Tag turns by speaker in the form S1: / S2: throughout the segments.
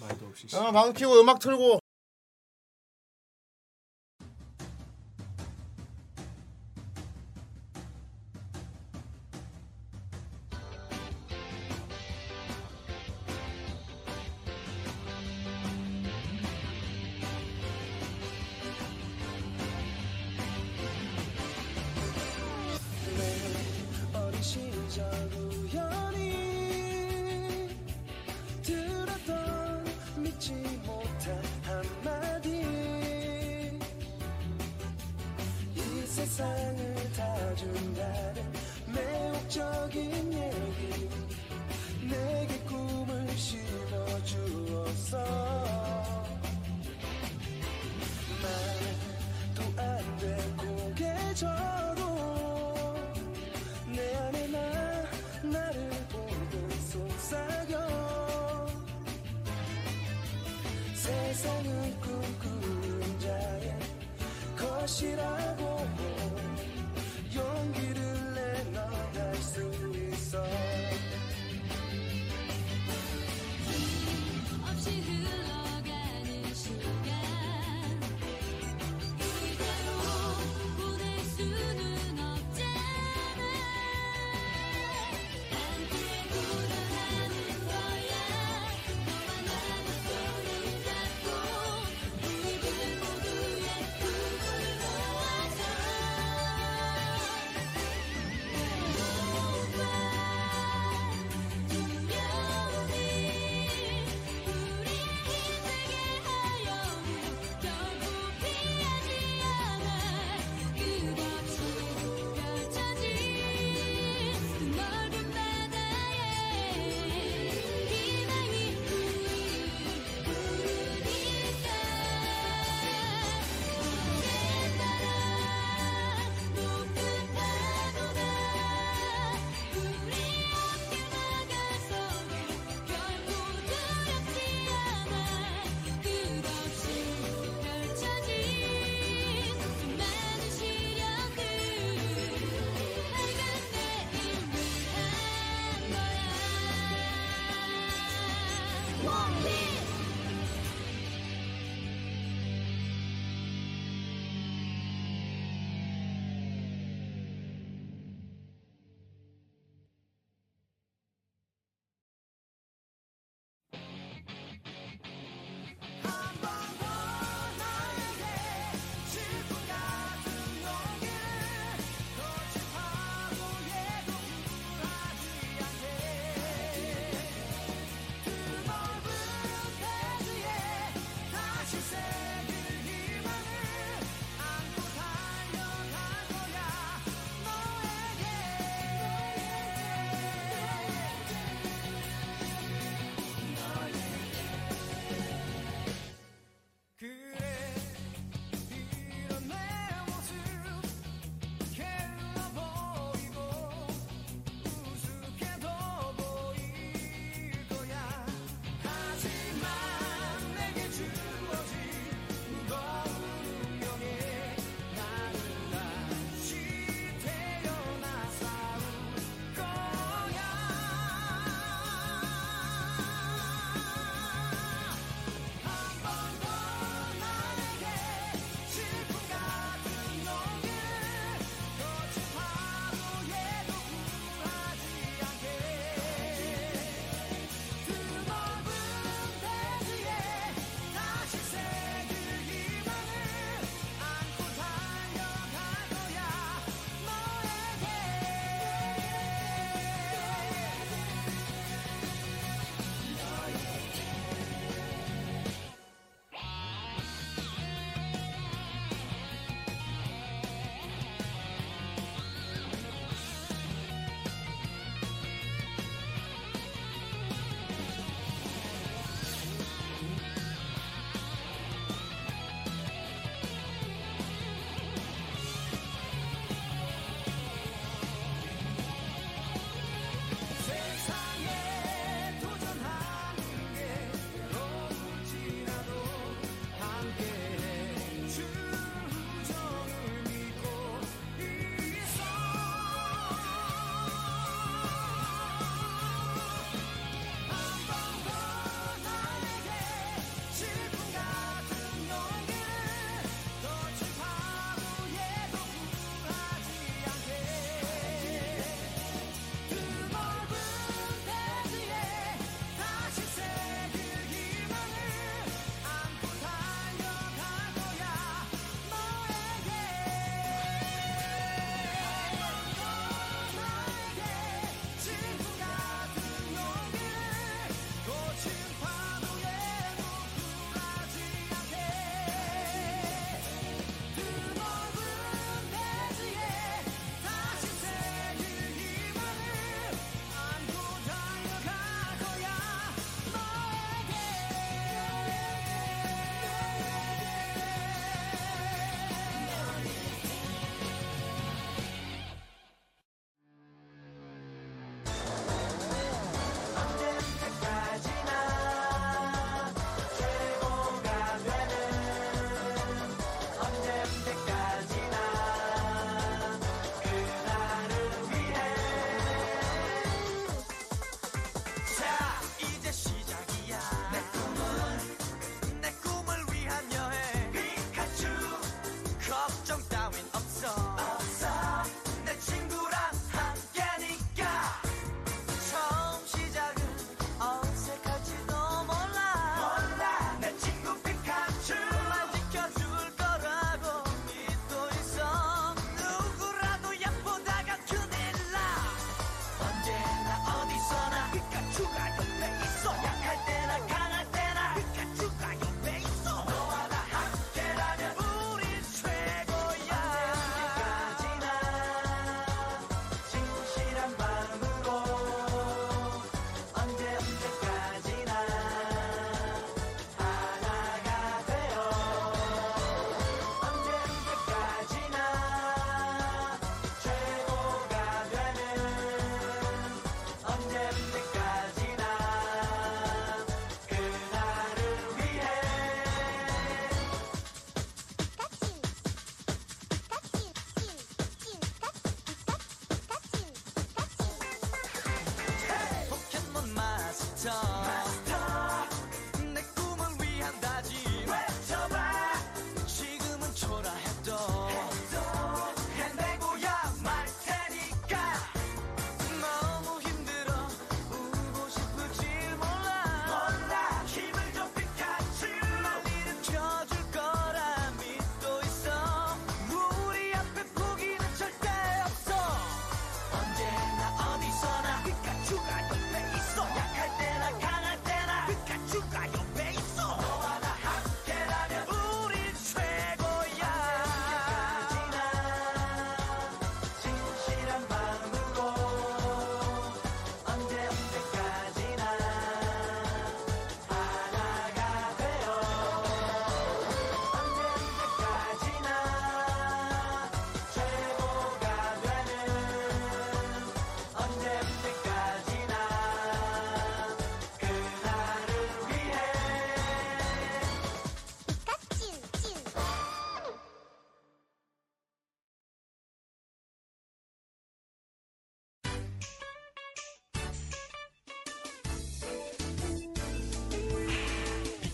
S1: 말도 없이.
S2: 아, 방키고 음악 틀고
S3: 어린 시절 우연히 들었던 믿지 못한 한마디 이 세상을 다 준다는 매혹적인 얘기 내게 꿈을 심어주었어 말도 안 돼 고개 저고 내 안에 나 나를 보고 속삭여 세상을 꿈꾸는 자의 것이라고 용기를 내 나갈 수 있어
S4: 없이 흘러가는 시간 이대로 보낼 수는 없잖아 함께 묻어나는 거야 너와 나만 손을 잡고 우리 모두의 꿈을 모아서 그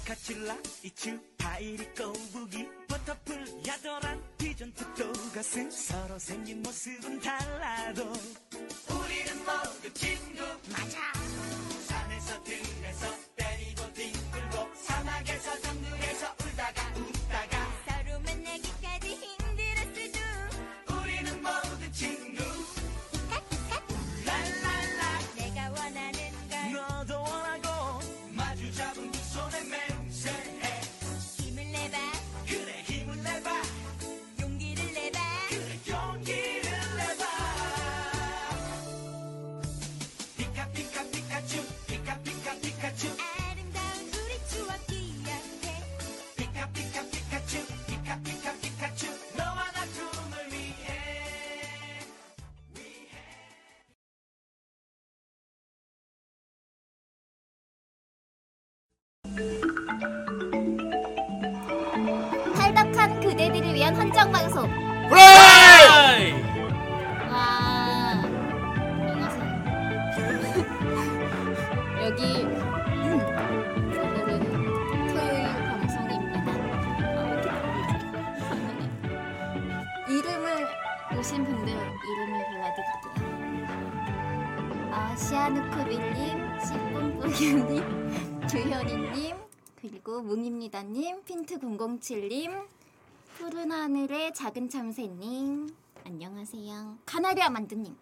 S3: 파출라 이츄 파이리 꼬부기 버터풀 야도란 피전 특도 가슴 서로 생긴 모습은 달라도 우리는 모두 친구 맞아 산에서 들에서 때리고 뒹굴고 사막에서 정글에서 울다가 웃다가
S5: 서로 만나기까지 힘들었어도
S3: 우리는 모두 친구
S5: 칵칵칵
S3: 랄랄라
S5: 내가 원하는 걸
S3: 너도 원하고 마주 잡은 두 손에 맹세해
S5: 힘을 내봐
S3: 그래 힘을 내봐
S5: 용기를 내봐
S3: 그래 용기를 내봐 피카 피카 피카츄 피카 피카 피카츄
S5: 아름다운 우리 추억 기억해
S3: 피카 피카 피카츄 피카 피카 피카츄 너와 나 둘을 위해
S6: 탈덕한 그대들을 위한 헌정 방송.
S2: 브라이!
S6: 와. 안녕하세요. 여기 오늘은 토요일 방송입니다. 아, 어떻게 부르지? 방송이? 이름을 오신 분들 이름을 불러드릴게요. 아, 아시아누코빌님, 신분부유님, 규현이님, 그리고 뭉입니다님, 핀트007님, 푸른 하늘의 작은 참새님 안녕하세요 카나리아 만두님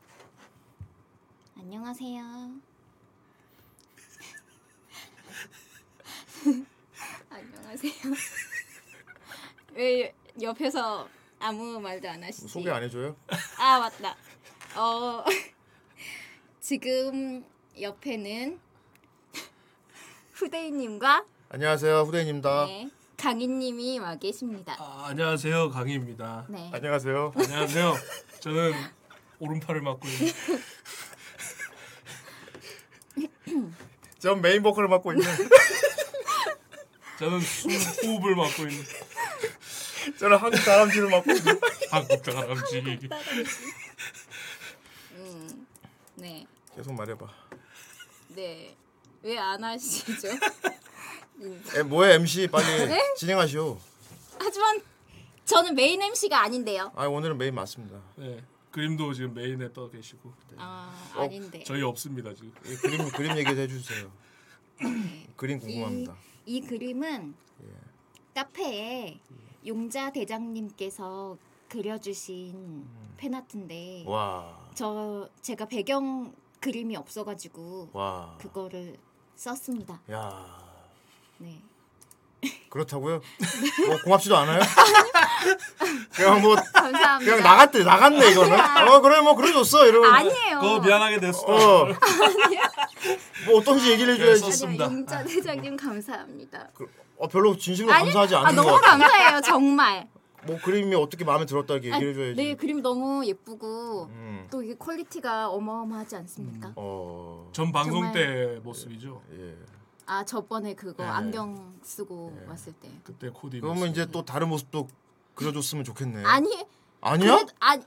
S6: 안녕하세요 안녕하세요 왜 옆에서 아무 말도 안 하시지
S2: 소개 안 해줘요?
S6: 아 맞다 어 지금 옆에는 후대인님과
S2: 안녕하세요 후대인입니다.
S6: 네, 강인님이 와 계십니다
S7: 어. 아, 안녕하세요 강희입니다.
S6: 네
S2: 안녕하세요.
S7: 안녕하세요. 저는 오른팔을 맡고 있는
S2: 전 메인 보컬을 맡고 있는
S7: 저는 숨호흡을 맡고 있는
S2: 저는 한국 다람쥐를 맡고 있는
S7: 한국 다람쥐.
S6: 네.
S2: 계속 말해봐.
S6: 네. 왜 안 하시죠?
S2: 에, 뭐해 MC 빨리
S6: 네?
S2: 진행하시오.
S6: 하지만 저는 메인 MC가 아닌데요.
S2: 아 오늘은 메인 맞습니다.
S7: 네. 그림도 지금 메인에 떠 계시고 네.
S6: 아, 아닌데.
S7: 어, 저희 없습니다 지금.
S2: 이 예, 그림 그림 얘기도 해주세요.
S6: 네.
S2: 그림 궁금합니다. 예.
S6: 이 그림은 카페에 용자 대장님께서 그려주신 펜아트인데
S2: 음. 와
S6: 저 제가 배경 그림이 없어가지고
S2: 와.
S6: 그거를 썼습니다.
S2: 야
S6: 네.
S2: 그렇다고요? 뭐 고맙지도 않아요? 그냥 뭐
S6: 감사합니다.
S2: 그냥 나갔대 나갔네 이거는. 어 그래 뭐 그래줬어 이러면.
S6: 아니에요.
S7: 그거 미안하게 됐어.
S2: 어. 뭐 어떤지 얘기를 해줘야지.
S6: 아니요,
S7: 그래서- 없습니다.
S6: 용자 대장님 감사합니다.
S2: 그- 어 별로 진심으로
S6: 아니,
S2: 감사하지
S6: 아,
S2: 않은 것
S6: 너무
S2: 같아.
S6: 감사해요, 정말.
S2: 뭐 그림이 어떻게 마음에 들었다 이렇게
S6: 아니,
S2: 얘기를 해줘야지.
S6: 네, 그림 너무 예쁘고
S2: 음.
S6: 또 이게 퀄리티가 어마어마하지 않습니까?
S2: 어.
S7: 전 방송
S6: 정말.
S7: 때 모습이죠.
S2: 예.
S6: 아 저번에 그거 안경 쓰고 왔을 때
S7: 그때 코디.
S2: 네. 그러면 이제 또 다른 모습도 그려줬으면 좋겠네.
S6: 아니
S2: 아니야?
S6: 그래도 아니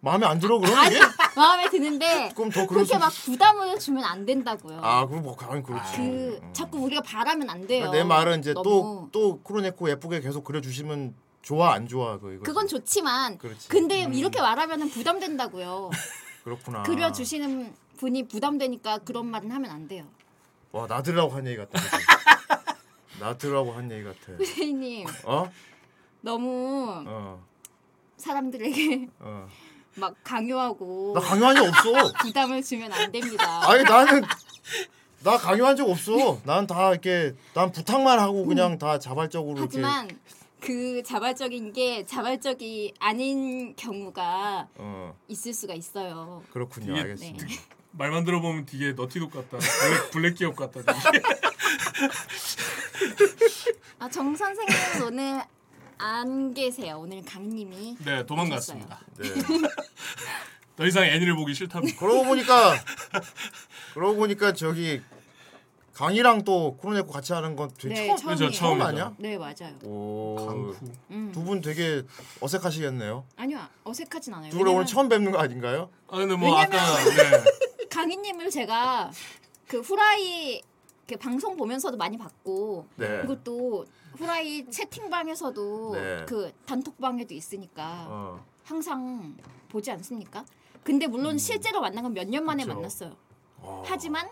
S2: 마음에 안 들어 그럼 이게?
S6: 마음에 드는데
S2: 그럼 더 그럴
S6: 그렇게
S2: 수
S6: 막 부담을 주면 안 된다고요.
S2: 아 그럼 뭐 당연히 그렇지. 그러니까
S6: 그 자꾸 우리가 바라면 안 돼요.
S2: 아, 내 말은 이제 또 또
S6: 너무.
S2: 코로네코 예쁘게 계속 그려주시면 좋아 안 좋아 그 이거.
S6: 그건 좋지만
S2: 그렇지. 음.
S6: 근데 이렇게 말하면 부담된다고요.
S2: 그렇구나.
S6: 그려주시는 분이 부담되니까
S2: 음.
S6: 그런 말은 하면 안 돼요.
S2: 와 나들라고 한 얘기 같다. 그치? 나들라고 한 얘기 같아.
S6: 선생님
S2: 어?
S6: 너무
S2: 어.
S6: 사람들에게
S2: 어.
S6: 막 강요하고
S2: 나 강요한 적 없어.
S6: 부담을 주면 안 됩니다.
S2: 아니 나는 나 강요한 적 없어. 난 다 이렇게 난 부탁만 하고 그냥 다 자발적으로 이렇게.
S6: 하지만 그 자발적인 게 자발적이 아닌 경우가
S2: 어
S6: 있을 수가 있어요.
S2: 그렇군요.
S7: 이게-
S2: 알겠습니다.
S7: 말만 들어보면 되게 너티독 같다. 블랙, 블랙 기업 같다. 되게.
S6: 아, 정 선생님은 오늘 안 계세요. 오늘 강님이
S7: 네 도망갔습니다.
S2: 네.
S7: 더 이상 애니를 보기 싫답니다.
S2: 그러고 보니까 그러고 보니까 저기 강이랑 또 코로네코 같이 하는 건 되게
S6: 네,
S2: 처음,
S6: 처음이에요.
S7: 그죠, 처음.
S2: 처음 아니야?
S6: 네 맞아요.
S2: 오두
S7: 강쿠.
S2: 분
S6: 음.
S2: 되게 어색하시겠네요.
S6: 아니요 어색하진 않아요.
S2: 두 분은 오늘 처음 뵙는 거 아닌가요?
S7: 아 근데 뭐
S6: 왜냐면-
S7: 아까 네.
S6: 강희님을 제가 그 후라이 이렇게 방송 보면서도 많이 봤고
S2: 네.
S6: 그리고 또 후라이 채팅방에서도
S2: 네.
S6: 그 단톡방에도 있으니까
S2: 어.
S6: 항상 보지 않습니까? 근데 물론
S2: 음.
S6: 실제로 만난 건 몇 년 만에
S7: 그렇죠.
S6: 만났어요.
S2: 어.
S6: 하지만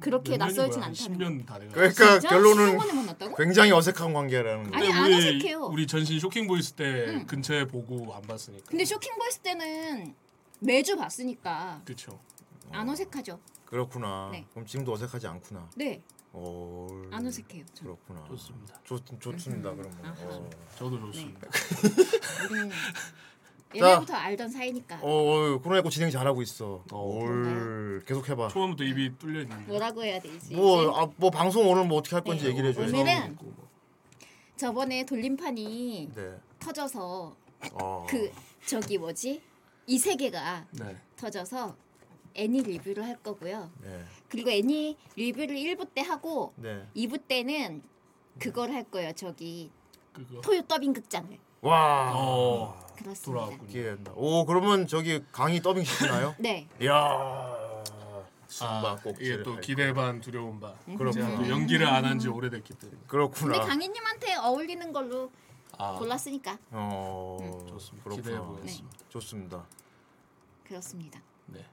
S6: 그렇게 낯설진 않다는 거.
S7: 네. 10년 다 돼가.
S2: 그러니까
S6: 진짜?
S2: 결론은 그
S6: 10년 만에 만났다고?
S2: 굉장히 어색한 관계라는 거.
S6: 아니, 안 어색해요. 음.
S7: 우리 전신 쇼킹 보이스 때 근처에 보고 안 봤으니까.
S6: 근데 쇼킹보이스 때는 매주 봤으니까
S7: 그렇죠.
S6: 안 어색하죠.
S2: 그렇구나.
S6: 네.
S2: 그럼 지금도 어색하지 않구나.
S6: 네,
S2: 어.
S6: 안 어색해요. 저는.
S2: 그렇구나.
S7: 좋습니다.
S2: 좋 좋습니다. 그러면.
S6: 아,
S2: 어. 네.
S7: 저도 좋습니다.
S6: 네. 우리는 네. 옛날부터 알던 사이니까.
S2: 어, 어, 코로나19 진행 잘하고 있어.
S7: 어.
S2: 올 계속 해봐.
S7: 초반부터 입이 뚫려 있는. 게
S6: 뭐라고 해야 되지?
S2: 뭐, 아, 뭐 방송 오늘 뭐 어떻게 할 건지
S6: 네.
S2: 얘기를 해줘야지.
S6: 오늘은-
S7: 싸움도 있고 뭐.
S6: 저번에 돌림판이
S2: 네.
S6: 터져서
S2: 어.
S6: 그 저기 뭐지 이 세계가
S7: 네.
S6: 터져서 애니 리뷰를 할 거고요.
S2: 네.
S6: 그리고 애니 리뷰를 1부 때 하고
S2: 네.
S6: 2부 때는 그걸 할 거예요. 저기
S2: 뭐?
S7: 그거.
S6: 토요 더빙 극장을
S2: 와.
S7: 어.
S6: 그렇습니다.
S7: 돌아왔군요.
S2: 기회다. 오, 그러면 저기 강의 더빙 시키나요?
S6: 네,
S2: 이야.
S7: 아,
S2: 숨바 꼭지를.
S7: 이게 또
S2: 할
S7: 기대 반 두려움 반.
S2: 그렇구나.
S7: 제가 또 연기를 안 한 지 오래됐기 때문에.
S2: 그렇구나.
S6: 네, 근데 강희님한테 어울리는 걸로
S7: 아, 음,
S6: 골랐으니까 네.
S2: 어.
S7: 좋습니다.
S2: 그렇구나.
S7: 기대해 보겠습니다.
S2: 좋습니다.
S6: 그렇습니다.
S7: 네.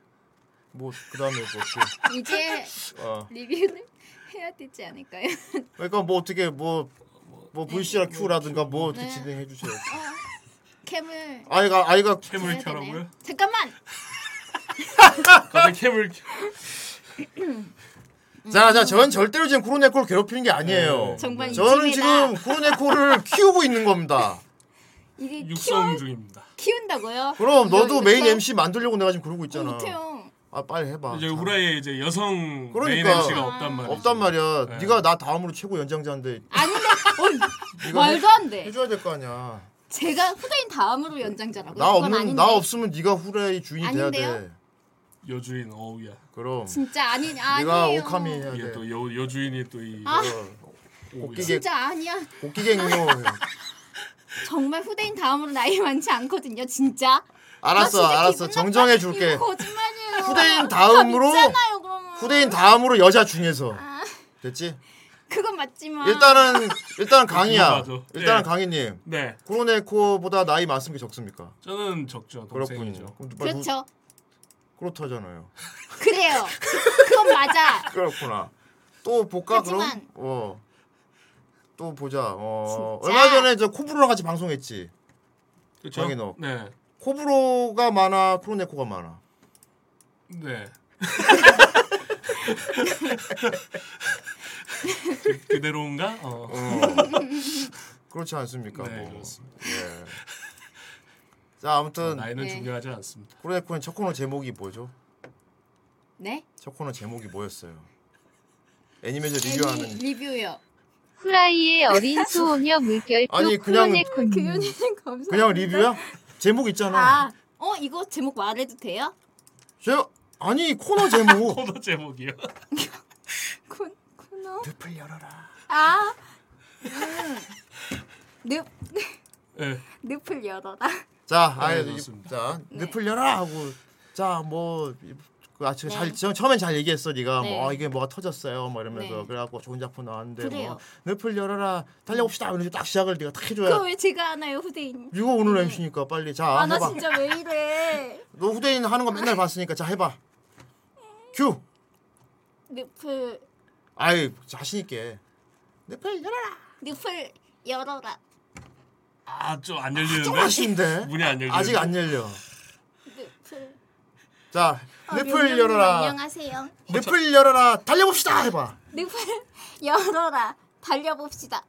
S2: 뭐 그다음에 뭐또
S6: 이제
S2: 어.
S6: 리뷰를 해야 되지 않을까요?
S2: 그러니까 뭐 어떻게 뭐뭐 VCR Q라든가 뭐 어떻게
S6: 네.
S2: 진행해 주세요.
S6: 어, 캠을
S2: 아이가 아이가
S7: 캠을
S6: 해야 되나요?
S7: 켜라고요?
S6: 잠깐만
S7: 갑자기 캠을 켜.
S2: 자, 자, 전 절대로 지금 코로네코를 괴롭히는 게 아니에요.
S7: 네.
S6: 정말
S2: 저는
S6: 이쯤이다.
S2: 지금 코로네코를 키우고 있는 겁니다.
S6: 이게 키워,
S7: 육성 중입니다.
S6: 키운다고요?
S2: 그럼 너도
S6: 이거
S2: 메인
S6: 육성?
S2: MC 만들려고 내가 지금 그러고
S6: 어,
S2: 있잖아.
S6: 못해요.
S2: 아, 빨리 해봐.
S7: 이제
S2: 자,
S7: 후라이에 이제 여성 메인
S2: 그러니까.
S7: MC가 없단 말이야.
S2: 없단 말이야.
S7: 네.
S2: 네. 가나 다음으로 최고 연장자인데
S6: 아닌데 어이,
S2: 이거
S6: 말도 안 돼.
S2: 해줘야 될 거 아니야.
S6: 제가 후대인 다음으로 연장자라고.
S2: 나
S6: 그건
S2: 없는
S6: 아닌데.
S2: 나 없으면 네가 후라이 주인이 돼야
S6: 아닌데요?
S2: 돼.
S7: 여주인 어우야.
S2: 그럼
S6: 진짜 아니 아니에요.
S2: 네가 오카미 해야
S7: 이게
S2: 돼.
S7: 또 여, 여주인이 또이 어,
S6: 아.
S2: 웃기게
S6: 진짜 아니야.
S2: 웃기갱요.
S6: 정말 후대인 다음으로 나이 많지 않거든요. 진짜.
S2: 알았어,
S6: 나 진짜
S2: 알았어.
S6: 기분
S2: 정정해
S6: 나빠.
S2: 줄게.
S6: 이거 거짓말이에요.
S2: 후대인 다음으로
S6: 있잖아요, 아, 그러면.
S2: 후대인 다음으로 여자 중에서
S6: 아.
S2: 됐지?
S6: 그건 맞지만.
S2: 일단은 일단 강이야.
S7: 맞아.
S2: 일단은
S7: 예.
S2: 강이님.
S7: 네.
S2: 쿠로네코보다 나이 많습니까 적습니까?
S7: 저는 적죠. 아, 동생이죠.
S2: 그렇군요. 그럼 빨리 후-
S6: 그렇죠.
S2: 그렇다잖아요.
S6: 그래요. 그건 맞아.
S2: 그렇구나. 또 볼까
S6: 하지만-
S2: 그럼? 어. 또 보자. 어.
S6: 진짜.
S2: 얼마 전에 저 코브로랑 같이 방송했지.
S7: 그렇죠?
S2: 정의 넣어.
S7: 네.
S2: 코브로가 많아, 쿠로네코가 많아.
S7: 네. 그- 그대로인가? 어.
S2: 그렇지 않습니까?
S7: 네,
S2: 뭐.
S7: 그렇습니다. 어,
S2: 예. 자, 아무튼
S7: 나이는
S6: 네.
S7: 중요하지 않습니다.
S2: 쿠로네코는 첫 코너 제목이 뭐죠?
S6: 네?
S2: 첫 코너 제목이 뭐였어요? 애니메이션
S6: 애니
S2: 리뷰하는
S6: 네, 리뷰요.
S8: 후라이의 어린 소녀 물결표
S2: 아니, 그냥-
S8: 쿠로네코님.
S6: 감사.
S2: 그냥 리뷰야? 제목 있잖아.
S6: 아, 어 이거 제목 말해도 돼요?
S2: 제 아니 코너 제목.
S7: 코너 제목이요.
S6: 쿤 쿤어.
S2: 늪을 열어라.
S6: 아. 음. 늪
S7: 네.
S6: 늪을 열어라.
S2: 자, 아예
S7: 네,
S2: 이-
S7: 좋습니다.
S2: 자
S6: 네.
S2: 늪을 열어라 하고 자뭐 아, 지금 잘
S6: 네.
S2: 처- 처음엔 잘 얘기했어 네가
S6: 네.
S2: 뭐 아, 이게 뭐가 터졌어요 뭐 이러면서
S6: 네.
S2: 그래갖고 좋은 작품 나왔는데
S6: 그래요.
S2: 뭐 늪을 열어라 달려봅시다 이러면서 딱 시작을 네가 딱 해줘야
S6: 그거 네. 왜 제가 하나요, 후대인?
S2: 이거 오늘 MC니까 빨리 자
S6: 아, 나
S2: 해봐
S6: 진짜 왜 이래?
S2: 너 후대인 하는 거 맨날 봤으니까 자 해봐 큐
S6: 늪을
S2: 아이 자신 있게 늪을 열어라
S6: 늪을 열어라.
S7: 아, 좀 안 열리는데.
S2: 좀 아쉬운데
S7: 문이 안 열려.
S2: 아직 안 열려
S6: 늪을
S2: 자
S6: 어,
S2: 늪을
S6: 명령님
S2: 열어라
S6: 안녕하세요.
S2: 늪을 열어라 달려봅시다 해봐
S6: 늪을 열어라. 달려봅시다.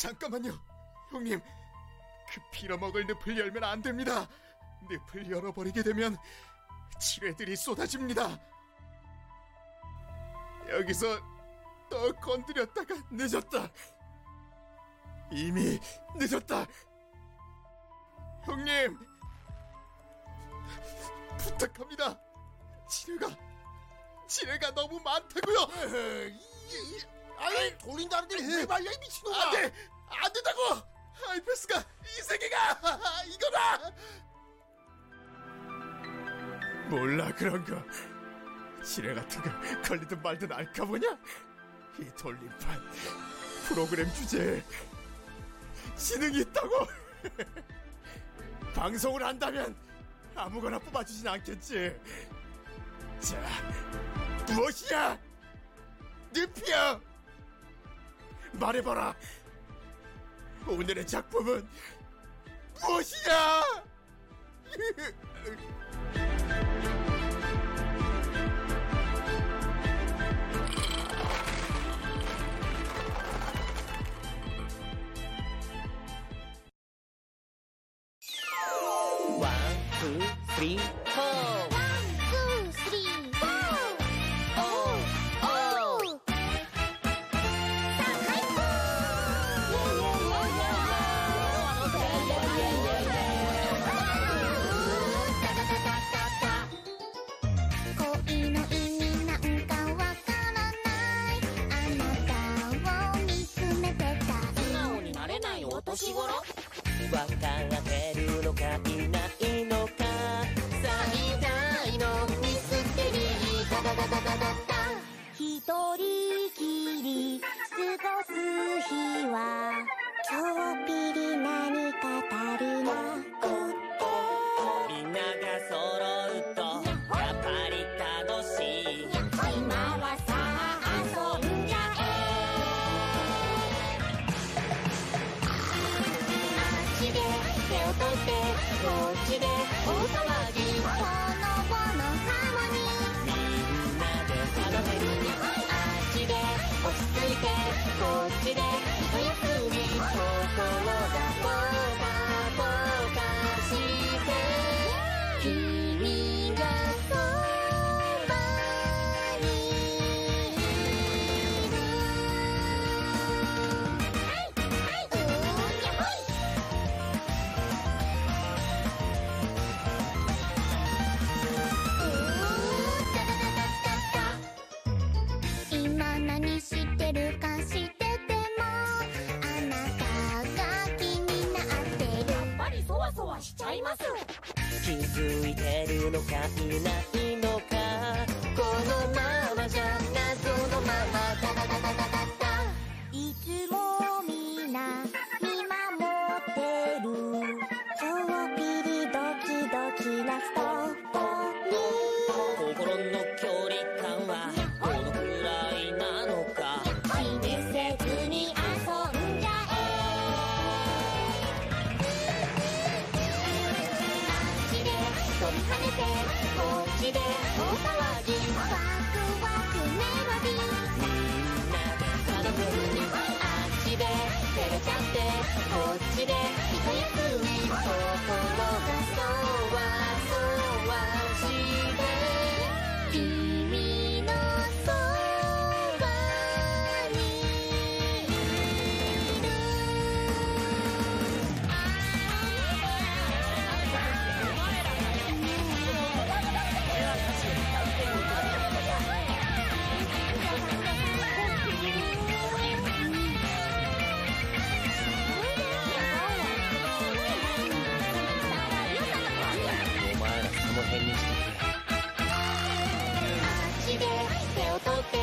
S9: 잠깐만요, 형님. 그 빌어먹을 늪을 열면 안 됩니다. 늪을 열어버리게 되면 지뢰들이 쏟아집니다. 여기서 더 건드렸다가 늦었다. 이미 늦었다. 형님, 부탁합니다. 지뢰가
S2: 지뢰가 너무 많다고요.
S10: 아니 돌린다는데 왜 말려 이 미친놈아
S2: 안돼 안 된다고. 하이패스가 이 세계가 이거다. 몰라 그런 거. 지뢰 같은 거 걸리든 말든 알까 보냐? 이 돌림판 프로그램 주제에 지능이 있다고. 방송을 한다면 아무거나 뽑아주진 않겠지. 자, 무엇이야? 늪이야! 말해봐라! 오늘의 작품은 무엇이야?
S4: 원, 투, 쓰리, 포. Oh, 오, 오.「恋の意味なんかわからない」「あなたを見つめてたい」「素直になれないお年頃」
S11: 分からてるのかいないのか最大の
S4: 「ミステリーダダダダダダダ」「ひとりきり過ごす日は」「今日ぴり何か足りなくて」
S11: みんなが揃うとやっぱり楽しい
S4: 「今はさあ遊んじゃえ」「足で手をとってこっちで大騒ぎ」「ほのぼのハーモニー」
S11: みんなで花める
S4: 「あっちで落ち着いてこっちで一休み」「心がポカポカして」「君がそばにいる」「うーやっほい!」「うータタタタタタ」今何してるかしててもあなたが気になってるやっぱりそわそわしちゃいます
S11: 気づいてるのかいないのかこのままじゃ謎のままだだだだだだだ
S4: いつもみんな見守ってる超ピリドキドキなストー
S11: 心の距離感はどのくらいなのか
S4: リー気にせずに遊んじゃえあっちで飛び跳ねてこっちで大騒ぎワクワクメロディー
S11: みんなで
S4: あっちで照れちゃってこっちで一休み心がそわそわして君のそばにいる
S11: お前らその辺にして
S4: あっちで手を取って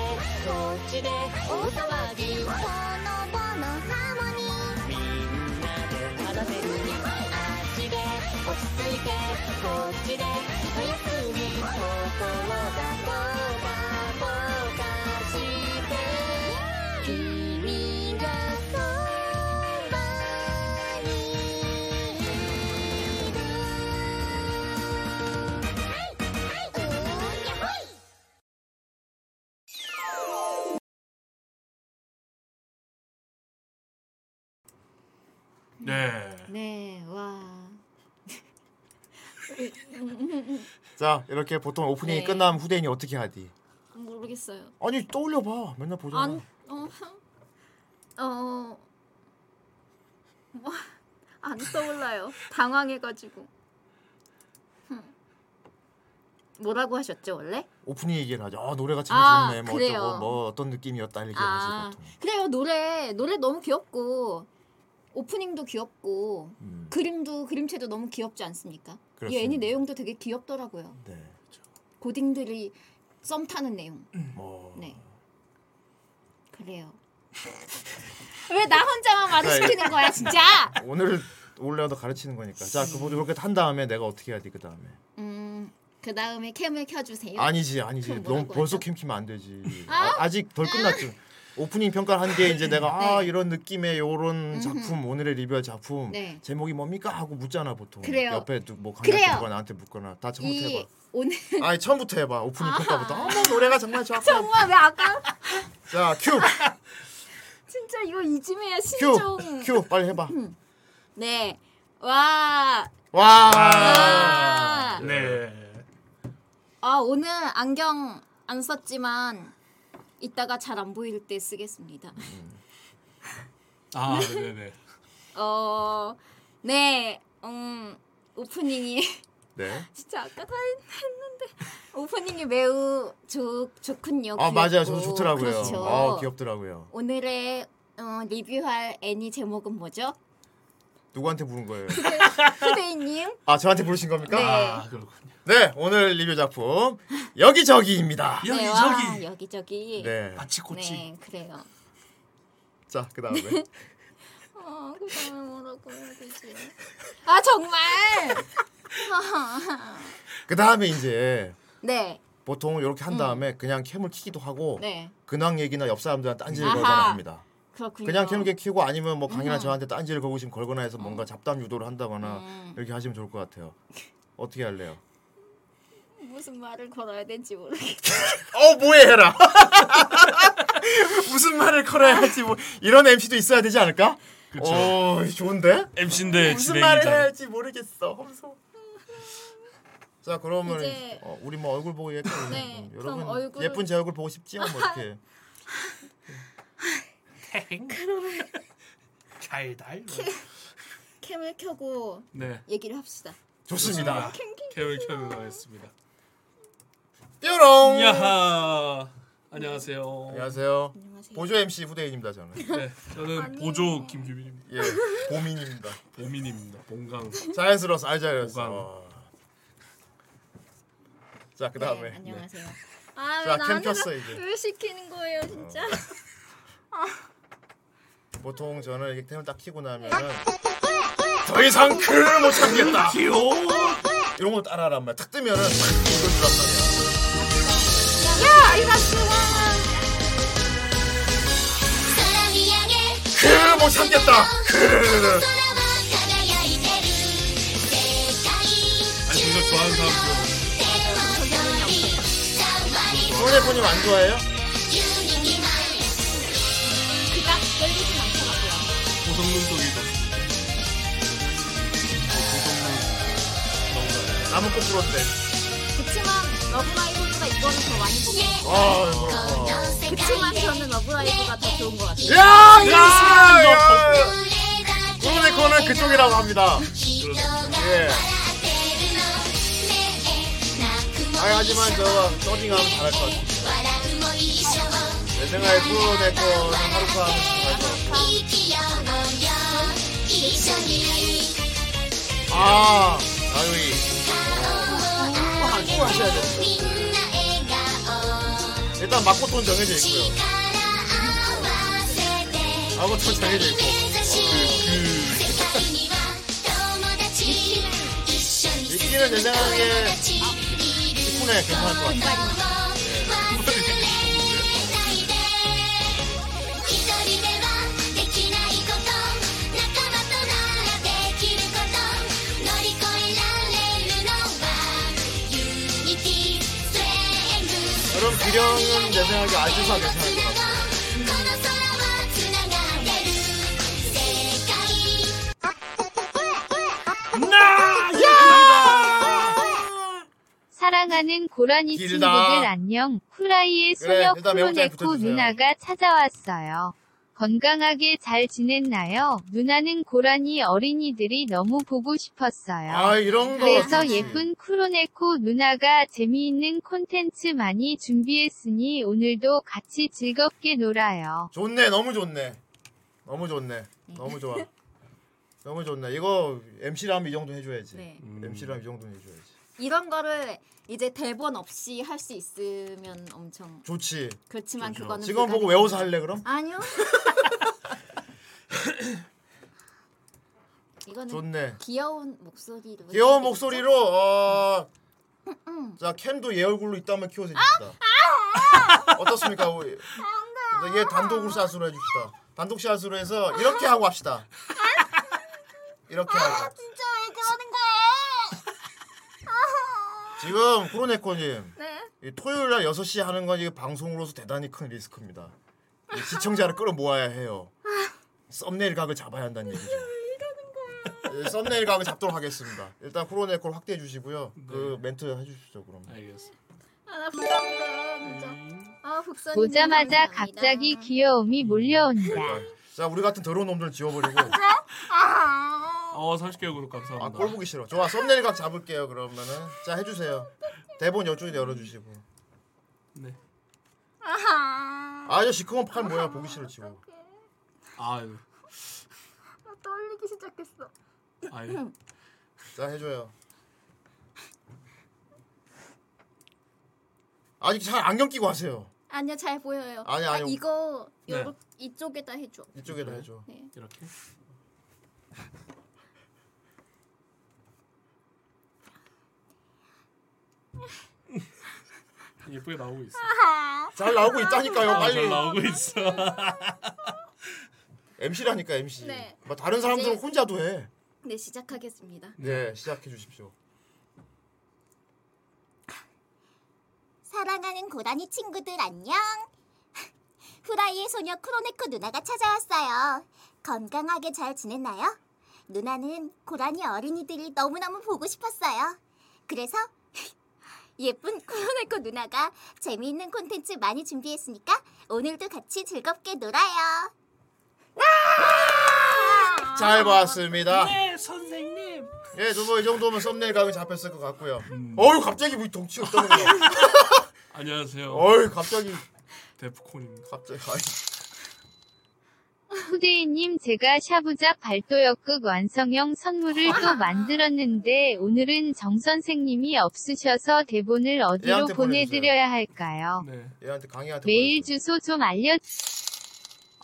S4: こっちで大騒ぎほのぼのハーモニー
S11: みんなで奏でる
S4: あっちで落ち着いてこっちで一休み心がポカポカして君がそばにいるうーやっほい
S3: 네.
S6: 네, 와.
S10: 자 이렇게 보통 오프닝이
S6: 네.
S10: 끝나면 후대인이 어떻게 하디
S6: 모르겠어요.
S10: 아니 떠올려봐 맨날 보잖아
S6: 안, 어, 어, 뭐, 안 떠올라요. 당황해가지고. 흠. 뭐라고 하셨죠, 원래?
S2: 오프닝 얘기를 하죠. 아 노래가 참
S6: 아,
S2: 좋네. 뭐
S6: 그래요.
S2: 어쩌고 뭐 어떤 느낌이었다 이렇게
S6: 아
S2: 하지 보통.
S6: 그래요 노래 노래 너무 귀엽고 오프닝도 귀엽고
S2: 음,
S6: 그림도 그림체도 너무 귀엽지 않습니까? 이
S2: 그렇습니다.
S6: 애니 내용도 되게 귀엽더라고요.
S2: 네.
S6: 고딩들이 썸 타는 내용.
S2: 뭐
S6: 네. 그래요. 왜 나 혼자만 말을 시키는 거야 진짜?
S2: 오늘을 올려도 가르치는 거니까. 자 그분이 그렇게 탄 다음에 내가 어떻게 해야 돼 그 다음에.
S6: 음그 다음에 캠을 켜주세요.
S2: 아니지 아니지.
S6: 예. 그럼
S2: 너무
S6: 뭐라고
S2: 벌써
S6: 하죠?
S2: 캠키면 안 되지. 아, 직덜 끝났죠. 오프닝 평가를 한 게 이제 내가
S6: 네.
S2: 아 이런 느낌의 요런 작품 오늘의 리뷰할 작품
S6: 네.
S2: 제목이 뭡니까 하고 묻잖아 보통
S6: 그래요.
S2: 옆에 또뭐
S6: 그래요.
S2: 강력가 나한테 묻거나 다 처음부터
S6: 이
S2: 해봐
S6: 오늘
S2: 아니 처음부터 해봐 오프닝 평가부터 어머 노래가 정말 좋았고
S6: 정말 왜 아까
S2: 자큐
S6: 아, 진짜 이거 이지메야 신종.
S2: 큐! 큐! 빨리 해봐.
S6: 음. 네. 와.
S2: 와!
S6: 아.
S7: 네.
S6: 아 오늘 안경 안 썼지만 이따가 잘 안 보일 때 쓰겠습니다.
S2: 음.
S7: 아, 네네.
S6: 어, 네, 음, 오프닝이
S2: 네.
S6: 진짜 아까 다 했- 했는데 오프닝이 매우 좋 좋군요.
S2: 아, 맞아요. 저
S6: 귀엽고.
S2: 좋더라고요.
S6: 그렇죠.
S2: 아, 귀엽더라고요.
S6: 오늘의 어, 리뷰할 애니 제목은 뭐죠?
S2: 누구한테 부른 거예요?
S6: 후대인님.
S2: 아, 저한테 부르신 겁니까?
S6: 네.
S7: 아, 그렇군요.
S2: 네, 오늘 리뷰 작품 여기저기입니다.
S7: 여기
S6: 네, 와,
S7: 저기.
S6: 여기 저기.
S2: 네.
S7: 마치코치.
S6: 네, 그래요.
S2: 자, 그다음에
S6: 어, 그 다음에 뭐라고 해야 되지? 아 정말.
S2: 그다음에 이제
S6: 네,
S2: 보통 이렇게 한 다음에 그냥 캠을 키기도 하고
S6: 네,
S2: 근황 얘기나 옆 사람들한테 딴지를
S6: 아하.
S2: 걸거나 합니다.
S6: 그렇군요. 음.
S2: 그냥 캠을 키고 아니면 뭐 강이나 저한테 딴지를 걸고 지금 걸거나 해서 뭔가 잡담 유도를 한다거나
S6: 음.
S2: 이렇게 하시면 좋을 것 같아요. 어떻게 할래요?
S6: 무슨 말을 걸어야 될지 모르겠.
S2: 어 뭐해라 무슨 말을 걸어야 할지 뭐 이런 MC도 있어야 되지 않을까?
S7: 그쵸.
S2: 오 좋은데
S7: MC인데
S2: 무슨
S7: 네,
S2: 말을 해야
S7: 진행이다.
S2: 할지 모르겠어. 하면서. 자 그러면
S6: 이제-
S2: 어, 우리 뭐 얼굴 보고 얘기
S6: 네, 그럼
S2: 여러분
S6: 얼굴-
S2: 예쁜 제 얼굴 보고 싶지요 뭐 이렇게
S7: 잘 달.
S6: 캠을 켜고
S7: 네.
S6: 얘기를 합시다.
S7: 아,
S2: 좋습니다.
S7: 케어를 켜는 거였습니다.
S2: 뾰롱
S7: 야하. 안녕하세요.
S2: 안녕하세요.
S6: 안녕하세요.
S2: 보조 MC 후대인입니다 저는
S7: 네, 저는 보조 김규민입니다.
S2: 예 보민입니다.
S7: 보민입니다. 본강.
S2: 자연스러워서 아주 자연스러웠어.
S7: 오감.
S2: 어. 자
S6: 네,
S2: 그다음에
S6: 안녕하세요. 아, 왜
S2: 자, 캠
S6: 나한테
S2: 켰어, 이제. 어.
S6: 왜 시키는 거예요, 진짜? 아.
S2: 보통 저는 이렇게 템을 딱 키고
S7: 아, 그,
S2: 나면은 더 이상 글을 못 참겠다.
S7: 그,
S2: 이런 거 따라란 말이야. 탁 뜨면은 탁 이걸 줄란 말이야.
S6: 야, 이거 좋아.
S5: 空見上げ
S2: 글을 못 참겠다.
S7: 그.
S2: 그. 글을.
S5: 空は輝いてる世界
S7: 아니 이거 좋아하는 사람
S2: 손해보님 안 좋아해요?
S6: 그닥 떨리진 않더라고요.
S7: 고성능 쪽이다. 고성능.
S2: 나무 꽃 불었대.
S6: 그치만 러브라이브보다 이거는 더 많이 보고.
S2: 아,
S6: 그치만 저는 러브라이브가 더 좋은 것 같아요.
S2: 야, 야, 야. 야. 오늘의 코는 그쪽이라고 합니다. 예. 아, 하지만 저 서빙하면 잘할 것 같아요. 내 생각에 프로네 거는 하루카 하면 잘할 것 같아요. ああ、あるい。こう走らないと 일단 막고톤 정해져 있고요. 아고톤 정해져 있고. 이기는 내 생각에 10분에 괜찮을 것 같아요. 그럼 기령은 내 생각에 아주사 괜찮을 것 같아요.
S8: 사랑하는 고라니
S2: 길다.
S8: 친구들 안녕. 후라이의
S2: 그래,
S8: 소녀
S2: 일단 매운장에
S8: 쿠로네코
S2: 붙여주세요.
S8: 누나가 찾아왔어요. 건강하게 잘 지냈나요? 누나는 고라니 어린이들이 너무 보고 싶었어요.
S2: 아 이런 거.
S8: 그래서
S2: 좋지.
S8: 예쁜 쿠로네코 누나가 재미있는 콘텐츠 많이 준비했으니 오늘도 같이 즐겁게 놀아요.
S2: 좋네, 너무 좋네. 너무 좋네. 너무 좋아. 너무 좋네. 이거 MC라면 이 정도 해줘야지.
S6: 네.
S2: MC라면 이 정도는 해줘야지.
S6: 이런 거를 이제 대본 없이 할 수 있으면 엄청
S2: 좋지.
S6: 그렇지만 그거는
S2: 지금 보고
S6: 불가능.
S2: 외워서 할래 그럼?
S6: 아니요. 이거는
S2: 좋네.
S6: 귀여운 목소리로
S2: 귀여운 목소리로 어. 자 캠도 얘 얼굴로 이따만 키워줍시다. 어떻습니까? 우리? 근데 얘 단독으로 샷으로 해줍시다. 단독 샷으로 해서 이렇게 하고 합시다. 아, 이렇게 하고.
S6: 진짜 왜 그러는 거야?
S2: 지금 쿠로네코님
S6: 네.
S2: 이 토요일 날 6시 하는 건 이게 방송으로서 대단히 큰 리스크입니다. 이 시청자를 끌어모아야 해요. 썸네일 각을 잡아야 한다는 얘기죠. 예, 썸네일 각을 잡도록 하겠습니다. 일단 쿠로네코를 확대해 주시고요. 그 멘트 해주시죠 그럼.
S7: 알겠어.
S6: 아나 부담돼
S2: 음.
S6: 진짜. 아 복선.
S8: 보자마자 갑자기 귀여움이 몰려온다.
S2: 네. 자 우리 같은 더러운 놈들 지워버리고
S7: 어 30개월 구독 감사합니다.
S2: 아 꼴 보기 싫어 좋아 썸네일 각 잡을게요 그러면은 자 해주세요 대본 이쪽에 열어주시고
S7: 네.
S2: 아저 시커먼 팔 뭐야 보기 싫어 지워
S7: 아 네.
S6: 떨리기 시작했어.
S7: 아 예.
S2: 자 해줘요 아직 잘 안경 끼고 하세요
S6: 아니야 잘 보여요.
S2: 아니,
S6: 아,
S2: 아니.
S6: 이거
S7: 네.
S6: 요렇 이쪽에다 해줘.
S2: 이쪽에다 해줘
S6: 네.
S7: 이렇게. 예쁘게 나오고 있어.
S2: 잘 나오고 있다니까요
S7: 아, 잘
S2: 빨리
S7: 나오고 있어.
S2: MC라니까 MC
S6: 네.
S2: 막 다른 사람들은
S6: 이제-
S2: 혼자도 해
S6: 네 시작하겠습니다.
S2: 네 시작해 주십시오
S5: 사랑하는 고라니 친구들 안녕. 후라이의 소녀 크로네코 누나가 찾아왔어요. 건강하게 잘 지냈나요? 누나는 고라니 어린이들이 너무너무 보고 싶었어요. 그래서 예쁜 크로네코 누나가 재미있는 콘텐츠 많이 준비했으니까 오늘도 같이 즐겁게 놀아요.
S6: 아,
S2: 잘 봤습니다. 네, 선생님. 예, 두분이 정도면 썸네일 각이 잡혔을 것 같고요.
S7: 음.
S2: 어유 갑자기 뭐 덩치가 떠는 거.
S7: 안녕하세요.
S2: 어유 갑자기
S7: 데프콘입니다.
S2: 갑자기 아이,
S8: 후대인님 제가 샤부작 발도역극 완성형 선물을 또 만들었는데 오늘은 정선생님이 없으셔서 대본을 어디로
S2: 얘한테
S8: 보내드려야 할까요?
S7: 네.
S2: 얘한테 강의한테
S8: 메일
S2: 보내줘.
S8: 주소 좀 알려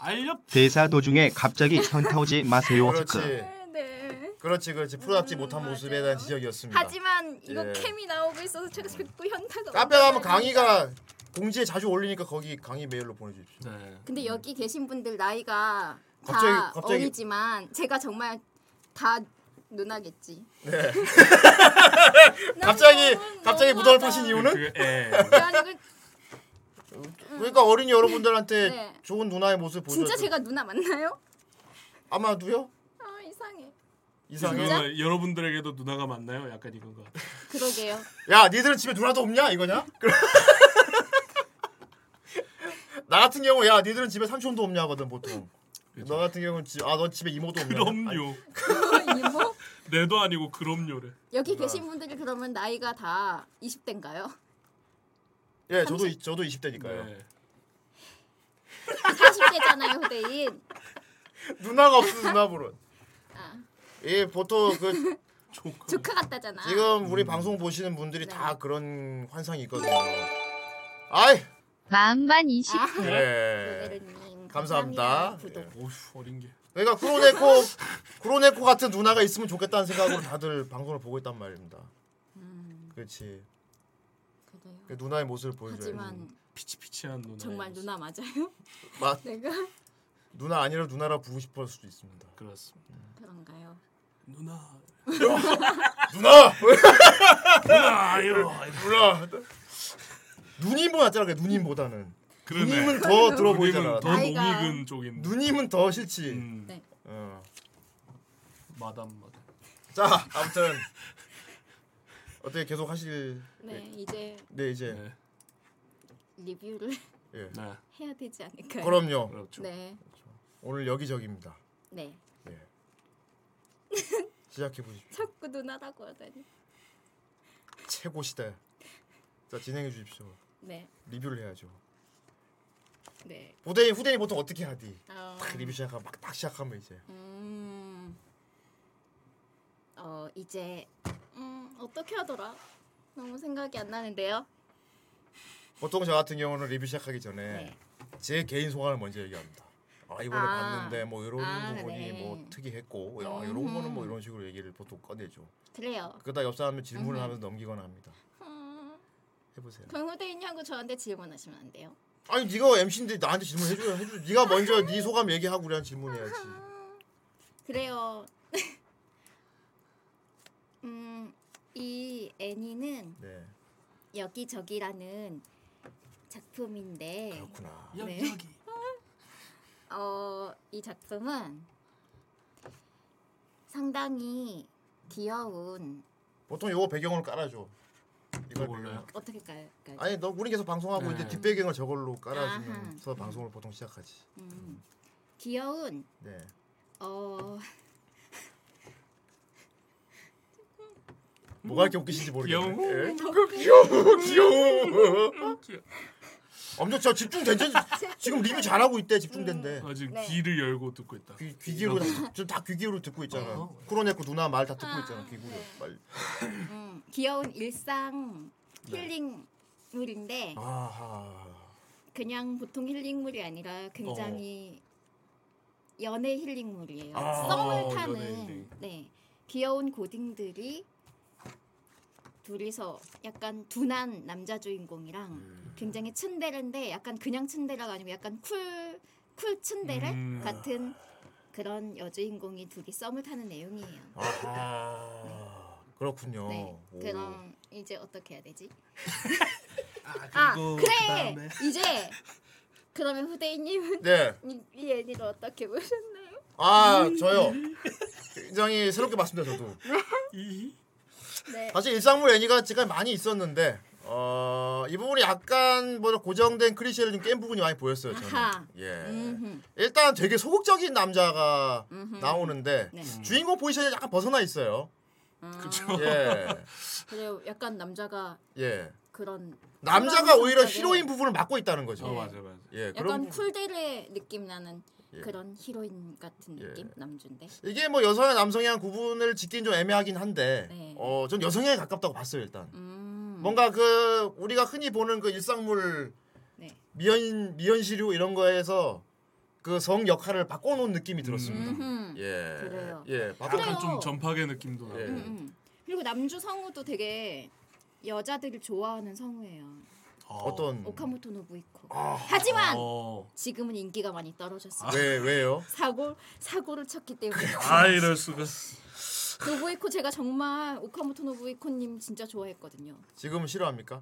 S7: 알렵.
S12: 대사 도중에 갑자기 현타오지 마세요. 크크.
S2: 그렇지.
S6: 네.
S2: 그렇지, 그렇지. 프로답지 못한 모습에 대한 지적이었습니다.
S6: 하지만 이거
S2: 예.
S6: 캠이 나오고 있어서 제가 자꾸 또 현타가.
S2: 카페 가면
S6: 온다는
S2: 강의가 공지에 자주 올리니까 거기 강의 메일로 보내주십시오.
S7: 네.
S6: 근데 여기 계신 분들 나이가 다
S2: 갑자기- 갑자기-
S6: 어리지만 제가 정말 다 누나겠지.
S2: 네. 갑자기 갑자기 무덤을 파신 이유는
S7: 그, 예.
S6: 그래가지고
S2: 그러니까 어린이 여러분들한테
S6: 네.
S2: 좋은 누나의 모습 보여.
S6: 진짜 제가 누나 맞나요?
S2: 아마 누요?
S6: 아 이상해.
S2: 이상해.
S7: 누나, 여러분들에게도 누나가 맞나요? 약간 이건 것 같아.
S6: 그러게요.
S2: 야, 니들은 집에 누나도 없냐? 이거냐? 그럼- 나 같은 경우 야, 니들은 집에 삼촌도 없냐 하거든 보통. 너 같은 경우는 집, 아, 너 집에 이모도 없냐? 아니,
S7: 그럼요.
S6: 이모
S7: 내도 아니고 그럼요래.
S6: 여기 계신 분들이 그러면 나이가 다 20대인가요?
S2: 예, 저도 이- 저도 20대니까요.
S7: 네.
S6: 40대잖아요, 후대인.
S2: 누나가 없어 누나 부른. 예, 보통 그
S7: 조카.
S6: 아, 조카 같다잖아.
S2: 지금
S7: 음.
S2: 우리 방송 보시는 분들이 다 그런 환상이 있거든요. 아이,
S8: 마음만
S7: 네.
S2: 아.
S8: 20회
S2: 예.
S6: 베르님
S2: 감사합니다.
S6: 네. 구독.
S7: 어휴 네. 어린 게.
S2: 그러니까 쿠로네코 쿠로네코 같은 누나가 있으면 좋겠다는 생각으로 다들 방송을 보고 있단 말입니다. 그렇지.
S6: 음, 그래요.
S2: 그 누나의 모습을 보여줘야 돼.
S6: 하지만
S7: 피치피치한 누나.
S6: 정말 누나 맞아요?
S2: 맞.
S6: 내가
S2: 누나 아니라 누나라 부르고 싶을 수도 있습니다. 음.
S7: 그렇습니다.
S6: 그런가요?
S7: 누나.
S2: 누나!
S7: 아유.
S2: 누나! 누님보다 잖아 누님보다는.
S7: 그러네.
S2: 누님은 더
S7: 누님은
S2: 들어보이잖아.
S7: 더
S6: 아이가.
S7: 농익은 쪽인.
S2: 누님은 더 싫지.
S7: 음.
S6: 네.
S2: 어.
S7: 마담 마담.
S2: 자, 아무튼 어떻게 계속 하실?
S6: 네 이제
S2: 네 이제
S7: 네.
S6: 리뷰를
S2: 예.
S7: 네.
S6: 해야 되지 않을까요?
S2: 그럼요.
S7: 그렇죠.
S6: 네.
S2: 오늘 여기저기입니다.
S6: 네.
S2: 예. 시작해 보십시오.
S6: 자꾸 누나라고 하다니.
S2: 최고 시대. 자 진행해 주십시오.
S6: 네.
S2: 리뷰를 해야죠.
S6: 네.
S2: 후대인 후대인 보통 어떻게 하디?
S6: 어.
S2: 딱 리뷰 시작하면 막딱 시작하면 이제
S6: 음. 어 이제 음 어떻게 하더라? 너무 생각이 안 나는데요.
S2: 보통 저 같은 경우는 리뷰 시작하기 전에
S6: 네.
S2: 제 개인 소감을 먼저 얘기합니다. 아 이번에
S6: 아.
S2: 봤는데 뭐 이런
S6: 아,
S2: 부분이
S6: 네.
S2: 뭐 특이했고 야, 이런
S6: 음흠.
S2: 거는 뭐 이런 식으로 얘기를 보통 꺼내죠.
S6: 그래요.
S2: 그러다 옆 사람은 질문을
S6: 음흠.
S2: 하면서 넘기거나 합니다.
S6: 음,
S2: 해보세요.
S6: 그럼 후대인하고 저한테 질문하시면 안 돼요.
S2: 아니 네가 MC인데 나한테 질문해 줘야 해줘. 네가 먼저 네 소감 얘기하고 우리한테 질문해야지.
S6: 그래요. 음, 이 애니는
S2: 네.
S6: 여기저기라는 작품인데
S2: 그렇구나.
S6: 네. 어, 이 작품은 상당히 귀여운
S2: 보통 요거 배경을 깔아줘. 이걸
S7: 몰라요?
S6: 어떻게 깔까요?
S2: 아니 너 우리 계속 방송하고
S7: 네.
S2: 이제 뒷배경을 저걸로
S6: 아하.
S2: 깔아주면서 방송을 보통 시작하지.
S6: 음, 귀여운
S2: 네.
S6: 어
S2: 뭐가 이렇게 웃기신지 모르겠네.
S7: 귀여워.
S2: 예. 귀여워. 귀여워. 엄청 저 집중된 지 지금 리뷰 잘하고 있대. 집중된대.
S7: 아 지금
S6: 네.
S7: 귀를 열고 듣고 있다.
S2: 귀, 귀 기울고 좀다귀 기울고 듣고 있잖아. 쿠로네코 누나 말 다 듣고 있잖아. 귀
S6: 네.
S2: 기울고 빨리.
S6: 음, 귀여운 일상
S2: 네.
S6: 힐링물인데
S2: 아. 아하.
S6: 그냥 보통 힐링물이 아니라 굉장히 연애 힐링물이에요.
S7: 아,
S6: 썸을
S7: 연애
S6: 타는
S7: 힐링.
S6: 네 귀여운 고딩들이 둘이서 약간 둔한 남자 주인공이랑
S7: 음.
S6: 굉장히 츤데레인데 약간 그냥 츤데레가 아니고 약간 쿨, 쿨 츤데레
S7: 음.
S6: 같은 그런 여주인공이 둘이 썸을 타는 내용이에요.
S2: 아하. 그렇군요.
S6: 네.
S2: 어, 오.
S6: 그럼 이제 어떻게 해야 되지? 아,
S11: 아
S6: 그래. 이제 그러면 후대인님은
S2: 네.
S6: 이, 이 애니를 어떻게 보셨나요?
S2: 아 저요. 굉장히 새롭게 봤습니다 저도.
S7: 이
S6: 네.
S2: 사실 일상물 애니가 지금 많이 있었는데 어, 이 부분이 약간 뭐 고정된 클리셰를 좀 깬 부분이 많이 보였어요 저는.
S6: 아하.
S2: 예.
S6: 음흠.
S2: 일단 되게 소극적인 남자가
S6: 음흠.
S2: 나오는데
S6: 네. 아.
S2: 주인공 포지션이 약간 벗어나 있어요.
S7: 그쵸.
S2: 예.
S6: 그래요. 약간 남자가
S2: 예.
S6: 그런
S2: 남자가
S6: 그런
S2: 오히려
S6: 성격의
S2: 히로인 부분을 맡고 있다는 거죠.
S7: 어 맞아 맞아.
S2: 예.
S6: 약간
S2: 그런
S6: 쿨데레 느낌 나는
S2: 예.
S6: 그런 히로인 같은
S2: 예.
S6: 느낌 남준데.
S2: 이게 뭐 여성이나 남성의 한 구분을 짓긴 좀 애매하긴 한데
S6: 네.
S2: 어, 전 여성에 가깝다고 봤어요, 일단.
S6: 음.
S2: 뭔가 그 우리가 흔히 보는 그 일상물
S6: 네.
S2: 미연 미연 시류 이런 거에서 그 성 역할을 바꿔 놓은 느낌이 들었습니다.
S6: 음흠.
S2: 예.
S6: 그래요.
S2: 예.
S6: 그래요.
S2: 바꿔
S7: 약간 좀 전파계 느낌도 나고.
S2: 예.
S6: 음, 음. 그리고 남주 성우도 되게 여자들을 좋아하는 성우예요.
S2: 어떤 아,
S6: 오카모토 노부이코. 하지만
S7: 어.
S6: 지금은 인기가 많이 떨어졌어요.
S2: 왜 왜요?
S6: 사고 사고를 쳤기 때문에.
S7: 아 이럴 수가.
S6: 노부이코 제가 정말 오카모토 노부이코님 진짜 좋아했거든요.
S2: 지금 은 싫어합니까?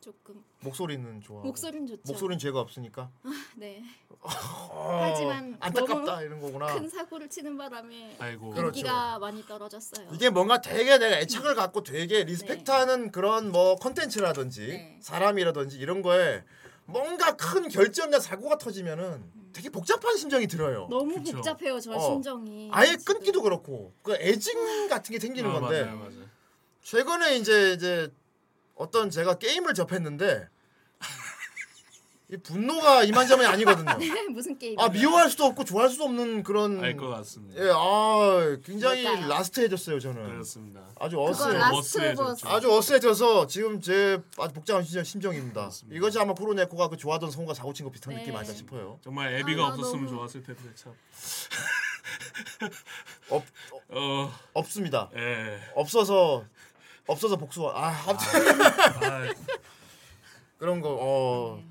S6: 조금
S2: 목소리는 좋아.
S6: 목소리는 좋죠.
S2: 목소리는 죄가 없으니까.
S6: 네.
S2: 어,
S6: 하지만
S2: 안타깝다
S6: 너무
S2: 이런 거구나.
S6: 큰 사고를 치는 바람에
S7: 아이고.
S2: 그렇죠.
S6: 인기가 많이 떨어졌어요.
S2: 이게 뭔가 되게 내가
S6: 음.
S2: 애착을 갖고 되게 리스펙트하는 그런 뭐 컨텐츠라든지
S6: 네.
S2: 사람이라든지 이런 거에 뭔가 큰 결점이나 사고가 터지면은 되게 복잡한 심정이 들어요.
S6: 음. 너무
S7: 그쵸.
S6: 복잡해요 저
S2: 어.
S6: 심정이.
S2: 아예
S6: 지금.
S2: 끊기도 그렇고 그 애증 같은 게 생기는
S7: 아,
S2: 건데
S7: 맞아요 맞아요.
S2: 최근에 이제 이제 어떤 제가 게임을 접했는데 이 분노가 이만저만이 아니거든요.
S6: 네, 무슨 게임?
S2: 아 미워할 수도 없고 좋아할 수도 없는 그런
S7: 알 것 같습니다.
S2: 예, 아 굉장히
S6: 뭘까요?
S2: 라스트해졌어요 저는.
S7: 그렇습니다.
S2: 아주
S6: 그거
S2: 어스해.
S7: 라스-
S6: 라스트
S7: 워스예요,
S6: 오브 어스.
S7: 저쪽.
S2: 아주 어스해져서 지금 제 아주 복잡한 심정, 심정입니다.
S7: 그렇습니다.
S2: 이것이 아마 쿠로네코가 그 좋아하던 성우가 사고친 것 비슷한
S6: 네.
S2: 느낌 아닐까 싶어요.
S7: 정말 애비가
S6: 아,
S7: 없었으면
S6: 너무-
S7: 좋았을 텐데 참.
S2: 없
S7: 어.
S2: 없습니다.
S7: 예.
S2: 없어서 없어서 복수. 아, 아무튼
S7: 아,
S2: 그런 거. 어.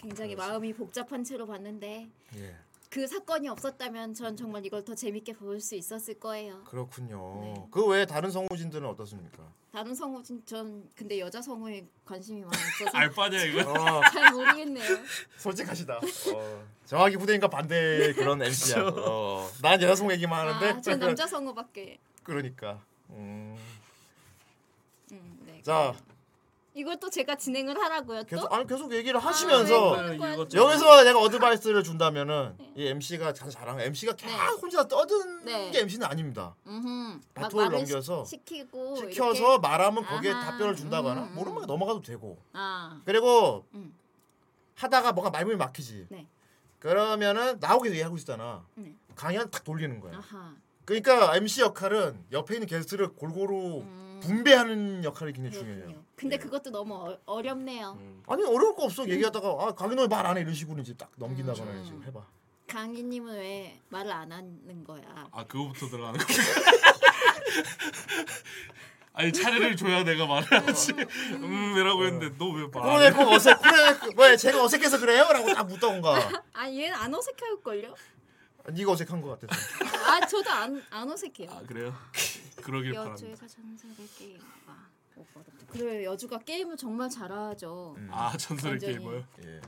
S6: 굉장히 마음이 복잡한 채로 봤는데
S2: 예.
S6: 그 사건이 없었다면 전 정말 이걸 더 재밌게 볼 수 있었을 거예요.
S2: 그렇군요.
S6: 네.
S2: 그 외에 다른 성우진들은 어떻습니까?
S6: 다른 성우 진- 전 근데 여자 성우에 관심이 많이 없어서
S7: 알바냐 이거.
S2: 어,
S6: 잘 모르겠네요.
S2: 솔직하시다. 어. 정확히 후대인과 반대 그런 MC야. 어. 난 여자 성우 얘기만 하는데.
S6: 아, 전 남자 성우밖에.
S2: 그러니까. 음.
S6: 음, 네.
S2: 자,
S6: 이걸 또 제가 진행을 하라고요. 또
S2: 계속 아니 계속 얘기를 하시면서
S6: 왜 그러는 거야?
S2: 여기서 내가 어드바이스를 준다면은 이 MC가 자랑 MC가 계속 혼자 떠드는
S6: 네.
S2: 게 MC는 아닙니다.
S6: 음흠. 막
S2: 바토를
S6: 말을
S2: 넘겨서
S6: 시, 키고
S2: 시켜서 말하면 거기에
S6: 아하,
S2: 답변을 준다거나 모르면 넘어가도 되고
S6: 아
S2: 그리고
S6: 음.
S2: 하다가 뭔가 말문이 막히지.
S6: 네.
S2: 그러면은 나오게 얘기하고 있잖아.
S6: 네.
S2: 강연 딱 돌리는 거야.
S6: 아하
S2: 그러니까 MC 역할은 옆에 있는 게스트를 골고루
S6: 음.
S2: 분배하는 역할이 굉장히 중요해요.
S6: 근데 그것도 너무 어, 어렵네요.
S2: 아니 어려울 거 없어 얘기하다가 아 강인호 말안 해 이런 식으로 이제 딱 넘긴다거나
S6: 음.
S2: 지금 해봐.
S6: 강희님은 왜 말을 안 하는 거야?
S7: 아 그거부터 들어가는 거야. 아니 차례를 줘야 내가 말해야지.
S6: 어.
S7: 음이라고 했는데 너 왜 말? 안 해?
S2: 그러네 그 어. 어색 그래 왜 제가 어색해서 그래요라고 딱 묻던가.
S6: 아 얘는 안 어색할 걸요?
S2: 네가 어색한 것 같아서.
S6: 아 저도 안, 안 어색해요.
S7: 아 그래요? 그러길 바랍니다.
S6: 여주에서 전설의 게임. 아, 오빠도. 그래 여주가 게임을 정말 잘하죠.
S7: 아 전설의
S6: 완전히. 네.
S7: 게임이요?
S2: 예.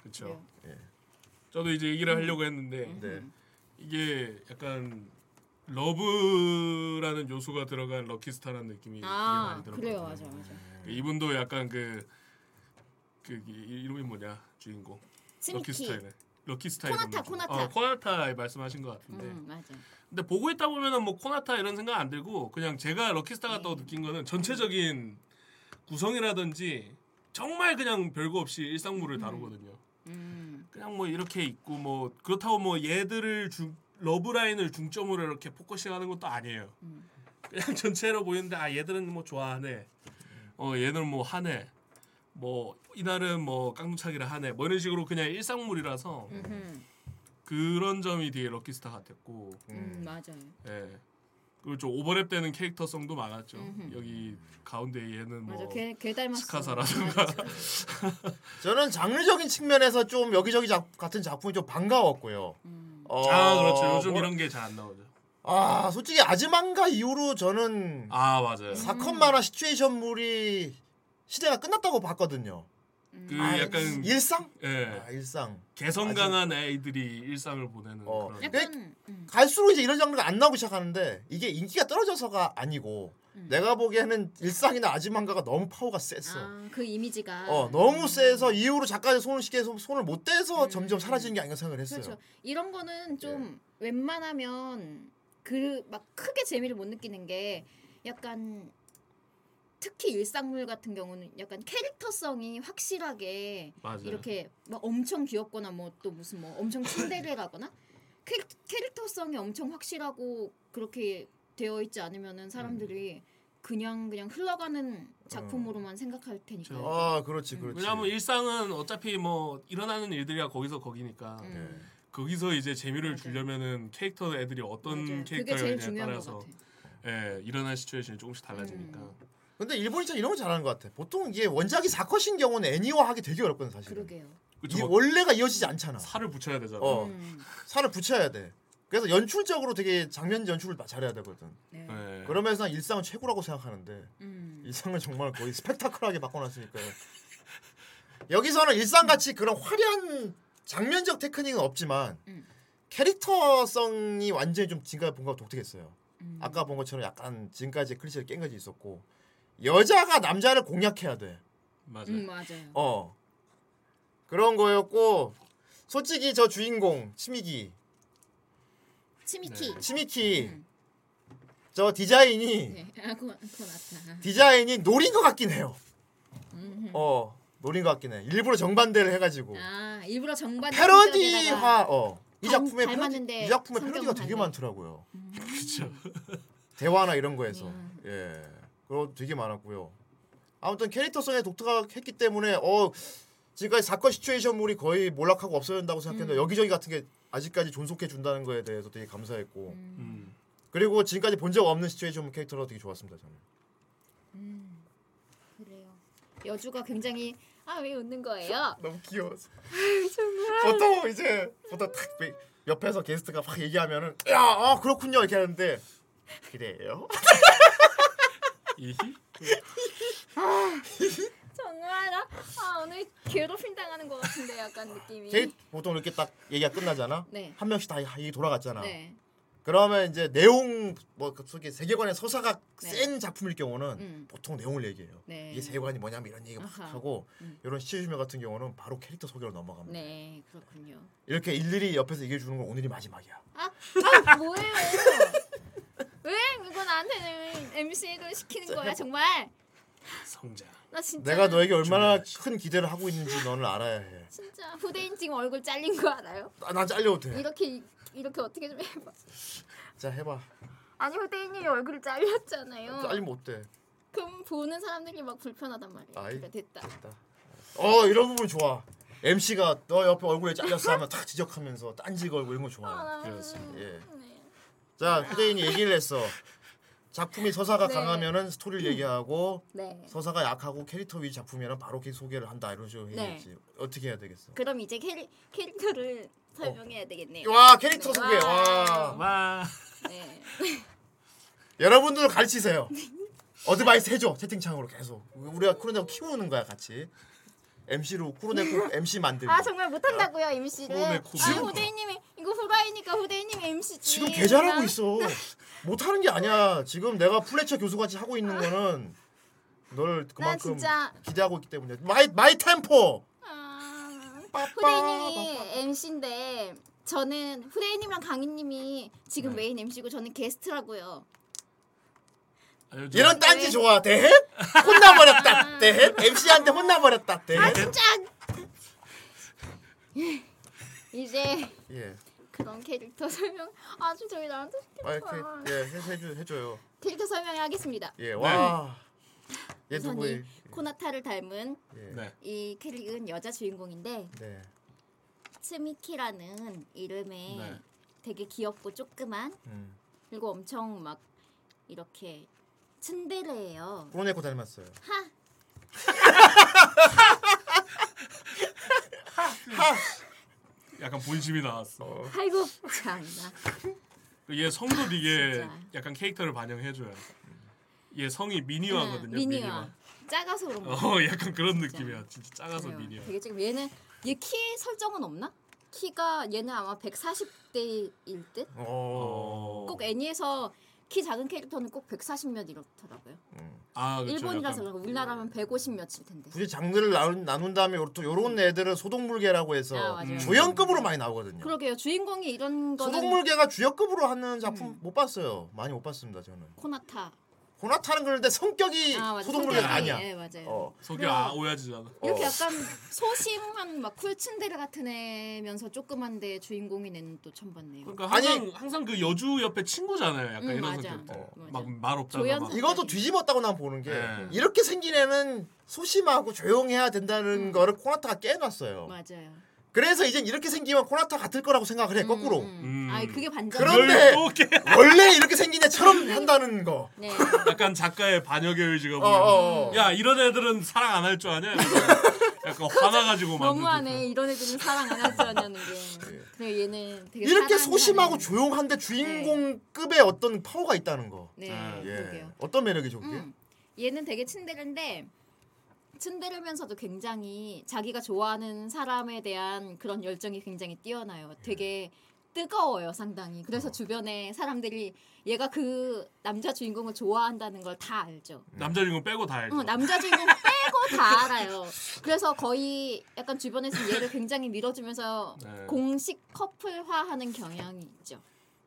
S7: 그렇죠.
S2: 예.
S7: 저도 이제 얘기를
S6: 음.
S7: 하려고 했는데
S2: 네.
S7: 이게 약간 러브라는 요소가 들어간 럭키스타라는 느낌이
S6: 아
S7: 되게 많이
S6: 그래요
S7: 들어요.
S6: 맞아 맞아.
S7: 이분도 약간 그, 그 이- 이름이 뭐냐 주인공
S6: 스미키.
S7: 럭키스타이네. 럭키스타이
S6: 코나타, 코나타.
S7: 어, 코나타 말씀하신 것 같은데
S6: 음 맞아.
S7: 근데 보고 있다 보면은 뭐 코나타 이런 생각 안 들고 그냥 제가 럭키스타가
S6: 음.
S7: 또 느낀 거는 전체적인 구성이라든지 정말 그냥 별거 없이 일상물을 다루거든요.
S6: 음
S7: 그냥 뭐 이렇게 있고 뭐 그렇다고 뭐 얘들을 중 러브라인을 중점으로 이렇게 포커싱하는 것도 아니에요.
S6: 음.
S7: 그냥 전체로 보이는데 아 얘들은 뭐 좋아하네. 어 얘는 뭐 하네. 뭐 이날은 뭐 깡두차기를 하네. 뭐 이런 식으로 그냥 일상물이라서
S6: 음,
S7: 그런 점이 되게 럭키스타 같았고
S6: 음 맞아요.
S7: 예. 그리고 좀 오버랩되는 캐릭터성도 많았죠.
S6: 음흠.
S7: 여기 가운데 얘는 뭐
S6: 맞아 걔, 걔 닮았어.
S7: 스카사라든가
S2: 저는 장르적인 측면에서 좀 여기저기 작, 같은 작품이 좀 반가웠고요.
S6: 음.
S2: 어,
S7: 아 그렇죠. 요즘
S2: 뭐-
S7: 이런 게 잘 안 나오죠.
S2: 아 솔직히 아즈만가 이후로 저는
S7: 아 맞아요.
S2: 사건 만화 시츄에이션물이 시대가 끝났다고 봤거든요.
S6: 음.
S7: 그
S2: 아,
S7: 약간
S2: 일상?
S7: 예.
S2: 아 일상.
S7: 개성 강한 아이들이 일상을 보내는
S2: 어.
S7: 그런
S6: 약간 음.
S2: 갈수록 이제 이런 장르가 안 나오기 시작하는데 이게 인기가 떨어져서가 아니고
S6: 음.
S2: 내가 보기에는 일상이나 아즈만가가 너무 파워가 셌어.
S6: 음, 아그 이미지가.
S2: 어 너무 세서 이후로 작가의 손을 쉽게 손- 손을 못 대서 점점 사라지는 게 아닌가 생각을
S6: 음.
S2: 했어요. 예.
S6: 그렇죠. 이런 거는 좀 웬만하면 그 막 크게 재미를 못 느끼는 게 약간 특히 일상물 같은 경우는 약간 캐릭터성이 확실하게
S7: 맞아요.
S6: 이렇게 막 엄청 귀엽거나 뭐 또 무슨 뭐 엄청 츤데레라거나 캐릭, 캐릭터성이 엄청 확실하고 그렇게 되어 있지 않으면은
S2: 음.
S6: 사람들이 그냥 그냥 흘러가는
S2: 어.
S6: 작품으로만 생각할 테니까. 요
S2: 아 그렇지
S6: 음.
S2: 그렇지.
S7: 왜냐하면 일상은 어차피 뭐 일어나는 일들이야 거기서 거기니까
S6: 음.
S2: 네.
S7: 거기서 이제 재미를 주려면은 캐릭터 애들이 어떤
S6: 그게 제일
S7: 캐릭터였냐에
S6: 중요한
S7: 따라서
S6: 것
S2: 그렇죠.
S6: 같아.
S7: 예, 일어난 시츄에이션이 조금씩 달라지니까
S2: 음. 근데 일본이 참 이런 거 잘하는 것 같아. 보통 이게 원작이 사컷인 경우는 애니화하기 되게 어렵거든 사실. 은
S6: 그러게요.
S2: 이
S7: 그쵸, 뭐
S2: 원래가 이어지지 않잖아.
S7: 살을 붙여야 되잖아.
S2: 어
S6: 음,
S2: 살을 붙여야 돼. 그래서 연출적으로 되게 장면 연출을 다 잘해야 되거든.
S6: 네.
S7: 예.
S2: 그러면서 난 일상은 최고라고 생각하는데
S6: 음.
S2: 일상을 정말 거의 스펙타클하게 바꿔놨으니까요. 여기서는 일상같이 그런 화려한 장면적 테크닉은 없지만
S6: 음.
S2: 캐릭터성이 완전히 좀 지금까지 본거 독특했어요.
S6: 음.
S2: 아까 본 것처럼 약간 지금까지 클리셰를 깬 것이 있었고 여자가 남자를 공략해야 돼.
S7: 맞아요.
S6: 음 맞아요.
S2: 어 그런 거였고 솔직히 저 주인공 치미기
S6: 치미키.
S7: 네.
S6: 음.
S2: 치미키 저 디자인이
S6: 네. 아, 코, 코나타.
S2: 디자인이 노린 것 같긴 해요.
S6: 음.
S2: 어 노린 것 같긴 해. 일부러 정반대를 해가지고
S6: 아, 일부러 정반
S2: 패러디화 어이
S6: 닮-
S2: 작품의 패러디,
S6: 닮았는데
S2: 이 작품의 패러디가
S6: 성격은 음. 반대.
S2: 되게 많더라고요.
S7: 그쵸.
S2: 대화나 이런 거에서
S6: 네.
S2: 예 그런 되게 많았고요. 아무튼 캐릭터성에 독특했기 때문에 어 지금까지 사건 시츄에이션물이 거의 몰락하고 없어진다고 생각했는데
S6: 음.
S2: 여기저기 같은 게 아직까지 존속해 준다는 거에 대해서 되게 감사했고
S7: 음.
S2: 그리고 지금까지 본 적 없는 시츄에이션물 캐릭터라 되게 좋았습니다 저는.
S6: 그래요. 여주가 굉장히 아, 왜 웃는 거예요?
S2: 너무 귀여워서. 보통 이제 보통 탁 매- 옆에서 게스트가 막 얘기하면은 야, 아 그렇군요 이렇게 하는데 그래요?
S7: 이히?
S6: 정말 아, 오늘 괴롭힘 당하는 것 같은데 약간 느낌이.
S2: 걔 보통 이렇게 딱 얘기가 끝나잖아.
S6: 네.
S2: 한 명씩 다 얘기 돌아갔잖아.
S6: 네.
S2: 그러면 이제 내용 뭐 그쪽에 세계관의 서사가 센 작품일 경우는 보통 내용을 얘기해요.
S6: 음. 네.
S2: 이게 세계관이 뭐냐면 이런 얘기 막
S6: 아하.
S2: 하고
S6: 음.
S2: 이런 시즈메 같은 경우는 바로 캐릭터 소개로 넘어갑니다.
S6: 네, 그렇군요.
S2: 이렇게 일일이 옆에서 얘기해 주는 건 오늘이 마지막이야.
S6: 아, 아 뭐예요? 왜 이거 나한테는 MC를 시키는 거야 정말?
S7: 성자.
S6: 나 진짜
S2: 내가 너에게 얼마나 큰 기대를 하고 있는지 너는 알아야 해.
S6: 진짜 후대인 지금 얼굴 잘린 거 알아요?
S2: 나, 나 잘려도 돼.
S6: 이렇게 이렇게 어떻게 좀 해봐.
S2: 자 해봐.
S6: 아니 후대인이 얼굴 잘렸잖아요.
S2: 잘리면 어때?
S6: 그럼 보는 사람들이 막 불편하단 말이에요.
S2: 아이.
S6: 그래 됐다.
S2: 어 이런 부분 좋아. MC가 너 옆에 얼굴에 잘렸어 하면 탁 지적하면서 딴지 걸고 이런 거 좋아.
S6: 네.
S2: 그렇습니다. 예. 자 휴대인이 얘기를 했어. 작품이 서사가
S6: 네.
S2: 강하면은 스토리를 얘기하고
S6: 네.
S2: 서사가 약하고 캐릭터 위주 작품이면 바로 이렇게 소개를 한다 이런 식으로
S6: 네.
S2: 해야지. 어떻게 해야 되겠어?
S6: 그럼 이제 캐리, 캐릭터를 설명해야 되겠네요.
S2: 어. 와 캐릭터
S6: 네,
S2: 소개. 와.
S7: 와.
S6: 네.
S2: 여러분들 가르치세요. 어드바이스 해줘 채팅창으로 계속. 우리가 쿠로네고 키우는 거야 같이. MC로 쿠로네고 MC 만들고.
S6: 아 정말 못한다고요 MC를.
S2: 그러네,
S6: 아
S2: 지금-
S6: 후대인님이 이거 후라이니까 후대인님이 MC지.
S2: 지금 개 잘하고 있어. 못하는 게 아니야. 지금 내가 플래처 교수같이 하고 있는 거는 널
S6: 난
S2: 그만큼
S6: 진짜
S2: 기대하고 있기 때문이야. 마이 마이 템포.
S6: 후대인님이 MC인데 저는 후대인님이랑 강인님이
S2: 네.
S6: 지금 메인 MC고 저는 게스트라고요. 네.
S2: 이런 딴지 좋아. 대해? 혼나버렸다. 대해? MC한테 혼나버렸다. 대해?
S6: 아, 진짜 이제
S2: 예.
S6: 그런 캐릭터 설명 아주 저희 나한테
S2: 아이 그, 예 해서 해줘 해줘요.
S6: 캐릭터 설명을 하겠습니다.
S2: 예 와. 얘
S6: 우선 이
S2: 누구이?
S6: 코나타를 닮은
S2: 예.
S7: 네.
S6: 이 캐릭은 여자 주인공인데
S2: 네.
S6: 스미키라는 이름에
S7: 네.
S6: 되게 귀엽고 조그만
S2: 음.
S6: 그리고 엄청 막 이렇게 츤데레예요.
S2: 프로네코 닮았어요.
S6: 하
S7: 약간 본심이 나왔어.
S6: 아이고 참나.
S7: 얘 성도 되게
S6: 진짜.
S7: 약간 캐릭터를 반영해줘야. 얘 성이 미니화거든요.
S6: 미니와 작아서 그런 거.
S7: 어 약간 그런 느낌이야. 진짜 작아서
S6: 그래요.
S7: 미니화.
S6: 되게 지금 얘는 얘 키 설정은 없나? 키가 얘는 아마 140대일 듯.
S7: 어.
S2: 오.
S6: 꼭 애니에서 키 작은 캐릭터는 꼭 140몇 이렇더라고요.
S7: 아 그렇죠.
S6: 일본이라서
S7: 약간
S6: 그런가? 우리나라면 150 몇일 텐데.
S2: 음. 굳이 장르를 나눈, 나눈 다음에 요- 또 요런 애들은 소동물개라고 해서
S6: 아, 맞아요. 음.
S2: 조연급으로 많이 나오거든요.
S6: 그러게요. 주인공이 이런 거는 음.
S2: 소동물개가 주역급으로 하는 작품 못 봤어요. 많이 못 봤습니다 저는.
S6: 코나타.
S2: 호나타는 그런데 성격이
S6: 아 맞아.
S2: 소동물개가
S6: 성격이,
S2: 아니야.
S6: 예 맞아요.
S2: 어.
S7: 속이 아 오야지잖아.
S6: 이렇게
S2: 어.
S6: 약간 소심한 막 쿨츤데레 같은 애면서 조그만데 주인공인 애는 또 처음 봤네요.
S7: 그러니까 항상
S2: 아니-
S7: 항상 그 여주 옆에 친구잖아요.
S6: 음,
S7: 약간 이런
S6: 맞아.
S7: 성격들.
S6: 어. 맞아.
S7: 막말 없잖아.
S6: 조연성.
S7: 막.
S2: 이것도 뒤집었다고 난 보는 게
S7: 예.
S2: 이렇게 생긴 애는 소심하고 조용해야 된다는 거를 코나타가 깨놨어요.
S6: 음. 맞아요.
S2: 그래서 이젠 이렇게 생기면 코나타 같을 거라고 생각을 해 거꾸로.
S7: 음.
S6: 아 그게 반전.
S2: 그런-
S7: 그걸 또 이렇게
S2: 원래 이렇게 생긴 애처럼 한다는 거.
S6: 네.
S7: 약간 작가의 반역의 의지가
S2: 어,
S7: 보여.
S2: 어, 어.
S7: 야 이런 애들은 사랑 안 할 줄 아냐? 이러면서 약간 화나가지고 만든.
S6: 너무하네. 이런 애들은 사랑 안 할 줄 아냐는 게. 근데 얘는 되게
S2: 이렇게
S6: 사랑하는-
S2: 소심하고 조용한데 주인공급의 어떤 파워가 있다는 거.
S6: 네.
S7: 예.
S2: 예.
S6: 그러게요.
S2: 어떤 매력이죠 그게?
S6: 음. 얘는 되게 츤데레인데 츤데레면서도 굉장히 자기가 좋아하는 사람에 대한 그런 열정이 굉장히 뛰어나요.
S7: 예.
S6: 되게 뜨거워요, 상당히.
S7: 어.
S6: 그래서 주변에 사람들이 얘가 그 남자 주인공을 좋아한다는 걸 다 알죠.
S7: 남자 주인공 빼고 다 알죠.
S6: 어, 남자 주인공 빼고 다 알아요. 그래서 거의 약간 주변에서 얘를 굉장히 밀어주면서
S7: 네.
S6: 공식 커플화하는 경향이 있죠.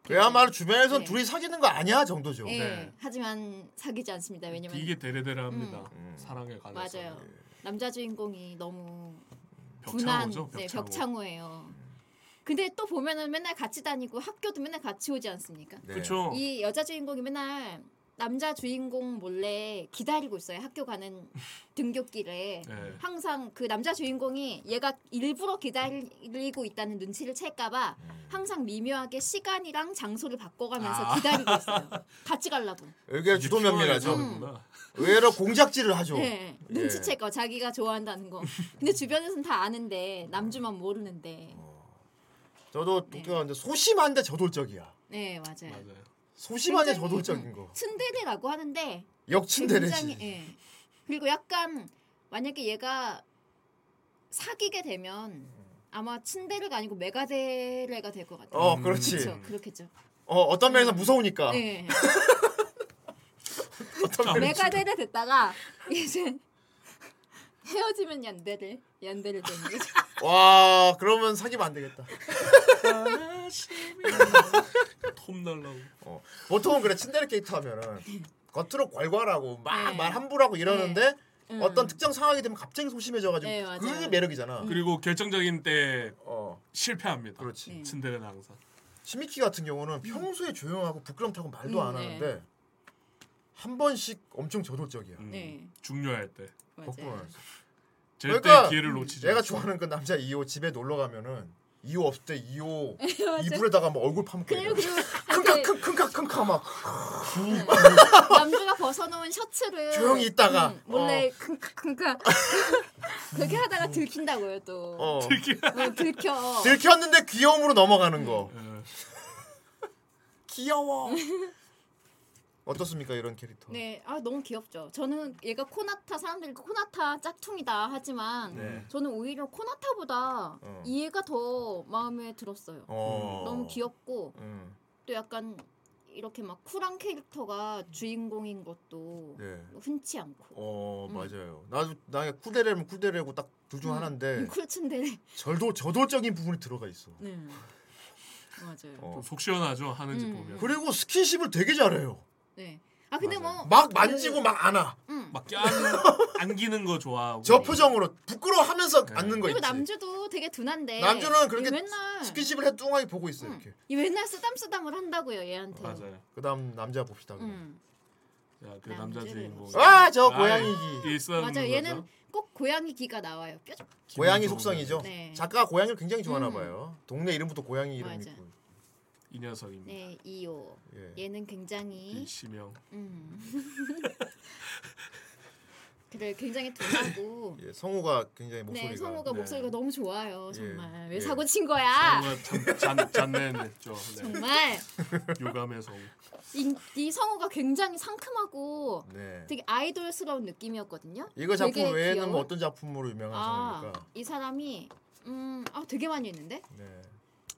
S2: 그야말로 주변에서
S6: 네.
S2: 둘이 사귀는 거 아니야 정도죠.
S6: 예.
S7: 네.
S6: 하지만 사귀지 않습니다. 왜냐면
S7: 이게 데레데레합니다.
S2: 음.
S7: 사랑에 관해서. 예. 음,
S6: 맞아요. 남자 주인공이 너무 분한
S7: 벽창호죠.
S6: 네,
S7: 벽창호.
S6: 벽창호예요. 근데 또 보면은 맨날 같이 다니고 학교도 맨날 같이 오지 않습니까?
S2: 네.
S7: 그렇죠.
S6: 이 여자 주인공이 맨날 남자 주인공 몰래 기다리고 있어요. 학교 가는 등굣길에
S7: 네.
S6: 항상 그 남자 주인공이 얘가 일부러 기다리고 있다는 눈치를 챌까봐 항상 미묘하게 시간이랑 장소를 바꿔가면서
S7: 음. 아.
S6: 기다리고 있어요. 같이 가려고.
S2: 이게 주도 면밀하죠.
S6: 음.
S2: 의외로 공작질을 하죠.
S6: 네,
S2: 예.
S6: 눈치챌 거 자기가 좋아한다는 거. 근데 주변에서는 다 아는데 남주만 모르는데.
S2: 저도 독특한데 소심한데 저돌적이야.
S6: 네 맞아요.
S7: 맞아요.
S2: 소심한데
S6: 굉장히,
S2: 저돌적인
S6: 음,
S2: 거.
S6: 츤데레라고 하는데 굉장히
S2: 역친데레지.
S6: 예. 그리고 약간 만약에 얘가 사귀게 되면 아마 츤데레가 아니고 메가데레가 될 것 같아요.
S2: 어 그렇지. 그러니까
S6: 그렇죠, 그렇겠죠.
S2: 어 어떤 면에서 무서우니까.
S6: 네.
S7: 아, 그렇죠.
S2: 어떤 면에서.
S6: 메가데를 듣다가 이제 헤어지면 얀데를 얀데를 듣는 거죠.
S2: 와 그러면 사귀면 안 되겠다.
S7: 톰 날라고.
S2: 어, 보통은 그래 친데레 캐릭터 하면은 겉으로 괄괄하고 막
S6: 네.
S2: 말 함부로 하고 이러는데
S6: 음.
S2: 어떤 특정 상황이 되면 갑자기 소심해져가지고
S6: 네, 맞아요.
S2: 그게 매력이잖아.
S7: 그리고 결정적인 때
S2: 어
S7: 실패합니다.
S2: 그렇지.
S6: 네.
S7: 츤데레는 항상.
S2: 시미키 같은 경우는 평소에 조용하고 부끄럼 타고 말도
S6: 음,
S2: 안
S6: 네.
S2: 하는데 한 번씩 엄청 저돌적이야.
S7: 음,
S6: 네.
S7: 중요할 때.
S2: 거꾸로
S6: 맞아요.
S2: 말해서.
S7: 절대
S2: 그러니까
S7: 기회를 놓치지.
S2: 내가
S7: 않죠.
S2: 좋아하는 그 남자 2호 집에 놀러 가면은 2호 없을 때 2호 이불에다가 막 얼굴 파묻고
S6: 그리고 그리고
S2: 큰카 큰카 큰카 막
S6: 남주가 벗어놓은 셔츠를
S2: 조용히 있다가 어.
S6: 음, 몰래 킁킁킁 그렇게 하다가 들킨다고요 또
S2: 어, 어.
S6: 어, 들켜
S2: 들켰는데 귀여움으로 넘어가는 거.
S7: 예.
S2: 귀여워. 어떻습니까 이런 캐릭터?
S6: 네, 아 너무 귀엽죠. 저는 얘가 코나타 사람들이 코나타 짝퉁이다 하지만
S2: 네.
S6: 저는 오히려 코나타보다
S2: 어.
S6: 얘가 더 마음에 들었어요.
S2: 어.
S6: 너무 귀엽고
S2: 음.
S6: 또 약간 이렇게 막 쿨한 캐릭터가 주인공인 것도
S7: 예.
S2: 네.
S6: 흔치 않고
S2: 어
S6: 음.
S2: 맞아요. 나도 나게 쿠데레면 쿠데레고 딱 둘 중
S6: 음.
S2: 하나인데
S6: 쿨친데
S2: 절도 저돌적인 부분이 들어가 있어.
S6: 네 맞아요.
S2: 어.
S7: 좀속 시원하죠 하는 집
S6: 음.
S7: 보면.
S2: 그리고 스킨십을 되게 잘해요.
S6: 네. 아 근데
S7: 맞아요.
S6: 뭐
S2: 막 만지고 막 안아.
S6: 음.
S7: 막 껴안, 안기는 거 좋아하고. 네.
S2: 저 표정으로 부끄러워하면서 앉는 거
S6: 그리고
S2: 있지.
S6: 남주도 되게 둔한데
S2: 남주는 그렇게
S6: 얘 맨날
S2: 스킨십을 해 뚱하게 보고 있어
S6: 음.
S2: 이렇게.
S6: 얘 맨날 쓰담쓰담을 한다고요 얘한테.
S7: 맞아요.
S2: 그다음 남자 봅시다. 그럼.
S6: 음.
S7: 자, 그 남자
S6: 남자를
S7: 주인공.
S2: 아저
S7: 아이,
S2: 고양이기.
S7: 일상
S6: 맞아요.
S7: 거죠.
S6: 얘는 꼭 고양이 기가 나와요. 뾰족.
S2: 고양이
S7: 기분 좋은
S2: 속성이죠.
S6: 네.
S2: 작가가 고양이를 굉장히 좋아하나
S6: 음.
S2: 봐요. 동네 이름부터 고양이 이름
S6: 맞아.
S2: 있고.
S7: 이 녀석입니다.
S6: 네, 이요.
S2: 예.
S6: 얘는
S7: 이
S6: 굉장히
S7: 시명.
S6: 음. 그래 굉장히 둔하고
S2: 예, 성우가 굉장히 목소리가
S6: 네, 성우가
S7: 네.
S6: 목소리가 너무 좋아요.
S2: 예.
S6: 정말. 왜
S2: 예.
S6: 사고 친 거야?
S7: 뭔가 잔- 잔내냈죠. 네.
S6: 정말
S7: 유감의 성.
S6: 이, 이 성우가 굉장히 상큼하고
S2: 네.
S6: 되게 아이돌스러운 느낌이었거든요.
S2: 이거 작품
S6: 되게
S2: 외에는
S6: 귀여운?
S2: 뭐 어떤 작품으로 유명한
S6: 아,
S2: 성우입니까?
S6: 이 사람이 음, 아 되게 많이 있는데.
S2: 네.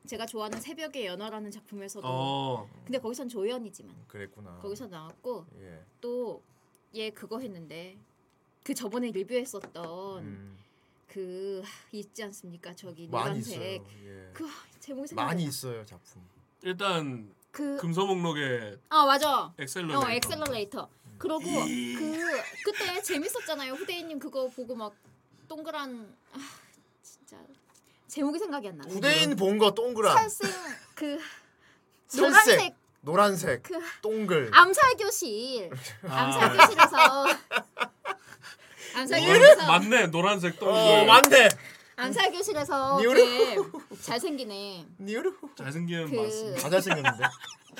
S6: 제가 좋아하는 새벽의 연화라는 작품에서도
S7: 어.
S6: 근데 거기선 조연이지만
S2: 그랬구나.
S6: 거기서 나왔고
S2: 예.
S6: 또 얘 그거 했는데 그 저번에 리뷰했었던
S2: 음,
S6: 그 하, 있지 않습니까 저기
S2: 많이
S6: 노란색
S2: 있어요. 예.
S6: 그 제목이 생각
S2: 많이 있어요 작품.
S7: 일단
S6: 그아
S7: 금소 목록에
S6: 맞아
S7: 엑셀러레이터.
S6: 어 엑셀러레이터 그러고 그 그때 재밌었잖아요 후대인님 그거 보고 막 동그란 아 진짜 제목이 생각이 안 나.
S2: 후대인 본 거 동그란,
S6: 살생 그
S2: 살색,
S6: 노란색
S2: 노란색,
S6: 그
S2: 동글.
S6: 암살 교실 암살
S7: 아,
S6: 교실에서 암살
S7: 노란-
S6: 교실에서
S7: 맞네. 노란색 똥.
S2: 어, 맞네.
S6: 암살 교실에서
S2: 니오르.
S6: 걔 잘생기네
S2: 니으로.
S7: 잘생기는
S6: 그-
S7: 맞습니다.
S2: 다 아, 잘생겼는데.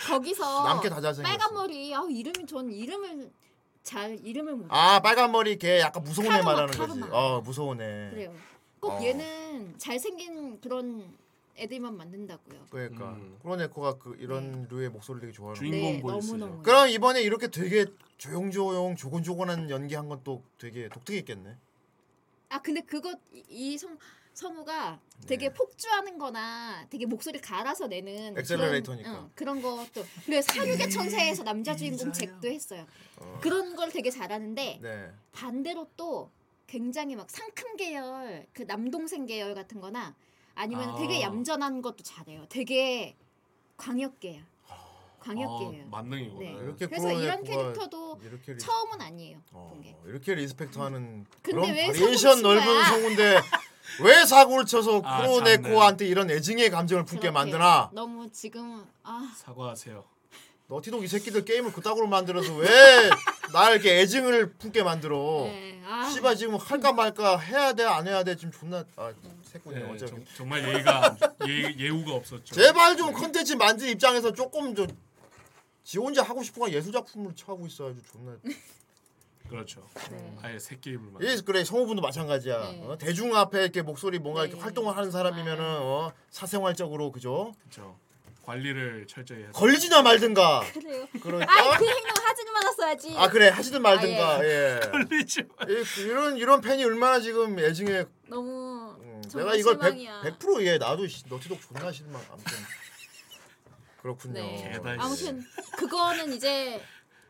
S6: 거기서
S2: 남게 다 잘생겼어.
S6: 빨간 머리 아 이름이 전 이름을 잘 이름을 못
S2: 아 빨간 머리 걔 약간 무서운 애
S6: 카르마,
S2: 말하는 거지.
S6: 카르마.
S2: 어 무서운 애.
S6: 그래요 꼭
S2: 어.
S6: 얘는 잘생긴 그런 애들만 만든다고요
S2: 그러니까
S7: 음.
S2: 크로네코가 그 이런 류의 목소리를 되게 좋아하는.
S7: 주인공
S6: 네
S7: 보이스죠.
S6: 너무 너무
S2: 그럼 이번에 이렇게 되게 조용조용 조곤조곤한 연기한 건 또 되게 독특했겠네.
S6: 아 근데 그거 이성 성우가 되게
S2: 네.
S6: 폭주하는거나 되게 목소리 갈아서 내는
S2: 엑셀러레이터니까. 음.
S6: 그런, 어, 그런 것도 그리고 사륙의 천사에서 남자 주인공 잭도 했어요.
S2: 어.
S6: 그런 걸 되게 잘하는데
S2: 네.
S6: 반대로 또 굉장히 막 상큼 계열 그 남동생 계열 같은거나 아니면
S7: 아.
S6: 되게 얌전한 것도 잘해요. 되게 광역계야.
S2: 아.
S6: 광역계예요.
S7: 어, 만능이구나.
S6: 네.
S2: 이렇게
S6: 그래서 이런
S2: 크로네코가
S6: 캐릭터도
S2: 이렇게 리-
S6: 처음은 아니에요.
S2: 어,
S6: 본 게. 음.
S2: 이렇게 리스펙트하는
S6: 근데
S2: 그런
S6: 왜
S2: 바리에이션
S6: 사고를 친
S2: 넓은
S6: 거야?
S2: 성우인데 왜 사고를 쳐서
S7: 아,
S2: 크로네코한테 이런 애증의 감정을 품게
S6: 그렇게
S2: 만드나?
S6: 너무 지금 아
S7: 사과하세요.
S2: 너티독 이 새끼들 게임을 그따구로 만들어서 왜 나에게 애증을 품게 만들어?
S6: 네, 아.
S2: 씨발 지금 할까 말까 해야 돼 안 해야 돼 지금 존나 아 새끼네
S7: 네,
S2: 어차피
S7: 정, 정말 예의가 안 좋- 예, 예우가 없었죠.
S2: 제발
S7: 네.
S2: 좀 컨텐츠 만든 입장에서 조금 좀지 혼자 하고 싶은 건 예술 작품을 처하고 있어야지 존나
S7: 그렇죠.
S6: 네.
S7: 아예 새 게임을 만.
S2: 예 그래 성우분도 마찬가지야
S6: 네.
S2: 어? 대중 앞에 이렇게 목소리 뭔가
S6: 네.
S2: 이렇게 활동을 하는 사람이면은 어? 사생활적으로 그죠
S7: 그렇죠. 관리를 철저히 해서.
S2: 걸리지나 말든가
S6: 그래요.
S2: 그러니까
S6: 아이 그 행동 하지는 말았어야지.
S2: 아 그래 하시든 말든가
S6: 아,
S2: 예.
S7: 걸리지 마.
S2: 이- 이런 이런 팬이 얼마나 지금 애증에
S6: 너무
S2: 음,
S6: 정말
S2: 내가 이걸 예.
S6: 실망이야.
S2: 100, 100%예 나도 씨, 너티독 존나 실망 아무튼 그렇군요.
S6: 네.
S7: 개다, 씨.
S6: 아무튼 그거는 이제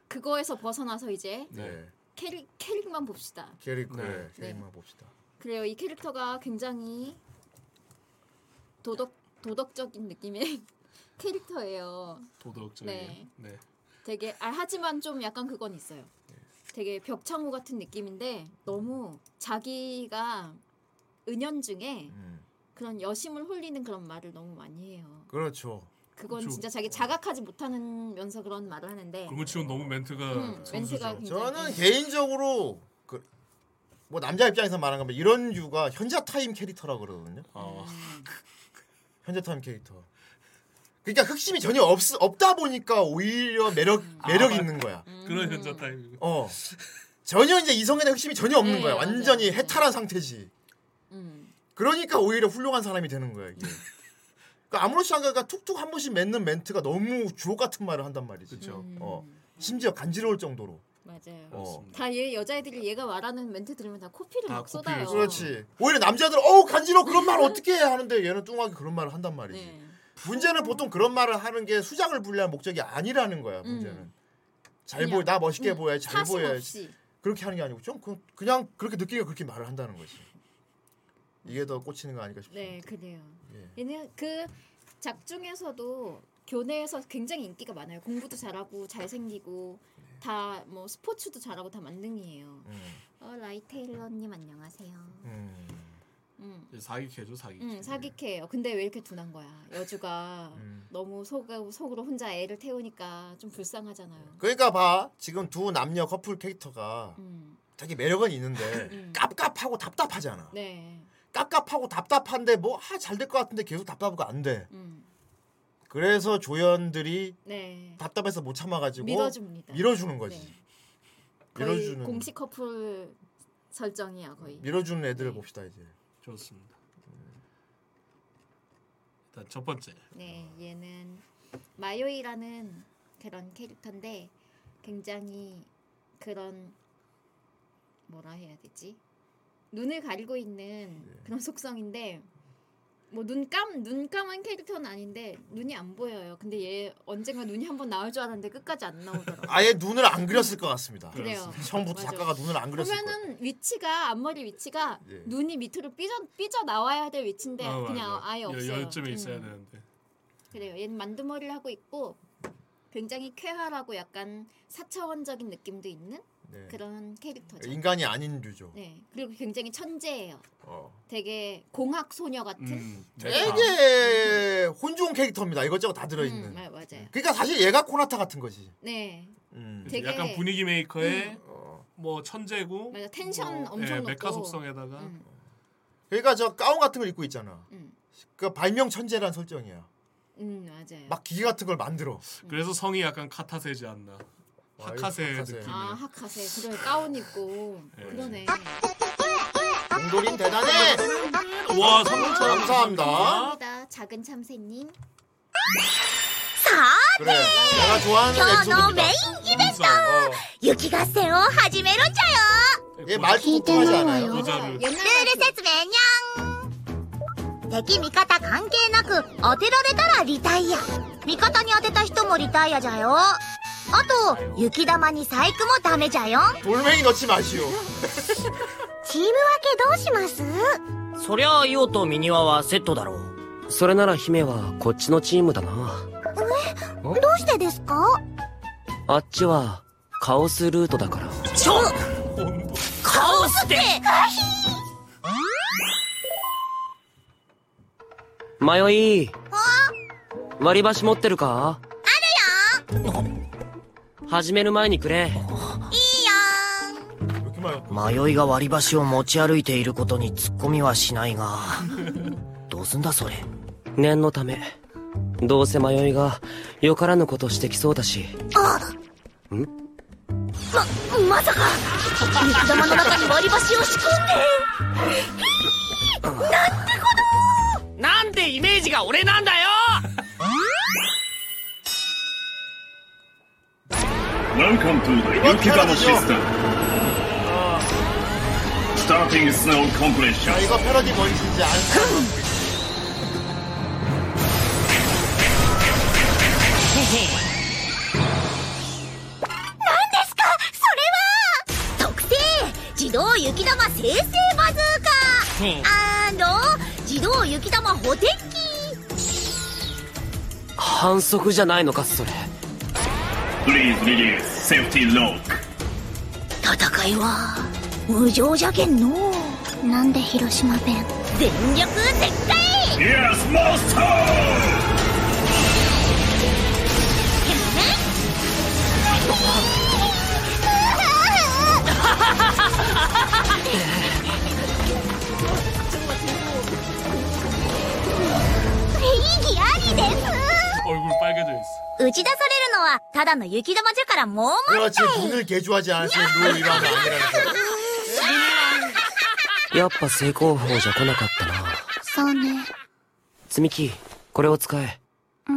S6: 그거에서 벗어나서 이제
S2: 네.
S6: 캐릭 캐릭만 봅시다.
S2: 캐릭 그래.
S7: 네.
S2: 캐릭만 봅시다.
S6: 그래요. 이 캐릭터가 굉장히 도덕 도덕적인 느낌의 캐릭터예요.
S7: 도덕적인.
S6: 네.
S7: 네.
S6: 되게 아, 하지만 좀 약간 그건 있어요. 되게 벽창호 같은 느낌인데 너무 자기가 은연중에
S2: 음.
S6: 그런 여심을 홀리는 그런 말을 너무 많이 해요.
S2: 그렇죠.
S6: 그건
S7: 그렇죠.
S6: 진짜 자기 자각하지 못하면서 그런 말을 하는데
S7: 그런 거 치곤 너무 멘트가
S6: 음,
S7: 선수죠.
S6: 멘트가 굉장히
S2: 저는 개인적으로 그, 뭐 남자 입장에서 말한 거면 이런 유가 현자 타임 캐릭터라 그러거든요.
S7: 어.
S6: 음.
S2: 현자 타임 캐릭터. 그러니까 흑심이 전혀 없 없다 보니까 오히려 매력
S6: 음.
S2: 매력 있는 거야.
S7: 아, 그런 현자 타임이고.
S2: 어. 전혀 이제 이성에 대한 흑심이 전혀 없는
S6: 네,
S2: 거야.
S6: 맞아요.
S2: 완전히
S6: 네.
S2: 해탈한 상태지.
S6: 음,
S2: 그러니까 오히려 훌륭한 사람이 되는 거야 이게. 그러니까 아무렇지 않게가 툭툭 한 번씩 맺는 멘트가 너무 주옥 같은 말을 한단 말이지.
S7: 그렇죠.
S6: 음.
S2: 어. 심지어 간지러울 정도로.
S6: 맞아요.
S2: 어.
S7: 그렇습니다.
S6: 다 얘 여자애들이 얘가 말하는 멘트 들으면 다 코피를
S7: 다
S6: 막
S7: 코피를
S6: 쏟아요.
S2: 그렇지. 오히려 남자들은 어우 간지러워 그런 말 어떻게 해 하는데 얘는 뚱하게 그런 말을 한단 말이지.
S6: 네.
S2: 문제는 보통 그런 말을 하는 게 수작을 불리한 목적이 아니라는 거야 문제는.
S6: 음.
S2: 잘
S6: 그냥, 음,
S2: 보여 나 멋있게 보여야지 잘
S6: 사심
S2: 보여야지
S6: 없이.
S2: 그렇게 하는 게 아니고 좀 그, 그냥 그렇게 느끼게 그렇게 말을 한다는 거지. 이게 더 꽂히는 거 아닐까 싶습니다.
S6: 네, 그래요.
S2: 예.
S6: 얘는 그 작중에서도 교내에서 굉장히 인기가 많아요. 공부도 잘하고 잘생기고 다 뭐 스포츠도 잘하고 다 만능이에요.
S2: 네. 음,
S6: 어, 라이테일러님 안녕하세요.
S2: 음,
S6: 음.
S7: 이제 사기캐죠 사기.
S6: 응 사기캐예요. 근데 왜 이렇게 둔한 거야? 여주가
S2: 네, 음.
S6: 너무 속, 속으로 혼자 애를 태우니까 좀 불쌍하잖아요.
S2: 그러니까 봐 지금 두 남녀 커플 캐릭터가
S6: 음.
S2: 되게 매력은 있는데
S6: 음.
S2: 깝깝하고 답답하잖아.
S6: 네.
S2: 깝깝하고 답답한데 뭐아잘될 것 같은데 계속 답답하고 안 돼.
S6: 음.
S2: 그래서 조연들이
S6: 네.
S2: 답답해서 못 참아가지고
S6: 밀어줍니다.
S2: 밀어주는 거지.
S6: 네. 거의
S2: 밀어주는
S6: 공식 커플 설정이야 거의.
S2: 밀어주는 애들을
S6: 네.
S2: 봅시다 이제.
S7: 좋습니다. 일단 첫 번째.
S6: 네, 얘는 마요이라는 그런 캐릭터인데 굉장히 그런 뭐라 해야 되지? 눈을 가리고 있는
S7: 네.
S6: 그런 속성인데 뭐 눈감 눈감은 캐릭터는 아닌데 눈이 안 보여요. 근데 얘 언젠가 눈이 한번 나올 줄 알았는데 끝까지 안 나오더라고. 요
S2: 아예 눈을 안 그렸을 것 같습니다.
S6: 그래요.
S2: 처음부터
S6: 맞아.
S2: 작가가 눈을 안 그렸을 것 같아요.
S6: 보면은 위치가 앞머리 위치가
S2: 예.
S6: 눈이 밑으로 삐져 삐져 나와야 될 위치인데
S7: 아,
S6: 그냥
S7: 맞아.
S6: 아예
S7: 여-
S6: 없어요.
S7: 여유쯤에 있어야
S6: 음.
S7: 되는데.
S6: 그래요. 얘는 만두머리를 하고 있고 굉장히 쾌활하고 약간 사차원적인 느낌도 있는
S2: 네.
S6: 그런 캐릭터죠.
S2: 인간이 아닌 류죠.
S6: 네. 그리고 굉장히 천재예요.
S2: 어.
S6: 되게 공학 소녀 같은.
S7: 음.
S2: 되게 혼종 캐릭터입니다. 이것저것 다 들어있는.
S6: 아, 맞아요.
S2: 그러니까 사실 얘가 코나타 같은 거지.
S6: 네.
S2: 음.
S7: 되게
S6: 되게-
S7: 약간 분위기 메이커의
S2: 어.
S7: 뭐 천재고.
S6: 맞아. 텐션 엄청
S7: 예,
S6: 높고.
S7: 메카 속성에다가
S6: 음,
S2: 그러니까 저 가운 같은 걸 입고 있잖아.
S6: 음.
S2: 그 발명 천재란 설정이야.
S6: 음, 맞아요.
S2: 막 기계 같은 걸 만들어.
S7: 그래서 성이 약간 카타세지 않나. 하카세
S2: 아이고,
S7: 느낌.
S6: 아, 하카세. 그래. 가운 입고.
S7: 예.
S6: 그러네.
S2: 공돌인 대단해.
S7: 와 성공처럼
S2: 감사합니다.
S6: 아, 감사합니다. 작은 참새님.
S2: 그래.
S6: 음.
S2: 내가 좋아하는 에피소드입니다. 어.
S5: 雪合戦を始めるんじゃよ
S2: 얘 말투 통하지 않아요.
S7: 모자를
S5: ル
S6: 옛날
S5: ール説明にゃん敵味方関係なく当てられたらリタイア味方に当てた人もリタイアじゃよあと雪玉に細工もダメじゃよ
S2: 돌멩이 넣지 마시오.
S5: チーム分けどうします
S11: そりゃあイオとミニワはセットだろうそれなら姫はこっちのチームだな
S5: どうしてですか
S11: あっちはカオスルートだからちょカオスって迷い割り箸持ってるかあるよ始める前にくれ
S2: 이렇게 말.
S9: 迷いが割り箸を持ち歩いていることに突っ込みはしないがどうすんだそれ
S11: 念のためどうせ迷いがよからぬことしてきそうだし
S5: ままさか雪玉の中に割り箸を仕込んで
S11: なんでイメージが俺なんだよ
S13: Welcome to the Yukidama system. Starting snow completion.
S2: 야 이거 패러디 뭔지 이제 알.
S5: 平成バズーカー自動雪玉補填機
S11: 反則じゃないのかそれ
S14: Please release safety lock.
S5: 戦いは無情じゃけんのなんで広島弁全力全開
S14: Yes, monster!
S5: 意義ありです
S7: 얼굴 빨개져 있어.
S5: 打ち出されるのはただの雪玉じゃからもうもっ
S2: 그렇지 눈을 개조하지 않았으면
S6: 음.
S2: 룰 위반은 아니라는 거.
S11: やっぱ正攻法じゃ来なかったな
S5: そうね
S11: 積み木これを使え
S5: タオ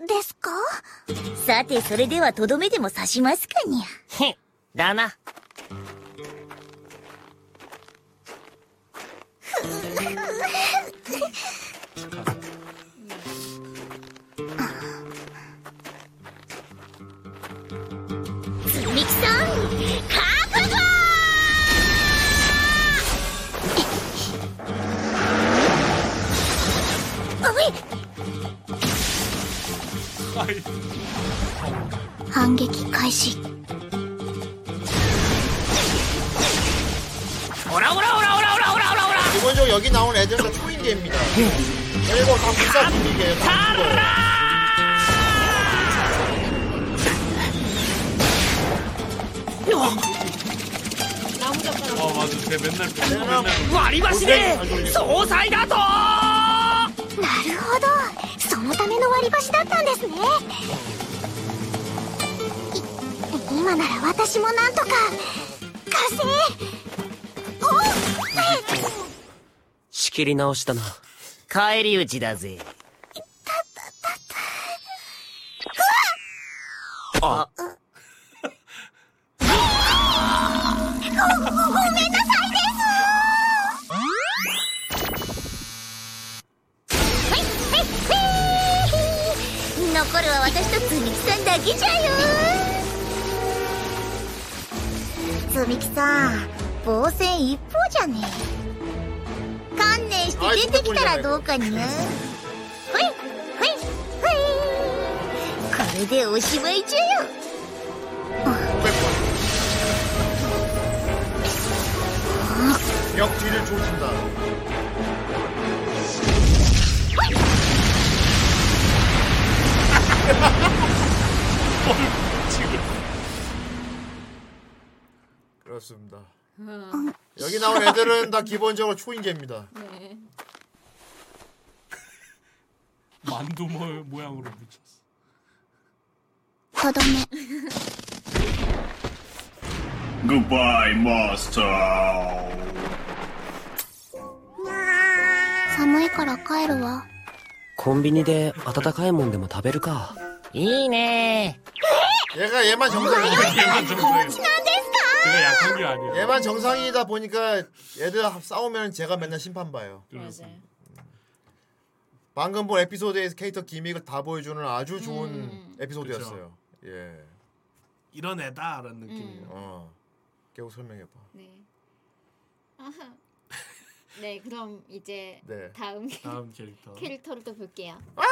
S5: ルですかさてそれではとどめでも刺しますかにゃ
S15: だな。
S5: ミキさん覚悟反撃開始
S2: 오라오라오라오라오라오라오라 기본적으로 여기 나온 애들은 다 초인계입니다. 그리고 다 불사 분위기예요. 다 죽어요.
S7: 와 맞아 쟤 맨날
S2: 뭐
S4: 割り箸で総裁だと
S5: なるほどそのための割り箸だったんですねい今なら私もなんとか火星おっ
S11: 仕切り直したな
S15: 返り討ちだぜ。
S11: あ
S5: ごごごめんなさいです 残るは私とつみきさんだけじゃよつみきさん防戦一方じゃね観念して出てきたらどうかにねほいほいほいこれでおしまいじゃよ
S2: 역 뒤를 조진다. 그렇습니다. 여기 나온 애들은 다 기본적으로 초인계입니다.
S6: 네.
S7: 만두 모- 모양으로 붙였어.
S5: とど
S14: Goodbye, monster.
S5: め寒いから帰るわ
S11: コンビニで温かいもんでも食べるか
S15: いいね
S2: 얘가 얘만 정상이야.
S7: 얘만 정상이야.
S2: 내가
S7: 약한 게 아니야.
S2: 얘만 정상이다 보니까 얘들 싸우면 제가 맨날 심판 봐요.
S7: 맞아요.
S2: 방금 본 에피소드에서 캐릭터 기믹을 다 보여주는 아주 좋은 에피소드였어요. 예.
S7: 이런
S6: 음.
S7: 애다라는 느낌이에요.
S2: 어. 계속 설명해봐.
S6: 네. 아하. 네, 그럼 이제
S2: 네. 아!
S6: 다음,
S7: 다음 캐릭터.
S6: 캐릭터를 또 볼게요. 와!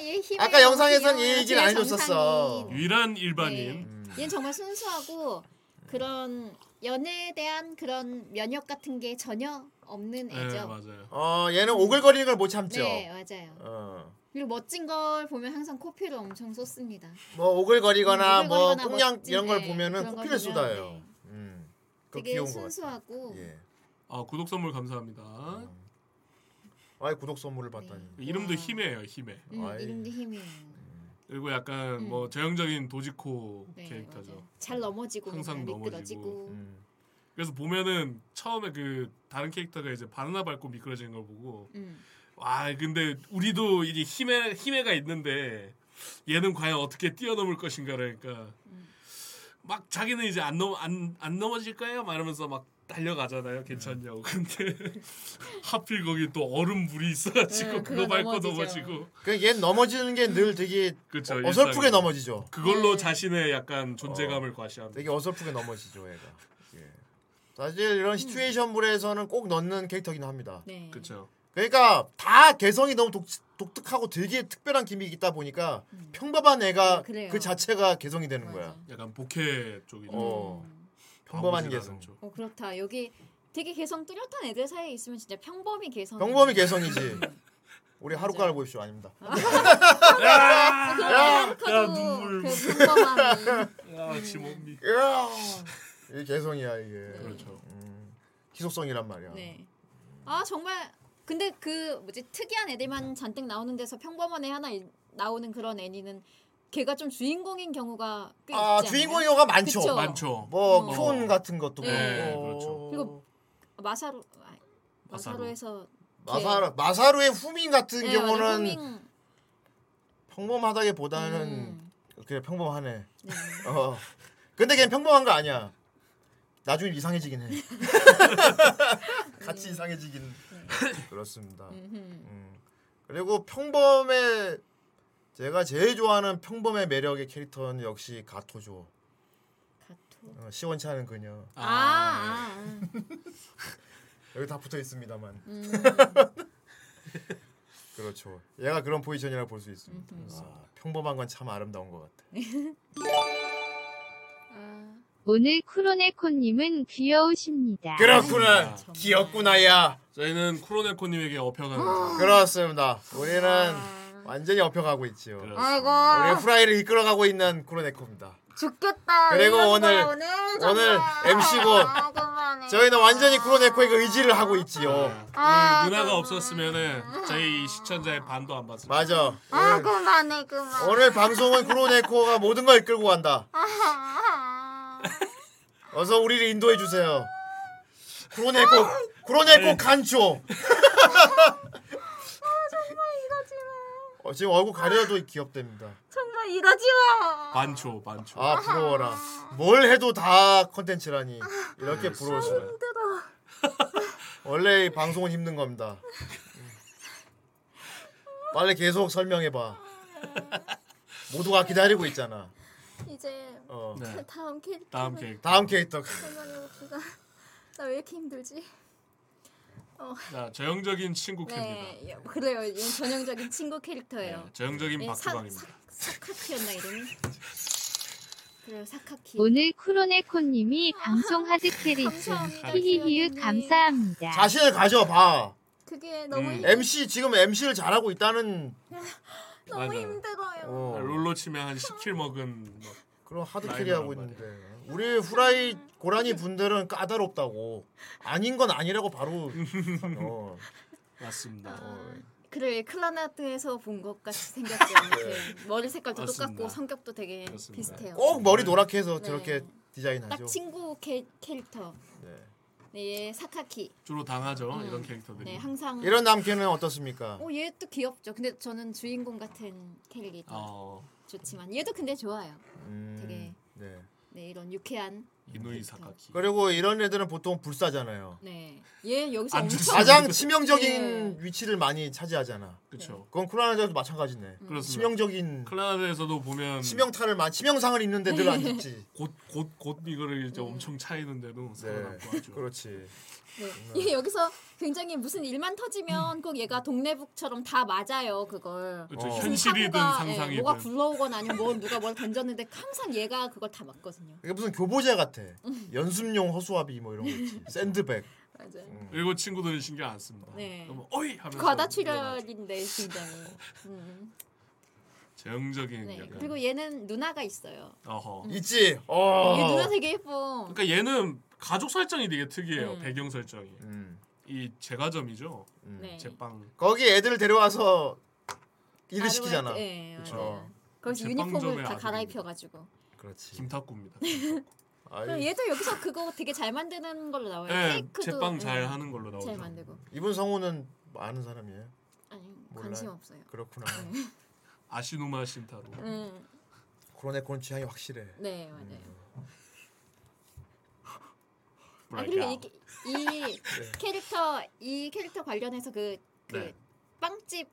S6: 얘 힘을
S2: 아까 영상에선 이
S6: 보여주세요.
S2: 얘기를 안 해줬었어. 음.
S7: 유일한 일반인.
S6: 얘는 정말 순수하고
S2: 네.
S6: 그런 연애에 대한 그런 면역 같은 게 전혀 없는 애죠.
S7: 네, 맞아요.
S2: 어, 얘는 오글거리는 걸 못 참죠.
S6: 네, 맞아요.
S2: 어.
S6: 그리고 멋진 걸 보면 항상 코피를 엄청 쏟습니다.
S2: 뭐 오글거리거나
S6: 음,
S2: 뭐
S6: 오글거리거나
S2: 꽁냥
S6: 멋진,
S2: 이런 걸
S6: 네,
S2: 보면은
S6: 그런 걸
S2: 코피를
S6: 보면,
S2: 쏟아요. 음. 그거
S6: 되게
S2: 귀여운 예. 거 같아.
S6: 순수하고
S7: 아 구독 선물 감사합니다.
S2: 어. 아이 구독 선물을 받다니.
S7: 이름도 힘이에요, 힘에.
S6: 네. 아. 음, 이름도 힘이에요.
S7: 그리고 약간 뭐 전형적인 도지코
S6: 네,
S7: 캐릭터죠.
S6: 잘 넘어지고
S7: 항상
S6: 항상
S7: 넘어지고.
S2: 음.
S6: 미끄러지고
S7: 그래서 보면은 처음에 그 다른 캐릭터가 이제 바나나 밟고 미끄러지는 걸 보고
S6: 음.
S7: 와 근데 우리도 이게 힘에 힘에가 있는데 얘는 과연 어떻게 뛰어넘을 것인가 그러니까 막 자기는 이제 안 넘 안 안 넘어질 거예요 막 이러면서 막 달려가잖아요 괜찮냐고
S2: 음.
S7: 근데 하필 거기 또 얼음 물이 있어가지고
S2: 음,
S7: 그거
S2: 그거
S7: 밟고
S2: 넘어지죠.
S7: 넘어지고
S2: 그러니까 그얘 넘어지는 게 늘 되게
S7: 그쵸,
S2: 어, 설프게
S7: 일상이.
S2: 넘어지죠. 어.
S7: 그걸로 자신의 약간 존재감을 과시합니다
S2: 되게 어설프게 넘어지죠, 얘가. 예. 사실 이런 시츄에이션물에서는 꼭 넣는 캐릭터긴 합니다.
S6: 음. 네.
S7: 그렇죠.
S2: 그러니까 다 개성이 너무 독, 특하고 되게 특별한 기믹이 있다 보니까 평범한 애가
S6: 음. 네, 그래요.
S2: 그 자체가 개성이 되는 거야.
S7: 약간 복해 쪽이죠.
S2: 어. 평범한
S7: 바보지라는
S2: 개성.
S7: 쪽.
S6: 어 그렇다. 여기 되게 개성 뚜렷한 애들 사이에 있으면 진짜 평범이 개성.
S2: 평범이 개성이지. 우리 하루가를 보십시오. 아닙니다.
S6: 야, 그 눈물. 평범함이.
S7: 아, 지몸미.
S2: 이게 개성이야 이게. 음,
S7: 그렇죠.
S2: 희소성이란 말이야.
S6: 네. 아 정말 근데 그 뭐지 특이한 애들만 잔뜩 나오는 데서 평범한 애 하나 이- 나오는 그런 애니는 걔가 좀 주인공인 경우가 꽤
S2: 아
S6: 있지 않나요?
S2: 주인공 영화 많죠.
S6: 그쵸?
S2: 뭐
S6: 어.
S2: 큐온 같은 것도 그렇고.
S6: 네,
S2: 그렇죠.
S6: 그리고 마사루 아,
S2: 마사루.
S6: 마사루에서
S2: 마사루 마사루의 후민 같은
S6: 네, 맞아요.
S2: 경우는 음,
S6: 후밍.
S2: 평범하다기보다는
S6: 음.
S2: 그냥 평범하네. 어. 근데 걔는 평범한 거 아니야. 나중에 이상해지긴 해. 같이 이상해지긴 그렇습니다.
S4: 네.
S2: 음. 그리고 평범의 제가 제일 좋아하는 평범의 매력의 캐릭터는 역시 가토죠. 가토. 어, 시원치 않은 그녀.
S6: 아, 아, 아.
S2: 여기 다 붙어 있습니다만.
S6: 음.
S2: 그렇죠. 얘가 그런 포지션이라고 볼 수 있습니다. 아, 평범한 건 참 아름다운 것 같아.
S6: 아.
S8: 오늘 쿠로네코님은 귀여우십니다.
S2: 그렇구나. 귀엽구나야.
S7: 저희는 쿠로네코님에게 아, 업혀가는 거.
S2: 그렇습니다. 우리는 완전히 업혀가고 있지요.
S7: 그렇습니다.
S16: 아이고.
S2: 우리 후라이를 이끌어가고 있는 쿠로네코입니다.
S16: 죽겠다.
S2: 그리고
S16: 이러는 거야,
S2: 오늘 오늘 MC고 저희는 완전히 쿠로네코에게 의지를 하고 있지요.
S7: 네.
S16: 아,
S7: 누나가 없었으면은 저희 시청자의 반도 안 봤을
S2: 맞아. 네.
S16: 아 그만해 그만.
S2: 오늘 방송은 쿠로네코가 모든 걸 이끌고 간다.
S6: 아,
S2: 어서 우리를 인도해 주세요. 쿠로네코
S16: 아!
S2: 쿠로네코 간초.
S16: 정말 이러지 마.
S2: 어, 지금 얼굴 가려도 귀엽답니다.
S16: 정말 이러지 마.
S7: 반초 반초.
S2: 아 부러워라. 뭘 해도 다 컨텐츠라니
S7: 아,
S2: 이렇게 부러울 수가.
S16: 힘들어.
S2: 원래 이 방송은 힘든 겁니다. 빨리 계속 설명해 봐. 모두가 기다리고 있잖아.
S16: 이제
S2: 어.
S7: 네.
S16: 그 다음 캐릭터.
S2: 다음 캐릭터. 다음 캐릭터.
S16: 생각해봅시다. 나 왜 이렇게 힘들지? 어.
S7: 자, 저형적인 친구 캡니다.
S6: 네, 예, 그래요. 이건 전형적인 친구 캐릭터예요.
S7: 저형적인
S6: 예,
S7: 네, 박두방입니다.
S6: 사, 사카키였나 이름이? 그래요, 사카키.
S8: 오늘 쿠로네코님이 방송 하드캐리즈 히히히윽 감사합니다.
S2: 자신을 가져봐.
S16: 그게
S7: 너무 힘-
S2: MC 지금 MC를 잘하고 있다는
S7: 너무
S16: 힘들어요.
S7: 롤로 치면 한 10킬 먹은 뭐
S2: 그런 하드
S7: 라이브란
S2: 캐리하고
S7: 말이야.
S2: 있는데 우리 후라이 고라니 분들은 까다롭다고 아닌 건 아니라고 바로 어.
S7: 맞습니다.
S6: 그래 클라나트에서 본 것 같이 생겼죠. 이렇게 머리 색깔도
S2: 맞습니다.
S6: 똑같고 성격도 되게 비슷해요.
S2: 네. 꼭 머리 노랗게 해서
S6: 네.
S2: 저렇게 디자인하죠.
S6: 딱 친구 캐, 캐릭터.
S2: 네.
S6: 네, 얘 사카키.
S7: 주로 당하죠
S6: 음.
S7: 이런 캐릭터들이.
S6: 네, 항상
S2: 이런 남캐는 어떻습니까?
S6: 어, 얘도 귀엽죠. 근데 저는 주인공 같은 캐릭이 더
S7: 어,
S6: 좋지만 얘도 근데 좋아요. 되게
S2: 네.
S6: 네, 이런 유쾌한
S7: 이누이 사카키.
S2: 그리고 이런 애들은 보통 불사잖아요.
S6: 네. 얘 여기서 엄청 예.
S2: 가장 치명적인 위치를 많이 차지하잖아.
S7: 그렇죠.
S2: 그건 쿠라나자도 마찬가지네.
S6: 음.
S7: 그렇습니다.
S2: 치명적인
S7: 클라나드에서도 보면
S2: 치명타를 많이 치명상을 입는데 늘
S6: 네.
S2: 안 입지. 네.
S7: 곧곧 곧 이거를 이제 엄청 차이는데도 살아남고 하죠.
S2: 그렇지.
S6: 네. 얘 여기서 굉장히 무슨 일만 터지면 꼭 얘가 동네북처럼 다 맞아요 그걸.
S7: 그렇죠.
S2: 어.
S6: 무슨
S7: 현실이든
S6: 사고가, 예,
S7: 상상이든.
S6: 뭐가 굴러오거나 아니면 뭐 누가 뭘 던졌는데 항상 얘가 그걸 다 맞거든요.
S2: 이게 무슨 교보제 같아.
S6: 음.
S2: 연습용 허수아비 뭐 이런 거 있지. 샌드백.
S6: 맞아요.
S7: 그리고 친구들은 신경 안 씁니다.
S6: 네.
S7: 아, 그럼 어이 하면서
S6: 과다 출혈인데 굉장히. 음.
S7: 재형적인
S6: 네.
S7: 약간.
S6: 그리고 얘는 누나가 있어요.
S7: 어허.
S2: 음. 있지.
S6: 얘 누나 되게 예뻐.
S7: 그러니까 얘는 가족 설정이 되게 특이해요.
S6: 음.
S7: 배경 설정이. 이 제과점이죠.
S2: 음.
S6: 네.
S7: 제빵.
S2: 거기 애들 데려와서 일을 시키잖아.
S6: 예,
S2: 그쵸.
S6: 맞아요. 거기서
S7: 제빵점의
S6: 유니폼을 다
S7: 아들입니다.
S6: 갈아입혀가지고.
S2: 그렇지.
S7: 김탁구입니다.
S6: 그리고 얘도 여기서 그거 되게 잘 만드는 걸로 나와요.
S7: 예,
S6: 케이크도
S7: 제빵
S6: 예,
S7: 잘 하는 걸로
S6: 잘
S7: 나오죠.
S6: 만들고.
S2: 이분 성우는 아는 사람이에요?
S6: 아니
S2: 몰라요?
S6: 관심 없어요. 네.
S2: 그렇구나.
S7: 아시노마 신타로.
S6: 음,
S2: 그러네 그런 취향이 확실해. 음.
S6: 네 맞아요. 아 그리고 이, 이 캐릭터 이 캐릭터 관련해서 그, 그
S7: 네.
S6: 빵집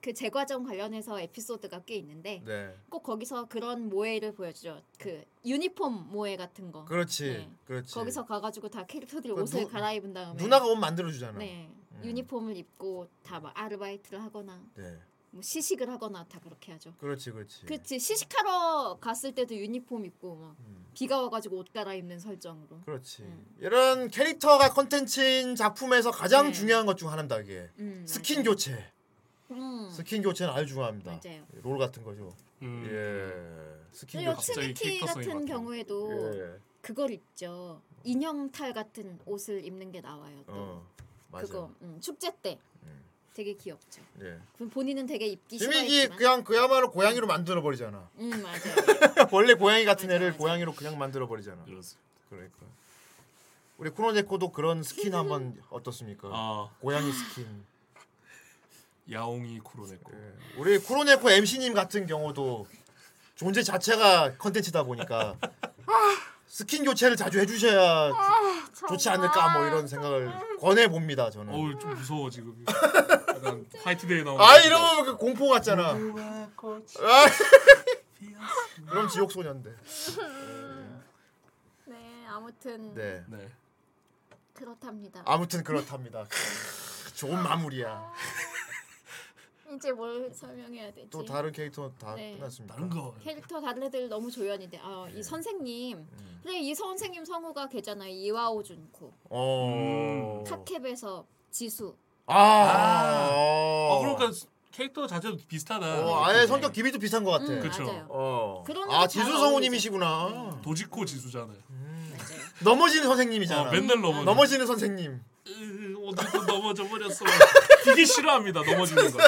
S6: 그 제과점 관련해서 에피소드가 꽤 있는데
S2: 네.
S6: 꼭 거기서 그런 모해를 보여주죠. 그 유니폼 모해 같은 거.
S2: 그렇지. 그렇지.
S6: 네. 거기서 가가지고 다 캐릭터들이
S2: 그
S6: 옷을
S2: 누-
S6: 갈아입은 다음에
S2: 누나가 옷 만들어 주잖아. 음.
S6: 네. 유니폼을 입고 다 막 아르바이트를 하거나
S2: 네.
S6: 뭐 시식을 하거나 다 그렇게 하죠.
S2: 그렇지, 그렇지.
S6: 그치 시식하러 갔을 때도 유니폼 입고 막
S2: 음.
S6: 비가 와가지고 옷 갈아입는 설정으로.
S2: 그렇지.
S6: 음.
S2: 이런 캐릭터가 컨텐츠인 작품에서 가장 중요한 것 중 하나입니다. 이게
S6: 네. 음,
S2: 스킨 교체.
S6: 음.
S2: 스킨 교체는 아주 중요합니다.
S6: 맞아요.
S2: 롤 같은 거죠.
S7: 음.
S2: 예. 스킨
S6: 그리고
S2: 교체.
S6: 트리키 같은 경우에도
S2: 예.
S6: 그걸 입죠. 인형탈 같은 옷을 입는 게 나와요. 또.
S2: 어. 맞아.
S6: 그거 음, 축제 때 되게 귀엽죠.
S2: 예.
S6: 그 본인은 되게 입기
S2: 지민이
S6: 싫어했지만.
S2: 그냥 그야말로 고양이로 만들어 버리잖아.
S6: 음 맞아.
S2: 원래 고양이 같은 애를 고양이로 그냥 만들어 버리잖아. 그렇습니다. 그러니까 우리 쿠노데코도 그런 스킨 한번 어떻습니까? 고양이 스킨. 예.
S7: 야옹이 쿠로네코.
S2: 우리 쿠로네코 MC님 같은 경우도 존재 자체가 컨텐츠다 보니까
S6: 아.
S2: 스킨 교체를 자주 해주셔야
S3: 아,
S2: 좋지 않을까 뭐 이런 생각을 권해 봅니다 저는.
S7: 어우 좀 무서워 지금. 약간 화이트데이 나오는.
S2: 아 이러면 그 공포 같잖아.
S7: 그
S2: 아, 그럼 지옥 소년데.
S6: 음. 네 아무튼
S2: 네.
S6: 그렇답니다.
S2: 아무튼 그렇답니다. 좋은 마무리야.
S6: 이제 뭘 설명해야 되지?
S2: 또 다른 캐릭터 다
S6: 네.
S2: 끝났습니다.
S7: 다른 거.
S6: 캐릭터 다른 애들 너무 조연인데 아이
S2: 네.
S6: 선생님
S2: 음.
S6: 그래 이 선생님 성우가 걔잖아요 이와오 준코
S2: 아.
S7: 음.
S2: 어.
S6: 음. 타캡에서 지수
S2: 아.
S7: 아, 그러니까 캐릭터 자체도 비슷하다.
S2: 어, 아예 성격 기비도 비슷한 것 같아.
S7: 음,
S2: 그쵸.
S7: 맞아요.
S2: 어.
S6: 그런
S2: 아
S6: 애들
S2: 지수
S6: 잘
S2: 성우님이시구나. 음.
S7: 도지코 지수잖아요.
S2: 넘어지는 선생님이잖아.
S7: 어, 맨날 넘어져.
S2: 넘어지는 선생님.
S7: 오늘도 넘어져 버렸어. 되게 싫어합니다. 넘어지는 거.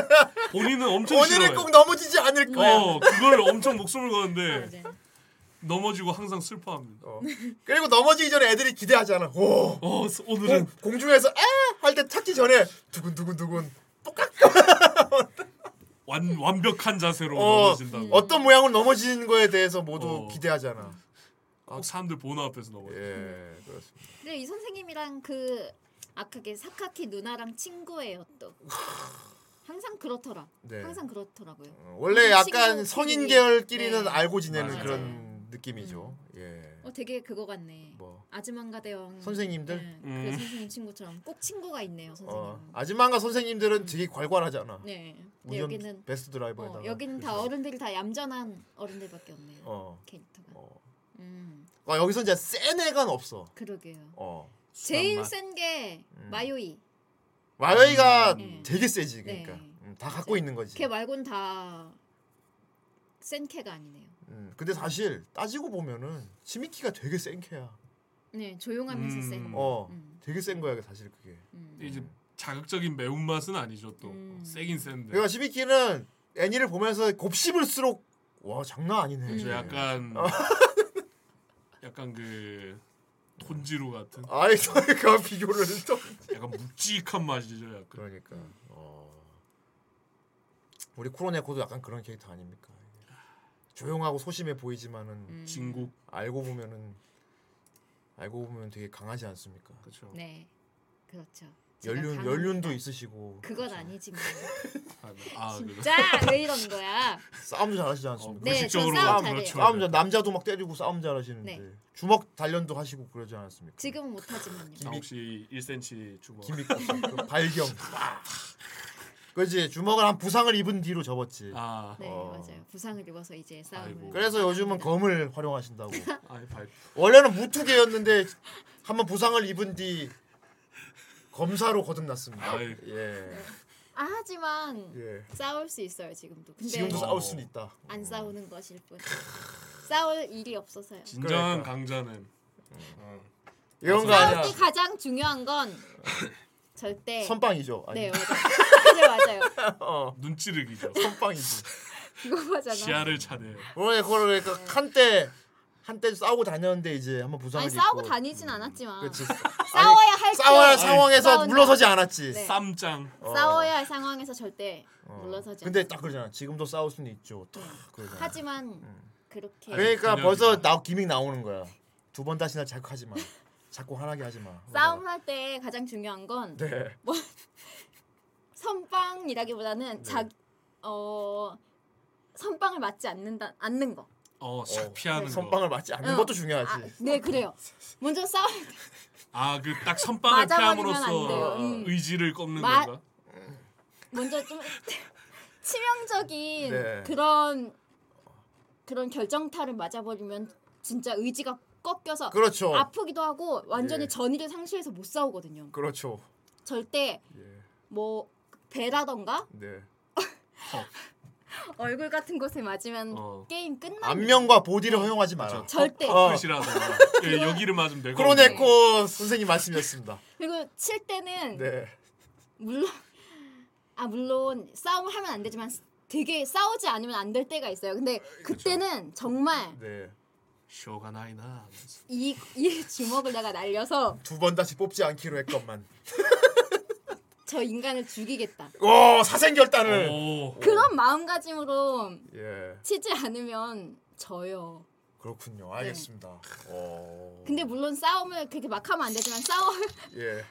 S7: 본인은 엄청
S2: 오늘은
S7: 싫어해.
S2: 꼭 넘어지지 않을 거야.
S7: 어, 그걸 엄청 목숨을 거는데 넘어지고 항상 슬퍼합니다.
S2: 어. 그리고 넘어지기 전에 애들이 기대하잖아. 오.
S7: 어, 오늘은
S2: 공, 중에서 아! 에할때 찾기 전에 두근두근두근
S7: 완 완벽한 자세로
S2: 어,
S7: 넘어진다고.
S2: 어떤 모양으로 넘어지는 거에 대해서 모두 기대하잖아.
S7: 꼭 사람들 보는 앞에서 넘어져.
S2: 예, 그렇습니다.
S6: 그래 이 선생님이랑 그 아까게 사카키 누나랑 친구예요 또 항상 그렇더라
S2: 네. 어,
S6: 항상 그렇더라고요
S2: 원래
S6: 무슨
S2: 약간
S6: 친구끼리.
S2: 성인 계열끼리는
S6: 음, 네. 음.
S2: 알고 지내는
S6: 맞아요.
S2: 그런 느낌이죠. 예.
S6: 어 되게 그거 같네
S2: 뭐.
S6: 아즈만가 대왕
S2: 선생님들?
S6: 네,
S2: 음.
S6: 그 선생님 친구처럼 꼭 친구가 있네요 선생님
S2: 어, 아줌마가 선생님들은 되게 괄괄하잖아.
S6: 네 근데
S2: 운전
S6: 여기는
S2: 베스트 드라이버에다가.
S6: 어, 여기는 다 어른들이 다 얌전한 어른들밖에 없네요
S2: 어.
S6: 캐릭터가 음
S2: 아, 여기서 이제 센 애가 없어.
S6: 그러게요
S2: 어.
S6: 제일
S2: 맛.
S6: 센 게 마요이
S2: 마요이가
S6: 음.
S2: 되게 세지
S6: 네.
S2: 음, 그러니까 음, 다 갖고 있는 거지.
S6: 걔 말고는 다센 캐가 아니네요
S2: 음, 근데 사실 따지고 보면은 치미키가 되게 센 캐야.
S6: 네 조용하면서 센
S2: 어, 되게 센 거야 사실 그게.
S7: 음. 이제 자극적인 매운맛은 아니죠 또. 세긴 센데.
S2: 그러니까 치미키는 애니를 보면서 곱씹을수록 와 장난 아니네.
S7: 저 약간
S2: 어.
S7: 약간 그 톤지루 같은.
S2: 아이 저희가 비교를 또.
S7: 약간 묵직한 맛이죠 약간.
S2: 그러니까. 어. 우리 쿠로네코도 약간 그런 캐릭터 아닙니까? 조용하고 소심해
S6: 음.
S2: 보이지만은
S7: 진국
S2: 알고 보면은 알고 보면 되게 강하지 않습니까?
S7: 그렇죠.
S6: 네 그렇죠 제가
S2: 연륜
S6: 강합니다.
S2: 연륜도 있으시고
S6: 그건 아니지만
S2: 아,
S6: 진짜 왜 이런 거야
S2: 싸움도 잘하시지 않습니까?
S6: 네, 물리적으로 저 싸움 그렇죠. 싸움, 잘해요.
S2: 싸움 잘 남자도 막 때리고 싸움 잘하시는데
S6: 네.
S2: 주먹 단련도 하시고 그러지 않았습니까?
S6: 지금은 못하지만요
S7: 아, 혹시 1cm 주먹.
S2: 김이 그 발경. 그지 주먹을 한 부상을 입은 뒤로 접었지.
S6: 네
S2: 어.
S6: 맞아요 부상을 입어서 이제 싸움을
S2: 그래서 요즘은 검을 활용하신다고.
S7: 아이 발.
S2: 원래는 무투계였는데 한번 부상을 입은 뒤 검사로 거듭났습니다. 예.
S6: 아 하지만
S2: 예.
S6: 싸울 수 있어요 지금도 근데
S2: 지금도 싸울 수는 있다.
S6: 안 싸우는 것일 뿐 싸울 일이 없어서요
S7: 진정한
S2: 그러니까.
S7: 강자는 어.
S2: 이런 거
S6: 싸울
S2: 아니야.
S6: 때 가장 중요한 건 절대
S2: 선빵이죠. 아니.
S6: 네 맞아요 맞아요 맞아요
S7: 어, 눈찌르기죠.
S2: 선빵이지.
S6: 그거잖아
S7: 시야를 차네.
S2: 원래 그걸 그러니까 한때 한때 싸우고 다녔는데 이제 한번 부상을
S6: 아니 아,
S2: 입고. 음.
S6: 싸우고 다니진 않았지만
S2: 그치.
S6: 싸워야 할때
S2: 싸워야 상황에서 물러서지 않았지. 어.
S6: 네.
S7: 쌈짱.
S6: 싸워야 할 상황에서 절대 물러서지
S2: 근데 딱 그러잖아. 지금도 싸울 수는 있죠. 딱
S6: 않아.
S2: 그러잖아.
S6: 네. 하지만 그렇게
S2: 음. 그러니까 벌써 나 기믹 나오는 거야. 두 번 다시나 자꾸 하지 마. 자꾸 화나게 하지 마.
S6: 싸움할 때 가장 중요한 건
S2: 네.
S6: 선빵이라기보다는 자 어 선빵을 맞지 않는다 않는 거.
S7: 어, 싹 피하는
S2: 선빵을 맞지 않는
S6: 어.
S2: 것도 중요하지.
S6: 아, 네 그래요. 먼저 싸워
S7: 아 그 딱 선빵을
S6: 맞아버리면 안 돼요.
S7: 피함으로써
S6: 음.
S7: 의지를 꺾는
S6: 마-
S7: 건가?
S6: 먼저 좀 치명적인
S7: 네.
S6: 그런 그런 결정타를 맞아버리면 진짜 의지가 꺾여서
S2: 그렇죠.
S6: 아프기도 하고 완전히
S2: 예.
S6: 전의를 상실해서 못 싸우거든요.
S2: 그렇죠. 예.
S6: 절대 뭐 배라던가
S2: 네.
S6: 얼굴 같은 곳에 맞으면
S2: 어.
S6: 게임 끝나.
S2: 안면과 보디를 허용하지 마라.
S6: 절대.
S2: 어.
S7: 끝이라도 예, 여기를 맞으면 되고.
S2: 크로네코 선생님 말씀이었습니다.
S6: 그리고 칠 때는
S2: 네.
S6: 물론 아 물론 싸움을 하면 안 되지만 되게 싸우지 않으면 안 될 때가 있어요. 근데
S2: 아,
S6: 그때는 정말
S2: 네.
S7: 쇼가 나이나.
S6: 이, 이 주먹을 내가 날려서
S2: 두 번 다시 뽑지 않기로 했건만.
S6: 저 인간을 죽이겠다.
S2: 오 어, 사생결단을.
S6: 그런 마음가짐으로
S2: 예.
S6: 치지 않으면 져요.
S2: 그렇군요. 알겠습니다. 오.
S6: 근데 물론 싸움을 그렇게 막 하면 안 되지만 싸워
S2: 예.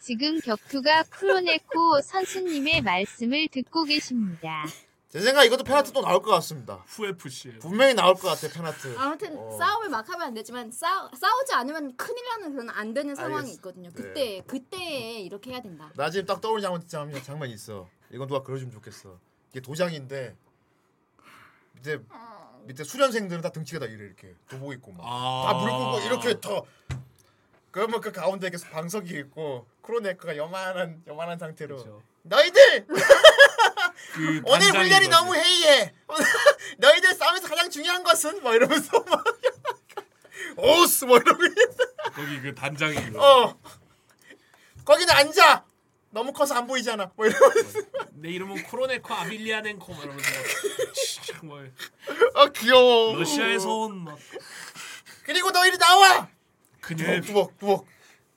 S8: 지금 격투가 크로네코 선수님의 말씀을 듣고 계십니다.
S2: 제 생각 이것도 페나트 또 나올 것 같습니다.
S7: 후에 푸시예요.
S2: 분명히 나올 것 같아 페나트.
S6: 아무튼
S2: 어.
S6: 싸움을 막 하면 안 되지만 싸, 싸우지 않으면 큰일 나는 그런 안 되는 상황이
S2: 알겠어.
S6: 있거든요.
S2: 네.
S6: 그때 그때에 이렇게 해야 된다.
S2: 나 지금 딱 떠오르는 장면, 장면 장면이 있어. 이건 누가 그려주면 좋겠어. 이게 도장인데 밑에 밑에 수련생들은 다 등치가 다 이래 이렇게 도복 입고 막 다
S7: 아.
S2: 무릎 꿇고 이렇게 더 그러면 그 가운데 이렇게 방석이 있고 크로네크가 요만한 요만한 상태로 너희들
S7: 그
S2: 오늘
S7: 단장인
S2: 훈련이
S7: 거지.
S2: 너무 해이해. 너희들 싸움에서 가장 중요한 것은 뭐 이러면서 막 오스 뭐 이러고
S7: 거기 그 단장이
S2: 어 거기는 앉아 너무 커서 안 보이잖아 뭐 이러면서
S7: 내 이름은 코로네코 아빌리아넨코 막 이러면서 막 정말
S2: 아 귀여워
S7: 러시아에서 온막
S2: 그리고 너희들 나와
S7: 그녀의
S2: 두벅 두벅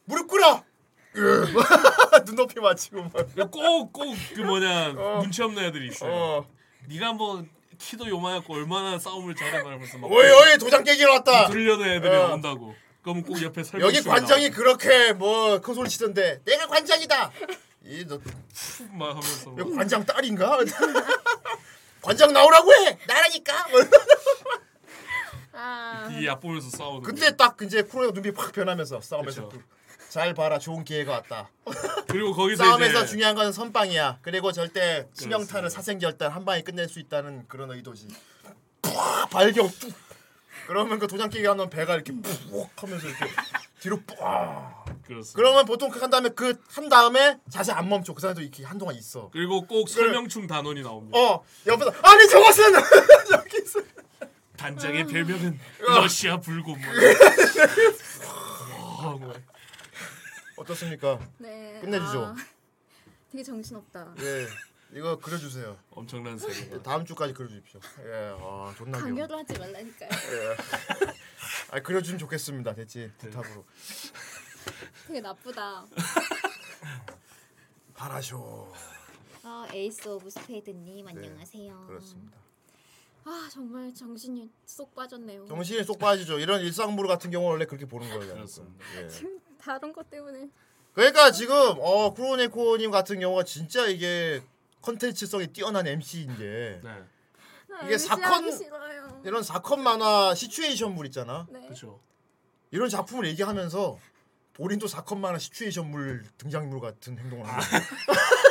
S2: 무릎 꿇어 눈높이 맞추고 어.
S7: 꼭꼭 그 뭐냐 눈치 없는 애들이 있어요. 네가 한번 키도 요만하고 얼마나 싸움을 잘해 말면서 막
S2: 어이, 어이, 도장 깨기로 왔다.
S7: 들려는 애들이
S2: 어.
S7: 온다고. 그럼 꼭 옆에 설명.
S2: 여기 관장이 그렇게 뭐 큰 소리 치던데 내가 관장이다 이너
S7: 막 하면서
S2: 이거 관장 딸인가? 관장 나오라고 해! 나라니까! 뭐 이러면서
S7: 이 앞보면서 싸우는.
S2: 근데 딱 이제 쿠로가 눈빛 확 변하면서 싸움에서 잘 봐라 좋은 기회가 왔다
S7: 그리고 거기서
S2: 싸움에서
S7: 이제
S2: 중요한 건 선빵이야 그리고 절대 치명타를 사생결단 한 방에 끝낼 수 있다는 그런 의도지 푹 발경 뚝 그러면 그 도장 깨기 하면 배가 이렇게 푹 하면서 이렇게 뒤로 푹
S7: 그렇습니다.
S2: 그러면 보통 그한 다음에 그 한 다음에 자세 안 멈춰 그 사람도 이렇게 한동안 있어
S7: 그리고 꼭 설명충 단원이 나옵니다.
S2: 어 옆에서 아니 저것은
S7: 단장의 별명은
S2: 어.
S7: 러시아 불곰. 뭐. 와, 뭐.
S2: 어떻습니까?
S6: 네.
S2: 끝내주죠.
S6: 아, 되게 정신없다.
S2: 예. 이거 그려주세요.
S7: 엄청난
S2: 세계. 다음 주까지 그려주십시오. 예. 아 존나 귀여워.
S6: 강요도 하지 말라니까요.
S2: 예. 아 그려주면 좋겠습니다. 됐지. 대탑으로.
S6: 되게 나쁘다.
S2: 바라쇼.
S6: 아, 에이스 오브 스페이드님 안녕하세요.
S2: 네, 그렇습니다.
S6: 아 정말 정신이 쏙 빠졌네요.
S2: 정신이 쏙 빠지죠. 이런 일상물 같은 경우는 원래 그렇게 보는 거예요. 그렇습니다. 예.
S6: 지금 다른 것 때문에
S2: 그러니까 지금 어 크로네코님 같은 경우가 진짜 이게 컨텐츠성이 뛰어난 MC인 게
S6: 아,
S2: 이게 사건-
S6: 의지하기 싫어요.
S2: 이런 사건 만화 시츄에이션물 있잖아.
S6: 네.
S7: 그렇죠.
S2: 이런 작품을 얘기하면서 본인도 사건 만화 시츄에이션물 등장인물 같은 행동을 하는 거야.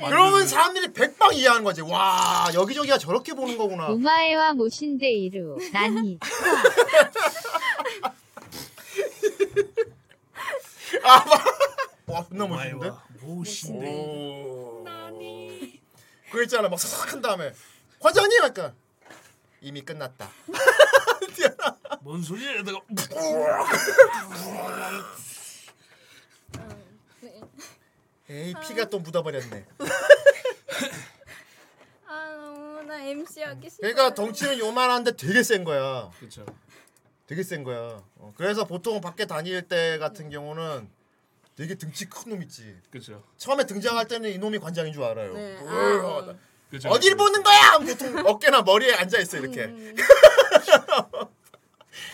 S2: 그러면 사람들이 백방 이해하는 거지. 와 여기저기가 저렇게 보는 거구나.
S8: 오마에와 모신데이루 나니
S2: 와 존나 멋있는데? 멋있네. 나니. 그 있잖아 막 사삭 한 다음에 과장님 약간 이미 끝났다.
S7: 뭔 소리야? 내가
S6: 네.
S2: 에이 피가 또 묻어버렸네.
S6: 아 너무 나 MC 하기 싫어.
S2: 그러니까 덩치는 요만한데 되게 센 거야.
S7: 그렇죠.
S2: 되게 센 거야. 어, 그래서 보통 밖에 다닐 때 같은 경우는 되게 등치 큰 놈 있지.
S7: 그렇죠.
S2: 처음에 등장할 때는 이놈이 관장인 줄 알아요.
S7: 네, 아.
S2: 으아, 나-
S7: 그죠.
S2: 어딜 보는 거야? 하면 보통 어깨나 머리에 앉아 있어 이렇게.
S7: 음.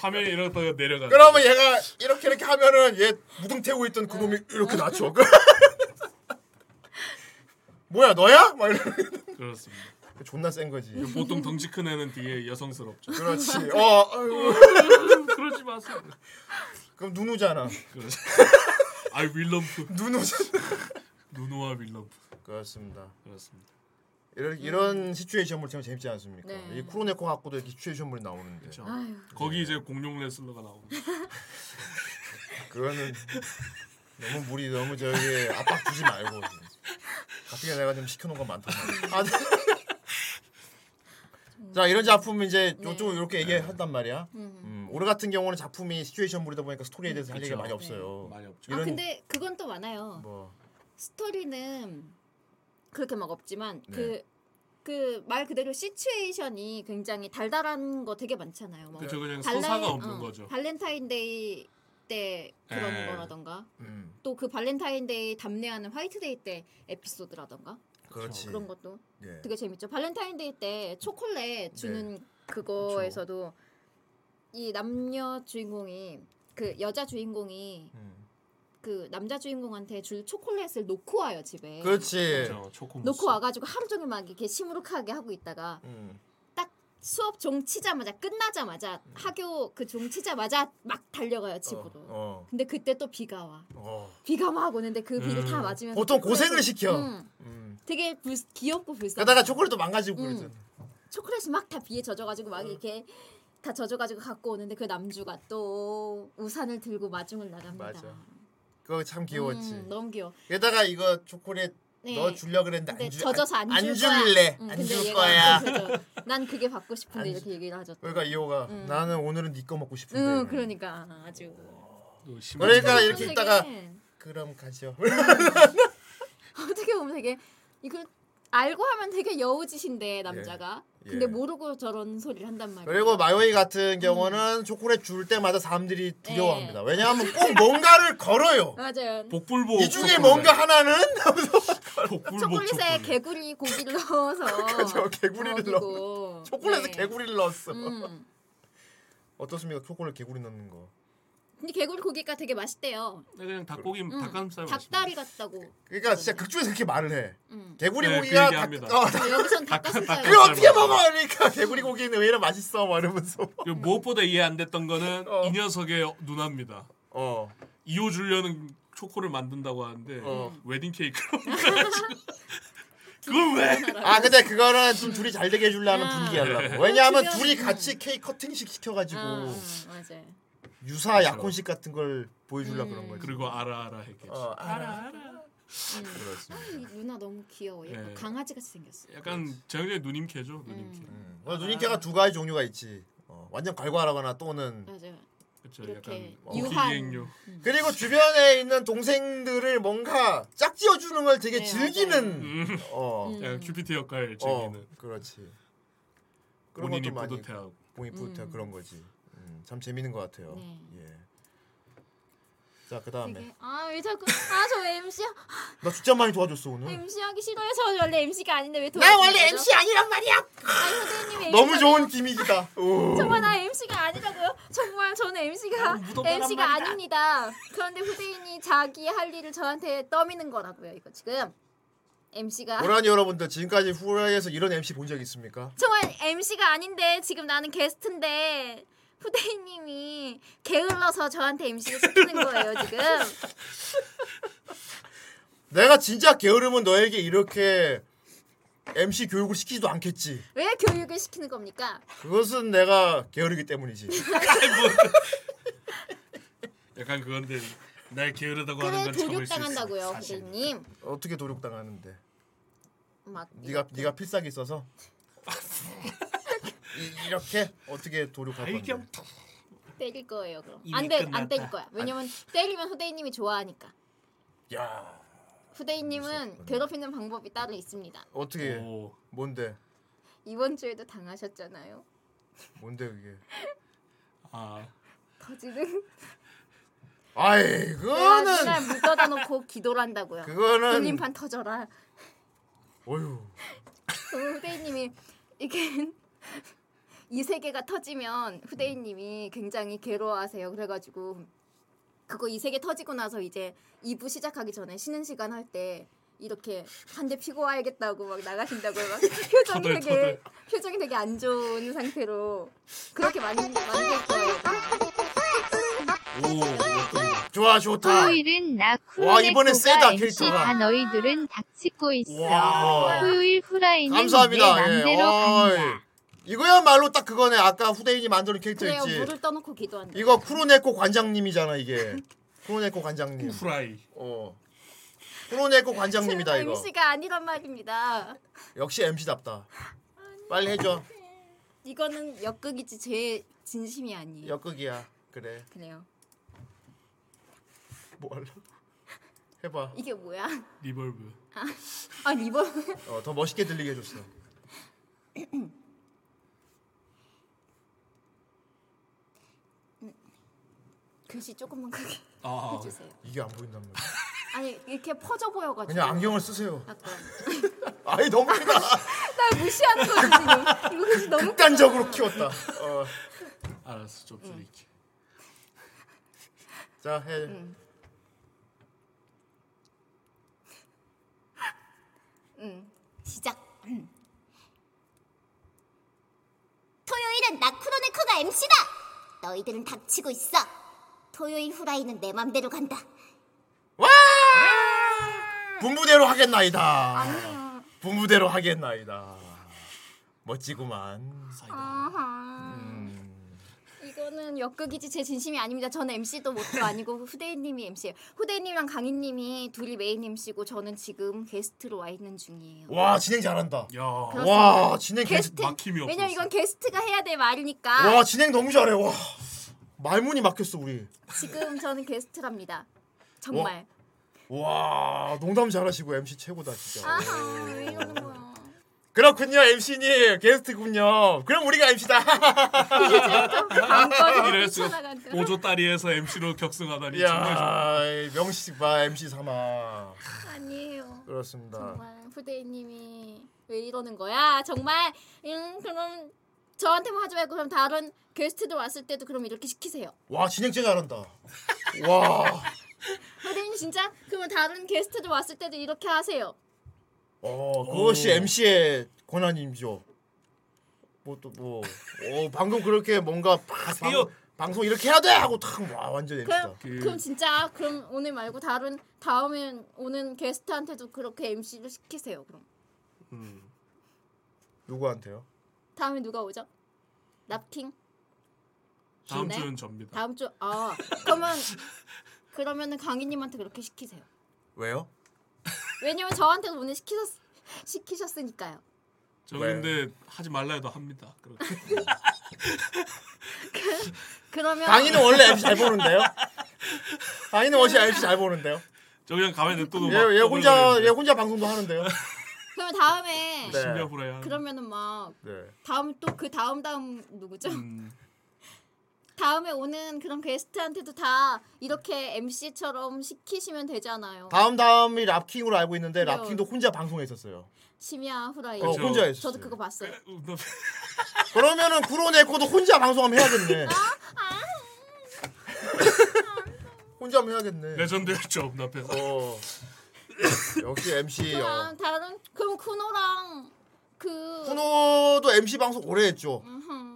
S7: 화면이 이러다가 내려가.
S2: 그러면 얘가 이렇게
S7: 네.
S2: 이렇게 그 하면은 얘 무등 태우고 있던 그놈이 이렇게 낮춰. 뭐야 너야? 막 이러.
S7: 그렇습니다.
S2: 존나 센 거지.
S7: 예, 보통 덩치 큰 애는 뒤에 여성스럽죠.
S2: 그렇지. 어. 아유.
S7: 그러지 마세요.
S2: 그럼 누누잖아.
S7: 그렇지. 아 윌럼프.
S2: 누누잖아.
S7: 누누와 윌럼프.
S2: 그렇습니다.
S7: 그렇습니다.
S2: 이런 이런 시츄에이션물 참 재밌지 않습니까?
S7: 네.
S2: 이 쿠로네코 갖고도 이렇게 시츄에이션물이 나오는데.
S7: 그렇죠. 거기 이제 공룡 레슬러가 나옵니다.
S2: 그거는 너무 무리 너무 저기 압박 주지 말고 갑자기 내가 좀 시켜놓은 건 많다. 아, 네. 자 이런 작품 이제
S6: 네.
S2: 요쪽으로 이렇게 얘기한단 말이야. 음, 올해 같은 경우는 작품이 시츄에이션물이다 보니까 스토리에 대해서 할
S7: 그쵸.
S2: 얘기가 많이 없어요.
S7: 많이 없죠.
S6: 아 근데 그건 또 많아요.
S2: 뭐
S6: 스토리는 그렇게 막 없지만
S2: 네.
S6: 그 그 말 그대로 시츄에이션이 굉장히 달달한 거 되게 많잖아요. 뭐
S7: 그쵸, 그냥
S6: 발렌-
S7: 서사가 없는 거죠.
S6: 발렌타인데이 때 그런
S7: 예.
S6: 거라던가
S2: 음.
S6: 또 그 발렌타인데이 답례하는 화이트데이 때 에피소드라던가
S2: 그렇지.
S6: 그런 것도
S2: 예.
S6: 되게 재밌죠. 발렌타인데이 때
S2: 네.
S6: 초콜릿 주는 그거에서도 이 남녀 주인공이 그 여자 주인공이
S2: 음.
S6: 그 남자 주인공한테 줄 초콜릿을 놓고 와요 집에.
S2: 그렇지.
S6: 네. 놓고 와가지고 하루 종일 막 이렇게 시무룩하게 하고 있다가
S2: 음.
S6: 딱 수업 종 치자마자 끝나자마자 학교 그 종 치자마자 막 달려가요 집으로.
S2: 어.
S6: 근데 그때 또 비가 와.
S2: 어.
S6: 비가 막 오는데 그 비를
S2: 음.
S6: 다 맞으면서
S2: 보통
S6: 초콜릿을-
S2: 고생을 시켜.
S6: 음.
S2: 음.
S6: 되게 불, 귀엽고 불쌍해.
S2: 그러다가 초콜릿도 망가지고
S6: 음.
S2: 그러잖아.
S6: 초콜릿이 막 다 비에 젖어가지고 막 이렇게 다 젖어가지고 갖고 오는데 그 남주가 또 우산을 들고 마중을 나갑니다.
S2: 맞아. 그거 참 귀여웠지.
S6: 음, 너무 귀여워.
S2: 게다가 이거 초콜릿
S6: 네.
S2: 넣어 주려고 그랬는데
S6: 근데
S2: 안 주.
S6: 젖어서 안, 줄 거야.
S2: 줄래.
S6: 응,
S2: 안
S6: 근데
S2: 줄
S6: 얘가
S2: 거야.
S6: 그래서 난 그게 받고 싶은데
S2: 안
S6: 이렇게 얘기를 하죠.
S2: 그러니까 이호가
S6: 음.
S2: 나는 오늘은 네 거 먹고 싶은데.
S6: 응, 그러니까 아주.
S2: 그러니까 이렇게
S6: 되게-
S2: 있다가 그럼 가죠.
S6: 어떻게 보면 되게 이걸 알고 하면 되게 여우짓인데 남자가.
S2: 예.
S6: 근데
S2: 예.
S6: 모르고 저런 소리를 한단 말이야.
S2: 그리고 마요이 같은 경우는 초콜릿 줄 때마다 사람들이 두려워합니다.
S6: 음. 네.
S2: 왜냐하면 꼭 뭔가를 걸어요. 음,
S6: 맞아요.
S7: 복불복.
S2: 이 중에 뭔가 하나는
S6: 초콜릿에 개구리 고기를 넣어서
S2: 뭐 그죠 개구리를 넣.
S6: 먹이고
S2: 초콜릿에
S6: 네.
S2: 개구리를 넣었어.
S6: 음.
S2: 어떻습니까? 초콜릿 개구리 넣는 거.
S6: 근데 개구리 고기가 되게 맛있대요.
S7: 네, 그냥 닭고기
S6: 음.
S7: 닭가슴살
S6: 닭다리 같다고.
S2: 그러니까 진짜 극중에서 그렇게 말을 해.
S6: 음.
S2: 개구리
S7: 네,
S2: 고기가
S7: 그
S2: 닭-
S7: 얘기합니다.
S2: 어,
S7: 저
S6: 여기선
S7: 닭가슴살
S2: 그걸 어떻게
S7: 먹어요.
S2: 먹어? 그러니까 개구리 고기는 왜 이래 맛있어? 막 이러면서.
S7: 그리고 무엇보다 이해 안 됐던 거는 이 녀석의 누나입니다.
S2: 어.
S7: 이호 주려는 초코를 만든다고 하는데
S2: 어.
S7: 웨딩 케이크로 그걸 왜? 네.
S2: 아 근데 그거는 좀 둘이 잘 되게 해주려는
S6: 아.
S2: 분위기 하려고. 왜냐하면 음.
S7: 주변-
S2: 둘이 같이 케이크 커팅식 시켜가지고
S6: 어, 음.
S2: 어,
S6: 맞아.
S2: 유사 약혼식 같은 걸 보여주려 고 그런 거지.
S7: 그렇죠. 그리고 알아 알아 했겠지.
S2: 어,
S6: 알아,
S7: 알아.
S2: 그렇습니다.
S6: 아, 이 누나 너무 귀여워. 약간
S7: 예.
S6: 강아지 같이 생겼어.
S7: 약간 정현이 누님 캐죠 누님 캐.
S6: 아.
S2: 어, 눈인캐가 두 가지 종류가 있지. 어, 완전 갈과라거나 또는 어,
S6: 맞아.
S7: 그렇죠.
S6: 이렇게
S7: 약간
S6: 유한. 음.
S7: 고기행료.
S2: 그리고 주변에 있는 동생들을 뭔가 짝지어 주는 걸
S6: 네,
S2: 되게 즐기는
S7: 음.
S2: 어.
S7: 약간 큐피트 역할
S2: 어,
S7: 즐기는.
S2: 그렇지. 그런
S7: 본인이
S2: 것도 많이
S7: 뿌듯해하고.
S2: 본인이 뿌듯해
S7: 음.
S2: 그런 거지. 음, 참 재밌는 것 같아요.
S6: 네.
S2: 예. 자 그다음에
S6: 되게 아왜 자꾸 아저 MC
S2: 나 진짜 많이 도와줬어 오늘.
S6: MC 하기 싫어요. 저 원래 MC가 아닌데 왜
S2: 나
S6: 도와주는
S2: 원래
S6: 거죠?
S2: MC 아니란 말이야.
S6: 아니 선생님이
S2: 너무
S6: MC
S2: 좋은 기믹이다. 오.
S6: 정말 나 MC가 아니라고요? 정말 저는 MC가
S5: 묻어버란
S6: MC가
S5: 말이다.
S6: 아닙니다. 그런데 후대인이 자기 할 일을 저한테 떠미는 거라고요. 이거 지금 MC가
S2: 오라니 여러분들 지금까지 후라이에서 이런 MC 본 적 있습니까?
S6: 정말 MC가 아닌데 지금 나는 게스트인데 후대인님이 게을러서 저한테 MC를 시키는 거예요 지금.
S2: 내가 진짜 게으르면 너에게 이렇게 MC 교육을 시키지도 않겠지.
S6: 왜 교육을 시키는 겁니까?
S2: 그것은 내가 게으르기 때문이지.
S7: 약간 그건데 날 게으르다고 하는
S6: 그래
S7: 건 참을 수 있어.
S6: 도륙당한다고요 후대인님.
S2: 어떻게 도륙당하는데?
S6: 막
S2: 네가 네가 필살기 있어서 이- 이렇게 어떻게 도륙할 건데?
S6: 때릴 거예요 그럼.
S2: 이미
S6: 안돼안
S2: 끝났다.
S6: 때릴 거야. 왜냐면 때리면 후대인님이 좋아하니까.
S2: 야
S6: 후대인님은 괴롭히는 방법이 따로 있습니다.
S2: 어떻게 뭔데
S6: 이번 주에도 당하셨잖아요.
S2: 뭔데 그게?
S7: 아
S6: 거지는
S2: 아이
S6: 맨날
S2: 그거는
S6: 묻어다 놓고 기도를 한다고요.
S2: 그거는-
S6: 돌림판 터져라.
S2: 어휴
S6: 그럼 후대인님이 이게 이 세계가 터지면 후대인님이 굉장히 괴로워하세요. 그래가지고 그거 이 세계 터지고 나서 이제 2부 시작하기 전에 쉬는 시간 할 때 이렇게 한 대 피고 와야겠다고 막 나가신다고 막 표정이
S7: 터들,
S6: 되게 표정이 되게 안 좋은 상태로 그렇게 많이 많이 했어요.
S2: 좋아 좋다.
S8: 토요일은 나
S2: 와, 이번에 세다,
S8: 쿠로네코가 MC
S2: 캐릭터가.
S8: 다 너희들은 닥치고 있어.
S2: 와.
S8: 토요일 후라이는
S2: 감사합니다.
S8: 내
S2: 예.
S8: 맘대로
S2: 어이.
S8: 간다.
S2: 이거야말로 딱 그거네. 아까 후대인이 만드는 캐릭터
S17: 그래요
S2: 있지.
S17: 물을 떠놓고 기도한다.
S2: 이거 쿠로네코 관장님이잖아 이게. 쿠로네코 관장님.
S7: 후라이.
S2: 어. 쿠로네코 관장님이다 이거.
S6: MC가 아니란 말입니다.
S2: 역시 MC답다. 빨리 해줘.
S6: 이거는 역극이지 제 진심이 아니에요.
S2: 역극이야. 그래.
S6: 그래요.
S2: 뭐 할래? 해봐.
S6: 이게 뭐야?
S7: 리볼브.
S6: 아, 아 리본.
S2: 어, 더 멋있게 들리게 해줬어.
S6: 글씨 조금만 크게
S2: 아,
S6: 해주세요.
S2: 이게 안 보인단 말이야.
S6: 아니 이렇게 퍼져 보여가지고.
S2: 그냥 안경을 쓰세요.
S6: 약간.
S2: 아이 너무 크다.
S6: 날 무시하는 거지 지금. 이거 글씨 너무.
S2: 극단적으로 키웠다. 어.
S7: 알았어 좀 줄일게.
S2: 자 해.
S6: 응. 시작.
S5: 음. 토요일은 나 크로네커가 MC다. 너희들은 닥치고 있어. 토요일 후라이는 내 맘대로 간다.
S2: 와! 분부대로 하겠나이다. 분부대로 하겠나이다. 멋지구만.
S6: 아하.
S2: 음.
S6: 이거는 역극이지 제 진심이 아닙니다. 저는 MC도 못도 아니고 후대인님이 MC예요. 후대인님이랑 강인님이 둘이 메인 MC고 저는 지금 게스트로 와 있는 중이에요.
S2: 와 진행 잘한다.
S6: 그렇습니다.
S2: 와 진행 계속 막힘이
S6: 왜냐면 이건 게스트가 해야 될 말이니까.
S2: 와 진행 너무 잘해. 와 말문이 막혔어 우리.
S6: 지금 저는 게스트랍니다. 정말.
S2: 어? 와 농담 잘하시고 MC 최고다 진짜.
S6: 아하 왜 이러는 거야.
S2: 그렇군요 MC님 게스트군요. 그럼 우리가 MC다.
S7: 이럴 수 오조 딸이에서 MC로 격승하다니 정말
S2: 야 명식 봐 MC 삼아.
S6: 아니에요.
S2: 그렇습니다.
S6: 정말 후대인님이 왜 이러는 거야? 정말. 음 그럼 저한테만 하지 말고 그럼 다른 게스트들 왔을 때도 그럼 이렇게 시키세요.
S2: 와 진행 진짜 잘한다. 와.
S6: 선생님 진짜 그러면 다른 게스트들 왔을 때도 이렇게 하세요.
S2: 어, 그것이
S7: 오.
S2: MC의 권한이죠. 뭐 또 뭐. 어, 방금 그렇게 뭔가 팍 방, 방송 이렇게 해야 돼 하고 탁와 완전 MC다.
S6: 그럼
S7: 음.
S6: 그럼 진짜 그럼 오늘 말고 다른 다음엔 오는 게스트한테도 그렇게 MC를 시키세요. 그럼
S2: 음. 누구한테요?
S6: 다음에 누가 오죠? 납킹.
S7: 다음
S6: 네?
S7: 주는 접니다.
S6: 다음 주 아. 그러면 그러면은 강희님한테 그렇게 시키세요.
S2: 왜요?
S6: 왜냐면 저한테 도 오늘 시키셨 시키셨으니까요.
S7: 저 근데 하지 말라 해도 합니다. 그렇게.
S6: 그러면
S2: 강희는 원래 MC 잘 보는데요. 강희는 원래 MC 잘 보는데요.
S7: 저 그냥 가만히 냅둬도
S2: 얘, 얘 혼자 얘 혼자 방송도 하는데요.
S6: 그러면 다음에
S2: 네.
S7: 심야 후라야.
S6: 그러면은 막
S2: 네.
S6: 다음 또 그 다음 다음 누구죠? 다음에 오는 그런 게스트한테도 다 이렇게 MC처럼 시키시면 되잖아요.
S2: 다음 다음이 랍킹으로 알고 있는데
S6: 그래요.
S2: 랍킹도 혼자 방송에 있었어요.
S6: 심야 후라이.
S2: 어, 혼자 했었어요. 음.
S6: 저도 그거 봤어요.
S2: 그러면은 구로네코도 혼자 방송하면
S6: 아,
S2: 해야겠네. 혼자 하면 해야겠네.
S7: 레전드일 줄 없나 앞에서.
S2: 어, 역시 MC 요
S6: 그럼 다른 그럼 쿠노랑 그
S2: 어. 쿠노도 MC 방송 오래 했죠. 어,
S6: 음흠.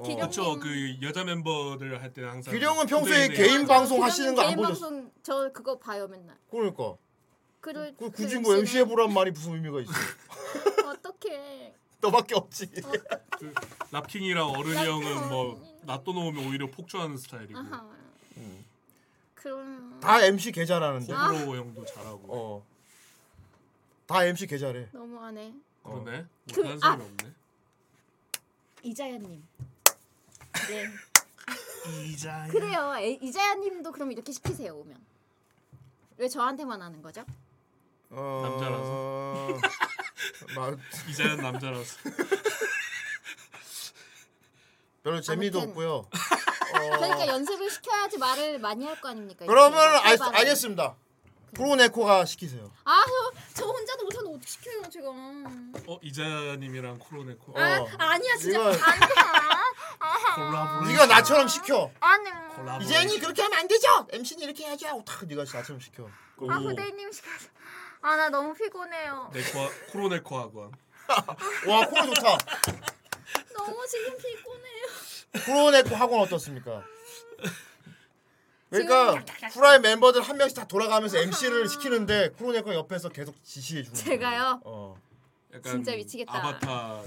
S7: 그렇죠. 그 여자 멤버들 할 때는 항상 그 네,
S2: 기령은 평소에
S7: 후대인의-
S2: 개인 방송
S6: 그냥
S2: 하시는 거 안
S6: 개인
S2: 보셨어?
S6: 방송 저 그거 봐요 맨날.
S2: 그러니까
S6: 그를 그
S2: 굳이 뭐 MC 해보란 말이 무슨 의미가 있어?
S6: 어떻게
S2: 너밖에 없지.
S7: 그 랍킹이랑 어른이 형은 뭐 놔둬놓으면 오히려 폭주하는 스타일이고 음.
S6: 아하. 그럼
S2: 다 MC 개 잘하는데.
S6: 아.
S7: 호불호 형도 잘하고.
S2: 어. 다 MC 개 잘해. 어.
S6: 너무하네.
S7: 그러네.
S6: 그-
S7: 못하는
S6: 아.
S7: 사람이 없네.
S6: 이자연님. 네.
S7: 이자.
S6: 그래요. 에, 이자연님도 그럼 이렇게 시키세요 오면. 왜 저한테만 하는 거죠?
S2: 어. 남자라서.
S7: 이자연 남자라서.
S2: 별로 재미도
S6: 아무튼.
S2: 없고요.
S6: 그러니까 연습을 시켜야지 말을 많이 할 거 아닙니까?
S2: 그러면
S6: 네, 이렇게
S2: 알,
S6: 말을.
S2: 알겠습니다. 프로네코가 시키세요.
S6: 아, 저, 저 혼자도 못하는 어떻게 시켜요 제가?
S7: 어 이자님이랑 쿠로네코.
S2: 어.
S6: 아, 아니야 진짜
S7: 이거-
S6: 아니야.
S7: 콜라보레이션. 어.
S2: 네가 나처럼 시켜.
S6: 아니.
S2: 이재현이 그렇게 하면 안 되죠. MC는 이렇게 해야죠. 딱 네가 나처럼 시켜.
S6: 아 후대님 시켜.
S18: 아 나 너무 피곤해요.
S7: 네코 코로네코 학원.
S2: 와 코로 좋다.
S18: 너무 지금 피곤해요.
S2: 프로네코 학원 어떻습니까? 그러니까 후라이 멤버들 한 명씩 다 돌아가면서 MC를 시키는데 프로네코 옆에서 계속 지시해 주는. 거예요.
S6: 제가요.
S2: 어.
S7: 약간
S6: 진짜 미치겠다.
S7: 아바타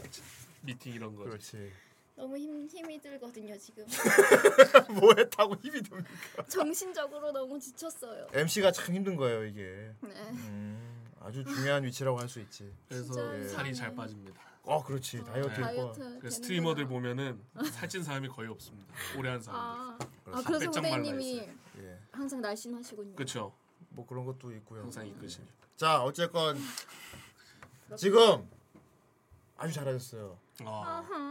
S7: 미팅 이런 거.
S2: 그렇지.
S6: 너무 힘 힘이 들거든요 지금.
S2: 뭐 했다고 힘이 듭니까?
S6: 정신적으로 너무 지쳤어요.
S2: MC가 참 힘든 거예요 이게.
S6: 네.
S2: 음, 아주 중요한 위치라고 할 수 있지.
S7: 그래서 예, 살이 잘 네, 빠집니다.
S2: 아 그렇지 다이어트 효과.
S7: 그 스트리머들 보면은 살찐 사람이 거의 없습니다. 오래 한 사람.
S6: 아, 아
S7: 그렇죠.
S6: 그래서
S7: 배짱 말라
S6: 후대님이
S2: 예.
S6: 항상 날씬하시군요.
S7: 그렇죠.
S2: 뭐 그런 것도 있고요.
S7: 항상 이끄시니까.
S2: 자 어쨌건 지금 아주 잘하셨어요.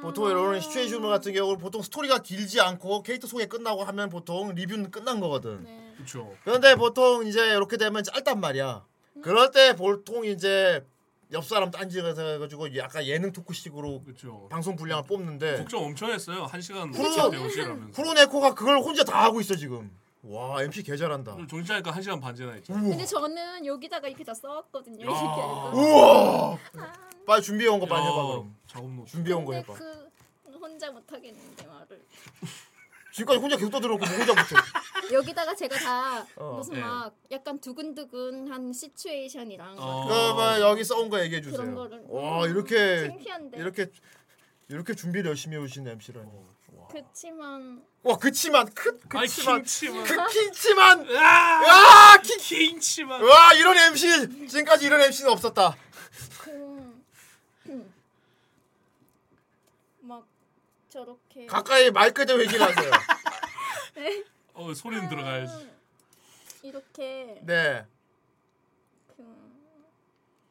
S2: 보통 이런 시츄에이션 같은 경우 보통 스토리가 길지 않고 캐릭터 소개 끝나고 하면 보통 리뷰는 끝난 거거든.
S6: 네. 음.
S7: 그렇죠.
S2: 그런데 보통 이제 이렇게 되면 짧단 말이야.
S6: 음.
S2: 그럴 때 보통 이제 옆 사람 딴지가서 해가지고 약간 예능 토크식으로 방송 분량을 뽑는데
S7: 아, 걱정 엄청 했어요. 한 시간
S2: 프로-
S7: 넘게 배우시라면서.
S2: 프로네코가 그걸 혼자 다 하고 있어 지금. 와 MP 아, 개 잘한다. 음.
S7: 정신하니까 한 시간 반지나 했죠.
S6: 근데 저는 여기다가 이렇게 다 써왔거든요. 이렇게.
S2: 우와. 빨리 준비해 온 거 빨리 해봐 그럼. 준비해 온 거 해봐.
S6: 그 혼자 못하겠는데 말을.
S2: 지금까지 혼자 계속 떠들었고 뭐 혼자 못해.
S6: 여기다가 제가 다
S2: 어,
S6: 무슨
S2: 예.
S6: 막 약간 두근두근한 시츄에이션이랑 막
S7: 어.
S2: 그뭐 여기 써온 거 얘기해 주세요.
S6: 그런 거를.
S2: 와
S6: 음,
S2: 이렇게
S6: 창피한데.
S2: 이렇게 이렇게 준비를 열심히 해오신 MC라니.
S7: 어.
S6: 그렇지만
S2: 와 그치만 그
S7: 아니,
S2: 그치만
S7: 킹치만.
S2: 그 킹치만
S7: 아!
S2: 아
S7: 킹치만.
S2: 와 이런 MC 지금까지 이런 MC는 없었다.
S6: 그, 막 저렇게
S2: 가까이 마이크 대고 얘기를 하세요.
S6: 네.
S7: 어 소리는 들어가야지.
S6: 음, 이렇게
S2: 네
S6: 그,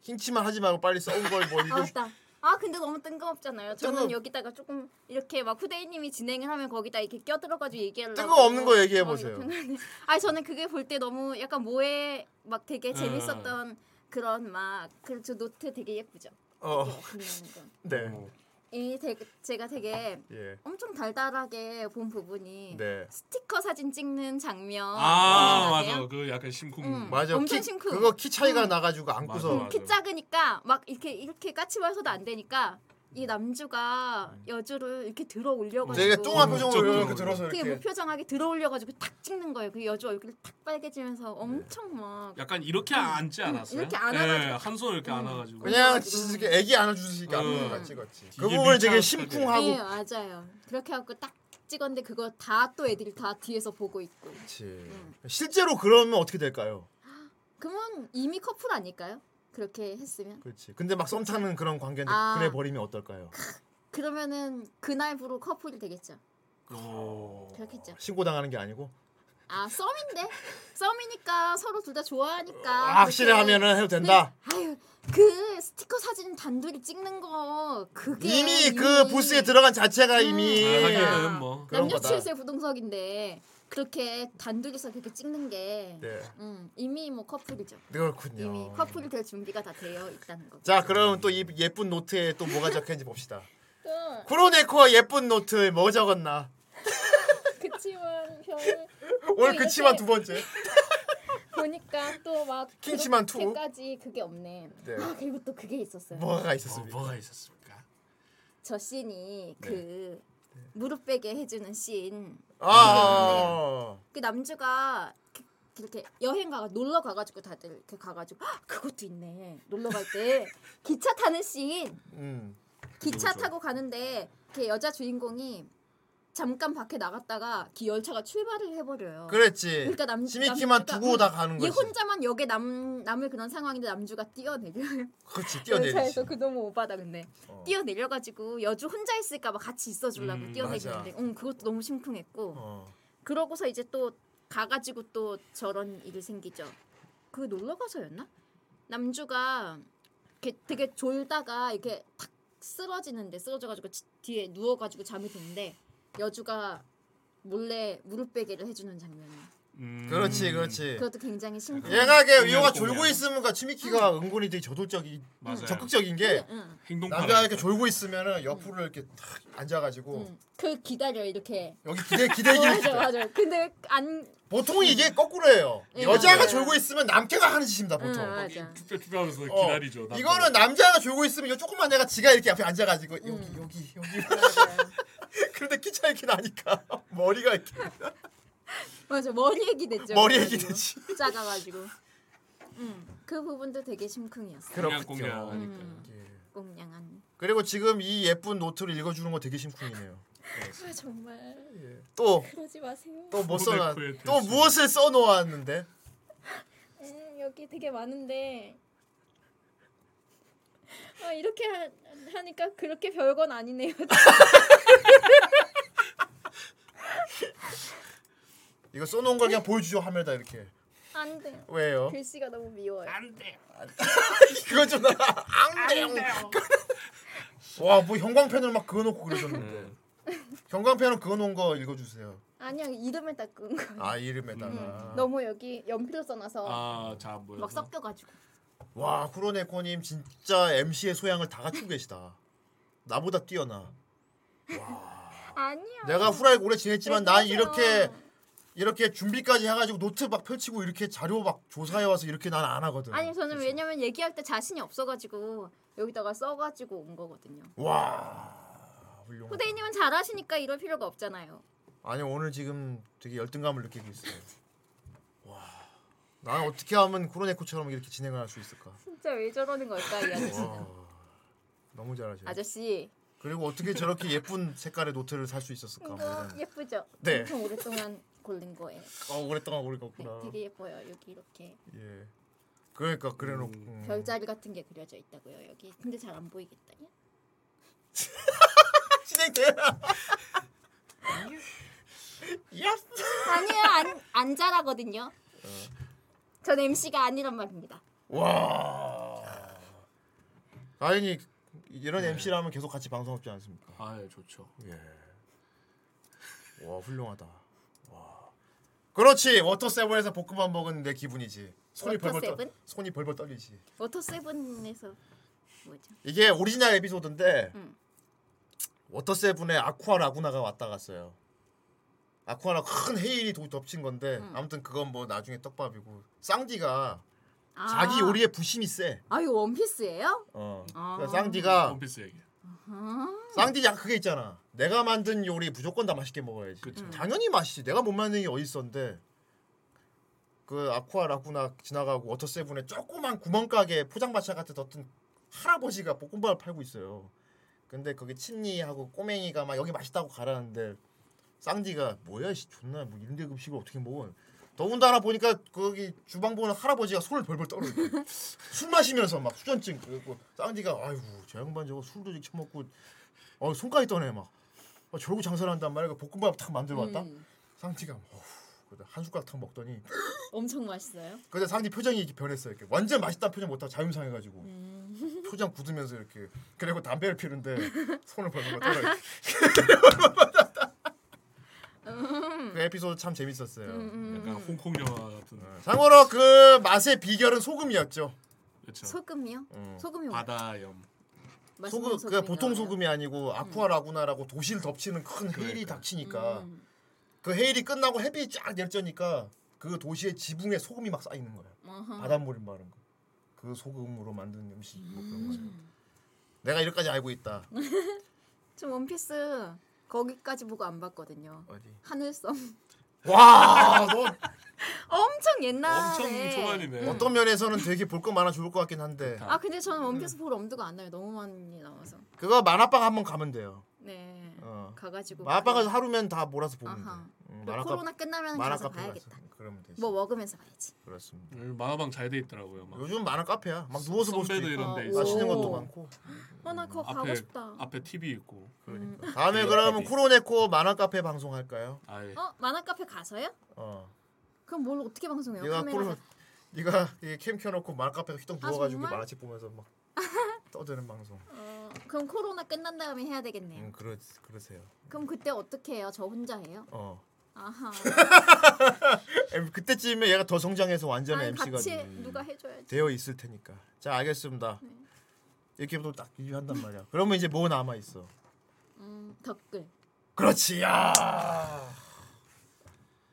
S2: 킹치만 하지 말고 빨리 써온 걸뭐
S6: 아
S2: 이거
S6: 맞다. 아 근데 너무 뜬금없잖아요. 저는
S2: 뜬금-
S6: 여기다가 조금 이렇게 막 후대인님이 진행을 하면 거기다 이렇게 껴들어가지고 얘기하려고
S2: 뜬금없는 거 얘기해 보세요.
S6: 아 저는 그게 볼 때 너무 약간 모에 막 되게
S2: 음.
S6: 재밌었던 그런 막 그저 노트 되게 예쁘죠.
S2: 어
S6: 빛나는 거.
S2: 네.
S7: 어.
S6: 이 되게, 제가 되게
S2: 예.
S6: 엄청 달달하게 본 부분이
S2: 네.
S6: 스티커 사진 찍는 장면.
S7: 아
S6: 기억나세요?
S7: 맞아 그 약간 심쿵.
S6: 어, 음,
S2: 맞아
S6: 엄청
S2: 키,
S6: 심쿵.
S2: 그거 키 차이가
S6: 음.
S2: 나가지고 안고서
S6: 음, 키 작으니까 막 이렇게 이렇게 까치발서도 안 되니까 이 남주가
S2: 음.
S6: 여주를 이렇게 들어 올려가지고
S2: 되게 뚱한 표정으로 이렇게 들어서
S6: 되게
S2: 이렇게.
S6: 무표정하게 들어 올려가지고 탁 찍는 거예요. 그 여주 얼굴이 탁
S2: 네.
S6: 빨개지면서 엄청 막
S7: 약간 이렇게 앉지
S6: 음,
S7: 않았어요?
S6: 이렇게 안아가지고. 음.
S7: 예, 한 손을 이렇게 안아가지고.
S2: 그냥 진짜 애기 안아주시니까
S7: 음.
S2: 안아가 찍었지.
S7: 이게
S2: 그 부분이
S7: 밀착
S2: 되게
S6: 네
S2: 심쿵하고.
S6: 맞아요. 그렇게 하고 딱 찍었는데 그거 다 또 애들이 다 뒤에서 보고 있고.
S2: 그치. 실제로 그러면 어떻게 될까요?
S6: 그러면 이미 커플 아닐까요? 그렇게 했으면
S2: 그렇지. 근데 막 썸 타는 그런 관계인데
S6: 아.
S2: 그래 버리면 어떨까요?
S6: 그러면은 그날부로 커플이 되겠죠.
S7: 어.
S2: 오.
S6: 그렇겠죠.
S2: 신고 당하는 게 아니고
S6: 아 썸인데 썸이니까 서로 둘 다 좋아하니까
S2: 아, 확실히
S6: 그렇게-
S2: 하면은 해도 된다.
S6: 네. 아유 그 스티커 사진 단둘이 찍는 거 그게 음,
S2: 이미 그 부스에 들어간 자체가 이미
S7: 아, 하기는 뭐.
S2: 그런 거다.
S6: 남녀칠세 부동석인데 그렇게 단둘이서 그렇게 찍는 게
S2: 네.
S6: 음, 이미 뭐 커플이죠.
S2: 그렇군요.
S6: 이미 커플이 될 준비가 다 되어 있다는 거.
S2: 자,
S7: 음.
S2: 그럼 또 이 예쁜 노트에 또 뭐가 적혀있는지 봅시다.
S6: 그,
S2: 쿠로네코와 예쁜 노트에 뭐 적었나?
S6: 그치만 별
S2: 오늘 그치만 두 번째.
S6: 보니까 또막
S2: 킹치만 투.
S6: 까지 그게 없네.
S2: 네.
S6: 아 그리고 또 그게 있었어요.
S2: 뭐가 있었습니까?
S7: 뭐가 있었습니까?
S6: 저
S2: 네.
S6: 씬이 그 무릎 베게 해주는 씬.
S2: 아,
S6: 그 남주가 그- 이렇게 여행 가가 놀러 가가지고 다들 이렇게 가가지고 "헉, 그것도 있네. 놀러 갈 때 기차 타는 씬.
S2: 음.
S6: 기차
S2: 누구죠?
S6: 타고 가는데 그 여자 주인공이 잠깐 밖에 나갔다가 기 열차가 출발을 해버려요.
S2: 그랬지.
S6: 그러니까 남
S2: 시미키만
S6: 남주가-
S2: 두고 다 가는
S6: 얘
S2: 거지.
S6: 혼자만 역에 남 남을 그런 상황인데 남주가 뛰어내려요.
S2: 그렇지, 뛰어내리지. 어.
S6: 열차에서 그 너무 오바다 근데 뛰어내려가지고 여주 혼자 있을까봐 같이 있어주려고
S2: 음,
S6: 뛰어내리는데,
S2: 맞아.
S6: 응 그것도 너무 심쿵했고
S2: 어.
S6: 그러고서 이제 또 가가지고 또 저런 일이 생기죠. 그 놀러 가서였나? 남주가 이렇게 되게 졸다가 이렇게 탁 쓰러지는데 쓰러져가지고 지- 뒤에 누워가지고 잠이 드는데 여주가 몰래 무릎 베개를 해주는 장면이.
S7: 음.
S2: 그렇지, 그렇지.
S6: 그것도 굉장히 신기해.
S2: 네. 아, 얘가 걔 위호가 졸고 있으면 그 치미키가
S6: 음.
S2: 은근히 되게 저돌적인
S7: 맞아요.
S2: 적극적인 게
S7: 행동파라.
S2: 남자가 이렇게 졸고 있으면은 옆으로 이렇게 탁 앉아가지고
S6: 그 기다려 이렇게.
S2: 여기 예, 기대 기대기
S6: 어, 맞아 맞아. 근데 안
S2: 보통 이게 거꾸로 해요.
S6: 예,
S2: 여자가
S6: 맞아요.
S2: 졸고 있으면 남캐가 하는 짓입니다 보통. 어,
S6: 응, 음, 맞아.
S7: 네. 투표하면서 기다리죠. 남편을.
S2: 이거는 남자가 졸고 있으면 요 조금만 내가 지가 이렇게 앞에 앉아가지고
S6: 음.
S2: 여기 여기 여기. 그런데 키 차이키 나니까 머리가 이렇게
S6: 맞아 머리 얘기 됐죠.
S2: 머리 얘기
S6: 그래가지고.
S2: 됐지.
S6: 작아가지고. 음, 그 부분도 되게 심쿵이었어.
S2: 그렇군요.
S6: 음. 꽁냥한.
S2: 그리고 지금 이 예쁜 노트를 읽어주는 거 되게 심쿵이네요.
S6: 아 정말.
S2: 또
S6: 그러지 마세요.
S2: 예. 또 못 써놔.
S7: 모델코에
S2: 또
S7: 대신.
S2: 무엇을 써놓았는데?
S6: 음, 여기 되게 많은데 아, 이렇게 하, 하니까 그렇게 별건 아니네요.
S2: 이거 써놓은 걸 그냥 보여주죠 화면에다 이렇게.
S6: 안 돼요.
S2: 왜요?
S6: 글씨가 너무 미워요. 안 돼요.
S2: 그거 좀 나. 안 돼요. 와뭐 형광펜으로 막 그어놓고 그러셨는데.
S6: 네.
S2: 형광펜으로 그어놓은 거 읽어주세요.
S6: 아니야 이름을 닦은 거.
S2: 아 이름에다가.
S6: 음. 너무 여기 연필로 써놔서
S2: 아잘 보여.
S6: 막 섞여가지고.
S2: 와 쿠로네코님 진짜 MC의 소양을 다 갖추고 계시다. 나보다 뛰어나.
S6: 아니야.
S2: 내가 후라이 오래 지냈지만 난 이렇게 이렇게 준비까지 해가지고 노트 막 펼치고 이렇게 자료 막 조사해 와서 이렇게 난 안 하거든.
S6: 아니 저는 왜냐면 얘기할 때 자신이 없어가지고 여기다가 써가지고 온 거거든요.
S2: 와. 훌륭.
S6: 후대인님은 잘하시니까 이럴 필요가 없잖아요.
S2: 아니 오늘 지금 되게 열등감을 느끼고 있어요. 와. 난 어떻게 하면 쿠로네코처럼 이렇게 진행을 할 수 있을까?
S6: 진짜 왜 저러는 걸까 이 아저씨는.
S2: 네. 너무 잘하셔.
S6: 아저씨
S2: 그리고 어떻게 저렇게 예쁜 색깔의 노트를 살 수 있었을까? 뭐
S6: 이거
S2: 이런.
S6: 예쁘죠?
S2: 네.
S6: 엄청 오랫동안 고른 거예요.
S2: 어 오랫동안 오래 걷구나.
S6: 되게 예뻐요. 여기 이렇게
S2: 예. 그러니까 그래놓고 음.
S6: 별자리 같은 게 그려져 있다고요. 여기 근데 잘 안 보이겠다.
S2: 진행돼라.
S6: 아니에요. 안, 안 잘하거든요.
S2: 어.
S6: 전 MC가 아니란 말입니다.
S2: 와. 다현이 이런 MC라면 계속 같이 방송하지 않습니까?
S7: 네. 아 예, 좋죠.
S2: 와 훌륭하다. 와. 그렇지 워터 세븐에서 볶음밥 먹은 내 기분이지. 손이
S6: 워터
S2: 벌벌 떨,
S6: 세븐?
S2: 손이 벌벌 떨리지.
S6: 워터 세븐에서 뭐죠?
S2: 이게 오리지널 에피소드인데
S6: 음.
S2: 워터 세븐에 아쿠아 라구나가 왔다 갔어요. 아쿠아랑 큰 헤일이 도- 덮친 건데
S6: 음.
S2: 아무튼 그건 뭐 나중에 떡밥이고 쌍디가
S6: 아.
S2: 자기 요리에 부심이 세.
S6: 아 이거 원피스예요?
S2: 어.
S6: 아.
S2: 그러니까 쌍디가
S7: 원피스 얘기.
S6: 아.
S2: 쌍디 약 그게 있잖아. 내가 만든 요리 무조건 다 맛있게 먹어야지. 음. 당연히 맛있지. 내가 못 만든 게 어디 있었는데. 그 아쿠아 라구나 지나가고 워터 세븐에 조그만 구멍가게 포장마차 같은 데 어떤 할아버지가 볶음밥을 팔고 있어요. 근데 거기 친니하고 꼬맹이가 막 여기 맛있다고 가라는데 쌍디가 뭐야 씨 존나 뭐 이런 데 음식을 어떻게 먹어? 더군다나 보니까 거기 주방 보는 할아버지가 손을 벌벌 떨어. 술 마시면서 막 수전증 그리고 쌍디가 아이고 저 양반 저거 술도 지금 처먹고 어 손까지 떠네 막. 어, 저러고 장사를 한단 말이야. 그 볶음밥 탁 만들어 왔다.
S6: 음.
S2: 쌍디가 어후, 그러다 한 숟가락 탁 먹더니
S6: 엄청 맛있어요.
S2: 근데 상디 표정이 이렇게 변했어요. 이렇게 완전 맛있다 표정 못하고 자유상해가지고 표정 굳으면서 이렇게 그리고 담배를 피는데 손을 벌리고 떨어.
S6: 음.
S2: 그 에피소드 참 재밌었어요.
S7: 약간 홍콩 영화 같은.
S2: 상으로 그 맛의 비결은 소금이었죠.
S6: 소금이요? 소금이 뭐예요?
S7: 어, 바다염.
S2: 음, 소금
S6: 맛있는
S2: 그러니까
S6: 소금이
S2: 보통
S6: 나와요? 음.
S2: 소금이 아니고 아쿠아 라구나라고 도시를 덮치는 큰
S7: 그러니까.
S2: 헤일이 닥치니까 그 헤일이 끝나고 햇빛이 쫙 내리쬐니까 그 도시의 지붕에 소금이 막 쌓이는 거야.
S6: 어허.
S2: 그 바닷물이 마른 거. 그 소금으로 만든 음식 뭐 그런 거죠. 내가 이렇게까지 알고 있다.
S6: 전 원피스 거기까지 보고 안 봤거든요.
S2: 어디?
S6: 하늘섬.
S2: 와, 너
S6: 엄청 옛날에.
S2: 어떤 면에서는 되게 볼 거 많아 좋을 것 같긴 한데.
S6: 아 근데 저는 원피스
S2: 음.
S6: 볼 엄두가 안 나요. 너무 많이 나와서.
S2: 그거 만화방 한번 가면 돼요.
S6: 네.
S2: 어.
S6: 가가지고.
S2: 만화방 가서 하루면 다 몰아서 보면 돼.
S6: 아하.
S2: 음,
S6: 그 코로나 끝나면
S2: 만화
S6: 가서
S2: 카페
S6: 봐야겠다.
S2: 가서 그러면 되지.
S6: 뭐 먹으면서 봐야지.
S2: 그렇습니다.
S7: 음, 만화방 잘 돼 있더라고요. 막.
S2: 요즘 만화 카페야. 막 누워서 볼수
S7: 선배도
S2: 있고
S7: 이런 데 있어.
S2: 맛있는 것도 많고.
S6: 아나 그거 어, 가고
S7: 앞에
S6: 싶다.
S7: 앞에 TV 있고.
S2: 그러니까. 다음에 그러면 쿠로네코 만화 카페 방송할까요?
S7: 아 예.
S6: 어 만화 카페 가서요?
S2: 어.
S6: 그럼 뭘 어떻게 방송해요?
S2: 네가
S6: 카메라.
S2: 쿠로 네가 이캠 켜놓고 만화 카페 휘동
S6: 아,
S2: 누워가지고
S6: 정말?
S2: 만화책 보면서 막 떠드는 방송.
S6: 어, 그럼 코로나 끝난 다음에 해야 되겠네요.
S2: 음 그러 그러세요.
S6: 그럼 그때 어떻게 해요? 저 혼자 해요?
S2: 어.
S6: 아하.
S2: 그때쯤에 얘가 더 성장해서 완전한
S6: 아니,
S2: MC가
S6: 같이 누가 해줘야지.
S2: 되어 있을 테니까. 자 알겠습니다.
S6: 네.
S2: 이렇게 또 딱 유지한단 말이야. 그러면 이제 뭐 남아 있어?
S6: 음, 댓글.
S2: 그렇지 야.
S7: 아.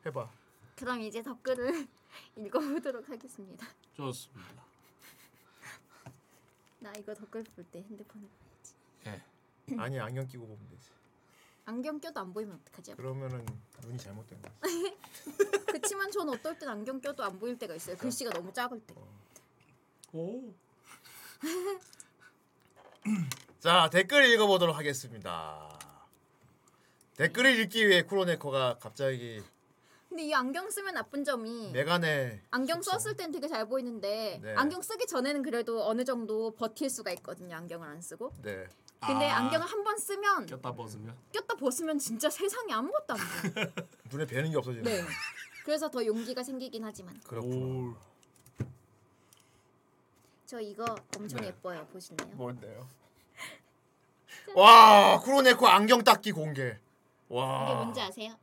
S2: 해봐.
S6: 그럼 이제 댓글을 읽어보도록 하겠습니다.
S7: 좋습니다.
S6: 나 이거 댓글 볼 때 핸드폰을
S7: 예.
S2: 아니 안경 끼고 보면 되지.
S6: 안경 껴도 안 보이면 어떡하지?
S2: 그러면은 눈이 잘못된 거야.
S6: 그치만 저는 어떨 땐 안경 껴도 안 보일 때가 있어요. 글씨가 너무 작을 때.
S7: 오.
S2: 자 댓글 읽어보도록 하겠습니다. 댓글을 읽기 위해 쿠로네코가 갑자기
S6: 근데 이 안경 쓰면 나쁜 점이
S2: 메간의
S6: 안경 썼을 땐 되게 잘 보이는데
S2: 네.
S6: 안경 쓰기 전에는 그래도 어느 정도 버틸 수가 있거든요. 안경을 안 쓰고.
S2: 네.
S6: 근데
S7: 아,
S6: 안경을 한 번 쓰면
S7: 꼈다 벗으면
S6: 꼈다 벗으면 진짜 세상에 아무것도 안 보여.
S2: 눈에 뵈는 게 없어지는.
S6: 네.
S2: 거야.
S6: 그래서 더 용기가 생기긴 하지만
S2: 그렇구나.
S6: 저 이거 엄청
S2: 네.
S6: 예뻐요. 보실래요?
S2: 뭔데요?
S6: 네.
S2: 와 쿠로네코 안경 닦기 공개.
S6: 이게
S2: 와.
S6: 뭔지 아세요?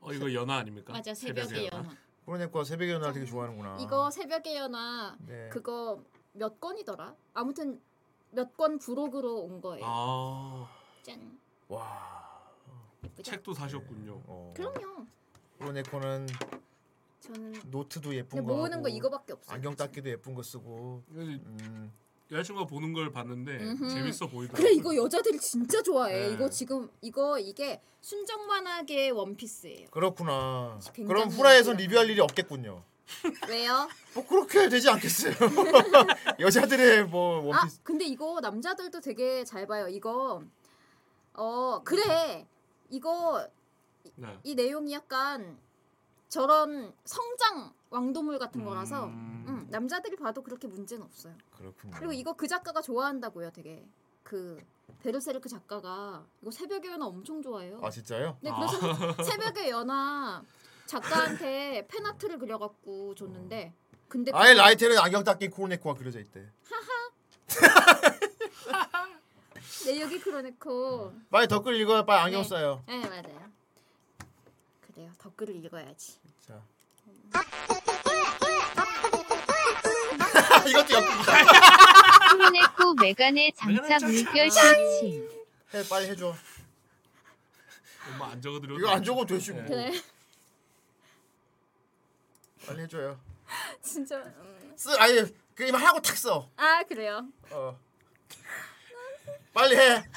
S7: 어 이거 연하 아닙니까?
S6: 맞아, 새벽의 연화.
S2: 쿠로네코가 새벽 연화 되게 좋아하는구나.
S6: 이거 새벽에 연화
S2: 네.
S6: 그거 몇 권이더라? 아무튼 몇 권 부록으로 온 거예요.
S7: 아.
S6: 짠.
S2: 와. 어.
S6: 예쁘죠?
S7: 책도 사셨군요.
S6: 그럼요.
S2: 쿠로네코는
S6: 저는
S2: 노트도 예쁜
S6: 근데
S2: 거
S6: 모으는
S2: 하고,
S6: 거 이거밖에 없어요,
S2: 안경 닦기도 예쁜 거 쓰고. 음.
S7: 여자친구가 보는 걸 봤는데
S6: 음흠.
S7: 네, 재밌어 보이더라고.
S6: 그래 이거 여자들이 진짜 좋아해.
S7: 네.
S6: 이거 지금 이거 이게 순정 만화계 원피스예요.
S2: 그렇구나.
S6: 굉장히
S2: 그럼 후라이에서 리뷰할 일이 없겠군요.
S6: 왜요?
S2: 뭐 그렇게 되지 않겠어요. 여자들의 뭐
S6: 아
S2: 원피스.
S6: 근데 이거 남자들도 되게 잘 봐요. 이거 어 그래 이거
S7: 네.
S6: 이 내용이 약간 저런 성장 왕도물 같은 거라서 음, 남자들이 봐도 그렇게 문제는 없어요.
S2: 그렇군요.
S6: 그리고 이거 그 작가가 좋아한다고요, 되게 그 베르세르크 작가가 이거 새벽의 연화 엄청 좋아해요.
S2: 아 진짜요?
S6: 네, 그래서
S2: 아.
S6: 새벽의 연화 작가한테 팬아트를 그려갖고 줬는데 근데
S2: 아예
S6: 그게-
S2: 라이텔은 안경 닦기 쿠로네코가 그려져 있대.
S6: 내 네, 여기 그러네코.
S2: 빨리 댓글 읽어요. 빨리 안경
S6: 네.
S2: 써요.
S6: 네 맞아요. 그래요. 댓글을 읽어야지.
S2: 자.
S8: 이것도 프로네코 메간의 장차 물결 시침.
S2: 해 빨리 해줘.
S7: 엄마 안 적어드려.
S2: 이거 안 적어도 되지
S7: 네.
S2: 뭐.
S6: 그래.
S2: 빨리 해줘요.
S6: 진짜. 음.
S2: 쓰 아예 그냥 하고 탁 써.
S6: 아 그래요.
S2: 어. 빨리 해.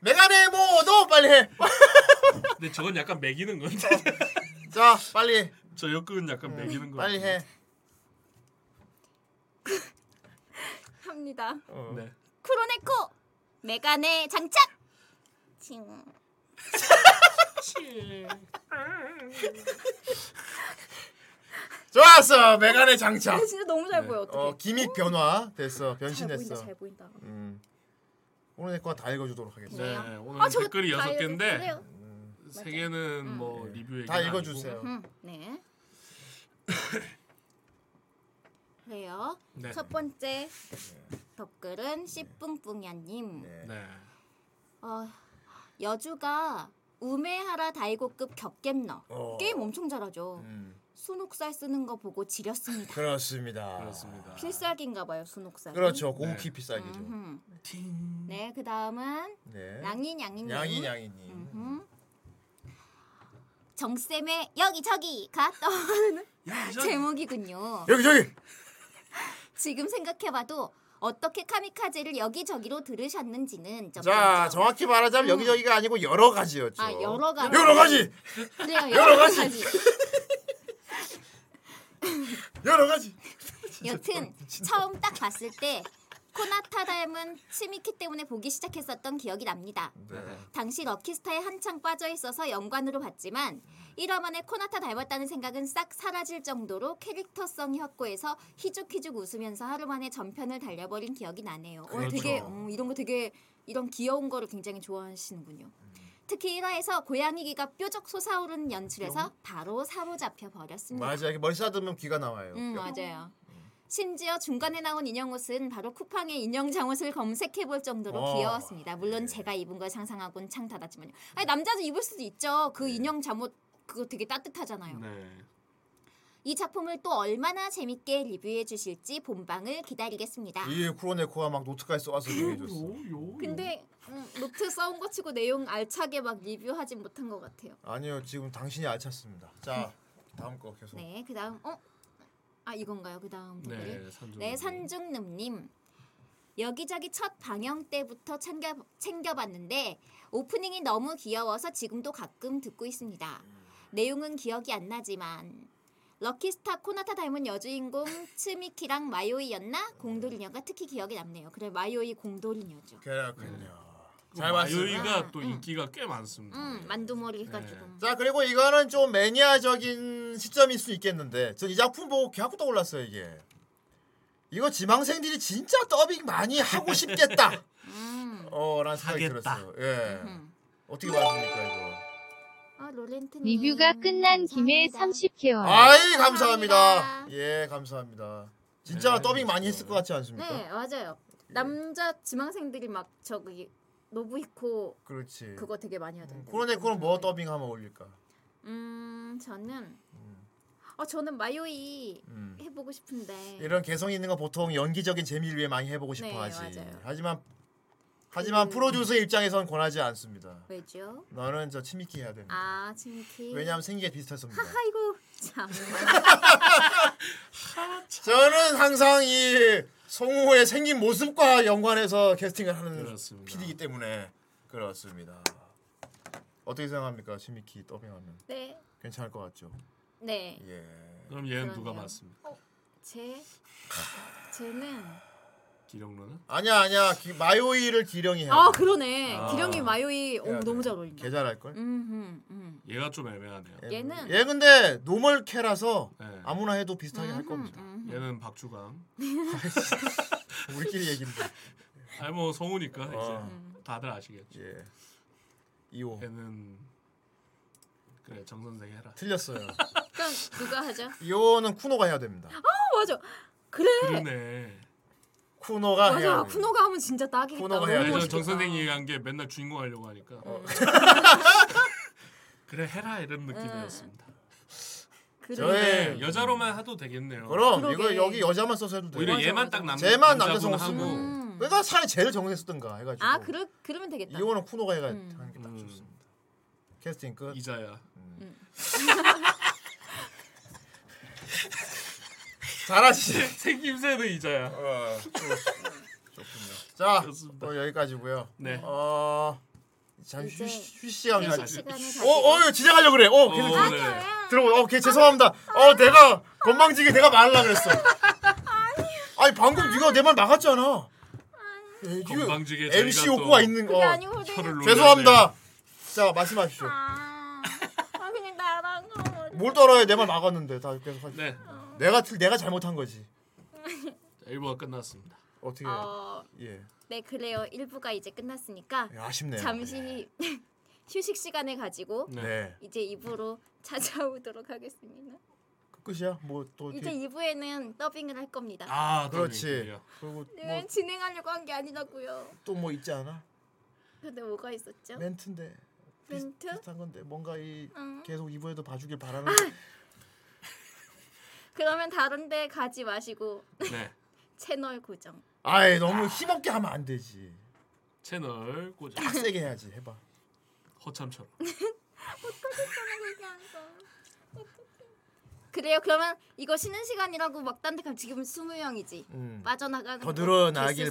S2: 메가네 모도 빨리 해.
S7: 근데 저건 약간 매기는 건데.
S2: 자 빨리.
S7: 저 역은 약간
S6: 음.
S7: 매기는 거.
S2: 빨리 해.
S6: 합니다.
S2: 어.
S7: 네.
S19: 쿠로네코 메간의 장착. 칭.
S2: 네. 좋았어. 메가네 장착.
S6: 진짜 너무 잘 보여. 어떡해.
S2: 어 기믹 변화 됐어.
S6: 잘 보인다.
S2: 변신했어.
S6: 잘 보인다.
S2: 음. 오늘 내거다 읽어주도록 하겠습니다.
S7: 네. 오늘
S6: 아,
S7: 댓글이 여섯 개인데
S2: 음.
S7: 세 개는 뭐 리뷰 얘기.
S2: 다 읽어주세요.
S6: 음, 네. 그래요.
S7: 네.
S6: 첫 번째 댓글은 씨뿡뿡야님.
S7: 네.
S6: 어, 여주가 우메하라 다이고급 겹겜너
S2: 어.
S6: 게임 엄청 잘하죠.
S2: 음.
S6: 순옥살 쓰는 거 보고 지렸습니다.
S2: 그렇습니다. 그렇습니다.
S6: 필살기인가 봐요 순옥살.
S2: 아. 그렇죠. 고기 비싸기죠.
S6: 음. 네, 그 다음은
S2: 네.
S6: 냥인 냥인
S2: 양인 양인이.
S6: 음. 정쌤의 여기저기가 떠오르는
S2: 여기저기.
S6: 제목이군요.
S2: 여기 저기.
S6: 지금 생각해봐도 어떻게 카미카제를 여기저기로 들으셨는지는 점
S2: 자 정확히 말하자면 여기저기가 아니고 여러 가지였죠.
S6: 음. 아 여러 가지
S2: 여러 가지.
S6: 그래요 여러,
S2: 여러 가지.
S6: 가지,
S2: 여러 가지.
S6: 여튼 처음 딱 봤을 때 코나타 닮은 치미키 때문에 보기 시작했었던 기억이 납니다
S2: 네.
S6: 당시 럭키스타에 한창 빠져있어서 연관으로 봤지만 1화 만에 코나타 닮았다는 생각은 싹 사라질 정도로 캐릭터성이 확고해서 희죽희죽 웃으면서 하루 만에 전편을 달려버린 기억이 나네요 어,
S19: 그렇죠.
S6: 되게 어, 이런 거 되게 이런 귀여운 거를 굉장히 좋아하시는군요 특히 1화에서 고양이기가 뾰족 솟아오르는 연출에서 바로 사로잡혀 버렸습니다.
S2: 맞아. 이렇게 머리 싸드면 귀가 나와요.
S6: 음, 맞아요. 심지어 중간에 나온 인형 옷은 바로 쿠팡의 인형 장옷을 검색해 볼 정도로
S2: 어.
S6: 귀여웠습니다. 물론 제가 입은 걸 상상하곤 창 닫았지만요. 아니 남자도 입을 수도 있죠. 그 인형 잠옷 그거 되게 따뜻하잖아요.
S7: 네.
S6: 이 작품을 또 얼마나 재밌게 리뷰해 주실지 본방을 기다리겠습니다.
S2: 이 쿠로네코가 막 노트까지 써와서
S7: 그,
S2: 얘기해줬어.
S6: 근데 음, 노트 써온 거 치고 내용 알차게 막 리뷰하진 못한 것 같아요.
S2: 아니요 지금 당신이 알찼습니다. 자 다음 거 계속.
S6: 네, 그다음 어? 아 이건가요? 그다음
S2: 그렇죠. 네,
S6: 댓글이?
S2: 산중놈.
S6: 네, 산중놈님. 여기저기 첫 방영 때부터 챙겨 챙겨봤는데 오프닝이 너무 귀여워서 지금도 가끔 듣고 있습니다. 내용은 기억이 안 나지만 럭키스타 코나타 닮은 여주인공 츠미키랑 마요이였나 공돌이녀가 특히 기억에 남네요. 그래 마요이 공돌이녀죠.
S2: 그렇군요.
S7: 잘
S2: 잘 봤어요.
S7: 네. 마요이가 또 인기가 꽤 많습니다.
S6: 음 만두머리가
S7: 네.
S6: 조금
S2: 자 그리고 이거는 좀 매니아적인 시점일 수 있겠는데 전 이 작품 보고 계속 떠올랐어요 이게. 이거 지망생들이 진짜 더빙 많이 하고 싶겠다.
S6: 음.
S2: 어라는 생각이 들었어요. 예. 어떻게 봤습니까 이거?
S6: 아 롤렌트님
S8: 리뷰가 끝난 김에
S6: 어,
S8: 30개월.
S2: 아이 감사합니다. 예 감사합니다. 진짜 더빙 많이 했을 것 같지 않습니까?
S6: 네 맞아요. 남자 지망생들이 막 저기 노부히코
S2: 그렇지.
S6: 그거 되게 많이 하던데.
S2: 코로네코는 뭐 더빙하면 어울릴까?
S6: 음 저는 아 저는 마요이
S2: 음.
S6: 해보고 싶은데
S2: 이런 개성 있는 건 보통 연기적인 재미를 위해 많이 해보고 싶어
S6: 네,
S2: 하지.
S6: 맞아요. 음.
S2: 하지만 하지만 프로듀서 입장에선 권하지 않습니다.
S6: 왜죠?
S2: 너는 저 치미키 해야 됩니다.
S6: 아 진키.
S2: 네. 왜냐하면 생기가 비슷해서입니다.
S6: 하하 이거 참.
S2: 저는 항상 이 송우의 생긴 모습과 연관해서 캐스팅을 하는 PD이기 때문에 그렇습니다. 어떻게 생각합니까, 치미키 더빙하면
S6: 네.
S2: 괜찮을 것 같죠?
S6: 네.
S2: 예.
S7: 그럼 얘는 누가
S6: 그러네요.
S7: 맞습니까?
S6: 어, 제 쟤는
S7: 기령로는?
S2: 아니야 아니야 기- 마요이를 기령이 해.
S6: 아 그러네.
S7: 아.
S6: 기령이 마요이 어,
S2: 해야
S6: 너무
S2: 돼.
S6: 잘 어울린다.
S2: 개 잘할 걸.
S6: 음, 음, 음.
S7: 얘가 좀 애매하네요.
S6: 얘는
S2: 얘 근데 노멀 캐라서
S7: 네.
S2: 아무나 해도 비슷하게
S6: 음,
S2: 할 겁니다.
S7: 얘는 박주감.
S2: 네. 우리끼리 얘긴데.
S7: 아니 뭐 성우니까
S2: 어.
S7: 이제 다들 아시겠죠.
S2: 예. 2호.
S7: 얘는 그래 정 선생 해라.
S2: 틀렸어요.
S6: 그럼 누가 하죠?
S2: 이호는 쿠노가 해야 됩니다.
S6: 아 맞아. 그래.
S7: 그러네.
S2: 쿠노가 해야
S6: 맞아.
S2: 돼.
S6: 쿠노가 하면 진짜 딱이겠다.
S2: 쿠노가 해야
S7: 예전
S2: 돼. 어.
S7: 정 선생이 한 게 맨날 주인공 하려고 하니까. 그래 해라 이런 느낌이었습니다. 네,
S2: 저의-
S7: 여자로만 해도 되겠네요.
S2: 그럼 이거 여기 여자만 써서 해도 돼.
S7: 오히려 얘만 딱 남.
S2: 쟤만 남자 성우
S7: 남자분
S2: 쓰고.
S7: 하고.
S2: 그러니까 차라리 쟤를 정했었던가 해가지고.
S6: 아 그러 그러면 되겠다.
S2: 이호는 쿠노가 해가 하는 게 딱 좋습니다. 캐스팅 끝.
S7: 음.
S2: 음.
S7: 이자야.
S6: 음.
S2: 잘하시.
S7: 생김새도 이자야.
S2: 어, 자, 어, 여기까지고요.
S7: 네.
S2: 어, 잠 휴,
S7: 이제
S2: 휴식시간
S7: 휴식
S2: 가지.
S7: 시간을
S2: 어, 어, 이거 진행하려 그래. 어, 계속
S7: 어,
S2: 들-
S7: 네.
S2: 들어보. 어, 걔 죄송합니다. 어, 내가 건방지게 내가 말하려 그랬어. 아니, 방금 네가 내 말 막았잖아. 에이, 이거
S7: 건방지게
S2: MC
S7: 저희가 또
S2: 욕구가 있는 거.
S7: 그게 아니고 저를
S2: 죄송합니다. 자, 말씀하십시오.
S6: 아 그냥 나랑 그럼.
S2: 뭘 떨어요? 내 말 막았는데 다 계속 하지.
S7: 네.
S2: 내가 틀- 내가 잘못한 거지.
S7: 일부가 끝났습니다.
S2: 음. 어떻게?
S6: 어,
S2: 예.
S6: 네 그래요. 1부가 이제 끝났으니까
S2: 야, 아쉽네요.
S6: 잠시 휴식 시간을 가지고
S2: 네.
S6: 이제 2부로 찾아오도록 하겠습니다.
S2: 끝이야? 뭐또
S6: 이제 2부에는 더빙을 할 겁니다.
S2: 어, 네. 아, 그렇지. 뭐 그리고
S6: 이건 진행하려고 한 게 아니라고요.
S2: 또 뭐 있지 않아?
S6: 근데 뭐가 있었죠?
S2: 멘트인데
S6: 네. 멘트? 아. 어.
S2: 비슷한 건데 뭔가 이
S6: 응.
S2: 계속 이번에도 봐주길 바라는 데
S6: 그러면 다른데 가지 마시고
S7: 네.
S6: 채널 고정.
S2: 아이 너무 힘없게 하면 안 되지
S7: 채널 고정.
S2: 딱 세게 해야지 해봐
S7: 허참처럼.
S6: 그래요. 그러면 이거 쉬는 시간이라고 막 딴 데 가면 지금 20명이지.
S2: 음.
S6: 빠져나가는
S2: 더
S6: 거
S2: 늘어나길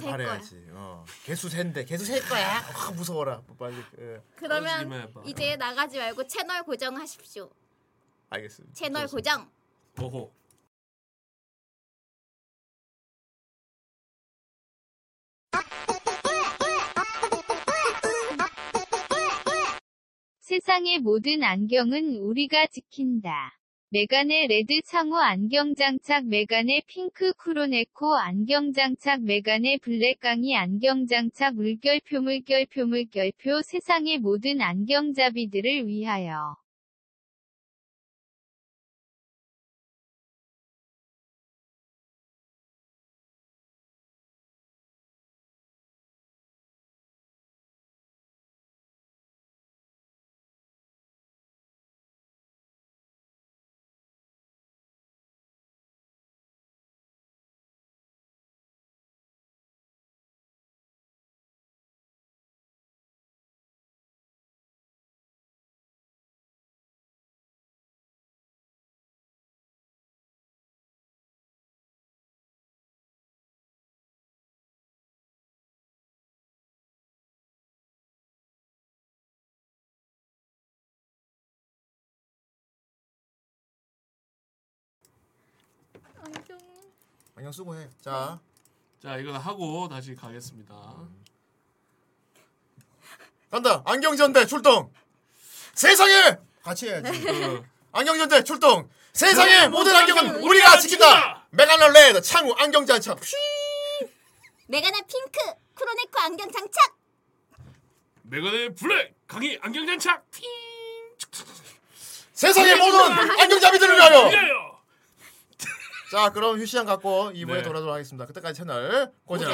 S6: 뭐 개수 셀 거야.
S2: 바라야지 어. 개수 센데 개수 셀 거야 아, 무서워라 빨리 예.
S6: 그러면 이제 나가지 말고 채널 고정하십시오.
S2: 알겠습니다
S6: 채널 고정.
S7: 보호
S8: 세상의 모든 안경은 우리가 지킨다. 메간의 레드 상호 안경 장착 메간의 핑크 쿠로네코 안경 장착 메간의 블랙 강의 안경 장착 물결표 물결표 물결표 세상의 모든 안경잡이들을 위하여.
S6: 어, 네.
S2: 안경 쓰고 해. 자.
S7: 자 이건 하고 다시 가겠습니다.
S2: 간다. 안경전대 출동. 세상에 같이 해야지. 안경전대 출동. 세상의 그 네, 모든 안경은 우리가 지킨다. 메가나 레드 창우 안경 장착. 휘!
S20: 메가나 핑크 크로네코 안경 장착
S7: 메가네 블랙 강의 안경 장착. 핑!
S2: 세상의 모든 안경잡이들을 위하여. 자, 그럼 휴시장 갖고 이번에
S7: 네.
S2: 돌아오도록 하겠습니다. 그때까지 채널 고정.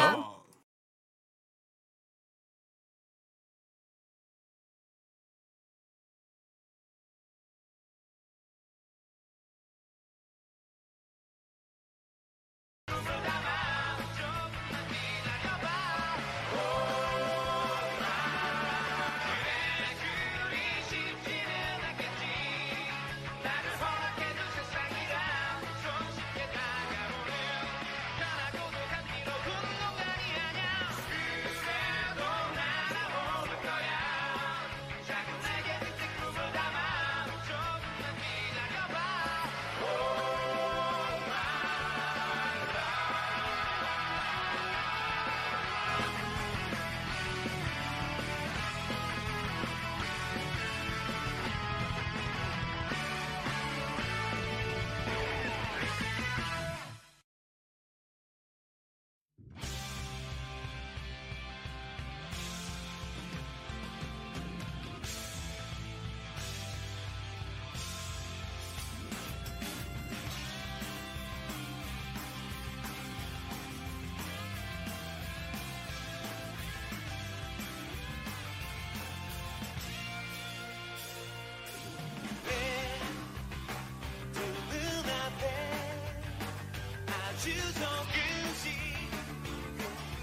S3: 아주 조금씩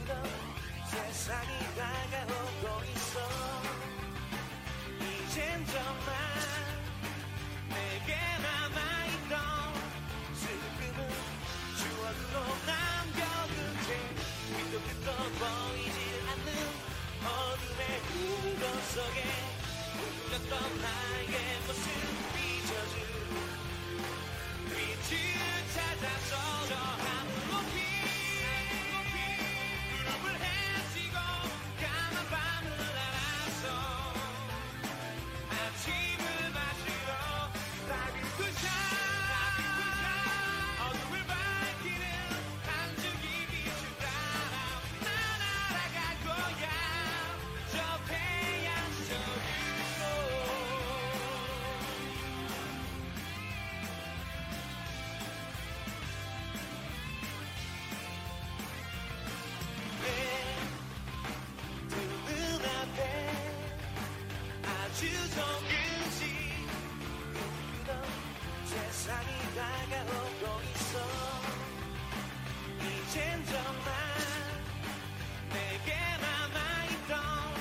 S3: 그런 세상이 다가오고 있어 이젠 정말 내게 남아있던 슬픔을 추억으로 남겨둔 채 밑도 끝도 보이지 않는 어둠의 구름 속에 울렸던 나의 모습 잊어줄 빛을 찾아서 저 하늘 높이 높이 구름을 헤치고 까만 밤을 날아서 아침을 맞으러 밝은 불샷 어둠을 밝히는 한 줄기 빛을 따라 나 날아갈 거야 저 태양 속으로 내 눈앞에 아주 조금씩 흐르던 세상이 다가오고 있어 이젠 정말 내게 남아있던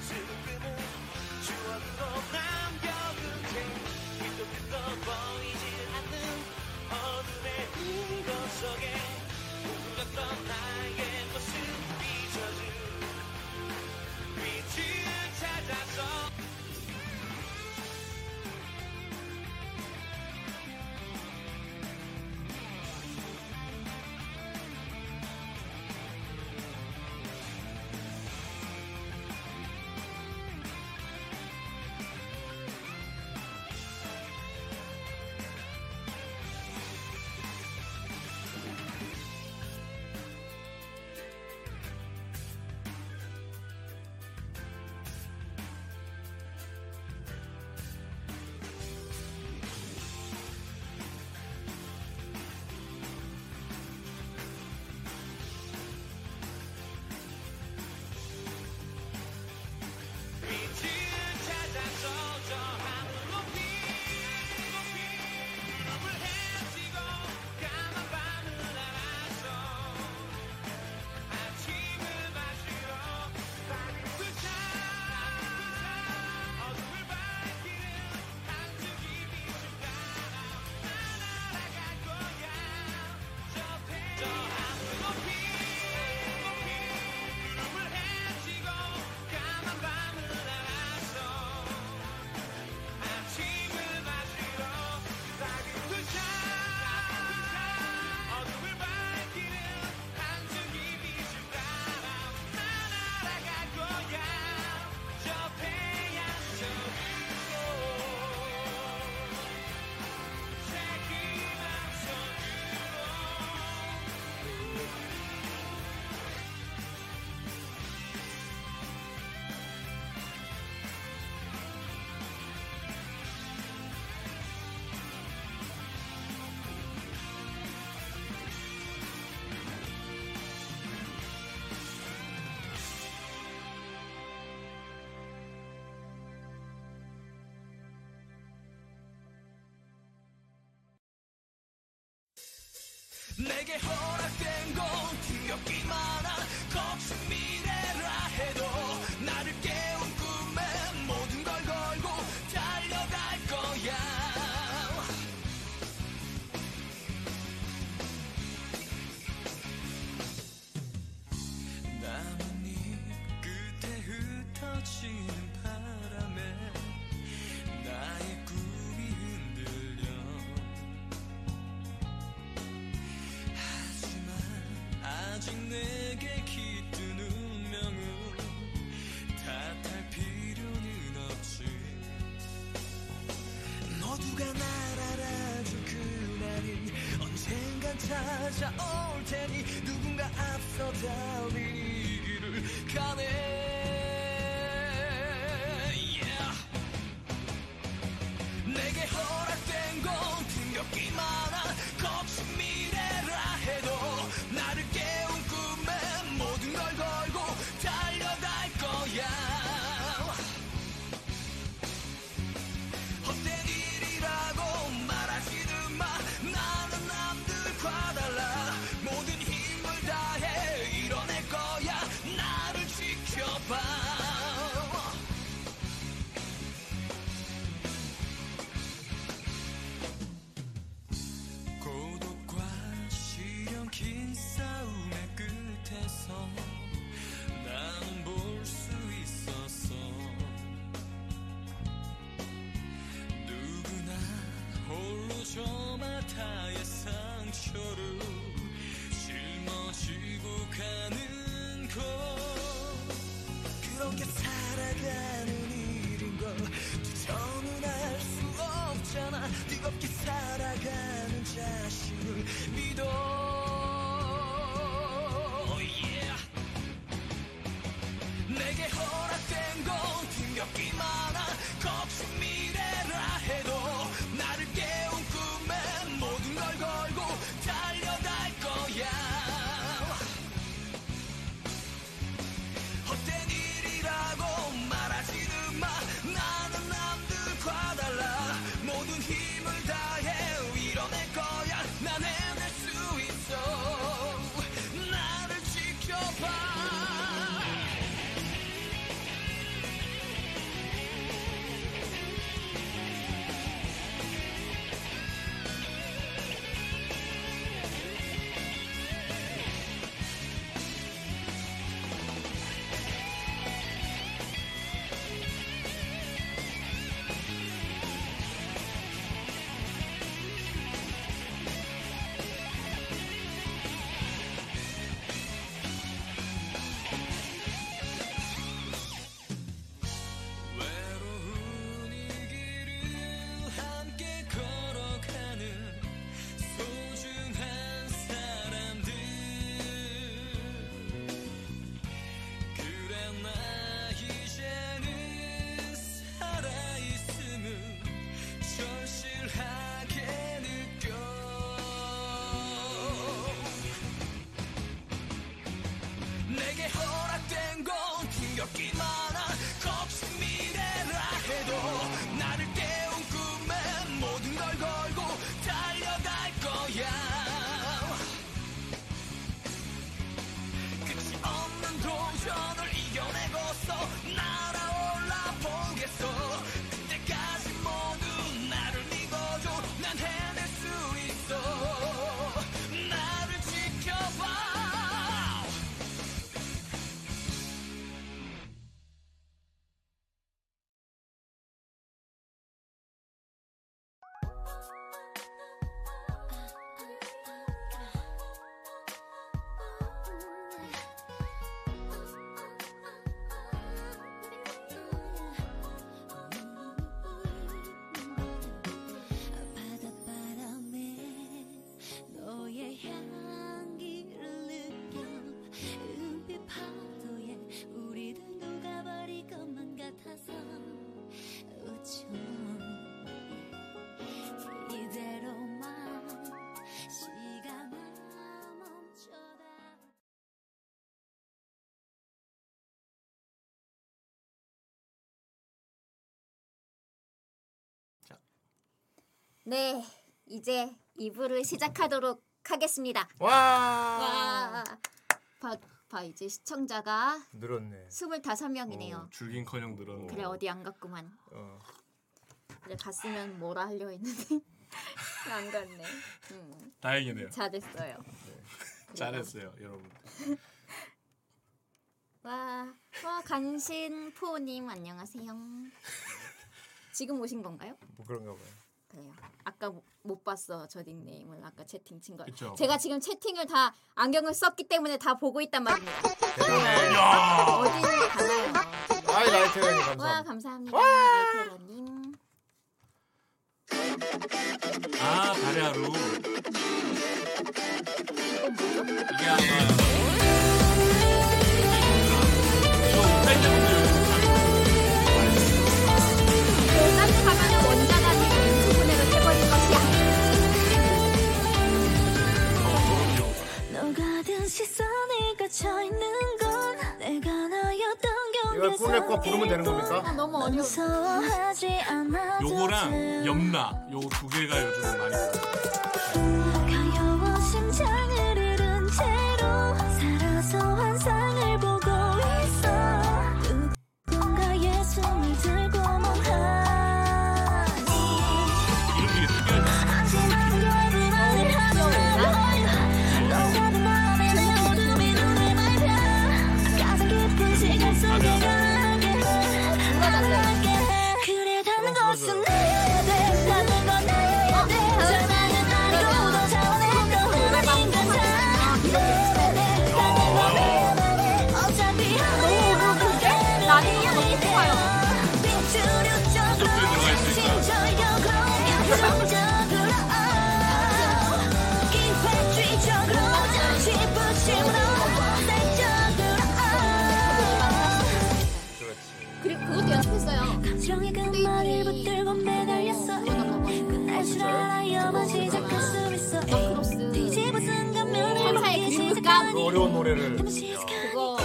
S3: 슬픔을 추억으로 남겨둔 채 빛도 끝도 보이지 않는 어둠의 우로 속에 울렸던 나의 모습 잊어줄 빛을 찾아서 내게 허락된 건 기억이만 한 거친 미래라 해도 나를 깨운 꿈에 모든 걸 걸고 달려갈 거야 나뭇잎 끝에 흩어지는 바람에 나의 꿈이 흔들려 하지만 아직 내게 깃든 운명을 탓할 필요는 없지 모두가 날 알아준 그날이 언젠간 찾아올 테니 누군가 앞서 달리기를 가네 Yeah. 내게 허락된 건 힘겹기만 한 거친 미래라 해도 나를 깨운 꿈에 모든 걸 걸고 달려갈 거야 헛된 일이라고 말하지는 마 나는 남들과 달라 모든 힘을 다해 이뤄낼 거야 나를 지켜봐 고독과 시련 긴 싸움의 끝에서 나는 볼 수 있었어 누구나 홀로 저마다의 상처를 짊어지고 가는 것 그렇게 살아가는 일인 걸 두려움은 알 수 없잖아 뜨겁게 살아가는 자신을 믿어 Oh yeah. 내게 허락된 건 힘겹기만 한 거친 미래라 해도 나를 깨운 꿈에 모든 걸 걸고 달려갈 거야 헛된 일이라고 말하지는 마 나는 남들과 달라 모든 힘을 다해 이뤄낼 거야 난 해낼 수 있어 나를 지켜봐 외로운 이 길을 함께 걸어가는 소중한 사람들 그래 나 이제는 살아있음을 절실하게 느껴 내게 허락된 건 힘겹기만 한 거친 미래라 해도 나를 깨운 꿈에 모든 걸 걸고 달려갈 거야 끝이 없는 도전을 이겨내고서 날아올라 보겠어 그때까지 모두 나를 믿어줘 난 해낼 수 있어 나를 지켜봐
S4: 바닷바람에 너의 향기를 느껴 은빛 파도에 우리들 녹아버릴 것만 같아서 우쭈 이대로만 시간아 멈춰라
S21: 네, 이제 2부를 시작하도록 하겠습니다.
S2: 와.
S21: 와. 봐, 봐 이제 시청자가
S2: 늘었네.
S21: 25명이네요.
S7: 줄긴커녕 늘었네.
S21: 그래 어디 안 갔구만.
S2: 어.
S21: 그래 갔으면 뭐라 하려 했는데 안 갔네. 음.
S7: 다행이네요.
S21: 잘했어요.
S7: 잘했어요, 여러분.
S21: 와, 와 간신포님 안녕하세요. 지금 오신 건가요?
S2: 뭐 그런가 봐요.
S21: 그래요. 아까 모- 못 봤어 저 닉네임을 아까 채팅 친 걸.
S2: 그쵸.
S21: 제가 지금 채팅을 다 안경을 썼기 때문에 다 보고 있단 말입니다.
S2: 대단해. 야.
S21: 어디를 가나요?
S2: 아이 라이트형님
S21: 와
S2: 감사합니다.
S21: 감사합니다. 네, 라이테러님.
S7: 아, 다리아루. 이게 아마
S21: 딴데 가면은 원자가 지금 인수분해를 해버릴 것이야.
S4: 녹아든 시선이 갇혀있는 건 내가 너였던
S2: 이걸
S4: 경계선
S2: 푸네코 부르면 되는 겁니까?
S21: 너무 어려워
S4: 무서워하지 않아도
S7: 요거랑 염라 요거 두 개가 요즘 많이
S4: 가여워 심장을 잃은 채로 살아서 환상을 보고 있어 누군가의 숨이 들고 멍하니 언제나 그녀에게 말을 하면 너와는 마음에 내 어둠이 눈을 밟혀 가장 깊은 시간 속에 가게 나게 그래 가는 것은 나여야 돼 가는 건 나여야 돼 전화는 아니고 더 차원의 또 하나인 인간잖아 내 가는 건 나여야 돼 어차피 하늘은 그게 나의 일이야 빈주류적으로 정신적으로 감성적으로 기획주의적으로 지부심으로 본색적으로
S21: 그리고 그것도 연습했어요. 네,
S4: 감정이 그 말을 붙들고 매달렸어 그 끝날 줄 알아 영원 시작할 수 있어 뒤집어 순간 면을
S21: 천사의
S4: 먹기
S21: 그림을
S4: 시작하니
S2: 그 어려운 노래를.
S21: 그거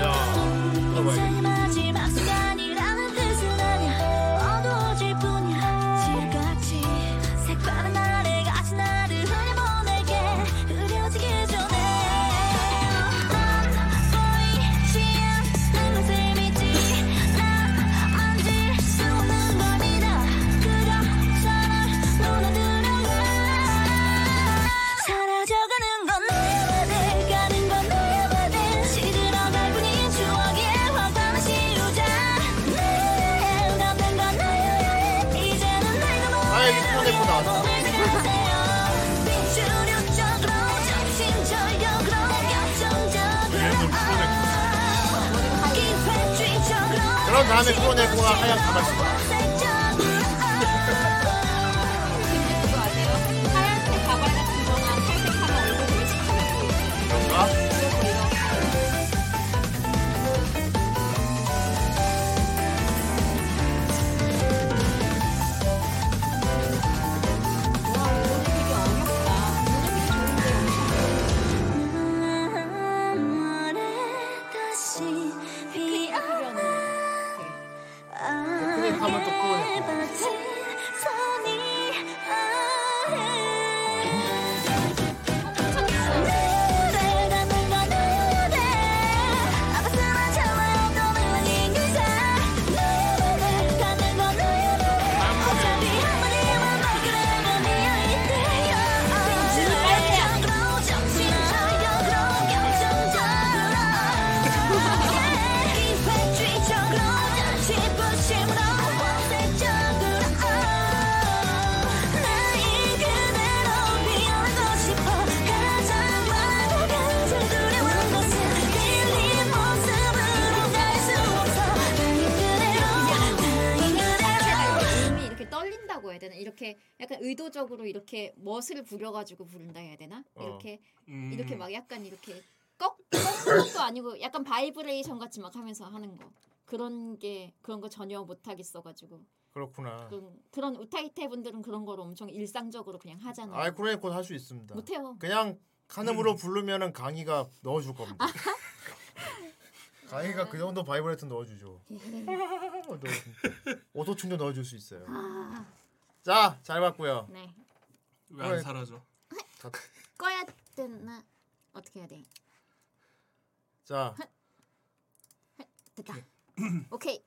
S2: 야.
S4: 인생의 마지막 순간이라는 뜻은 아냐 어두워질 뿐이야 지금같이 색바른 날에 같이 나를 흘려보낼게 흐려지기 전에 넌 보이지 않는 것을 믿지 난 만질 수 없는 걸 믿어 그것처럼 눈에 들어가 사라져가는 건 너여야 돼 가는 건 너여야 돼 시들어갈 뿐인 추억에 화가 나 씌우자 너여야 해 남는 건 너여야 해 이제는 내가
S2: 아이 푸네코 나왔어.
S4: 비주류적으로 정신적으로 열정적으로 기획주의적으로
S2: 그런 다음에 푸네코가 하얀 가발 쓰고.
S21: 하얀색 가발 같은 거나 탈색하면 얼굴
S2: 아.
S4: 눈물에 다시 피어나 안개 받친 선이 아래 내가 갖는 건 너여야 돼 아파트만 참아야 떠나는 인기사 너여야 돼 갖는 건 너여야 돼 어차피 한마디만 말 그러면 이어있대요 빈주의적으로 정신적으로 결정적으로 기획주의적으로 지부심으로 원색적으로 나이 그대로 비어나고 싶어 가장 많고 가장 두려운 것은 빌린 모습으로 갈수 없어 나이 그대로 나이 그대로
S6: 음이 이렇게 떨린다고 해야 되나? 이렇게 약간 의도적으로 이렇게 멋을 부려가지고 부른다 해야 되나?
S21: 어.
S6: 이렇게
S21: 음.
S6: 이렇게 막 약간 이렇게 꺾 꺾는 것도 아니고 약간 바이브레이션 같이 막 하면서 하는 거 그런 게 그런 거 전혀 못 하겠어가지고
S2: 그렇구나.
S6: 그런 그런 우타이테 분들은 그런 걸 엄청 일상적으로 그냥 하잖아요.
S2: 아이 푸네코 할수 있습니다.
S6: 못해요.
S2: 그냥 카늠으로 부르면은 강희가 넣어줄 겁니다. 강희가 그 정도 바이브레이트 넣어주죠. 오토튠도
S6: 아.
S2: 넣어줄 수 있어요. 자, 잘 봤고요.
S21: 네.
S7: 왜 안 사라져?
S2: 다-
S6: 꺼야 되나? 어떻게 해야 돼?
S2: 자
S6: 됐다. 오케이.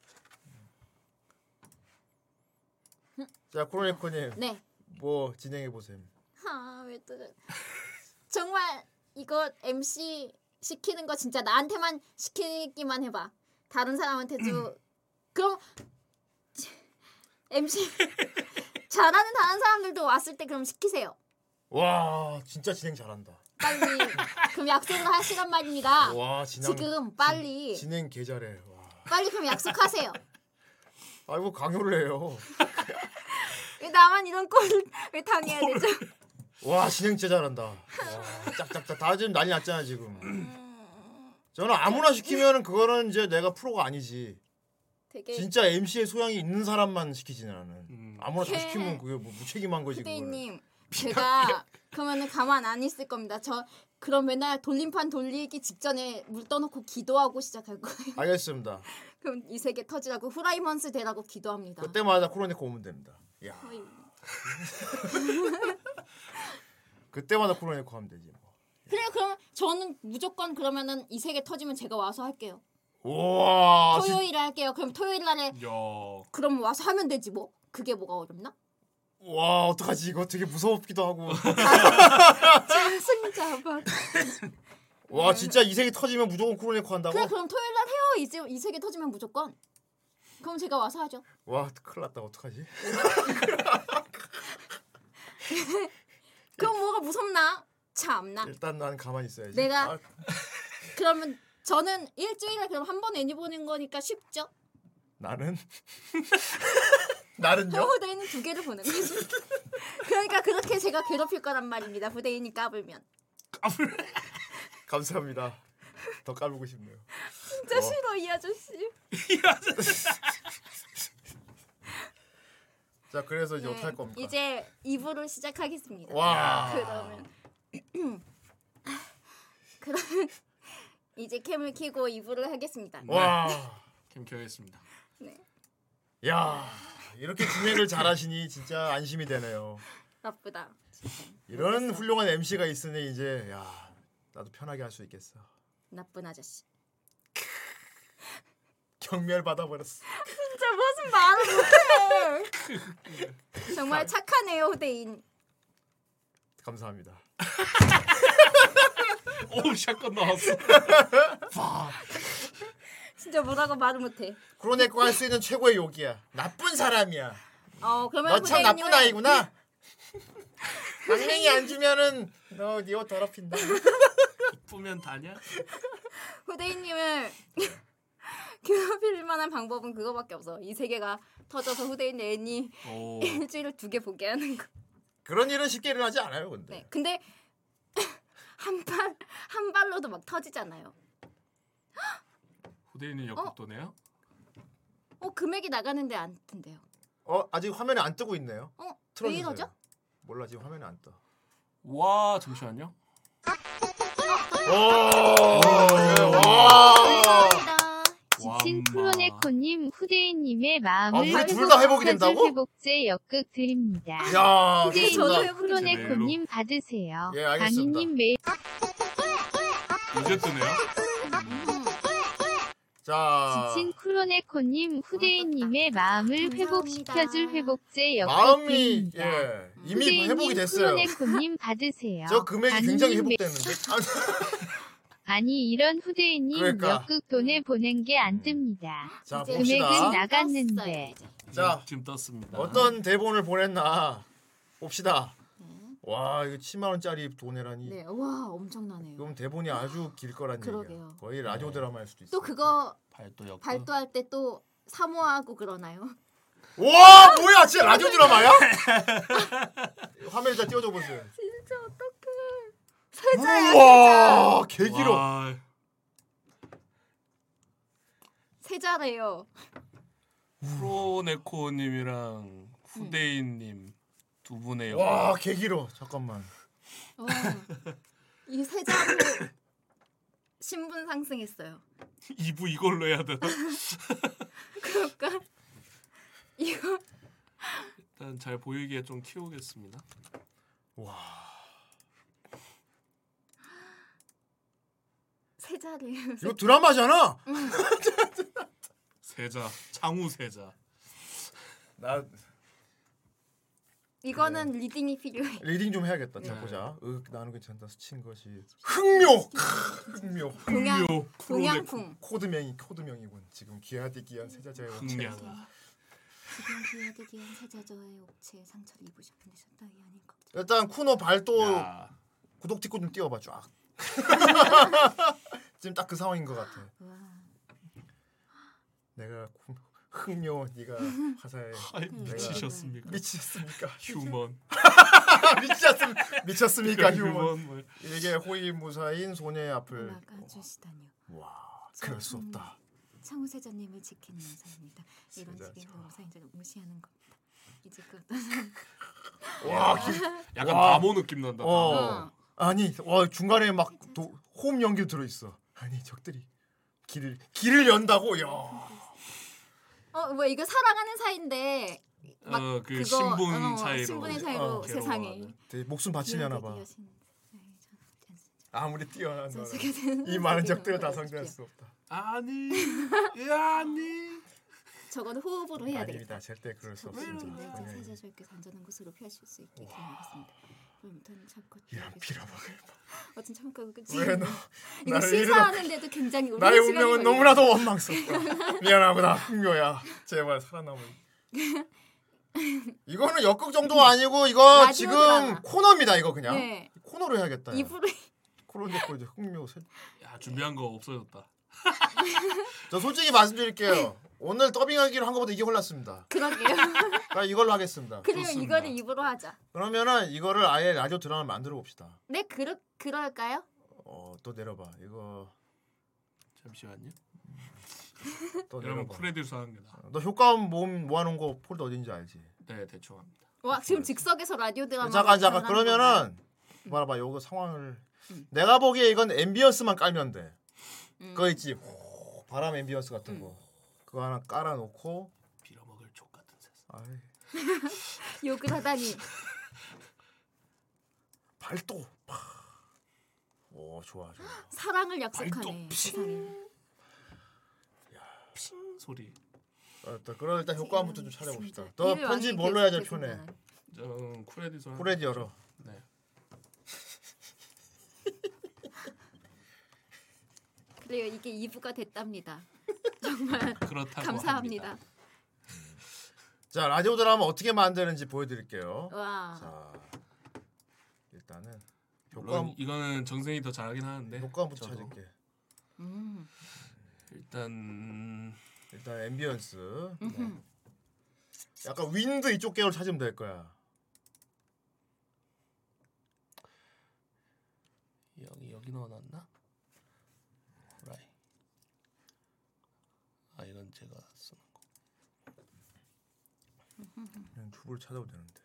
S2: 자 코로네코님
S6: 네.
S2: 뭐 진행해 보세요.
S6: 아왜 또? 정말 이거 MC 시키는 거 진짜 나한테만 시키기만 해봐. 다른 사람한테
S2: 음.
S6: 도 그럼 MC 잘하는 다른 사람들도 왔을 때 그럼 시키세요.
S2: 와 진짜 진행 잘한다.
S6: 빨리 그럼 약속을 하시란 말입니다.
S2: 와 진행
S6: 아, 지금 빨리
S2: 진행 개 잘해. 와.
S6: 빨리 그럼 약속하세요.
S2: 아이고 강요를 해요.
S6: 왜 나만 이런 꼴을 왜 당해야 되죠?
S2: 와 진행 진짜 잘한다. 와, 짝짝짝 다 지금 난리 났잖아 지금. 저는 아무나 시키면은 그거는 이제 내가 프로가 아니지.
S6: 되게
S2: 진짜 MC의 소양이 있는 사람만 시키지 나는. 아무나 다
S6: 걔-
S2: 시키면 그게 뭐 무책임한 거지 그거는.
S6: 후대님 제가 그러면은 가만 안 있을 겁니다. 저 그럼 맨날 돌림판 돌리기 직전에 물 떠놓고 기도하고 시작할 거예요.
S2: 알겠습니다.
S6: 그럼 이 세계 터지라고 후라이먼스 되라고 기도합니다.
S2: 그때마다 코로네코 오면 됩니다. 야
S6: 거의
S2: 그때마다 코로네코 하면 되지. 뭐.
S6: 그래요. 그럼 저는 무조건 그러면은 이 세계 터지면 제가 와서 할게요.
S2: 우와. 아, 진-
S6: 토요일에 할게요. 그럼 토요일 날에
S7: 야.
S6: 그럼 와서 하면 되지 뭐. 그게 뭐가 어렵나?
S2: 와 어떡하지 이거 되게 무섭기도 하고.
S6: 승자 봐.
S2: 와 진짜 이 세계 터지면 무조건 코로네코
S6: 음.
S2: 한다고?
S6: 그래 그럼 토요일 날 해요. 이제 이 세계 터지면 무조건. 그럼 제가 와서 하죠.
S2: 와 큰일 났다 어떡하지?
S6: 그럼 뭐가 무섭나? 참나.
S2: 일단 난 가만히 있어야지.
S6: 아. 내가
S2: 아,
S6: 그러면 저는 일주일에 그럼 한 번 애니 보는 거니까 쉽죠.
S2: 나는 나는요?
S6: 후대인은 두 개를 보는 거지. 그러니까 그렇게 제가 괴롭힐 거란 말입니다. 후대인이 까불면
S2: 감사합니다. 더 까불고 싶네요.
S6: 진짜
S2: 어.
S6: 싫어 이 아저씨.
S2: 자 그래서 이제
S6: 네,
S2: 어떡할 겁니까?
S6: 이제 2부를 시작하겠습니다.
S2: 와.
S6: 그러면 그러면 이제 캠을 켜고 2부를 하겠습니다. 네,
S2: 와.
S7: 캠켜겠습니다.
S2: 야 이렇게 진행을 잘하시니 진짜 안심이 되네요.
S6: 나쁘다.
S2: 이런 훌륭한 MC가 있으니 이제 야 나도 편하게 할 수 있겠어.
S6: 나쁜 아저씨.
S2: 경멸 받아버렸어.
S6: 진짜 무슨 말을 못해. 정말 착하네요 후대인.
S2: 감사합니다.
S7: 오 샷건 나왔어.
S6: 진짜 뭐라고 말을 못해.
S2: 크로네코 할 수 있는 최고의 욕이야. 나쁜 사람이야.
S6: 어 그러면
S2: 너 참 나쁜
S6: 후대인님은
S2: 아이구나. 강냉이 안 주면은 너네옷 더럽힌다.
S7: 뿌면 다냐?
S6: 후대인님을 괴롭힐 만한 방법은 그거밖에 없어. 이 세계가 터져서 후대인 애니
S7: 어.
S2: 오.
S6: 일주일을 두 개 보게 하는 거.
S2: 그런 일은 쉽게 일어나지 않아요, 근데.
S6: 네. 근데 한 발 한 발로도 막 터지잖아요.
S7: 후대인은 역극도네요.
S6: 어 금액이 나가는데 안 뜬대요.
S2: 어 아직 화면에 안 뜨고 있네요.
S6: 어, 왜
S2: 틀어주세요.
S6: 이러죠?
S2: 몰라 지금 화면에 안 떠.
S7: 와 잠시만요.
S8: 지친 프로네코님 후대인님의
S2: 아,
S8: 마음을
S2: 우리 둘다 회복이
S8: 펴줄
S2: 된다고?
S8: 회복제 역극 드립니다.
S2: 야, 좋습니다.
S8: 후대인님 프로네코님 받으세요.
S2: 예, 알겠습니다.
S8: 강희님 메일
S7: 이제 뜨네요.
S2: 자
S8: 지친 크로네코님 후대인님의 마음을 회복시켜줄 회복제 역극
S2: 마음이
S8: 드립니다.
S2: 예 이미
S8: 후대인님
S2: 회복이 됐어요.
S8: 크로네코님 받으세요.
S2: 저 금액이
S8: 강희님
S2: 굉장히
S8: 메일-
S2: 회복됐는데. 아,
S8: 아니 이런 후대인님
S2: 그러니까. 음.
S8: 역극 돈을 보낸 게 안 뜹니다.
S2: 자,
S8: 금액은
S2: 봅시다.
S8: 나갔는데
S2: 자
S7: 네, 지금 떴습니다.
S2: 어떤 대본을 보냈나 봅시다. 와 이거 7만 원짜리 돈이라니.
S6: 네. 와 엄청나네요.
S2: 그럼 대본이 아주 길 거란 얘기야.
S6: 그러게요.
S2: 거의 라디오 드라마일 수도 있어.
S6: 또 그거
S7: 네. 발도 역.
S6: 발도할
S2: 어.
S6: 때 또 사모하고 그러나요?
S2: 와 뭐야 진짜 라디오 드라마야? 화면에 다 띄워줘 보세요.
S6: 진짜 어떡해.
S2: 어? 우와 개 길어.
S7: 와,
S6: 세자래요.
S7: 프로네코님이랑 후대인님 두 분의 역.
S2: 와 개 길어. 잠깐만.
S6: 어. 이 세자로 신분 상승했어요.
S7: 2부 이걸로 해야 되나?
S6: 그러니까 이거
S7: 일단 잘 보이게 좀 키우겠습니다.
S2: 와.
S6: 세자를
S2: 이거 드라마잖아.
S6: 응.
S7: 세자 창우 세자.
S2: 나
S6: 이거는 리딩이 필요해.
S2: 리딩 좀 해야겠다.
S7: 네.
S2: 자 보자. 으, 나는 괜찮다. 스친 것이 흥묘. 흥묘.
S6: 동양-
S2: 흥묘.
S6: 동양풍.
S2: 코드명이 코드명이군. 지금 귀하디 귀한 세자자의
S7: 흥량아.
S6: 지금 귀하디 귀한 세자저의 옥체에 상처를 입으셨다 이 아닌 것.
S2: 일단 쿠노 발도 구독 찍고 좀 띄워봐 쫙. 지금 딱 그 상황인 것 같아. 내가 구- 흥묘 네가 화사해.
S7: 아이,
S2: 내가-
S7: 미치셨습니까?
S2: 미치셨습니까?
S7: 휴먼.
S2: 미쳤습 미쳤습니까 휴먼.
S7: 휴먼, 뭐.
S2: 이게 호의 무사인 소녀의 앞을
S6: 막아주시다니요.
S2: 와 그럴 수 없다.
S6: 창우 세자님을 지키는 사입니다. 이런
S2: 세자죠.
S6: 식의 사인자를 무시하는 겁니다. 이제 그
S2: 와,
S7: 기- 약간
S2: 와.
S7: 바보 느낌 난다.
S2: 어.
S7: 바보.
S2: 아니, 와 중간에 막 도, 호흡 연기 들어 있어. 아니 적들이 길을 길을 연다고 야.
S6: 어뭐 이거 사랑하는 사이인데 막
S2: 어, 그
S6: 그거,
S2: 신분
S6: 어,
S2: 차이로.
S6: 신분의 차이로
S2: 어,
S6: 세상에
S2: 되게 목숨 바치려나
S6: 네,
S2: 봐. 아무리 뛰어난 너는
S6: 선생님,
S2: 이 많은
S6: 선생님,
S2: 적들을 다 상대할 수 없다.
S7: 아니 아니
S6: 저건 호흡으로 해야 되겠다.
S2: 아닙니다. 절대 그럴 수 없습니다. 네.
S6: 내가
S2: 본연의
S6: 세자 저렇게 단전한 곳으로 피하실 수 있게 기원하겠습니다. 그럼 일단 참고
S2: 이런 빌어먹을.
S6: 어쨌든 참고 끝이.
S2: 왜 너?
S6: 이거
S2: 나를 이리로-
S6: 시사하는데도 굉장히 오랜
S2: 나의
S6: 시간이
S2: 운명은
S6: 걸려요.
S2: 너무나도 원망스럽다. 미안하구나 흥묘야. 제발 살아남은. 이거는 역극 정도 아니고 이거
S6: 라디오
S2: 지금
S6: 음. 드라마.
S2: 코너입니다. 이거 그냥
S6: 네.
S2: 코너로 해야겠다. 이거.
S6: 입으로
S2: 코로나 고 이제 흥묘 세.
S7: 야 준비한 거 없어졌다.
S2: 저 솔직히 말씀드릴게요. 오늘 더빙하기로 한 것보다 이게 홀랐습니다.
S6: 그러게요.
S2: 그러니까 이걸로 하겠습니다.
S6: 그러면 이거를 입으로 하자.
S2: 그러면은 이거를 아예 라디오 드라마 만들어 봅시다.
S6: 네 그러 그럴까요?
S2: 어, 또 내려봐. 이거 음.
S7: 잠시만요.
S2: 또
S7: 여러분
S2: 내려봐. 어,
S7: 프레듀서 하는 게 나.
S2: 너 효과음 모음 모아놓은 거 폴더 어딘지 알지?
S7: 네 대충 합니다.
S6: 와
S2: 그렇죠,
S6: 지금 즉석에서 라디오 드라마.
S2: 잠깐 잠깐
S6: 방송하는 건가요?
S2: 그러면은
S6: 음.
S2: 봐봐 요거 상황을 내가 보기에 이건 앰비언스만 깔면 돼.
S6: 음.
S2: 그거 있지. 호, 바람 앰비언스 같은 거. 그거 하나 깔아놓고 빌어먹을 족 같은 세상.
S6: 욕을 하다니.
S2: 발도. 팍. 오 좋아 좋아.
S6: 사랑을 약속하네. 세상에.
S7: 핑 소리.
S2: 어, 또 그럼 일단 효과음부터 좀 찾아봅시다. 또
S7: 일을
S2: 편집
S7: 많이
S2: 뭘로 해야 제일
S7: 계속
S2: 편해.
S7: 저는 쿠레디서.
S2: 코레디 열어.
S7: 네.
S6: 그래요 이게 2부가 됐답니다. 정말
S7: 그렇다고
S6: 감사합니다.
S2: 자 라디오 드라마 어떻게 만드는지 보여드릴게요.
S6: 와.
S2: 자 일단은
S7: 물론 이거는 정생이 더 잘하긴 하는데.
S2: 효과음부터
S7: 저도.
S2: 찾을게.
S6: 음.
S7: 일단
S2: 일단 앰비언스. 네. 약간 윈드 이쪽 계열 찾으면 될 거야.
S7: 여기 여기 넣어놨나? 라이. 아 이건 제가 쓰는 거.
S2: 그냥 주부를 찾아도 되는데.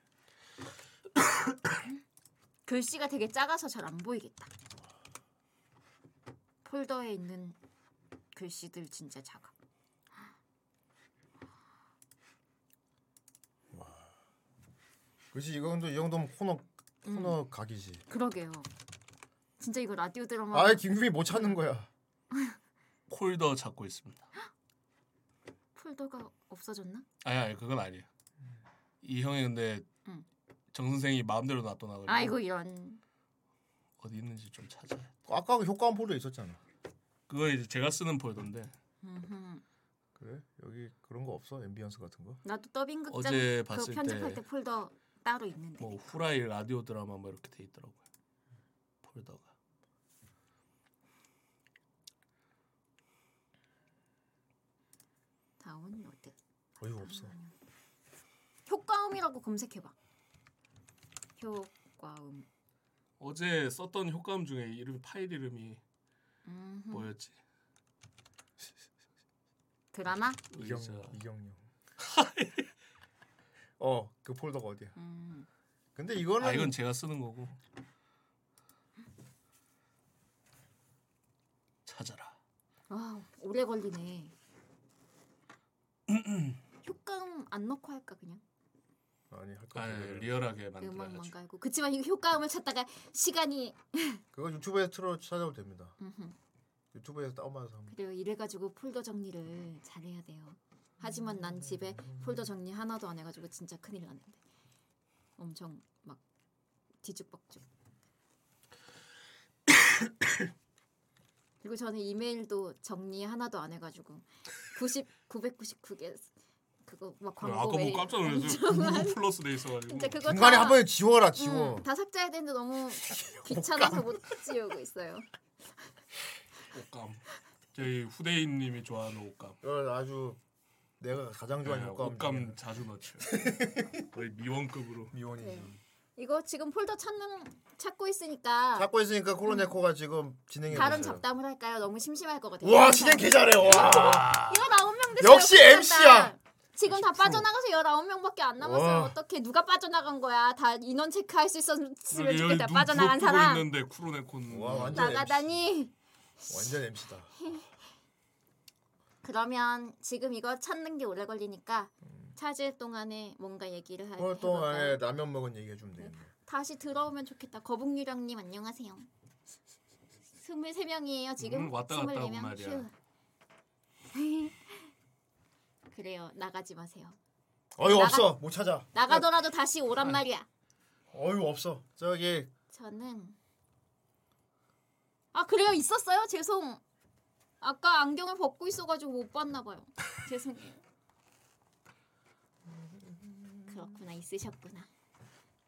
S6: 글씨가 되게 작아서 잘 안 보이겠다. 폴더에 있는 글씨들 진짜 작아.
S2: 그렇지 이 정도 이 정도면 코너
S6: 음.
S2: 코너 각이지.
S6: 그러게요. 진짜 이거 라디오 드라마.
S2: 아예 김규빈 못 찾는 거야.
S7: 폴더 찾고 있습니다.
S6: 폴더가 없어졌나?
S7: 아니 아니 그건 아니에요. 이 형이 근데
S6: 응.
S7: 정 선생이 마음대로 놔둬놔가지고
S6: 아이고 이런.
S7: 어디 있는지 좀 찾아.
S2: 아까 그 효과음 폴더 있었잖아.
S7: 그건 이제 제가 쓰는 폴더인데
S6: 음흠.
S2: 그래 여기 그런 거 없어 앰비언스 같은 거?
S6: 나도 더빙 극장
S7: 어제
S6: 그
S7: 봤을
S6: 편집할
S7: 때-
S6: 때 폴더 따로 있는데.
S2: 네.
S7: 뭐 후라이 라디오 드라마 뭐 이렇게 돼 있더라고요. 폴더가.
S6: 다운로드.
S2: 어이가 없어.
S6: 음. 효과음이라고 검색해봐. 효과음.
S7: 어제 썼던 효과음 중에 이름 파일 이름이
S6: 음흠.
S7: 뭐였지?
S6: 드라마?
S2: 이경 이경영. 어그 폴더가 어디야?
S6: 음.
S2: 근데 이거는
S7: 아 이건 제가 쓰는 거고. 찾아라.
S6: 와 오래 걸리네. 효과음 안 넣고 할까 그냥
S2: 아니 할거
S7: 아니 리얼하게 만들어야죠.
S6: 음악만 깔고. 그치만 이 효과음을 찾다가 시간이
S2: 그거 유튜브에 틀어 찾아도 됩니다. 유튜브에서 다운받아서 합니다.
S6: 그래요. 이래가지고 폴더 정리를 잘해야 돼요. 하지만 난 집에 폴더 정리 하나도 안 해가지고 진짜 큰일 났는데 엄청 막 뒤죽박죽. 그리고 저는 이메일도 정리 하나도 안 해가지고 90 999개 그거 막 광고
S7: 아까
S6: 메일
S7: 뭐 깜짝 놀랐어요.
S6: 엄청 많-
S7: 구글 플러스 돼 있어가지고.
S6: 진짜 그거
S2: 중간에
S6: 다-
S2: 한 번에 지워라 지워.
S6: 다 삭제해야 되는데 너무 귀찮아서 못 지우고 있어요.
S7: 옷감. 저희 후대인님이 좋아하는 옷감.
S2: 이건 아주 내가 가장 좋아하는
S7: 네,
S2: 효과음
S7: 옷감 자주 넣죠. 거의 미원급으로.
S6: 네.
S2: 미원이지.
S6: 이거 지금 폴더 찾는 찾고 있으니까 음,
S2: 찾고 있으니까 코로네코가 지금 진행해
S6: 아. 다른
S2: 주세요.
S6: 잡담을 할까요? 너무 심심할 것 같아요.
S2: 와 진행 개 잘해. 와.
S6: 열아명 됐어요.
S2: 역시
S6: 끝났다.
S2: MC야.
S6: 지금 다 빠져나가서 열아홉 명밖에 안 남았어요.
S7: 와.
S6: 어떻게 누가 빠져나간 거야? 다 인원 체크할 수 있었으면 좋겠다.
S7: 눈
S6: 빠져나간
S7: 부릅뜨고
S6: 사람
S7: 있는데 쿠로네콘.
S2: 와 완전 MC.
S6: 나가다니.
S2: 완전 MC다.
S6: 그러면 지금 이거 찾는 게 오래 걸리니까 찾을 동안에 뭔가 얘기를 할
S2: 오늘 음. 동안에 라면 먹은 얘기 해주면 되겠네.
S6: 다시 들어오면 좋겠다. 거북유령님 안녕하세요. 23명이에요 지금.
S7: 음, 왔다 갔다 하고
S6: 24명.
S7: 말이야.
S6: 휴. 그래요. 나가지 마세요.
S2: 어유
S6: 나가-
S2: 없어 못 찾아.
S6: 나가더라도 다시
S7: 아.
S6: 오란 말이야.
S2: 어유 없어. 저기
S6: 저는 아 그래요 있었어요 죄송 아까 안경을 벗고 있어가지고 못 봤나 봐요 죄송해요 그렇구나 있으셨구나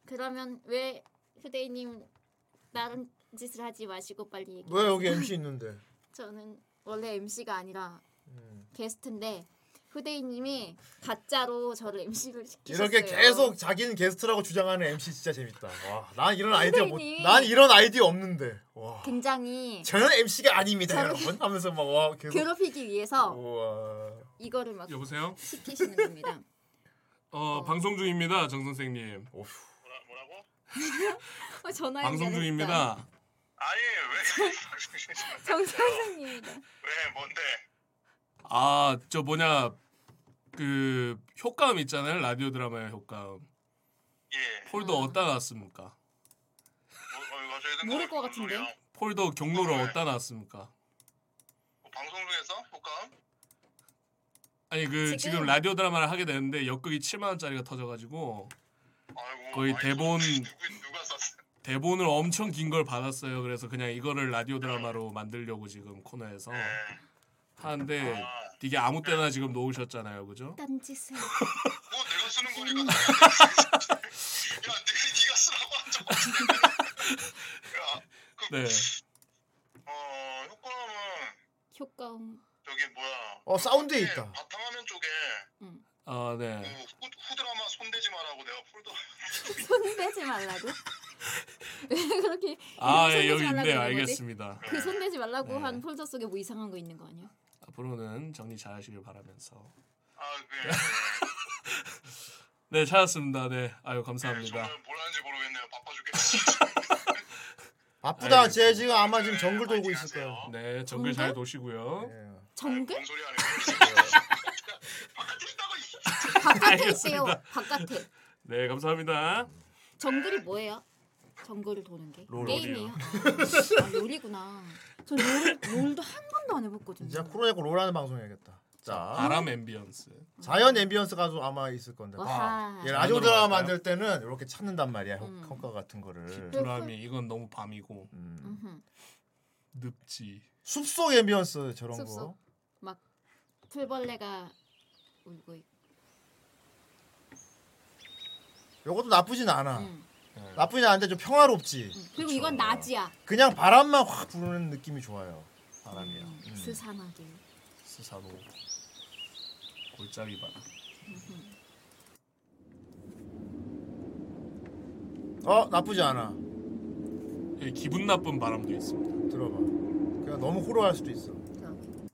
S6: 그러면 왜 휴대님 다른 짓을 하지 마시고 빨리 얘기
S2: 왜 여기 MC 있는데?
S6: 저는 원래 MC가 아니라
S2: 음.
S6: 게스트인데 후대인님이 가짜로 저를 MC를 시키셨어요.
S2: 이렇게 계속 자기는 게스트라고 주장하는 MC 진짜 재밌다. 와, 난 이런 아이디어 못,
S6: 선생님.
S2: 난 이런 아이디어 없는데. 와,
S6: 굉장히
S2: 저는 MC가 어. 아닙니다,
S6: 저는-
S2: 여러분. 하면서 막 와, 계속.
S6: 괴롭히기 위해서
S2: 우와.
S6: 이거를 막
S7: 여보세요.
S6: 시키시는 겁니다.
S7: 어, 방송 중입니다, 정 선생님.
S6: 어, 전화
S7: 방송 중입니다.
S6: 정 선생님이다.
S7: 아, 저 뭐냐 그 효과음 있잖아요. 라디오 드라마의 효과음. 폴더 어디다 놨습니까?
S6: 모를 것 같은데.
S2: 아,
S7: 폴더 경로를 어디다 놨습니까?
S22: 방송 중에서 효과음?
S7: 아니 그 지금,
S22: 지금
S7: 라디오 드라마를 하게 되는데 역극이 7만 원짜리가 터져가지고 거의 대본 대본을 엄청 긴 걸 받았어요. 그래서 그냥 이거를 라디오 드라마로 만들려고 지금 코너에서 하는데 이게 네. 아무 때나 지금 놓으셨잖아요, 그죠?
S6: 딴짓을.
S22: 그
S7: 네.
S6: 효과음.
S22: 저기 뭐야?
S2: 어, 사운드에 있다.
S22: 바탕화면 쪽에
S7: 아 네.
S22: 후, 후드라마 손대지 말라고 내가 폴더
S6: 손 대지 말라고. 왜 그렇게
S7: 아,
S6: 이렇게 손 대지
S7: 예, 여기
S6: 말라고 하는
S7: 있네요.
S6: 거지?
S7: 알겠습니다.
S6: 그 손 대지 말라고
S2: 네.
S6: 한 폴더 속에 뭐 이상한 거 있는 거 아니야?
S7: 앞으로는 정리 잘하시길 바라면서. 네 찾았습니다. 네, 아유 감사합니다.
S22: 그
S2: 바쁘다.
S7: 알겠습니다.
S2: 쟤 어, 지금 아마 지금 정글 돌고 있을 거야.
S7: 네, 정글 잘
S2: 네.
S7: 도시고요.
S6: 정글?
S7: 바깥에
S6: 바깥에
S7: 있어요.
S6: 있어요.
S7: 알겠습니다.
S6: 바깥에.
S7: 네, 감사합니다.
S6: 정글이 뭐예요? 정글을 도는 게
S7: 롤,
S6: 게임이에요.
S7: 롤이요.
S6: 아, 롤이구나. 저 롤,
S7: 네.
S6: 롤도 한 번도 안 해봤거든요.
S2: 진짜 코로네코 롤하는 방송 해야겠다. 자,
S7: 바람 앰비언스.
S2: 자연 앰비언스 가수 아마 있을 건데.
S7: 와하.
S2: 예, 라디오 드라마
S7: 만들어갈까요?
S2: 만들 때는 이렇게 찾는단 말이야.
S6: 음.
S2: 효과 같은 거를.
S7: 두라미 이건 너무 밤이고
S6: 네. 음흠.
S7: 늪지.
S2: 숲속 앰비언스 저런
S6: 숲속
S2: 거.
S6: 막 풀벌레가 울고 있고.
S2: 요것도 나쁘진 않아.
S6: 음.
S7: 네.
S2: 나쁘진 않은데 좀 평화롭지.
S6: 그리고 이건 낮이야.
S2: 그냥 바람만 확 부르는 느낌이 좋아요.
S7: 바람이야.
S6: 음.
S2: 음.
S6: 스산하게.
S7: 스사로 골짜기 바람.
S2: 어 나쁘지 않아.
S7: 예, 기분 나쁜 바람도 있습니다.
S2: 들어봐. 그냥 너무 호러할 수도 있어.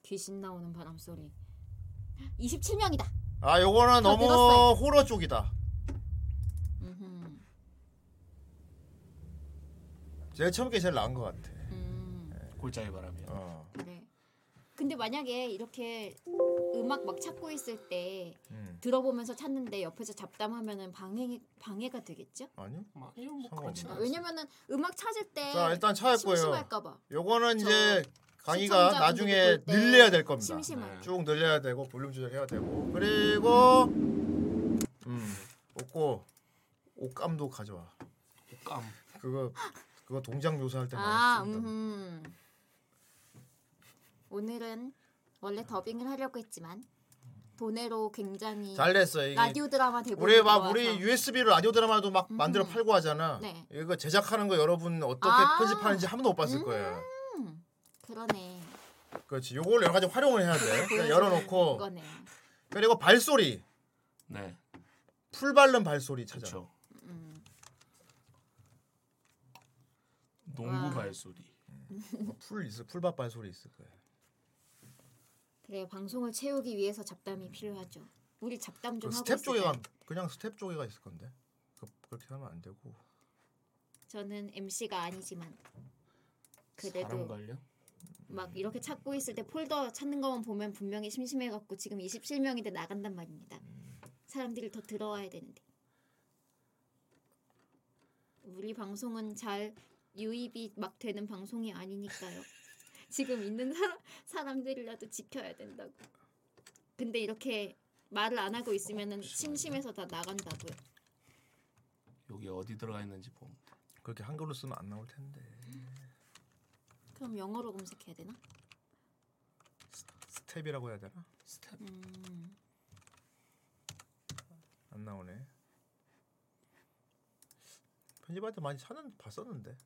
S6: 귀신 나오는 바람 소리. 27명이다.
S2: 아 요거는
S6: 더
S2: 너무
S6: 늘었어요.
S2: 호러 쪽이다. 제가 처음 게 제일 나은 것 같아.
S6: 음.
S2: 네.
S7: 골짜기 바람이야.
S2: 어.
S6: 네. 근데 만약에 이렇게 음악 막 찾고 있을 때
S2: 음.
S6: 들어보면서 찾는데 옆에서 잡담하면은 방해 방해가 되겠죠?
S2: 아니요?
S7: 아니요 뭐
S6: 왜냐면은 음악 찾을 때
S2: 자 일단 찾을 거예요.
S6: 심심할까봐.
S2: 요거는
S6: 저-
S2: 이제 강의가
S6: 시청자분들이
S2: 나중에
S6: 볼 때.
S2: 늘려야 될 겁니다.
S6: 심심할
S7: 네.
S6: 때.
S2: 쭉 늘려야 되고 볼륨 조절해야 되고 그리고 음 옷고 옷감도 가져와.
S7: 옷감
S2: 그거 그거 동작 묘사할 때
S6: 아,
S2: 많이 씁니다.
S6: 음. 오늘은 원래 더빙을 하려고 했지만 돈으로 굉장히
S2: 잘 됐어요, 이게.
S6: 음. 라디오 드라마 대본
S2: 우리 막 우리 USB로 라디오 드라마도 막 만들어 팔고 하잖아.
S6: 네.
S2: 이거 제작하는 거 여러분 어떻게
S6: 아.
S2: 편집하는지 한 번도 못 봤을 거예요.
S6: 음, 그러네.
S2: 그렇지. 요걸 여러 가지 활용을 해야 돼. 그냥 열어놓고
S6: 거네.
S2: 그리고 발소리.
S7: 네.
S2: 풀 발른 발소리 찾아.
S6: 음.
S7: 농구
S6: 와.
S7: 발소리.
S2: 풀 있을 풀밭 발소리 있을 거예요.
S6: 그래 방송을 채우기 위해서 잡담이 필요하죠. 우리 잡담
S2: 그
S6: 좀 하고
S2: 스텝
S6: 있을까요?
S2: 쪼개가 그냥 스텝 쪼개가 있을 건데. 그, 그렇게 하면 안 되고.
S6: 저는 MC가 아니지만
S7: 바람
S6: 그래도
S7: 관련?
S6: 막 이렇게 찾고 있을 때 폴더 찾는 것만 보면 분명히 심심해 갖고 지금 27명인데 나간단 말입니다.
S7: 음.
S6: 사람들이 더 들어와야 되는데. 우리 방송은 잘 유입이 막 되는 방송이 아니니까요. 지금 있는 사람, 사람들이라도 지켜야 된다고. 근데 이렇게 말을 안 하고
S7: 어,
S6: 있으면은 심심해서 다 나간다고요.
S7: 여기 어디 들어가 있는지 봄.
S2: 그렇게 한글로 쓰면 안 나올 텐데.
S6: 그럼 영어로 검색해야 되나?
S2: 스텝이라고 해야 되나?
S7: 스텝.
S6: 음.
S2: 안 나오네. 편집할 때 많이 찾는 봤었는데.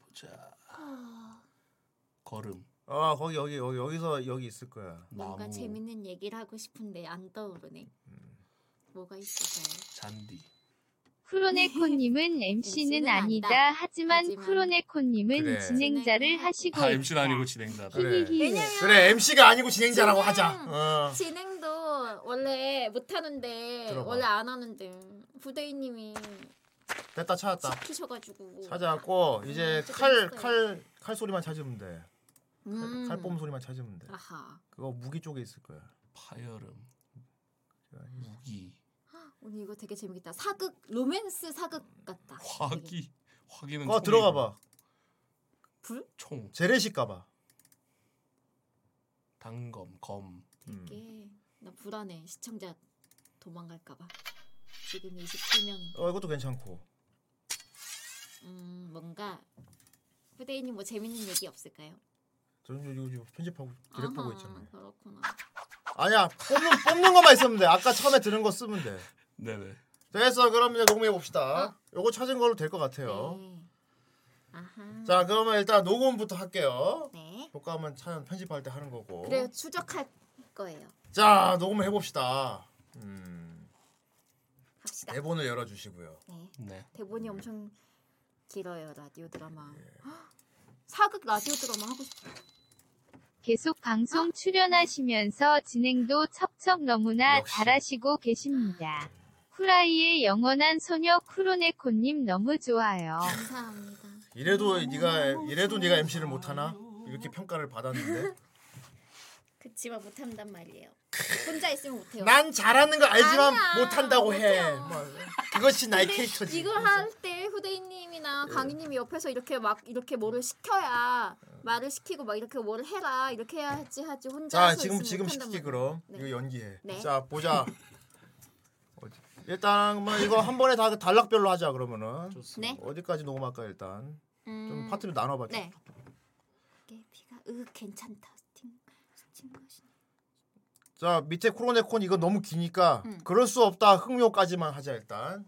S7: 보자. 걸음.
S2: 아 거기 여기 여기 여기서 여기 있을 거야.
S6: 뭔가 재밌는 얘기를 하고 싶은데 안 떠오르네. 뭐가 있을까요?
S7: 잔디.
S8: 크로네코님은 MC는 아니다. 하지만 크로네코님은
S7: 그래.
S8: 진행자를 하시고
S7: 아
S8: 있다.
S7: MC는 아니고 진행자다.
S2: 그래.
S6: 왜냐면-
S2: 그래 MC가 아니고 진행자라고 하자. 어.
S6: 진행도 원래 못 하는데
S2: 들어봐.
S6: 원래 안 하는데 후대인님이
S2: 됐다 찾았다.
S6: 시키셔가지고
S2: 찾아왔고 이제
S6: 음,
S2: 칼
S6: 조금
S2: 칼
S6: 있어요.
S2: 칼 소리만 찾으면 돼.
S6: 음.
S2: 칼뽐 소리만 찾으면 돼.
S6: 아하.
S2: 그거 무기 쪽에 있을 거야.
S7: 파열음. 무기.
S6: 오늘 이거 되게 재밌겠다. 사극 로맨스 사극 같다.
S7: 화기. 화기는
S2: 어
S7: 총이고.
S2: 들어가 봐.
S6: 불?
S7: 총.
S2: 재래식 가봐.
S7: 단검. 검.
S6: 이게
S2: 음.
S6: 나 불안해. 시청자 도망갈까봐. 지금 27명.
S2: 어 이것도 괜찮고.
S6: 음 뭔가 후대인님 뭐 재밌는 얘기 없을까요?
S2: 저는 이거 이거 편집하고 디렉 보고 있잖아요.
S6: 그렇구나.
S2: 아니야 뽑는 뽑는 것만 있으면 돼. 아까 처음에 들은 거 쓰면 돼.
S7: 네네.
S2: 됐어 그럼 이제 녹음해
S6: 어.
S2: 봅시다. 요거 찾은 걸로 될 것
S6: 네.
S2: 같아요.
S6: 아하.
S2: 자 그러면 일단 녹음부터 할게요.
S6: 네.
S2: 녹음은 참 편집할 때 하는 거고.
S6: 그래요 추적할 거예요.
S2: 어? 자 녹음을 해봅시다. 음. 대본을 열어주시고요.
S6: 네.
S7: 네.
S6: 대본이 엄청 길어요 라디오 드라마.
S2: 예.
S6: 헉! 사극 라디오 드라마 하고 싶어.
S8: 계속 방송 출연하시면서 진행도 척척 너무나 잘하시고 계십니다. 쿠라이의 영원한 소녀 크로네코님 너무 좋아요.
S6: 감사합니다.
S2: 이래도 네가 이래도 네가 MC를 못 하나? 이렇게 평가를 받았는데
S6: 그치만 못한단 말이에요. 혼자 있으면 못해요.
S2: 난 잘하는 걸 알지만
S6: 아니야,
S2: 못 한다고 해.
S6: 못해요.
S2: 막 그것이 나의
S6: 근데
S2: 캐릭터지. 예.
S6: 이걸 할 때 후대인님이나 강희님이 옆에서 이렇게 막 이렇게 뭐를 시켜야
S2: 예.
S6: 말을 시키고 막 이렇게 뭐를 해라 이렇게 해야지 하지 혼자
S2: 자
S6: 서
S2: 지금
S6: 있으면
S2: 지금
S6: 못한단
S2: 시키
S6: 말이에요.
S2: 그럼
S6: 네.
S2: 이거 연기해.
S6: 네.
S2: 자 보자. 어디- 일단 뭐 이거 한 번에 다 단락별로 하자 그러면은
S6: 네.
S2: 어디까지 녹음할까 일단 좀
S6: 음,
S2: 파트를 나눠봐.
S6: 네. 이게 비가 으 괜찮다 스팅 스팅 것이.
S2: 자 밑에 코로네콘 이거 너무 기니까
S6: 음.
S2: 그럴 수 없다 흥묘까지만 하자 일단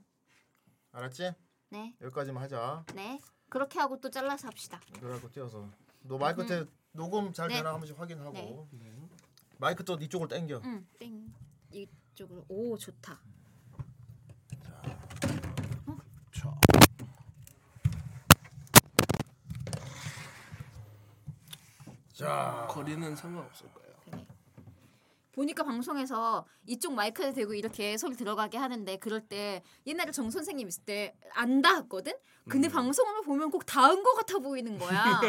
S2: 알았지?
S6: 네.
S2: 여기까지만 하자
S6: 네. 그렇게 하고 또 잘라서 합시다.
S2: 그래갖고 뛰어서 너 마이크 끝에
S6: 음.
S2: 녹음 잘
S6: 네.
S2: 되나 한 번씩 확인하고
S6: 네.
S2: 마이크 또 이쪽으로 당겨
S6: 응. 땡. 이쪽으로 오 좋다.
S2: 자.
S7: 거리는 상관없을 거예요.
S6: 보니까 방송에서 이쪽 마이크를 대고 이렇게 소리 들어가게 하는데 그럴 때 옛날에 정 선생님 있을 때 안다 했거든. 근데 방송을 보면 꼭 다은 것 같아 보이는 거야.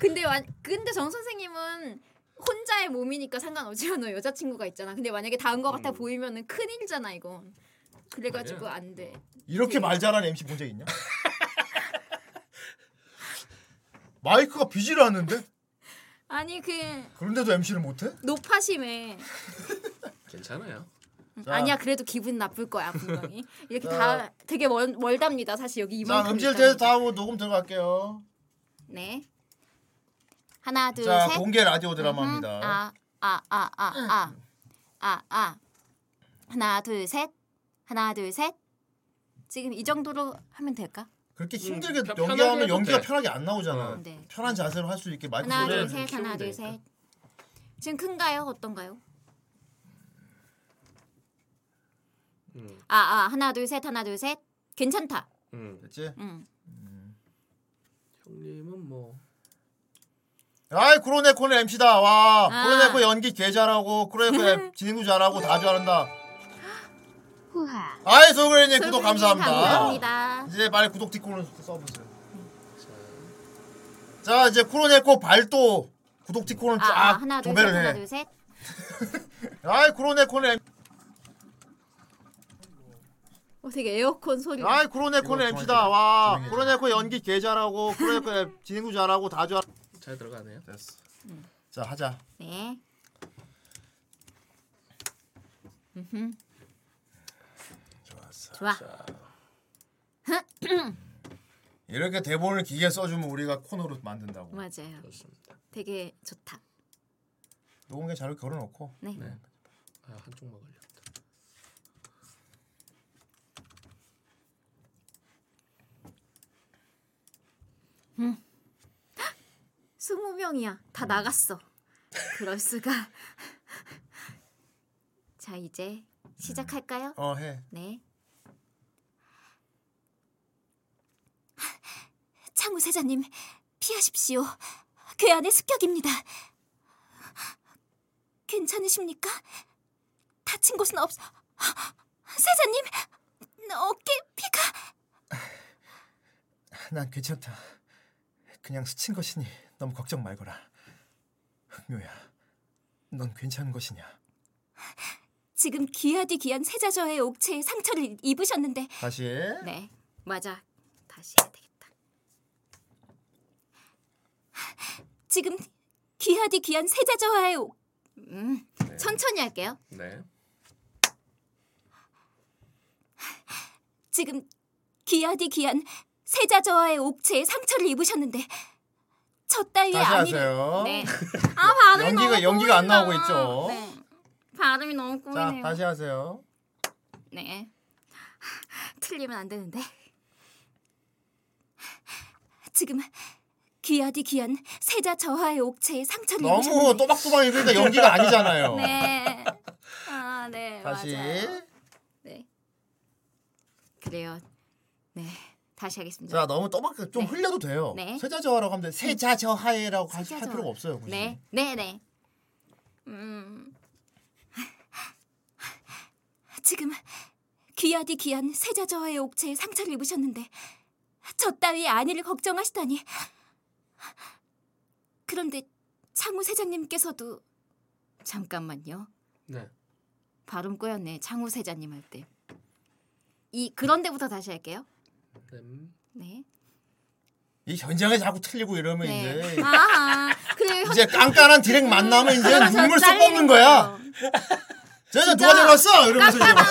S6: 근데 완 근데 정 선생님은 혼자의 음. 몸이니까 상관없지만 너 여자친구가 있잖아. 근데 만약에 다은 것 같아 보이면은 큰일이잖아 이건. 그래가지고 안 돼.
S2: 이렇게 말 잘하는 MC 본 적 있냐? 마이크가 비질 않는데?
S6: 아니 그
S2: 그런데도 MC를 못해?
S6: 노파심에
S7: 괜찮아요.
S2: 자.
S6: 아니야 그래도 기분 나쁠 거야 분명히 이렇게
S2: 자.
S6: 다 되게 멀, 멀답니다 사실 여기 이만
S2: 자 음질 테스트 하고 녹음 들어갈게요.
S6: 네 하나
S2: 자
S6: 둘셋 음, 아,
S2: 공개 라디오 드라마입니다.
S6: 아아아아아아아 아. 하나 둘 셋 하나 둘 셋 지금 이 정도로 하면 될까?
S2: 그렇게 힘들게
S7: 음, 편- 편하게
S2: 연기하면
S7: 해도
S2: 연기가
S7: 돼.
S2: 편하게 안 나오잖아.
S6: 음, 네.
S2: 편한 자세로 할 수 있게 마이크
S6: 하나
S2: 소리를
S6: 둘 셋 하나 둘
S2: 키우면
S6: 셋 지금 큰가요 어떤가요?
S2: 음.
S6: 아아 하나 둘 셋 하나 둘 셋 괜찮다.
S7: 음.
S2: 됐지?
S6: 음.
S7: 형님은 뭐
S2: 아이 쿠로네코는 MC다. 와
S7: 아.
S2: 쿠로네코 연기 개 잘하고 쿠로네코 진행도 잘하고 다 잘한다.
S8: 후하.
S2: 아이 소그레님 구독 감사합니다.
S6: 감사합니다.
S2: 이제 빨리 구독 티콘을 써보세요. 자 이제 쿠로네코 발도 구독 티콘을
S6: 아,
S2: 쫙
S6: 아 하나 둘 셋
S2: 도배를
S6: 하나
S2: 해.
S6: 둘 셋.
S2: 아이 쿠로네코는 M-
S6: 어 되게 에어컨 소리.
S2: 아이 쿠로네코는 MC다. 와 쿠로네코 연기 개 잘하고 쿠로네코 진행도 잘하고 다 잘.
S7: 잘 들어가네요.
S2: 됐어.
S6: 음.
S2: 자 하자.
S6: 네. 음흠.
S2: 좋았어.
S6: 좋아.
S2: 이렇게 대본을 기계 써주면 우리가 코너로 만든다고.
S6: 맞아요. 되게 좋다.
S2: 녹음기 자료 걸어놓고.
S6: 네.
S7: 아, 한쪽 먹을려.
S6: 음. 스무 명이야. 다
S2: 음.
S6: 나갔어. 그럴 수가. 자 이제 시작할까요?
S2: 어 해.
S6: 네.
S19: 창우 사장님, 피하십시오. 괴한의 습격입니다. 괜찮으십니까? 다친 곳은 없... 사장님, 어깨 피가...
S2: 아, 난 괜찮다. 그냥 스친 것이니 너무 걱정 말거라. 흑묘야, 넌 괜찮은 것이냐?
S19: 지금 귀하디 귀한 세자저의 옥체에 상처를 입으셨는데
S2: 다시.
S6: 네, 맞아. 다시
S19: 해야 되겠다. 지금 귀하디 귀한 세자저와의 옥...
S6: 음, 천천히 할게요.
S7: 네.
S19: 지금 귀하디 귀한 세자저와의 옥체에 상처를 입으셨는데 저 따위의
S2: 다시
S19: 아니를
S2: 하세요.
S6: 네. 아 발음이
S2: 연기가
S6: 너무
S2: 연기가 안 나오고
S6: 꼬인다.
S2: 있죠.
S6: 네. 발음이 너무
S2: 자,
S6: 꼬이네요.
S2: 다시 하세요.
S6: 네. 틀리면 안 되는데.
S19: 지금 귀하디 귀한 세자저와의 옥체에
S6: 네,
S19: 상처를
S2: 너무
S19: 입으셨는데
S2: 또박또박 읽으니까 연기가 아니잖아요.
S19: 네. 아, 네.
S2: 다시.
S19: 맞아요.
S6: 네. 그래요. 네. 다시 하겠습니다.
S2: 자, 너무 또박 좀 흘려도 돼요.
S6: 네.
S2: 세자저하라고 하면 돼. 세자저하에라고 할- 할
S6: 세자저하.
S2: 필요가 없어요. 굳이.
S6: 네. 네, 네. 음.
S19: 지금 귀하디 귀한 세자저와의 옥체에 상처를 입으셨는데 저 따위의 안위를 걱정하시다니. 그런데 창우 세장님께서도
S6: 잠깐만요.
S7: 네.
S6: 발음 꼬였네. 창우 세자님 할 때. 이 그런데부터 다시 할게요.
S7: 음.
S6: 네.
S2: 이 현장에 자꾸 틀리고 이러면
S6: 네.
S2: 이제
S6: 아. 그래.
S2: 이제 깐깐한 디렉 만나면 이제
S6: 그러면 저
S2: 눈물 쏙
S6: 잘리는
S2: 뽑는 거야. 쟤는 누가 데려 왔어? 이러면서 이제 막.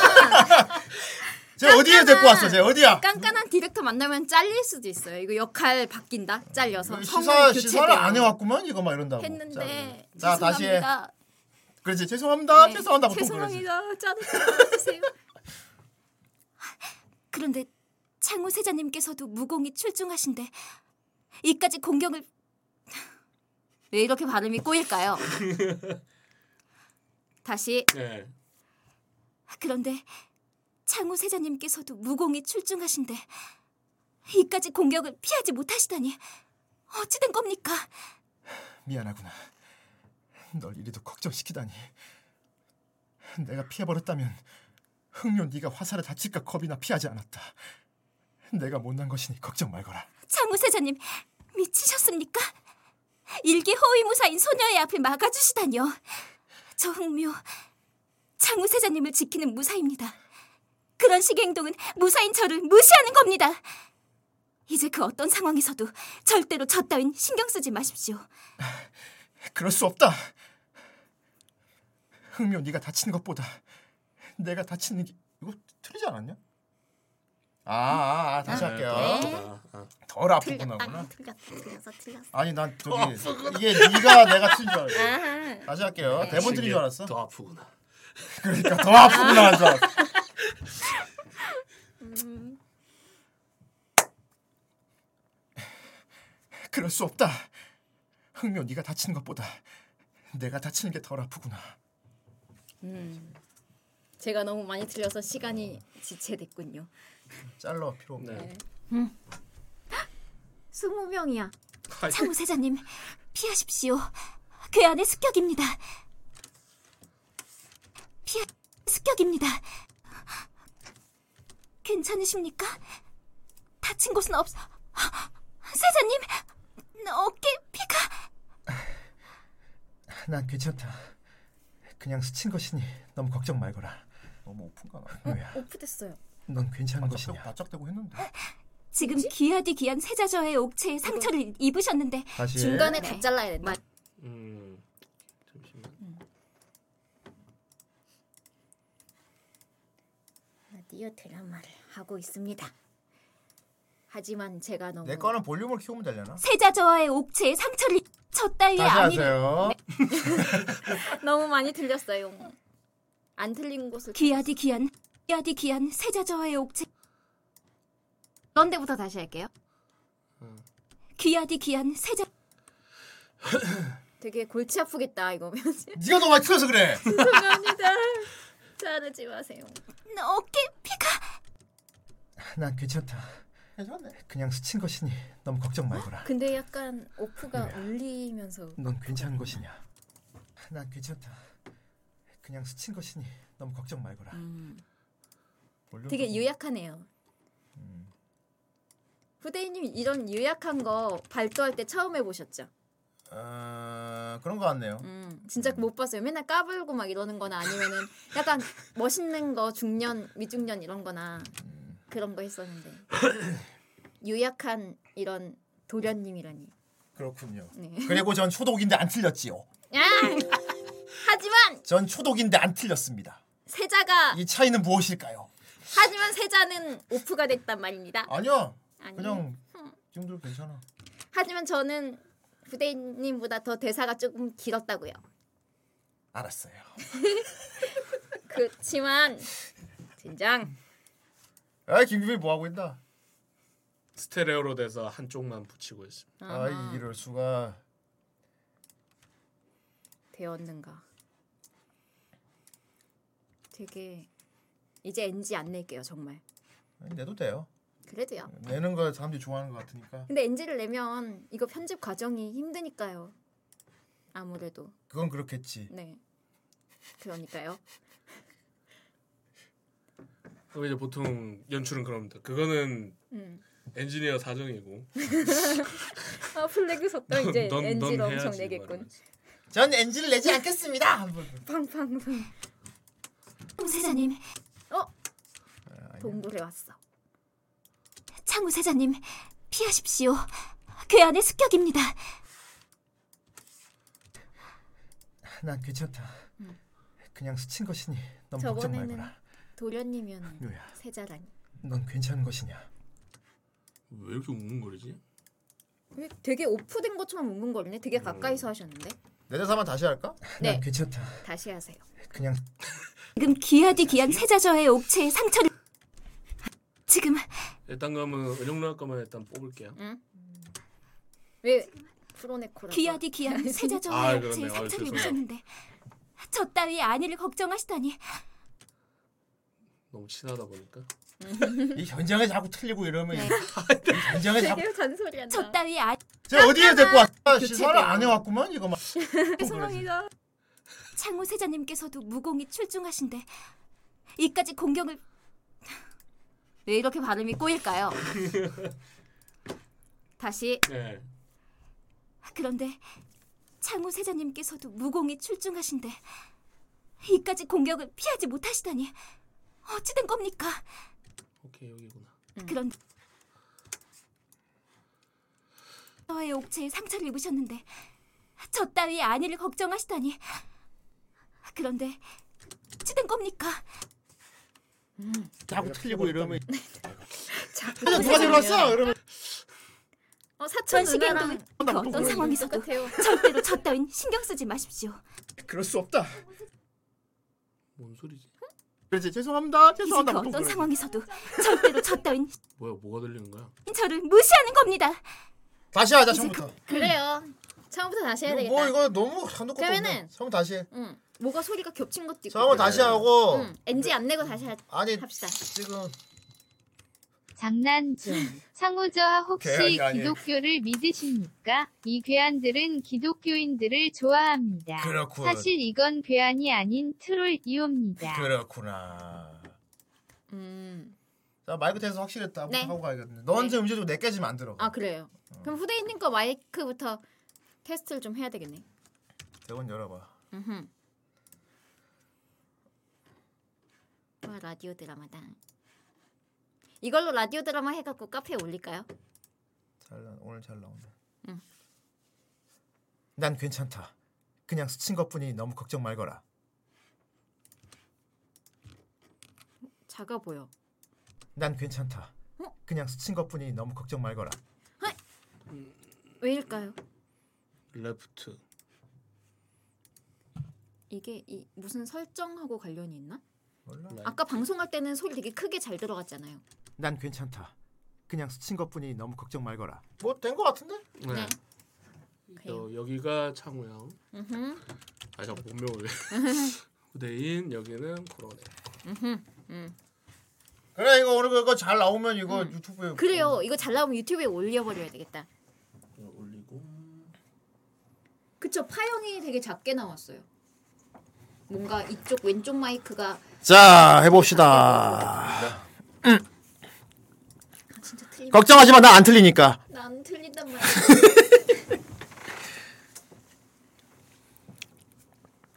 S2: 쟤 어디에 데리고 네, 왔어? 쟤 어디야?
S6: 깐깐한 디렉터 만나면 잘릴 수도 있어요. 이거 역할 바뀐다. 잘려서
S2: 네, 시사
S6: 교체돼요.
S2: 시사를 안 해왔구만 이거 막 이런다고.
S6: 했는데
S2: 자, 자, 다시 해.
S6: 죄송합니다.
S2: 그렇지 죄송합니다
S6: 네,
S2: 죄송한다 보통 그러지.
S6: 죄송합니다. 짜증 주세요.
S19: 그런데 창우 세자님께서도 무공이 출중하신데 이까지 공격을
S6: 왜 이렇게 발음이 꼬일까요? 다시
S7: 네.
S19: 그런데 창우 세자님께서도 무공이 출중하신데 이까지 공격을 피하지 못하시다니 어찌된 겁니까?
S2: 미안하구나. 널 이리도 걱정시키다니. 내가 피해버렸다면 흥묘 네가 화살에 다칠까 겁이나 피하지 않았다. 내가 못난 것이니 걱정 말거라.
S19: 창우 세자님 미치셨습니까? 일기 허위무사인 소녀의 앞을 막아주시다니요. 저 흥묘 창우 세자님을 지키는 무사입니다. 그런 식의 행동은 무사인 저를 무시하는 겁니다. 이제 그 어떤 상황에서도 절대로 저 따윈 신경 쓰지 마십시오.
S2: 그럴 수 없다. 흥미호 네가 다친 것보다 내가 다치는 게 이거 틀리지 않았냐? 아, 아, 아 다시
S4: 아,
S2: 할게요.
S4: 네.
S2: 덜 아프구나.
S4: 틀렸다. 틀렸어, 틀렸어, 틀렸어.
S2: 아니 난
S4: 더
S2: 저기
S4: 아프구나.
S2: 이게 네가 내가 틀린 줄 알았어.
S4: 아하.
S2: 다시 할게요.
S4: 네.
S2: 대본 틀린 줄 알았어.
S7: 더 아프구나.
S2: 그러니까 더 아프구나 하는 줄 알았어.
S4: 음,
S2: 그럴 수 없다. 흥미호 네가 다치는 것보다 내가 다치는 게 덜 아프구나.
S6: 음. 제가 너무 많이 틀려서 시간이 지체됐군요.
S2: 잘라 필요 없네.
S19: 스무 명이야.
S2: 아이.
S19: 사무세자님 피하십시오. 그 안에 습격입니다. 피하 습격입니다. 괜찮으십니까? 다친 곳은 없. 세자님 어깨 피가
S2: 난 괜찮다. 그냥 스친 것이니 너무 걱정 말거라. 너무 오픈가 나. 뭐야?
S19: 오프됐어요.
S2: 넌 괜찮은 것이냐? 바짝대고 했는데.
S19: 지금 귀하디 귀한 세자저의 옥체에 상처를 입으셨는데
S2: 다시.
S6: 중간에 다 잘라야 된다.
S7: 음.
S6: 라디오 드라마를 하고 있습니다. 하지만 제가
S4: 어.
S6: 너무
S2: 내 거는 볼륨을 키우면 되려나?
S19: 세자저와의 옥체에 상처를 저 따위의
S2: 다시
S19: 아니를
S2: 하세요.
S6: 네. 너무 많이 틀렸어요. 안 틀린 곳을
S19: 귀하디 귀한 귀하디 귀한 세자저와의 옥체 그런데부터 다시 할게요 귀하디 귀한 세자
S6: 되게 골치 아프겠다 이거면.
S2: 네가 너무 많이 틀려서 그래.
S6: 음. 죄송합니다. 자르지 마세요.
S19: 어깨
S2: 난 괜찮다. 그냥 스친 것이니 너무 걱정 말거라.
S6: 근데 약간 오프가 울리면서
S2: 넌 괜찮은 것이냐? 난 괜찮다. 그냥 스친 것이니 너무 걱정 말거라. 볼륨
S6: 되게
S2: 좀-
S6: 유약하네요. 후대인님 이런 유약한 거 발도할 때 처음 해보셨죠?
S2: 어, 그런 거 같네요.
S6: 음, 진짜 못 봤어요. 맨날 까불고 막 이러는 거나 아니면은 약간 멋있는 거 중년, 미중년 이런 거나 그런 거 했었는데 유약한 이런 도련님이라니.
S2: 그렇군요.
S6: 네.
S2: 그리고 전 초독인데 안 틀렸지요.
S6: 야! 하지만
S2: 전 초독인데 안 틀렸습니다.
S6: 세자가
S2: 이 차이는 무엇일까요?
S6: 하지만 세자는 오프가 됐단 말입니다.
S2: 아니야.
S6: 아니.
S2: 그냥 지금도 괜찮아.
S6: 하지만 저는 부대님보다 더 대사가 조금 길었다고요.
S2: 알았어요.
S6: 그렇지만 진장
S2: 아 김규빈 뭐 하고 있나?
S7: 스테레오로 돼서 한쪽만 붙이고 있습니다.
S2: 아 이럴 수가.
S6: 되었는가. 되게 이제 NG 안 낼게요 정말.
S2: 내도 돼요.
S6: 그래도요.
S2: 내는 걸 사람들이 좋아하는 것 같으니까.
S6: 근데 NG를 내면 이거 편집 과정이 힘드니까요. 아무래도
S2: 그건 그렇겠지.
S6: 네. 그러니까요.
S7: 그럼 이제 보통 연출은 그럽니다. 그거는
S6: 음.
S7: 엔지니어 사정이고
S6: 아 플래그 섰다 이제
S7: 넌- 넌
S6: NG를 엄청
S7: 해야지,
S6: 내겠군.
S2: 전 NG를 내지 않겠습니다.
S6: 팡팡팡.
S19: 세자님
S6: 어? 동굴에 네, 왔어.
S19: 창우 세자님 피하십시오 그 안에 습격입니다
S2: 난 괜찮다. 그냥 스친 것이니 너무 걱정
S6: 음. 저번에는
S2: 말거라.
S6: 도련님이었는데
S2: 요야.
S6: 세자라니.
S2: 넌 괜찮은 것이냐?
S7: 왜 이렇게 웅웅거리지?
S6: 왜 되게 오프된 것처럼 웅웅거리네. 되게
S2: 음.
S6: 가까이서 하셨는데.
S2: 내 대사만 다시 할까?
S6: 네.
S2: 난 괜찮다.
S6: 다시 하세요.
S2: 그냥
S19: 지금 귀하디 귀한 세자저의 옥체에 상처를 지금
S7: 일단 그러면 은영로 아까만 일단 뽑을게요.
S6: 응?
S2: 음.
S6: 왜 프로네코라?
S19: 귀하디 귀한
S7: 아,
S19: 세자저의 옥체에
S7: 그렇네요. 아,
S19: 상처를
S7: 죄송해요.
S19: 입으셨는데 저 따위의 안위를 걱정하시다니
S7: 너무 친하다 보니까.
S2: 이 현장에 자꾸 틀리고 이러면 이 현장에 자꾸
S6: 잔소리 한다.
S19: 저 따위 아.
S2: 제 어디에 데리고 왔어?
S19: 교체돼요.
S2: 시사를 안 해왔구만 이거 막.
S19: 죄송합니다. 창호 세자님께서도 무공이 출중하신데 이까지 공경을 왜 이렇게 발음이 꼬일까요? 다시
S7: 네.
S19: 그런데 창호 세자님께서도 무공이 출중하신데 이까지 공격을 피하지 못하시다니 어찌된 겁니까?
S7: 오케이 여기구나.
S19: 그런 저의 옥체에 상처를 입으셨는데 저 따위의 안위를 걱정하시다니 그런데 어찌된 겁니까?
S2: 음,
S7: 자꾸 틀리고 이러면
S2: 근데 누가 데려왔어? 이러면
S19: 어, 사촌
S6: 누나랑
S19: 시계도 그 어떤
S6: 똑같아요.
S19: 상황에서도 절대로 저 따윈 신경 쓰지 마십시오.
S2: 그럴 수 없다.
S7: 뭔 소리지?
S2: 그렇지 죄송합니다.
S19: 이제
S2: 죄송합니다.
S19: 그
S2: 보통
S19: 어떤
S2: 그래.
S19: 상황에서도 절대로 저 따윈
S7: 뭐야 뭐가 들리는 거야?
S19: 저를 무시하는 겁니다.
S2: 다시 하자 처음부터.
S6: 그래요. 처음부터 다시 해야 되겠다.
S2: 뭐 이거 너무 한도 끝도 없네.
S6: 그러면은
S2: 처음 다시 해.
S6: 응. 뭐가 소리가 겹친 것도 있고.
S2: 처음을 다시 하고
S6: 응. NG 안 내고 다시 하,
S2: 아니
S6: 합시다.
S2: 지금
S8: 장난 중. 상호저하 혹시 계약이 아니에요. 기독교를 믿으십니까? 이 괴한들은 기독교인들을 좋아합니다.
S2: 그렇군.
S8: 사실 이건 괴한이 아닌 트롤이옵니다.
S2: 그렇구나.
S6: 음.
S2: 자 마이크 테스트 확실했다.
S6: 네.
S2: 하고 가야겠네. 너 언제 음질 좀내 깨지 만들어.
S6: 아 그래요.
S2: 음.
S6: 그럼 후대인님 거 마이크부터 테스트를 좀 해야 되겠네.
S2: 대본 열어봐.
S6: 음흠. 와 라디오 드라마다. 이걸로 라디오 드라마 해갖고 카페에 올릴까요?
S2: 잘 나, 오늘 잘 나온다.
S6: 응.
S2: 난 괜찮다. 그냥 스친 것뿐이니 너무 걱정 말거라.
S6: 작아 보여.
S2: 난 괜찮다. 그냥 스친 것뿐이니 너무 걱정 말거라.
S6: 왜일까요?
S7: 레프트.
S6: 이게 이 무슨 설정하고 관련이 있나?
S2: 몰라.
S6: 아까 방송할 때는 소리 되게 크게 잘 들어갔잖아요.
S2: 난 괜찮다. 그냥 스친 것뿐이니 너무 걱정 말거라. 뭐 된 거 같은데?
S7: 네. 여, 여기가 창우형.
S6: 음흠.
S7: 아 잠깐 본명을 왜? 후대인 여기는 코로네.
S6: 음흠. 음.
S2: 그래 이거 오늘 그거 잘 나오면 이거 유튜브에
S6: 그래요. 이거 잘 나오면 유튜브에 올려버려야 되겠다.
S7: 올리고.
S6: 그쵸. 파형이 되게 작게 나왔어요. 뭔가 이쪽 왼쪽 마이크가
S2: 자 해봅시다.
S6: 진짜 틀린.
S2: 걱정하지 마, 나 안 틀리니까.
S6: 난 틀린단 말이야.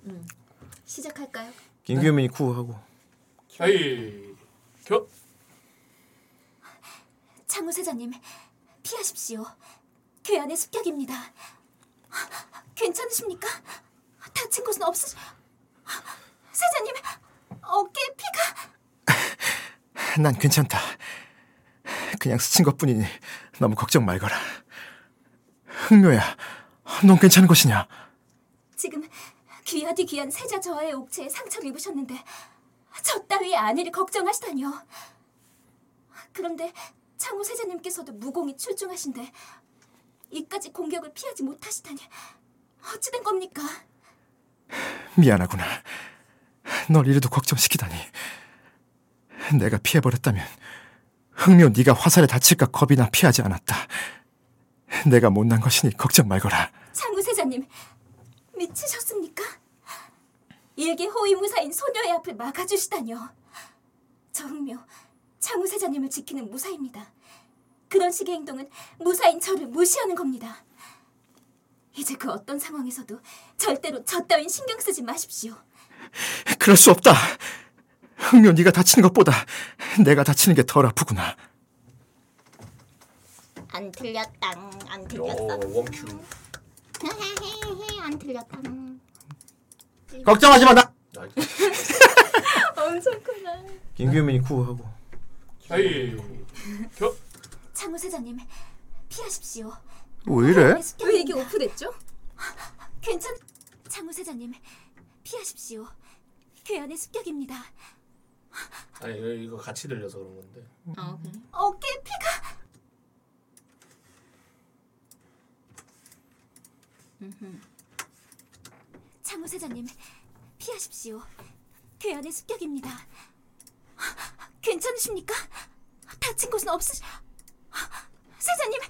S6: 음. 시작할까요?
S2: 김규민이 쿠하고.
S7: 아이 겨.
S19: 창우 세자님 피하십시오. 괴한의 습격입니다. 괜찮으십니까? 다친 곳은 없으시... 세자님 어깨에 피가...
S2: 난 괜찮다. 그냥 스친 것뿐이니 너무 걱정 말거라. 흥묘야, 넌 괜찮은 것이냐?
S19: 지금 귀하디 귀한 세자 저하의 옥체에 상처를 입으셨는데 저 따위의 안위를 걱정하시다니요. 그런데 창호 세자님께서도 무공이 출중하신데 이까지 공격을 피하지 못하시다니 어찌된 겁니까?
S2: 미안하구나. 널 이래도 걱정시키다니. 내가 피해버렸다면 흥묘 네가 화살에 다칠까 겁이나 피하지 않았다. 내가 못난 것이니 걱정 말거라.
S19: 창우 세자님 미치셨습니까? 일기 호위무사인 소녀의 앞을 막아주시다뇨. 정묘 창우 세자님을 지키는 무사입니다. 그런 식의 행동은 무사인 저를 무시하는 겁니다. 이제 그 어떤 상황에서도 절대로 저 따윈 신경 쓰지 마십시오.
S2: 그럴 수 없다. 흥묘 네가 다치는 것보다 내가 다치는 게 덜 아프구나.
S20: 안 틀렸당. 안
S7: 어
S20: 틀렸어.
S7: 원큐.
S20: 헤헤헤헤 안 틀렸당.
S2: 걱정하지 마, 나.
S19: 엄청 크다.
S2: 김규민이 쿠하고.
S7: 아이
S2: 어?
S19: 창우 세자님 피하십시오.
S2: 왜 이래?
S19: 왜 이게 오프됐죠? 괜찮. 창우 세자님 피하십시오. 괴한의 습격입니다.
S7: 아니 이거- 이거 같이 들려서 그런 건데.
S19: 어깨에 피가. 창우 세자님 피하십시오. 괴한의 습격입니다. 괜찮으십니까? 다친 곳은 없으시. 세자님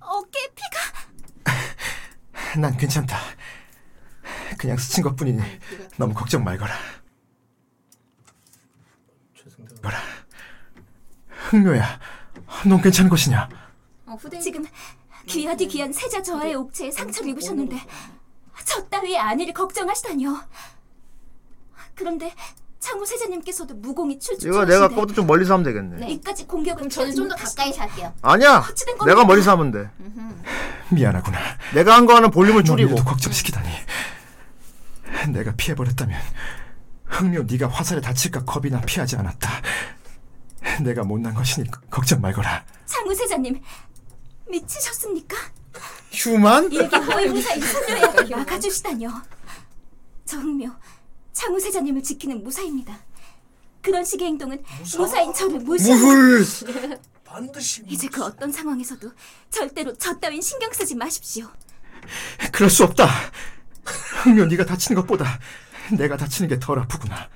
S19: 어깨에 피가.
S2: 난 괜찮다. 그냥 스친 것뿐이니 너무 걱정 말거라. 거라. 흥묘야, 넌 괜찮은 것이냐?
S19: 어, 지금 귀하디 귀한 세자 저하의 옥체에 상처를 입으셨는데 저 따위의 안위를 걱정하시다니요. 그런데 창호 세자님께서도 무공이 출주.
S23: 이거 내가 거부터 좀 멀리서 하면 되겠네.
S19: 네. 이까지 공격은 저는 좀 더 가까이서 할게요.
S23: 아니야. 내가 멀리서 하면 돼.
S2: 미안하구나.
S23: 내가 한 거 하는 볼륨을 줄이고.
S2: 너도 걱정시키다니. 내가 피해버렸다면 흥료 네가 화살에 다칠까 겁이나 피하지 않았다. 내가 못난 것이니 걱정 말거라.
S19: 창호 세자님 미치셨습니까?
S24: 휴만?
S19: 일기 호위무사 인선녀의 앞을 막아주시다뇨. 정묘, 창우 세자님을 지키는 무사입니다. 그런 식의 행동은 무사인 저를 무시하고
S24: 무흘!
S19: 반드시 이제 그 어떤 상황에서도 절대로 저 따윈 신경 쓰지 마십시오.
S2: 그럴 수 없다. 흥료 네가 다치는 것보다 내가 다치는 게 덜 아프구나.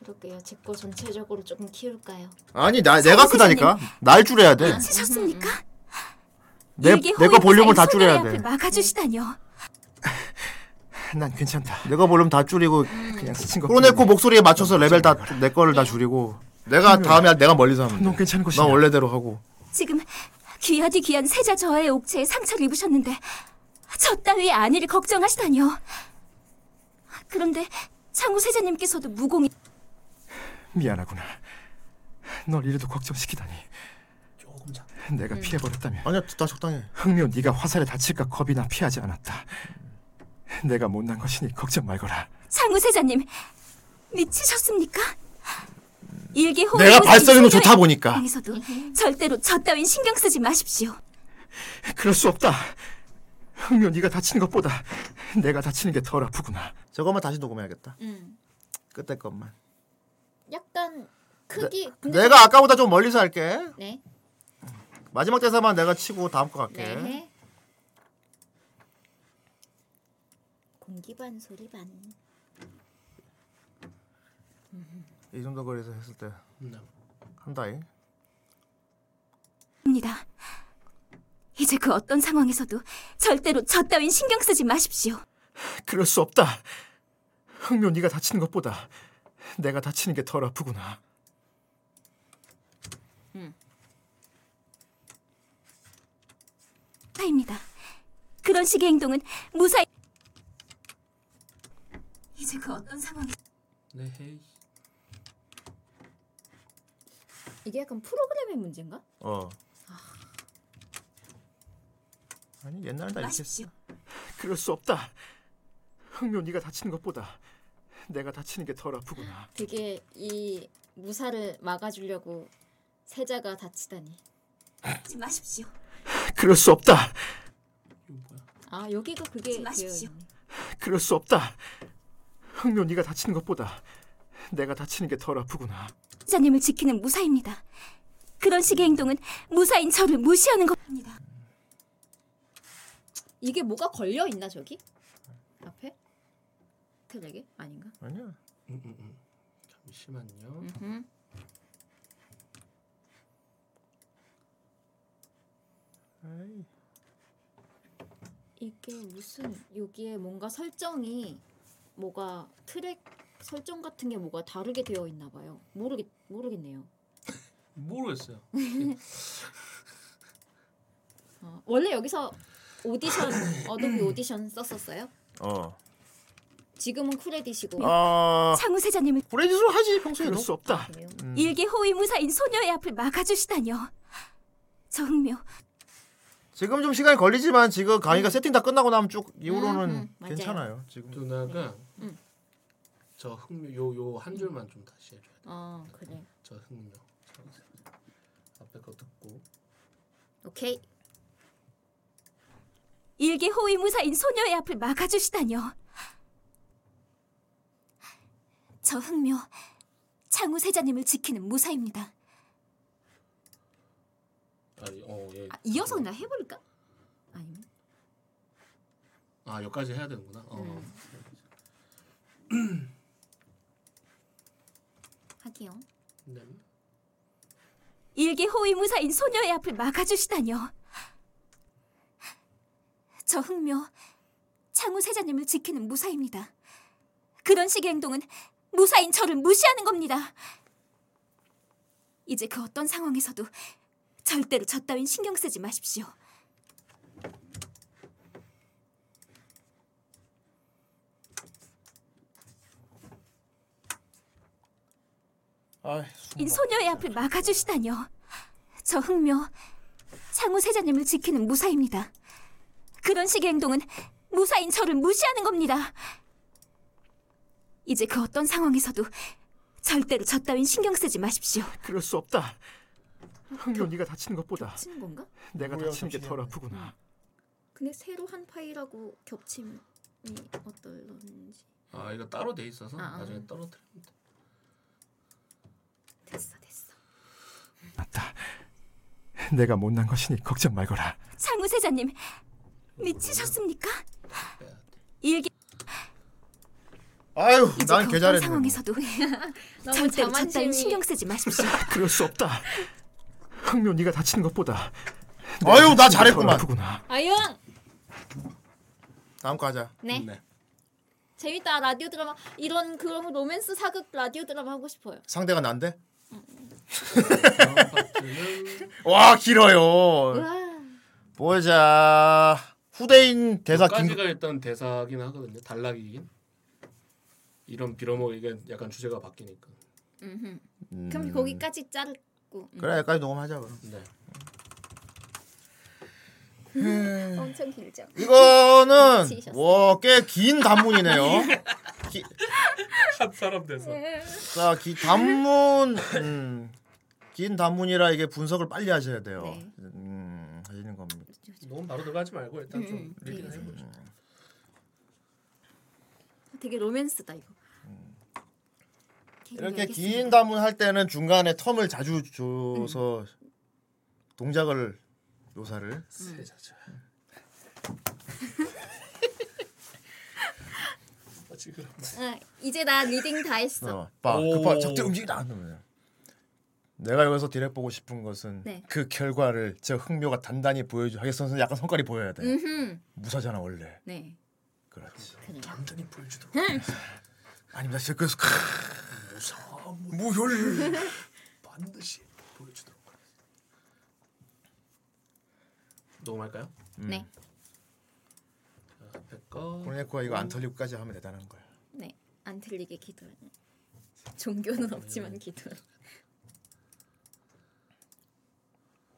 S6: 그럴게요. 제 거 전체적으로 조금 키울까요?
S23: 아니 나 내가 크다니까. 날 줄여야 돼.
S19: 미치셨습니까?
S23: 내
S19: 일기
S23: 내가
S19: 호위무사
S23: 볼륨을 다
S19: 인선녀의
S23: 줄여야
S19: 앞을
S23: 돼.
S19: 막아주시다뇨.
S2: 난 괜찮다.
S23: 내가 볼륨 다 줄이고
S2: 그냥 스친 것.
S23: 프로네코 목소리에 맞춰서 레벨 다 내 거를 다 줄이고. 내가 다음에 내가 멀리서 하면 돼. 넌
S2: 괜찮은
S23: 것이야. 난 원래대로 하고.
S19: 지금 귀하디 귀한 세자 저하의 옥체에 상처를 입으셨는데 저 따위의 안위를 걱정하시다뇨. 그런데 창우 세자님께서도 무공이
S2: 미안하구나. 널 이래도 걱정시키다니. 조금 작. 내가
S19: 음.
S2: 피해버렸다면.
S23: 아니야, 다 적당해.
S2: 흥미호 네가 화살에 다칠까 겁이나 피하지 않았다. 내가 못난 것이니 걱정 말거라.
S19: 창우 세자님 미치셨습니까? 일기 호
S2: 내가 발성이 좋다 보니까.
S19: 에서도 절대로 저 따윈 신경 쓰지 마십시오.
S2: 그럴 수 없다. 흥미호 네가 다치는 것보다 내가 다치는 게 덜 아프구나.
S23: 저것만 다시 녹음해야겠다.
S6: 음,
S23: 끝에 것만.
S6: 약간 크기. 근데 그
S23: 내가 아까보다 좀 멀리서 할게.
S6: 네.
S23: 마지막 대사만 내가 치고 다음 거 갈게.
S6: 네. 공기 반 소리 반.
S23: 이 정도 거리에서 했을 때 한다잉.
S19: 입니다. 이제 그 어떤 상황에서도 절대로 저 따윈 신경 쓰지 마십시오.
S2: 그럴 수 없다. 흥미호 네가 다치는 것보다 내가 다치는 게 덜 아프구나.
S19: 무사입니다. 그런 식의 행동은 무사. 이제 그 어떤 상황
S7: 네.
S25: 이게 약간 프로그램의 문제인가?
S23: 어. 아니 옛날엔 다
S2: 마십시오. 그럴 수 없다. 흥미호 네가 다치는 것보다 내가 다치는 게 덜 아프구나.
S6: 되게 이 무사를 막아주려고 세자가 다치다니.
S19: 하지 마십시오.
S2: 그럴 수 없다.
S6: 아 여기가 그게 마십시오.
S2: 그럴 수 없다. 흥미호 네가 다치는 것보다 내가 다치는 게 덜 아프구나.
S19: 자님을 지키는 무사입니다. 그런 식의 행동은 무사인 저를 무시하는 겁니다.
S6: 이게 뭐가 걸려 있나 저기 앞에 틀에게 아닌가?
S23: 아니야.
S7: 음, 잠시만요.
S6: 이게 무슨 여기에 뭔가 설정이 뭐가 트랙 설정 같은 게 뭐가 다르게 되어 있나 봐요. 모르겠 모르겠네요.
S7: 모르겠어요.
S6: 어, 원래 여기서 오디션 어도비 오디션 썼었어요.
S23: 어.
S6: 지금은 쿠레딧이고
S19: 아. 창우 세자님을
S23: 아, 브레지로 하지 평소에도 음.
S2: 그럴 수 없다.
S19: 일기 호위무사인 소녀의 앞을 막아주시다뇨. 정묘
S23: 지금 좀 시간이 걸리지만 지금 강의가 세팅 다 끝나고 나면 쭉 이후로는
S7: 음, 맞아요.
S23: 괜찮아요. 지금
S7: 누나가
S6: 음.
S7: 저 흥미 요요 한 줄만 좀 다시 해줘요.
S6: 어 그래
S7: 저 흥미요. 앞에 거 듣고
S6: 오케이
S19: 일기 호위무사인 소녀의 앞을 막아주시다뇨. 저 흥묘 창우 세자님을 지키는 무사입니다.
S7: 아니 어 예.
S6: 아, 이어서 그냥 해볼까?
S7: 아 여기까지 해야 되는구나. 어.
S6: 하기요.
S7: 네.
S19: 일기 호위무사인 소녀의 앞을 막아주시다뇨. 저 흥묘 창우 세자님을 지키는 무사입니다. 그런 식의 행동은 무사인 저를 무시하는 겁니다. 이제 그 어떤 상황에서도 절대로 저 따윈 신경 쓰지 마십시오. 이 소녀의 앞을 막아주시다뇨. 저 흥묘 창우 세자님을 지키는 무사입니다. 그런 식의 행동은 무사인 저를 무시하는 겁니다. 이제 그 어떤 상황에서도 절대로 저 따윈 신경 쓰지 마십시오.
S26: 그럴 수 없다. 흥미 언니가 다치는 것보다
S6: 겹치는 건가?
S26: 내가
S6: 뭐야,
S26: 다치는 게 덜
S6: 잠시만요.
S26: 아프구나.
S6: 근데 새로 한 파일하고 겹침이 어떨런지
S7: 아 이거 따로 돼 있어서
S6: 아, 아.
S7: 나중에 떨어뜨리면 돼.
S6: 됐어 됐어.
S26: 내가 못난 것이니 걱정 말거라.
S19: 창우 세자님 미치셨습니까? 일기
S2: 아유,
S19: 이제
S2: 난
S19: 그 어떤
S2: 개잘했네. 뭐.
S19: 상황에서도
S6: 너무
S19: 절대로 저 따윈
S6: 자만심이-
S19: 신경 쓰지 마십시오.
S26: 그럴 수 없다. 흥미 언니가 다치는 것보다 내가
S2: 아유, 나
S26: 다치는 게덜
S2: 잘했구만.
S26: 아프구나.
S6: 아영
S2: 다음 거 하자.
S6: 네. 재밌다 라디오 드라마 이런 그런 로맨스 사극 라디오 드라마 하고 싶어요.
S2: 상대가 난데?
S7: 음.
S2: 와 길어요.
S6: 우와.
S2: 보자. 후대인 대사 김.
S7: 김까지가 일단 대사긴 하거든요. 단락이긴. 이런 빌어먹이가 약간 주제가 바뀌니까.
S6: 음흠.
S2: 음.
S6: 그럼 거기까지 자르고. 음.
S2: 그래 여기까지 녹음하자 그럼.
S7: 네.
S6: 엄청 길죠.
S2: 음. 이거는
S6: 미치셨어요.
S2: 와꽤 긴 단문이네요.
S7: 한 사람 돼서.
S2: 자, 기, 단문 음, 긴 단문이라 이게 분석을 빨리 하셔야 돼요. 음, 하시는 겁니다. 음.
S7: 너무 바로 들어가지 말고 일단 좀 리딩 해보죠.
S6: 되게 로맨스다 이거.
S2: 이렇게 긴 단문 할 때는 중간에 텀을 자주 줘서 동작을 묘사를
S4: 음.
S7: 세자자. 아, 지금.
S6: 응, 이제 나 리딩 다 했어.
S2: 어, 봐.
S7: 오.
S2: 급하 적대 움직이다 안 하면. 내가 여기서 디렉 보고 싶은 것은
S6: 네.
S2: 그 결과를 저 흥묘가 단단히 보여줘. 하겠어서 약간 성깔이 보여야 돼.
S6: 음.
S2: 무사잖아 원래.
S6: 네.
S2: 네. 그렇지.
S7: 완전히 보여주도.
S6: 응.
S2: 아닙니다. 저 그래서 크으,
S7: 무사
S2: 무혈.
S7: 반드시 보여주도록 하겠습니다. 녹음할까요?
S6: 네.
S7: 백거.
S2: 보네코가 이거 안 털리고까지 하면 대단한 거야.
S6: 네. 안 틀리게 기도하는.
S2: 음.
S6: 종교는 없지만 기도.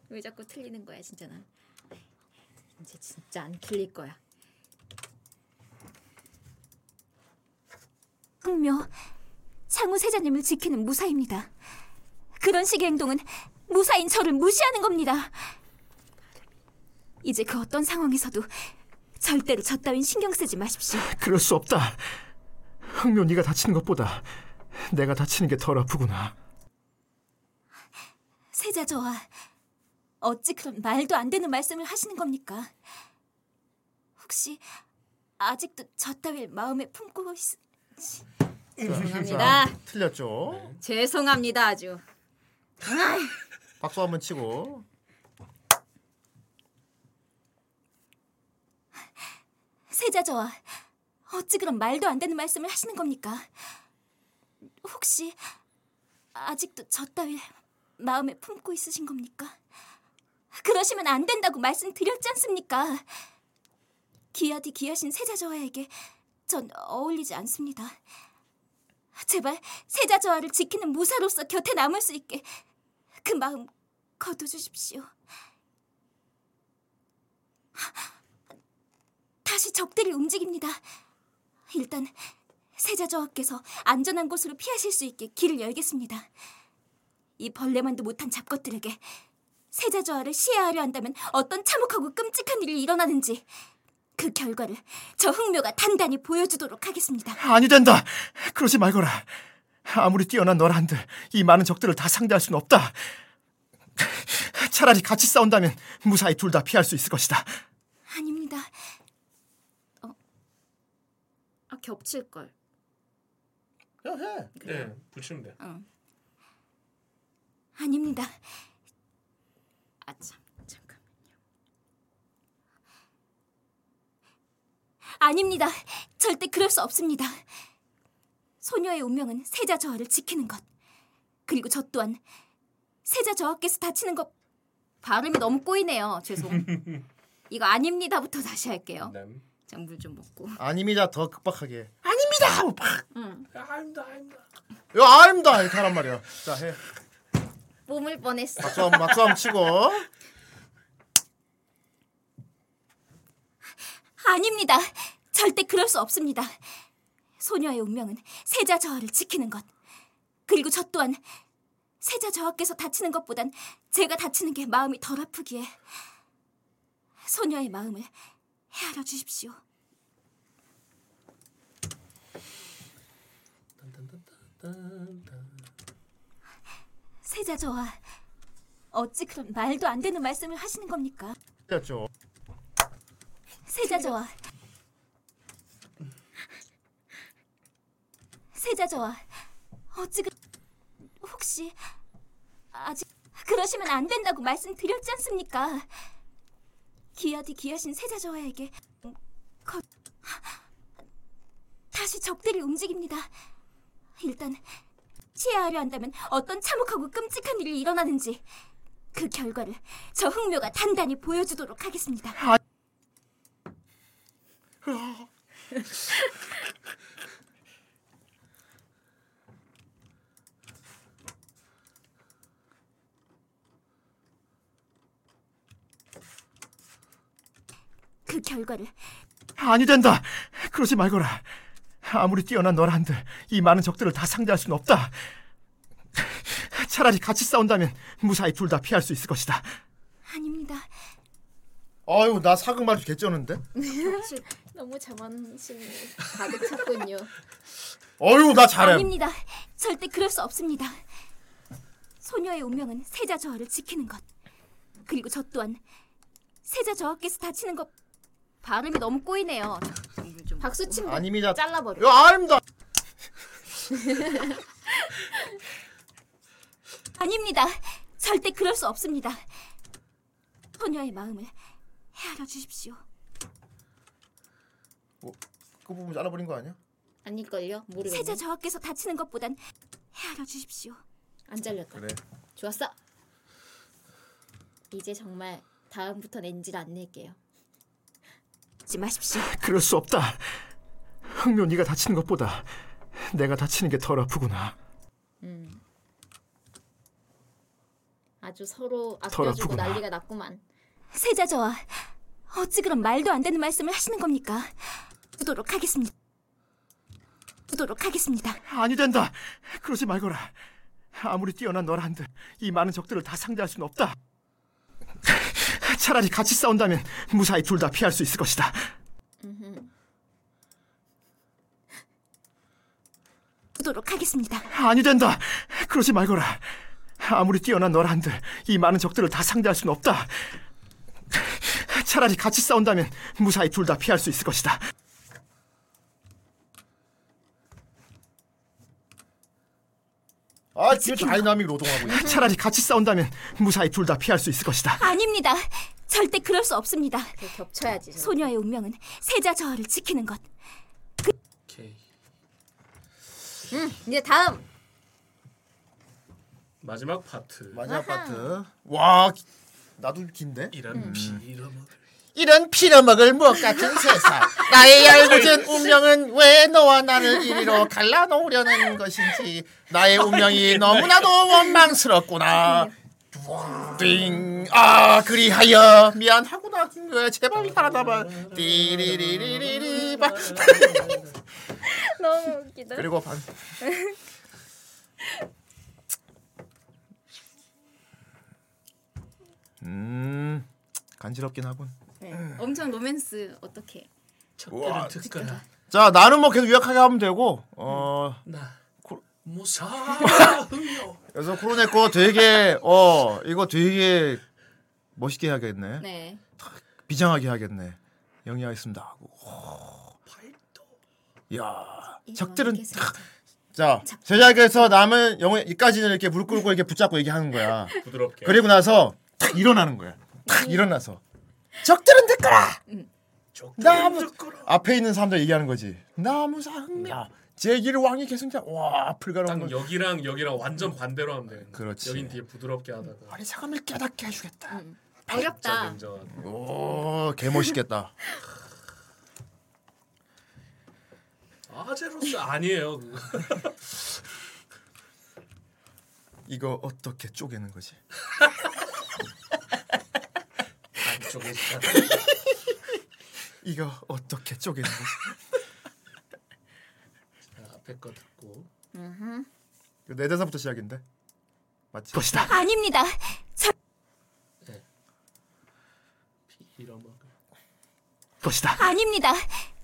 S6: 왜 자꾸 틀리는 거야 진짜 난. 이제 진짜 안 틀릴 거야.
S19: 흥묘 창우 세자님을 지키는 무사입니다. 그런 식의 행동은 무사인 저를 무시하는 겁니다. 이제 그 어떤 상황에서도 절대로 저 따윈 신경 쓰지 마십시오.
S26: 그럴 수 없다. 흥미 언니가 다치는 것보다 내가 다치는 게 덜 아프구나.
S19: 세자 저와 어찌 그런 말도 안 되는 말씀을 하시는 겁니까? 혹시 아직도 저 따위 마음에 품고 있...
S6: 죄송합니다.
S2: 자, 틀렸죠.
S6: 죄송합니다 아주.
S2: 박수 한번 치고.
S19: 세자 저와 어찌 그런 말도 안 되는 말씀을 하시는 겁니까? 혹시 아직도 저 따위 마음에 품고 있으신 겁니까? 그러시면 안 된다고 말씀드렸지 않습니까? 기아디 기아신 세자 저와에게 전 어울리지 않습니다. 제발 세자 저와를 지키는 무사로서 곁에 남을 수 있게 그 마음 거둬주십시오. 다시 적들이 움직입니다. 일단 세자 저하께서 안전한 곳으로 피하실 수 있게 길을 열겠습니다. 이 벌레만도 못한 잡것들에게 세자 저하를 시해하려 한다면 어떤 참혹하고 끔찍한 일이 일어나는지 그 결과를 저 흥묘가 단단히 보여주도록 하겠습니다.
S26: 아니 된다. 그러지 말거라. 아무리 뛰어난 너라 한들 이 많은 적들을 다 상대할 수는 없다. 차라리 같이 싸운다면 무사히 둘 다 피할 수 있을 것이다.
S19: 아닙니다.
S6: 어? 아 겹칠 걸.
S7: 네, 붙이면 돼.
S19: 어. 아닙니다.
S6: 아참 잠깐.
S19: 아닙니다. 절대 그럴 수 없습니다. 소녀의 운명은 세자 저하를 지키는 것. 그리고 저 또한 세자 저하께서 다치는 것.
S6: 발음이 너무 꼬이네요. 죄송. 이거 아닙니다부터 다시 할게요.
S7: 남.
S6: 자, 물좀 먹고.
S2: 아닙니다. 더 급박하게.
S6: 아닙니다.
S2: 아닙니다 하고 팍
S21: 응.
S2: 이거 아닙니다 이렇게 하란 말이야 자해
S21: 몸을 뻔했어.
S2: 박수 한번 박수 한번 치고
S19: 아닙니다. 절대 그럴 수 없습니다. 소녀의 운명은 세자 저하를 지키는 것. 그리고 저 또한 세자 저하께서 다치는 것보단 제가 다치는 게 마음이 덜 아프기에 소녀의 마음을 헤아려 주십시오. 세자 저하 어찌 그런 말도 안 되는 말씀을 하시는 겁니까?
S2: 됐죠
S19: 세자 저하 세자 저하 어찌 그 혹시 아직 그러시면 안 된다고 말씀드렸지 않습니까? 기아디 기아신 세자 저하에게 거, 다시 적들이 움직입니다. 일단 치하하려 한다면 어떤 참혹하고 끔찍한 일이 일어나는지 그 결과를 저 흥묘가 단단히 보여주도록 하겠습니다. 그 결과를
S26: 아니 된다. 그러지 말거라. 아무리 뛰어난 너라 한들 이 많은 적들을 다 상대할 수는 없다. 차라리 같이 싸운다면 무사히 둘 다 피할 수 있을 것이다.
S19: 아닙니다.
S2: 아유 나 사극 말도 개쩌는데
S21: 너무 자만심이 가득 찼군요.
S2: 아유 나 잘해
S19: 아닙니다. 절대 그럴 수 없습니다. 소녀의 운명은 세자 저하를 지키는 것. 그리고 저 또한 세자 저하께서 다치는 것. 발음이 너무 꼬이네요. 박수 친거
S2: 아닙니다.
S19: 잘라버려.
S2: 이거 아닙니다.
S19: 아닙니다. 절대 그럴 수 없습니다. 소녀의 마음을 헤아려 주십시오.
S2: 그 부분 잘라버린 거 아니야?
S19: 아닐걸요?
S2: 모르겠네.
S19: 세자 저하께서 다치는 것보단 헤아려 주십시오.
S21: 안 잘렸다.
S2: 그래
S21: 좋았어. 이제 정말 다음부터 렌즈를 안 낼게요.
S19: 하지 마십시오.
S26: 그럴 수 없다. 흥묘 네가 다치는 것보다 내가 다치는 게 덜 아프구나.
S21: 음. 아주 서로
S26: 덜
S21: 아껴주고
S26: 아프구나.
S21: 난리가 났구만.
S19: 세자 저하 어찌 그런 말도 안 되는 말씀을 하시는 겁니까? 두도록 하겠습니다. 두도록 하겠습니다.
S26: 아니 된다. 그러지 말거라. 아무리 뛰어난 너라 한들 이 많은 적들을 다 상대할 수는 없다. 차라리 같이 싸운다면 무사히 둘 다 피할 수 있을 것이다.
S19: 두도록 하겠습니다.
S26: 아니 된다. 그러지 말거라. 아무리 뛰어난 너라 한들 이 많은 적들을 다 상대할 수는 없다. 차라리 같이 싸운다면 무사히 둘 다 피할 수 있을 것이다.
S2: 아 지금 다이나믹 노동하고 있어
S26: 차라리 같이 싸운다면 무사히 둘 다 피할 수 있을 것이다.
S19: 아닙니다. 절대 그럴 수 없습니다.
S21: 겹쳐야지.
S19: 소녀의 운명은 세자 저하를 지키는 것. 그
S7: 오케이.
S21: 음, 이제 다음.
S7: 마지막 파트.
S2: 마지막 파트 와 기- 나도 긴데
S7: 이런 피 이런
S2: 이런 피나먹을 무엇 같은 세상 나의 얄궂은 운명은 왜 너와 나를 이리로 갈라놓으려는 것인지 나의 운명이 너무나도 원망스럽구나
S7: 네.
S2: 띵아 그리하여 미안하구나 왜 제발 살아남아 띠리리리리리바
S21: 너무
S6: 네?
S21: 웃기다.
S2: 그리고 반 음 간지럽긴 하군
S6: 네. 엄청 로맨스 어떻게?
S2: 음. 우와,
S7: 특가라.
S2: 자 나는 뭐 계속 유약하게 하면 되고 어
S7: 음, 무사.
S2: 그래서 코로네코 되게 어 이거 되게 멋있게 해야겠네
S21: 네.
S2: 비장하게 해야겠네 영리하겠습니다 하고 어, 야 적들은 탁. 자 제작에서 남은 영혼 이까지는 이렇게 무릎 꿇고 이렇게 붙잡고 얘기하는 거야
S7: 부드럽게.
S2: 그리고 나서 탁 일어나는 거야 탁
S19: 음.
S2: 일어나서 적들은 듣거라 나무 앞에 있는 사람들 얘기하는 거지 나무사 흥미야 제길 왕이 계승자 와 불가능한 거
S7: 음. 여기랑 여기랑 완전 반대로 하면 돼.
S2: 그렇지.
S7: 여긴 뒤에 부드럽게 하다가.
S2: 아니 사람을 깨닫게 해주겠다.
S6: 음.
S21: 어렵다.
S2: 오, 개 멋있겠다.
S7: 아제로스 아니에요. 그거.
S4: 이거 어떻게 쪼개는 거지?
S2: 안쪽에
S4: 이거 어떻게 쪼개는 거지?
S7: 자, 앞에 거 듣고
S4: 이거
S2: 네
S4: 내 대사부터 시작인데. 맞지? 것이다.
S19: 아닙니다. 저...
S7: 이런 거.
S19: 것이다. 아닙니다.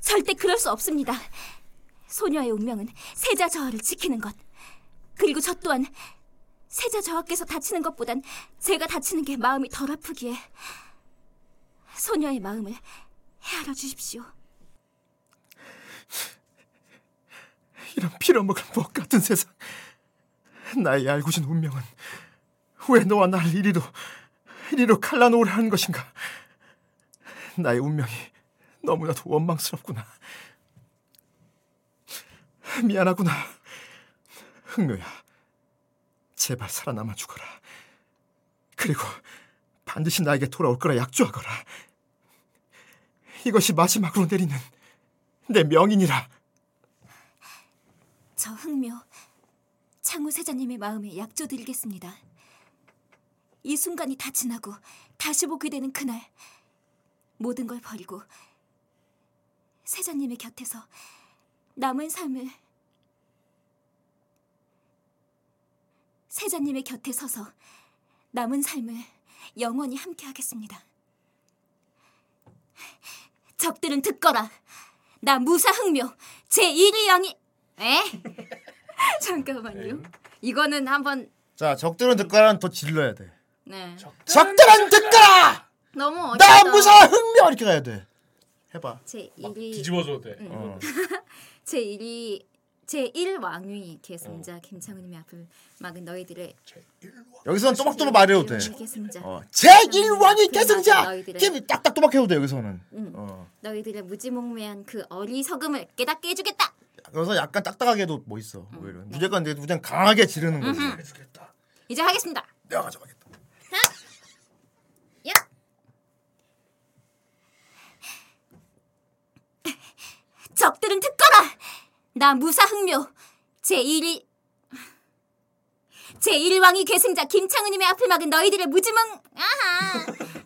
S19: 절대 그럴 수 없습니다. 소녀의 운명은 세자 저하를 지키는 것. 그리고 저 또한 세자 저하께서 다치는 것보단 제가 다치는 게 마음이 덜 아프기에 소녀의 마음을 헤아려 주십시오.
S27: 이런 빌어먹은 목 같은 세상. 나의 알고진 운명은 왜 너와 나를 이리로 이리로 갈라놓으려 하는 것인가? 나의 운명이 너무나도 원망스럽구나. 미안하구나. 흥묘야. 제발 살아남아 죽어라. 그리고 반드시 나에게 돌아올 거라 약조하거라. 이것이 마지막으로 내리는 내 명인이라.
S19: 저 흥묘 창우 세자님의 마음에 약조 드리겠습니다. 이 순간이 다 지나고 다시 보게 되는 그날 모든 걸 버리고 세자님의 곁에서 남은 삶을 세자님의 곁에 서서 남은 삶을 영원히 함께하겠습니다. 적들은 듣거라. 나 무사흥묘 제 1위 양이 에? 잠깐만요. 이거는 한번
S2: 자 적들은 듣거라는 더 질러야 돼.
S6: 네.
S2: 적들은 듣거라.
S6: 너무 어렵다.
S2: 나 무사 흥명 이렇게 가야 돼. 해봐.
S6: 제 1위 음.
S7: 뒤집어줘도 돼.
S2: 어.
S6: 제 1위 제 1왕위
S2: 어.
S6: 계승자 김창훈님의 앞을 네, 막은 너희들의
S2: 여기서는 또박또박 말해도 돼.
S6: 계승자
S2: 어. 제 1왕이 계승자.
S6: 너희들의-
S2: 김 딱딱 또박해도 돼 여기서는.
S6: 음.
S2: 어.
S6: 너희들의 무지몽매한 그 어리석음을 깨닫게 해주겠다.
S2: 그래서 약간 딱딱하게도 뭐 있어. 뭐 이런. 무조건 이제 그냥 강하게 지르는 거지.
S6: 음. 음흠. 이제 하겠습니다.
S2: 내가 가져가겠다.
S6: 야.
S19: 적들은 듣거라. 나 무사흥묘 제 1위 제 1왕이 계승자 김창우님의 앞을 막은 너희들의 무지몽 아하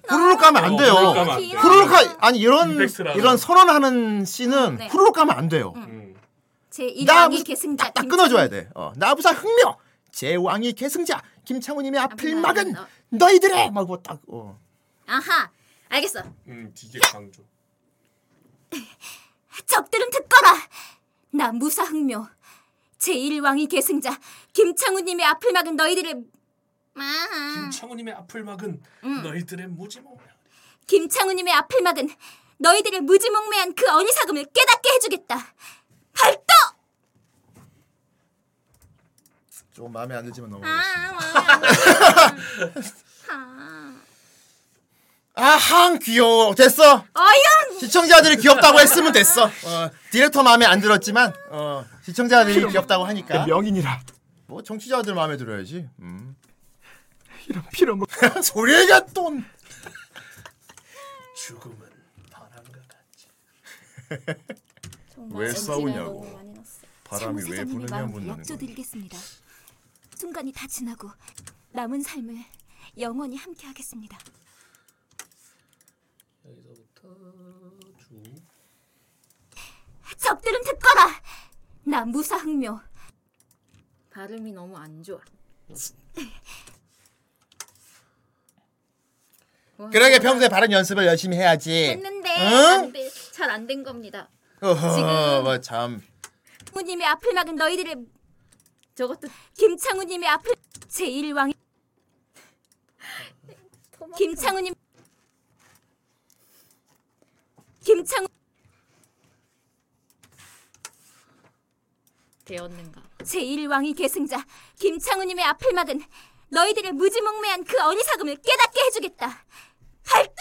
S2: 후루룩 가면 안 돼요.
S4: 어, 후루룩 가면 안 돼요.
S2: 후루룩 가 아니 이런
S4: 임팩트라는.
S2: 이런 선언하는 씬은
S6: 네.
S2: 후루룩 가면 안 돼요.
S6: 제
S2: 나
S6: 1왕위
S2: 무슨-
S6: 계승자
S2: 딱 끊어줘야 돼. 어, 나부사 흥명 제 왕이 계승자 김창훈님의
S6: 아,
S2: 앞을
S6: 네.
S2: 막은
S6: 어.
S2: 너희들의 막뭐딱 어.
S6: 아하. 알겠어.
S7: 음, 이게 강조.
S19: 적들은 듣거라. 나 무사흥묘 제 1왕이 계승자 김창우님의 앞을 막은 너희들의 아하
S7: 창우님의 앞을 막은
S6: 음.
S7: 너희들의 무지몽.
S19: 김창우님의 앞을 막은 너희들의 무지몽매한 그 어리석음을 깨닫게 해주겠다. 발동!
S4: 조금 마음에 안 들지만
S6: 아,
S4: 넘어.
S6: 아.
S2: 아항 귀여워 됐어.
S19: 어영.
S2: 시청자들이 귀엽다고 했으면 됐어. 어, 디렉터 마음에 안 들었지만 어, 시청자들이 귀엽다고 하니까.
S27: 그 명인이라.
S2: 뭐 정치자들 마음에 들어야지. 음.
S27: 이런 필요 뭐
S2: 소리가 또.
S7: 죽음은 바람과
S2: 같이.
S19: 정말
S4: 왜
S19: NG 가
S4: 싸우냐고.
S19: 너무 많이 났어.
S4: 바람이
S19: 장우
S4: 왜
S19: 사장님의
S4: 부느냐
S19: 마음
S4: 묻는
S19: 약조 드리겠습니다. 순간이 다 지나고 남은 삶을 영원히 함께하겠습니다. 적들은 듣거라. 나 무사흥묘.
S6: 발음이 너무 안 좋아.
S2: 그러게 평소에 발음 연습을 열심히 해야지.
S6: 했는데
S4: 어?
S2: 응?
S6: 잘 안 된 겁니다.
S2: 어허,
S6: 지금-
S2: 뭐 참.
S19: 무님의 앞을 막은 너희들의 저것도 김창우님의 앞을 제 1왕 김창우님 김창우
S6: 되었는가?
S19: 제 1왕이 계승자 김창우님의 앞을 막은 너희들의 무지몽매한 그 어리석음을 깨닫게 해주겠다. 발동!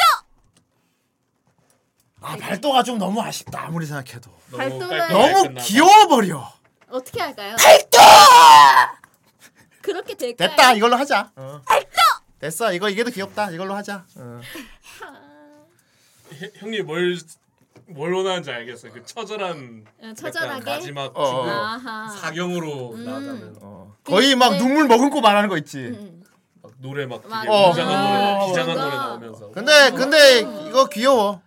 S2: 아 발도가 좀 너무 아쉽다 아무리 생각해도.
S6: 발도는-
S2: 너무 귀여워 버려.
S6: 어떻게 할까요? 그렇게 될까요?
S2: 됐다 이걸로 하자.
S19: 발도.
S2: 됐어 이거 이게 더 귀엽다 이걸로 하자.
S7: 해- 형님 뭘 뭘 원하는지 알겠어요. 그 처절한
S6: 어, 처절하게?
S7: 약간 마지막
S2: 어, 어.
S7: 지금
S6: 아하.
S7: 사경으로
S6: 음. 네.
S7: 나가는 네,
S2: 거의 막 눈물 머금고 말하는 거 있지.
S7: 막 노래 막 되게
S2: 맞아. 어.
S7: 비장한 노래,
S2: 어,
S7: 비장한
S2: 맞아.
S7: 노래 나오면서
S2: 근데 근데 이거 귀여워.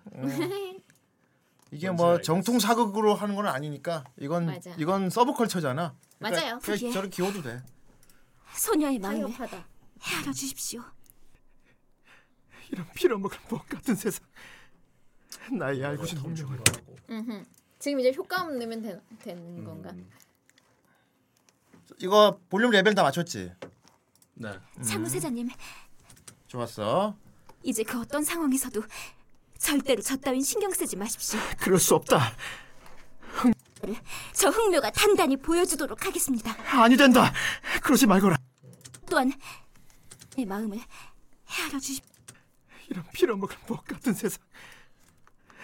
S2: 이게 뭐 정통 사극으로 하는 건 아니니까 이건
S19: 맞아.
S2: 이건 서브컬처잖아. 그러니까
S19: 맞아요.
S2: 그냥
S19: 예.
S2: 저런 귀여워도 돼.
S19: 소녀의 마음을 헤아려 주십시오.
S26: 이런 빌어먹을 목 같은 세상. 나의 알고 싶은 운명을.
S6: 음흠. 지금 이제 효과음 넣으면 되, 되는 건가?
S2: 이거 볼륨 레벨 다 맞췄지? 음.
S7: 네.
S26: 음.
S19: 창우 사장님,
S2: 좋았어.
S19: 이제 그 어떤 상황에서도 절대로 저 따윈 신경 쓰지 마십시오.
S26: 그럴 수 없다.
S19: 저 흥묘가 단단히 보여주도록 하겠습니다.
S26: 아니 된다. 그러지 말거라.
S19: 또한 내 마음을 헤아려 주십.
S26: 이런 빌어먹을 목 같은 세상.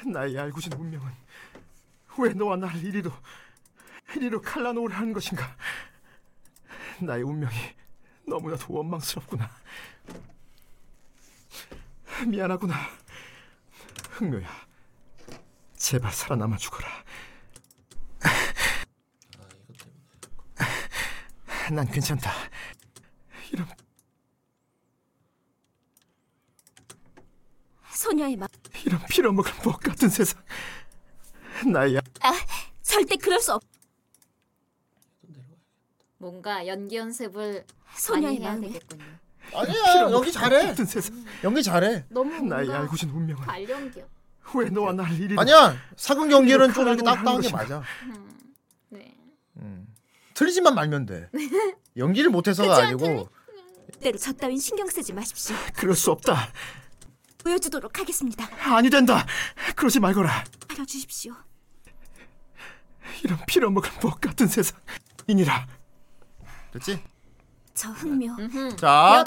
S26: 나의 알고 싶은 운명은 왜 너와 나를 이리로 이리로 갈라놓으려 하는 것인가? 나의 운명이 너무나도 원망스럽구나. 미안하구나.
S7: 음,
S26: 흥묘야. 제발 살아남아 죽어라. 난 괜찮다. 이런
S19: 소녀의 마음.
S26: 이런 빌어먹을 목 같은 세상. 나야.
S19: 아, 절대 그럴 수 없.
S6: 뭔가 연기 연습을
S19: 소녀의
S6: 많이 해야
S19: 마음에.
S6: 되겠군요.
S2: 아니야 연기 잘해.
S26: 같은 세상.
S2: 연기 잘해.
S6: 너무
S26: 나의
S6: 뭔가
S26: 알고 싶은 운명은
S6: 발연기요.
S26: 왜 너와 나를 이리
S2: 아니야 사극 연기는 좀
S26: 가라고
S2: 이렇게
S26: 하는
S2: 딱딱한 게
S26: 것인가?
S2: 맞아.
S6: 네.
S2: 음. 틀리지만 말면 돼. 연기를 못해서가 아니고
S19: 절대로 저 따윈 신경 쓰지 마십시오.
S26: 그럴 수 없다.
S19: 보여주도록 하겠습니다.
S26: 아니 된다. 그러지 말거라.
S19: 헤아려 주십시오.
S26: 이런 빌어먹을 목 같은 세상. 이니라.
S2: 됐지?
S19: 저 흥묘.
S2: 자,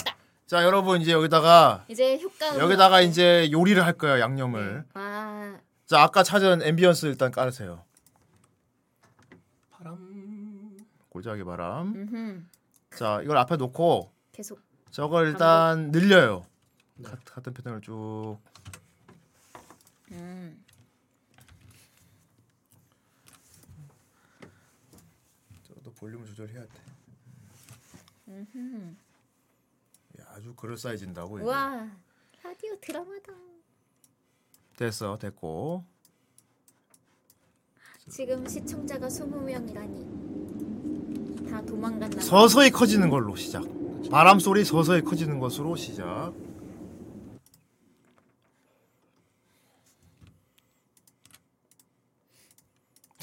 S2: 자 여러분 이제 여기다가
S6: 이제 효과음
S2: 여기다가 이제 요리를 할 거예요 양념을.
S6: 아
S2: 자 아까 찾은 앰비언스 일단 깔으세요. 골짜기 바람.
S6: 음흠.
S2: 자 이걸 앞에 놓고
S6: 계속
S2: 저걸 일단 늘려요. 가- 같은 패턴을 쭉.
S6: 음.
S2: 저도 볼륨을 조절해야 돼.
S6: 음흠.
S2: 야, 아주 그럴싸해진다고 뭐 이게.
S6: 우와 라디오 드라마다.
S2: 됐어 됐고.
S6: 지금 시청자가 20명이라니 다 도망갔나. 봐.
S2: 서서히 커지는 걸로 시작. 바람 소리 서서히 커지는 것으로 시작.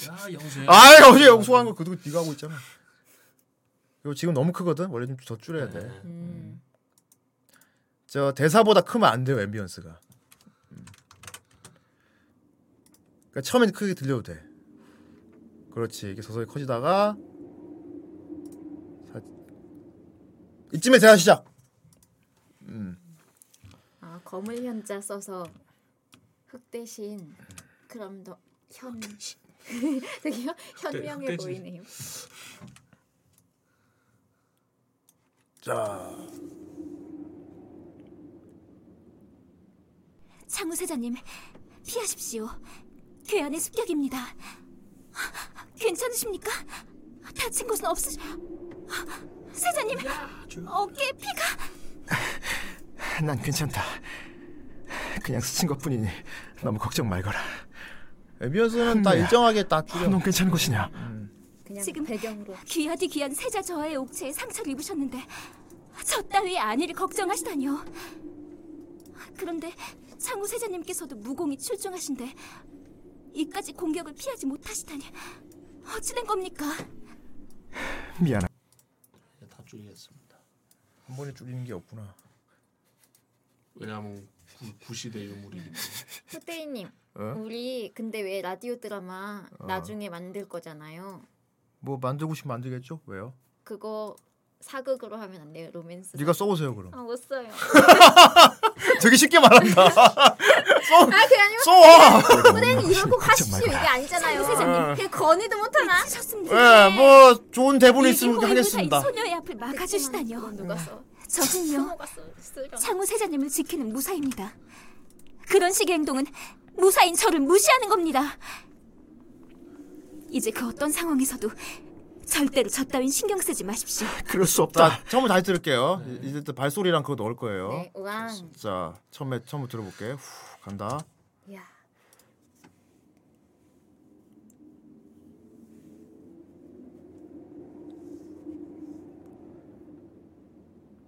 S7: 야 영수.
S2: 아이 어제 영소한 거 그거 네가 하고 있잖아. 이거 지금 너무 크거든. 원래 좀 더 줄여야 돼.
S6: 음.
S2: 저 대사보다 크면 안 돼요 앰비언스가. 음. 그러니까 처음엔 크게 들려도 돼. 그렇지 이게 서서히 커지다가 사- 이쯤에 대화 시작. 음.
S6: 아 검을 현자 써서 흑 대신 그럼 너현 되게 현- 현명해
S2: 흑 대신.
S6: 보이네요.
S2: 자
S19: 창우 사장님, 피하십시오. 괴한의 습격입니다. 괜찮으십니까? 다친 곳은 없으... 사장님, 어깨에 피가...
S26: 난 괜찮다. 그냥 스친 것뿐이니 너무 걱정 말거라. 아,
S2: 앰비언스는 다 일정하게 다 줄여. 음.
S26: 넌 괜찮은 것이냐?
S19: 지금 배경으로 귀하디 귀한 세자 저하의 옥체에 상처를 입으셨는데 저 따위의 안위를 걱정하시다니요. 그런데 창우 세자님께서도 무공이 출중하신데 이까지 공격을 피하지 못하시다니 어찌된 겁니까?
S26: 미안하.
S7: 다 줄이겠습니다.
S2: 네, 한 번에 줄이는 게 없구나.
S7: 왜냐면 구- 구시대 유물이기
S6: 후대인님
S2: 어?
S6: 우리 근데 왜 라디오 드라마
S2: 어.
S6: 나중에 만들 거잖아요.
S2: 뭐 만들고 싶으면 만들겠죠? 왜요?
S6: 그거 사극으로 하면 안 돼요 로맨스.
S2: 네가 써보세요 그럼.
S6: 아못 써요.
S2: 되게 쉽게 말한다. 써.
S6: 아 그냥
S2: 써와.
S19: 아,
S6: 후대인 이러고 가십시오 이게 아니잖아요.
S2: 세상에.
S6: 그냥 건의도 못하나?
S19: 네,
S2: 예, 뭐 좋은 대본
S19: 이
S2: 있으면
S19: 호위무사인
S2: 하겠습니다.
S19: 소녀의 앞을 막아주시다니요.
S6: 누가 써?
S19: 저는요. 창우 세자님을 지키는 무사입니다. 그런 식의 행동은 무사인 저를 무시하는 겁니다. 이제 그 어떤 상황에서도 절대로 저 따윈 신경 쓰지 마십시오.
S2: 그럴 수 없다. 자, 처음에 다시 들을게요. 이- 이제 또 발소리랑 그거 넣을 거예요.
S6: 네, 우왕.
S2: 자, 처음에 처음부터 들어볼게. 후, 간다.
S6: 야.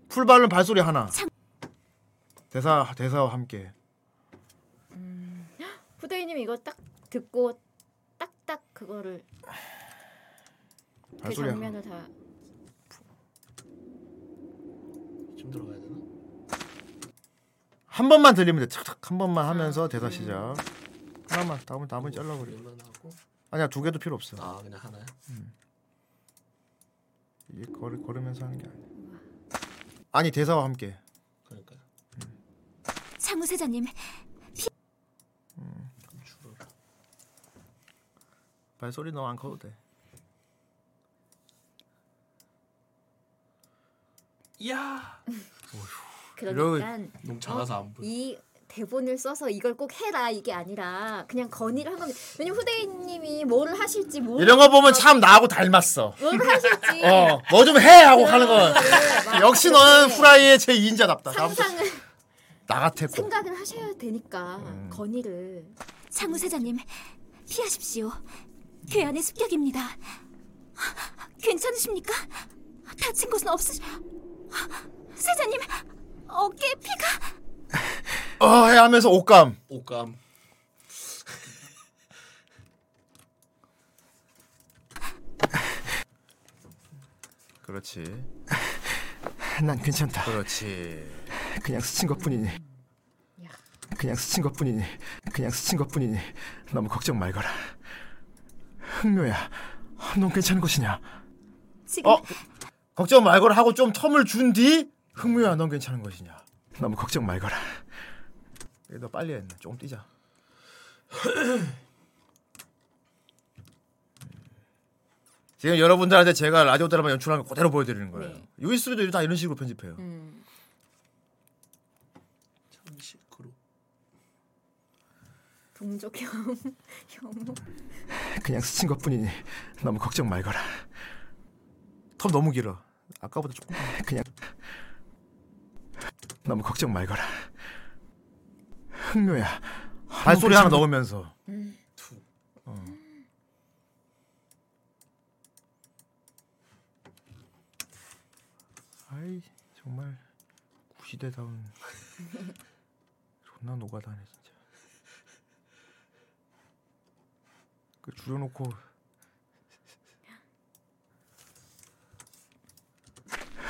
S2: 풀 발음 발소리 하나. 대사 대사와 함께.
S6: 후대인님 이거 딱 듣고 딱딱 그거를 그
S2: 발소리 하나.
S6: 장면을 다
S7: 좀 들어가야 되나?
S2: 한 번만 들리면 돼. 착착 한 번만 하면서 대사 시작. 하나만 다음은 다음은 잘라버려. 아니야 두 개도 필요 없어. 음.
S7: 아 그냥 하나야.
S2: 이게 걸으, 걸으면서 하는 게 아니야. 아니 대사와 함께.
S19: 사무사장님,
S2: 발소리 너안 커도 돼.
S7: 야.
S6: 그러니까 어?
S7: 이런- 너무 작아서 안 보여.
S6: 이 대본을 써서 이걸 꼭 해라 이게 아니라 그냥 건의를 한 겁니다. 왜냐면 후대인님이 뭘 하실지 모르.
S2: 이런 거 보면 참 나하고 닮았어.
S6: 뭘 하실지.
S2: 어, 뭐 좀 해 하고 하는 건
S6: 막
S2: 역시 너는
S6: 그렇게
S2: 후라이의 제 2인자답다. 다음부터
S6: 네, 상상을
S2: 나 같았고.
S6: 생각을 하셔야 되니까 건의를.
S19: 사무사장님, 피하십시오. 괴한의 습격입니다. 괜찮으십니까? 다친 곳은 없으시... 사장님, 어깨에 피가...
S2: 어, 해 하면서 옷감.
S7: 옷감.
S2: 그렇지.
S26: 난 괜찮다.
S2: 그렇지.
S26: 그냥 스친 것뿐이니. 그냥 스친 것뿐이니. 그냥 스친 것뿐이니. 너무 걱정 말거라. 흥묘야, 넌 괜찮은 것이냐?
S19: 지금
S2: 어? 걱정 말걸 하고 좀 텀을 준 뒤 흥무야 넌 괜찮은 것이냐.
S26: 너무 걱정 말거라.
S2: 얘너 빨리 했네. 조금 뛰자. 지금 여러분들한테 제가 라디오 드라마 연출하는 거 그대로 보여드리는 거예요. USB도 다 이런 식으로 편집해요.
S6: 음, 동족 혐 혐오.
S26: 그냥 스친 것뿐이니. 너무 걱정 말거라.
S2: 텀 너무 길어. 아까보다 조금.
S26: 그냥 너무 걱정 말거라. 흥묘야.
S2: 발소리 하나
S7: 음.
S26: 괜찮은 것-
S2: 넣으면서.
S6: 음.
S2: 어. 아이 정말 구시대다운 존나 노가다네 진짜. 그 줄여놓고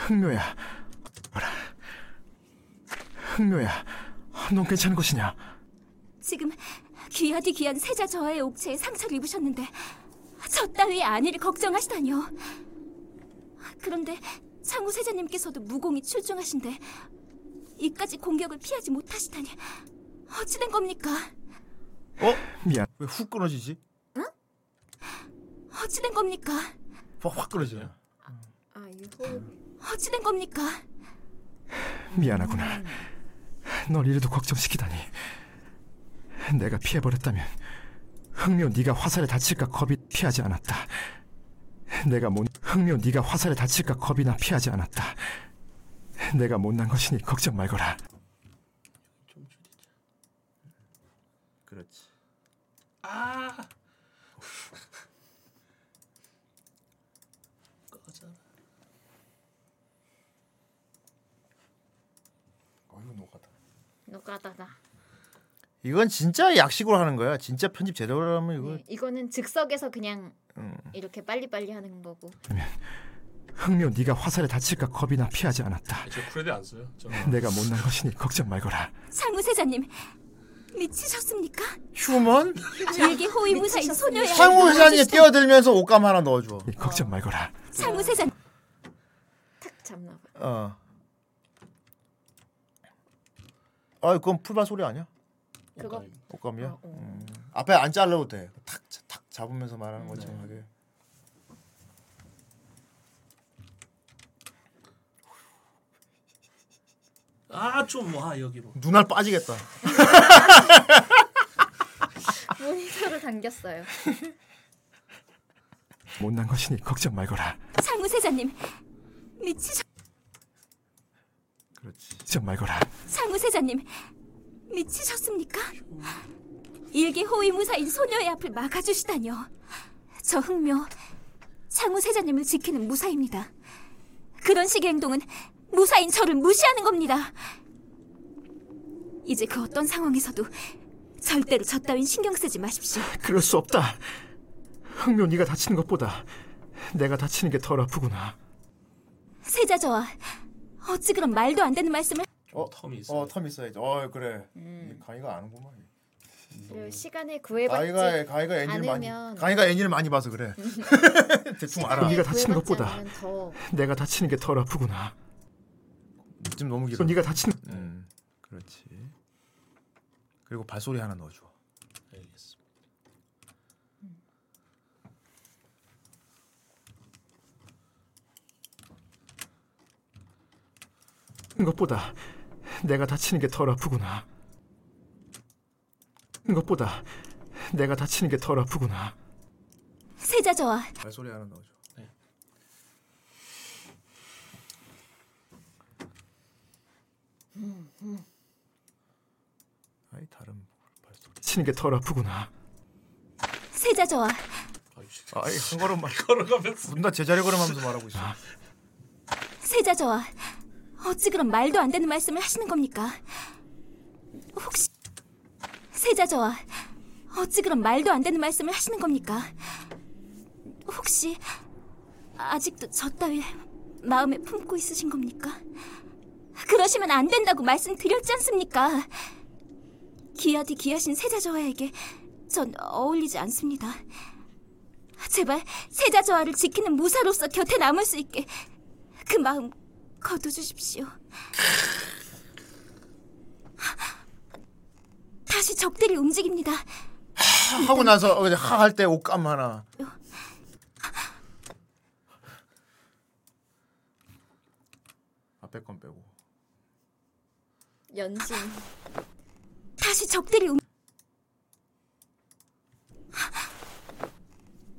S26: 흥묘야. 뭐라. 흥묘야. 넌 괜찮은 것이냐?
S19: 지금 귀하디 귀한 세자 저하의 옥체에 상처를 입으셨는데 저 따위의 안위를 걱정하시다니요. 그런데 창우 세자님께서도 무공이 출중하신데 이까지 공격을 피하지 못하시다니 어찌된 겁니까?
S2: 어 미안 왜 훅 끊어지지?
S19: 어찌된 겁니까?
S2: 확, 확 끊어지냐?
S6: 아 이거
S19: 어찌된 겁니까?
S26: 미안하구나. 널 이래도 걱정시키다니. 내가 피해버렸다면 흥묘 네가 화살에 다칠까 겁이 피하지 않았다. 내가 못 흥묘 네가 화살에 다칠까 겁이나 피하지 않았다. 내가 못난 것이니 걱정 말거라.
S2: 그렇지.
S7: 아. 꺼져.
S2: 어휴 노가다.
S6: 노가다다.
S2: 이건 진짜 약식으로 하는 거야. 진짜 편집 제대로 하면 이거
S6: 이거는 즉석에서 그냥
S2: 음.
S6: 이렇게 빨리빨리 하는 거고.
S26: 흥묘 네가 화살에 다칠까 겁이나 피하지 않았다.
S7: 아, 저 크레딧 안 써요. 저
S26: 내가 못난 것이니 걱정 말거라.
S19: 창우 세자님 미치셨습니까?
S2: 휴먼?
S19: 일기 호위 무사인 소녀의
S2: 상우
S19: 안위를
S2: 회장님
S19: 걱정하시다니.
S2: 뛰어들면서 옷감 하나 넣어줘.
S26: 걱정 말거라.
S19: 창우 세자님
S6: 잡나 봐.
S2: 어. 아, 그건 풀발 소리 아니야? 어.
S6: 그거
S2: 옷감이야? 음. 앞에 안 잘라도 돼. 탁, 탁 잡으면서 말하는 거지. 그게.
S7: 아좀와 여기로. 아,
S2: 아, 눈알 빠지겠다.
S21: 상처를 당겼어요.
S26: 못난 것이니 걱정 말거라.
S19: 상무세자님 미치셨
S26: 걱정 말거라.
S19: 상무세자님 미치셨습니까? 일기 호위무사인 소녀의 앞을 막아주시다뇨. 저 흑묘 상무세자님을 지키는 무사입니다. 그런 식의 행동은 무사인 저를 무시하는 겁니다. 이제 그 어떤 상황에서도 절대로 저 따윈 신경 쓰지 마십시오.
S26: 그럴 수 없다. 흥묘 네가 다치는 것보다 내가 다치는 게 덜 아프구나.
S19: 세자 저와 어찌 그런 말도 안 되는 말씀을
S2: 어, 텀이 있어. 어, 텀 있어야지. 어, 그래. 이 강의가 아는구만.
S21: 그리고 네, 시간에 구애받지
S2: 가이가 가이가 애니를 많이
S21: 않으면 음.
S2: 가이가 애니를 많이 봐서 그래. 대충 알아.
S26: 네가 다치는 것보다
S21: 더
S26: 내가 다치는 게 덜 아프구나.
S2: 지금 너무 길어.
S26: 또 네가 다치는
S2: 음, 그렇지. 그리고 발소리 하나 넣어줘. 알겠습니다.
S26: 것보다 내가 다치는 게 덜 아프구나. 것보다 내가 다치는 게 덜 아프구나.
S19: 세자 저와
S2: 발소리 하나 넣어줘. 네. 아이 다른
S26: 다치는 게 덜 아프구나.
S19: 세자 저와
S2: 아이 한 걸음만 걸어가면서 문다 제자리 걸음하면서 말하고 있어.
S26: 아.
S19: 세자 저와 어찌 그런 말도 안 되는 말씀을 하시는 겁니까? 혹시 세자 저와 어찌 그런 말도 안 되는 말씀을 하시는 겁니까? 혹시 아직도 저 따위 마음에 품고 있으신 겁니까? 그러시면 안 된다고 말씀드렸지 않습니까? 기아디 기아신 세자 저와에게 전 어울리지 않습니다. 제발 세자 저와를 지키는 무사로서 곁에 남을 수 있게 그 마음 거둬주십시오. 다시 적들이 움직입니다.
S2: 하고 나서 어, 하할 때 옷감 하나. 앞에 건 빼고.
S21: 연신
S19: 다시 적들이 움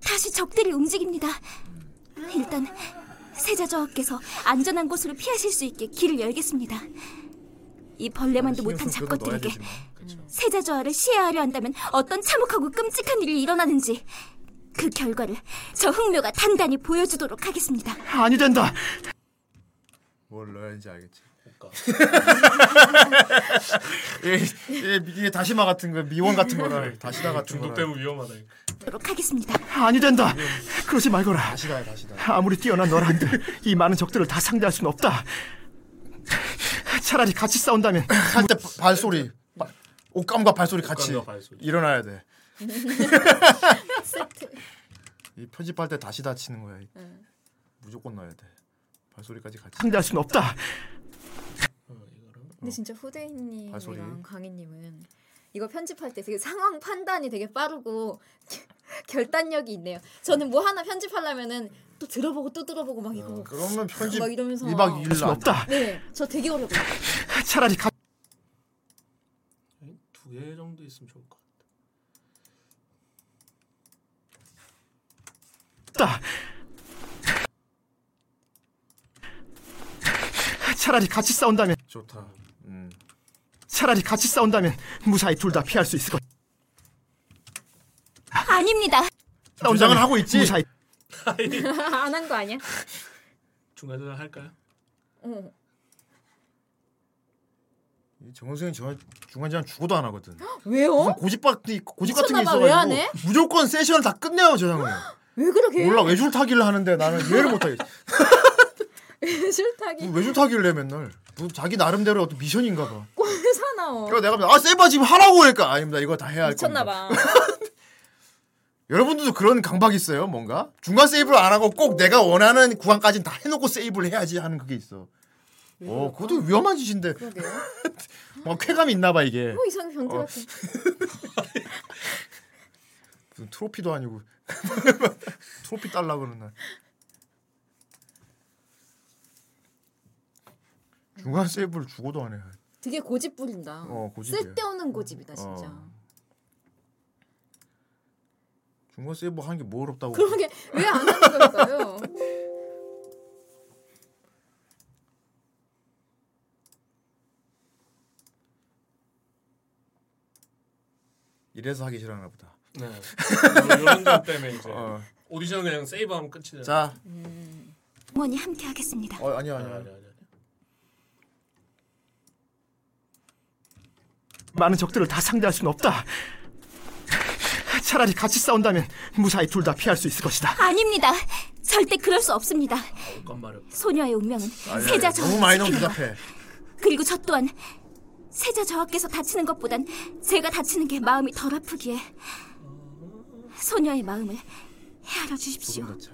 S19: 다시 적들이 움직입니다. 일단 세자저하께서 안전한 곳으로 피하실 수 있게 길을 열겠습니다. 이 벌레만도 못한 잡것들에게 세자저하를 시해하려 한다면 어떤 참혹하고 끔찍한 일이 일어나는지 그 결과를 저 흥묘가 단단히 보여주도록 하겠습니다.
S26: 아니 된다.
S2: 뭘 넣어야지 알겠지. 얘, 얘, 이게 다시마 같은 거 미원 같은 거라 다시다 같은 거
S7: 중독되면 위험하다.
S19: 도록 하겠습니다.
S26: 아니 된다. 그러지 말거라.
S2: 다시다 다시다.
S26: 아무리 뛰어난 너라 한들 이 많은 적들을 다 상대할 수는 없다. 차라리 같이 싸운다면
S2: 할 때 발소리 바- 옷감과 발소리 같이 일어나야 돼. 이 편집할 때 다시 다치는 거야.
S19: 네.
S2: 무조건 넣어야 돼. 발소리까지 같이.
S26: 상대할 수는 없다.
S21: 근데 진짜
S2: 발소리.
S21: 후대인님이랑 강희님은 이거 편집할 때 되게 상황 판단이 되게 빠르고 결단력이 있네요. 저는 뭐 하나 편집하려면은 또 들어보고 또 들어보고 막 이거
S2: 아, 그러면 편집
S21: 막 이러면서
S2: 2박 2일
S26: 수는 없다.
S21: 네, 저 되게 어려워요.
S26: 차라리 가.
S7: 두 개 정도 있으면 좋을 것 같아.
S26: 없다. 차라리 같이 싸운다면
S2: 좋다. 음.
S26: 차라리 같이 싸운다면 무사히 둘 다 피할 수 있을 것.
S19: 아닙니다.
S26: 싸운다면 하고 있지. 무사히
S21: 안 한 거 아니야?
S7: 중간에 할까요?
S21: 어.
S2: 정원생이 저 중간중간 죽어도 안 하거든.
S21: 왜요?
S2: 고집 같은 고집 같은 게
S21: 미쳤나 봐왜
S2: 있어가지고
S21: 안 해? 예?
S2: 무조건 세션을 다 끝내요 저 형은.
S21: 왜 그러게?
S2: 몰라 외줄 타기를 하는데 나는 이해를 못하겠어.
S21: 싫다기.
S2: 외줄 타기를 해 맨날. 뭐 자기 나름대로 어떤 미션인가 봐.
S21: 꼴사 나와.
S2: 그래서 내가 보면 아 세바 지금 하라고 그러니까 아닙니다 이거 다 해야 할
S21: 미쳤나
S2: 겁니다.
S21: 봐.
S2: 여러분들도 그런 강박 있어요 뭔가 중간 세이브를 안 하고 꼭 내가 원하는 구간까지는 다 해놓고 세이브를 해야지 하는 그게 있어. 오 그것도 위험한 짓인데
S21: 그러게요.
S2: 막 쾌감이 있나봐 이게.
S4: 뭐
S21: 어 이상해 변태
S2: 어.
S21: 같아.
S2: 무슨 트로피도 아니고 트로피 달라 그러는 날. 중간 세이브를 죽어도 안 해.
S21: 되게 고집 부린다.
S2: 어, 고집이에요.
S21: 쓸데없는 고집이다 진짜.
S2: 어. 중간 세이브 하는 게뭐 어렵다고
S28: 그러게 왜 안 하는 걸까요?
S2: 이래서 하기 싫어하나 보다 어.
S7: 네. 이런 점 때문에 이제 오디션 그냥 세이브하면 끝이잖아요.
S2: 자.
S19: 어머니 함께 하겠습니다.
S2: 어 아니요 아니요 아니요
S4: 많은 적들을 다 상대할 수는 없다. 차라리 같이 싸운다면 무사히 둘 다 피할 수 있을 것이다.
S19: 아닙니다. 절대 그럴 수 없습니다.
S7: 말은
S19: 소녀의 운명은
S2: 아니,
S19: 세자
S2: 아니,
S19: 저하를
S2: 너무 많이 너무
S19: 지키는 것.
S2: 복잡해
S19: 그리고 저 또한 세자 저하께서 다치는 것보단 제가 다치는 게 마음이 덜 아프기에 소녀의 마음을 헤아려 주십시오.
S2: 그러니까.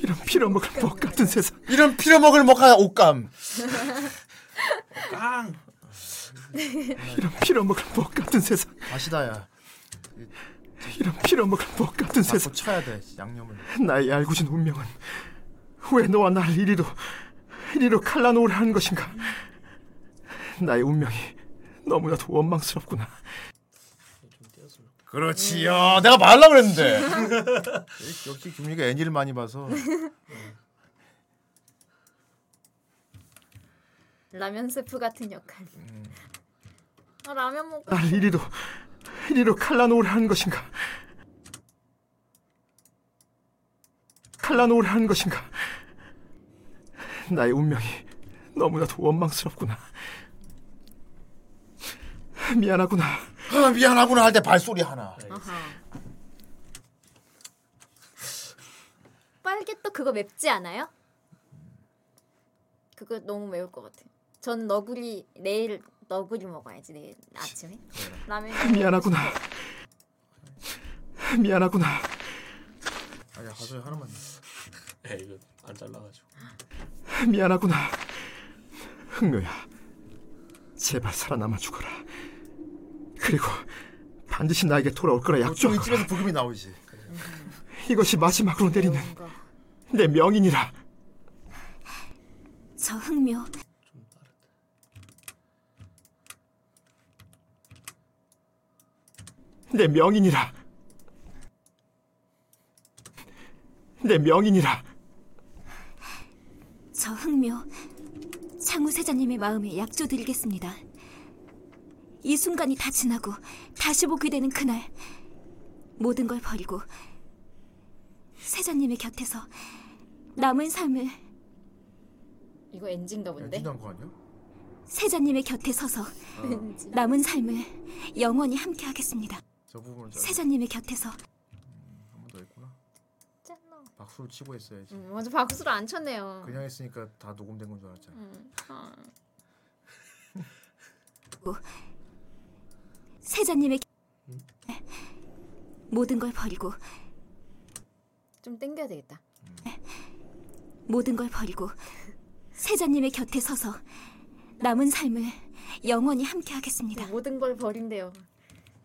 S4: 이런 빌어먹을
S19: 그러니까.
S4: 목 같은 세상.
S2: 이런 빌어먹을 목하 옷감.
S7: 어, 깡.
S4: 이런 빌어먹을 목 같은 세상.
S2: 다시다야.
S4: 이런 빌어먹을 목 같은 세상.
S2: 쳐야 돼 네, 양념을.
S4: 나의 알고진 운명은 왜 너와 날 이리로 이리로 갈라놓으려 하는 것인가? 나의 운명이 너무나도 원망스럽구나.
S2: 그렇지요. 내가 말라 그랬는데. 역시 김민이가 애니를 많이 봐서.
S6: 라면 스프 같은 역할. 아 라면 먹고.
S4: 날 이리로 이리로 갈라놓으려 하는 것인가? 갈라놓으려 하는 것인가? 나의 운명이 너무나도 원망스럽구나. 미안하구나.
S2: 아, 미안하구나 할 때 발소리 하나.
S6: 빨개떡 그거 맵지 않아요? 그거 너무 매울 것 같아. 전 너구리 내일 너구리 먹어야지 내일 아침에 라면.
S4: 미안하구나. 미안하구나.
S2: 아니야 가서 하나만.
S7: 에 네, 이거 안 잘라가지고.
S4: 미안하구나. 흥묘야. 제발 살아남아 죽어라. 그리고 반드시 나에게 돌아올 거라
S2: 보통
S4: 약속하고
S2: 이쯤에서 부금이 나오지.
S4: 이것이 마지막으로 내리는 내 명인이라.
S19: 저 흥묘
S4: 내 명인이라. 내 명인이라.
S2: 네?
S19: 저 흥묘 창우 세자님의 마음에 약조 드리겠습니다. 이 순간이 다 지나고 다시 보게 되는 그날 모든 걸 버리고 세자님의 곁에서 남은 삶을
S6: 이거 엔진가 본데. 엔진
S2: 거 아니야?
S19: 세자님의 곁에 서서
S6: 왠지.
S19: 남은 삶을 영원히 함께 하겠습니다.
S2: 저 부분을 잘.
S19: 세자님의 곁에서
S2: 한번 더 했구나. 박수를 치고 했어야지.
S6: 음, 먼저 박수를 안 쳤네요.
S2: 그냥 했으니까 다 녹음된 건 줄 알았잖아.
S6: 음, 아.
S19: 세자님의 모든 걸 버리고
S6: 좀 땡겨야 되겠다.
S19: 모든 걸 버리고 세자님의 곁에 서서 남은 삶을 영원히 함께 하겠습니다.
S6: 모든 걸 버린대요.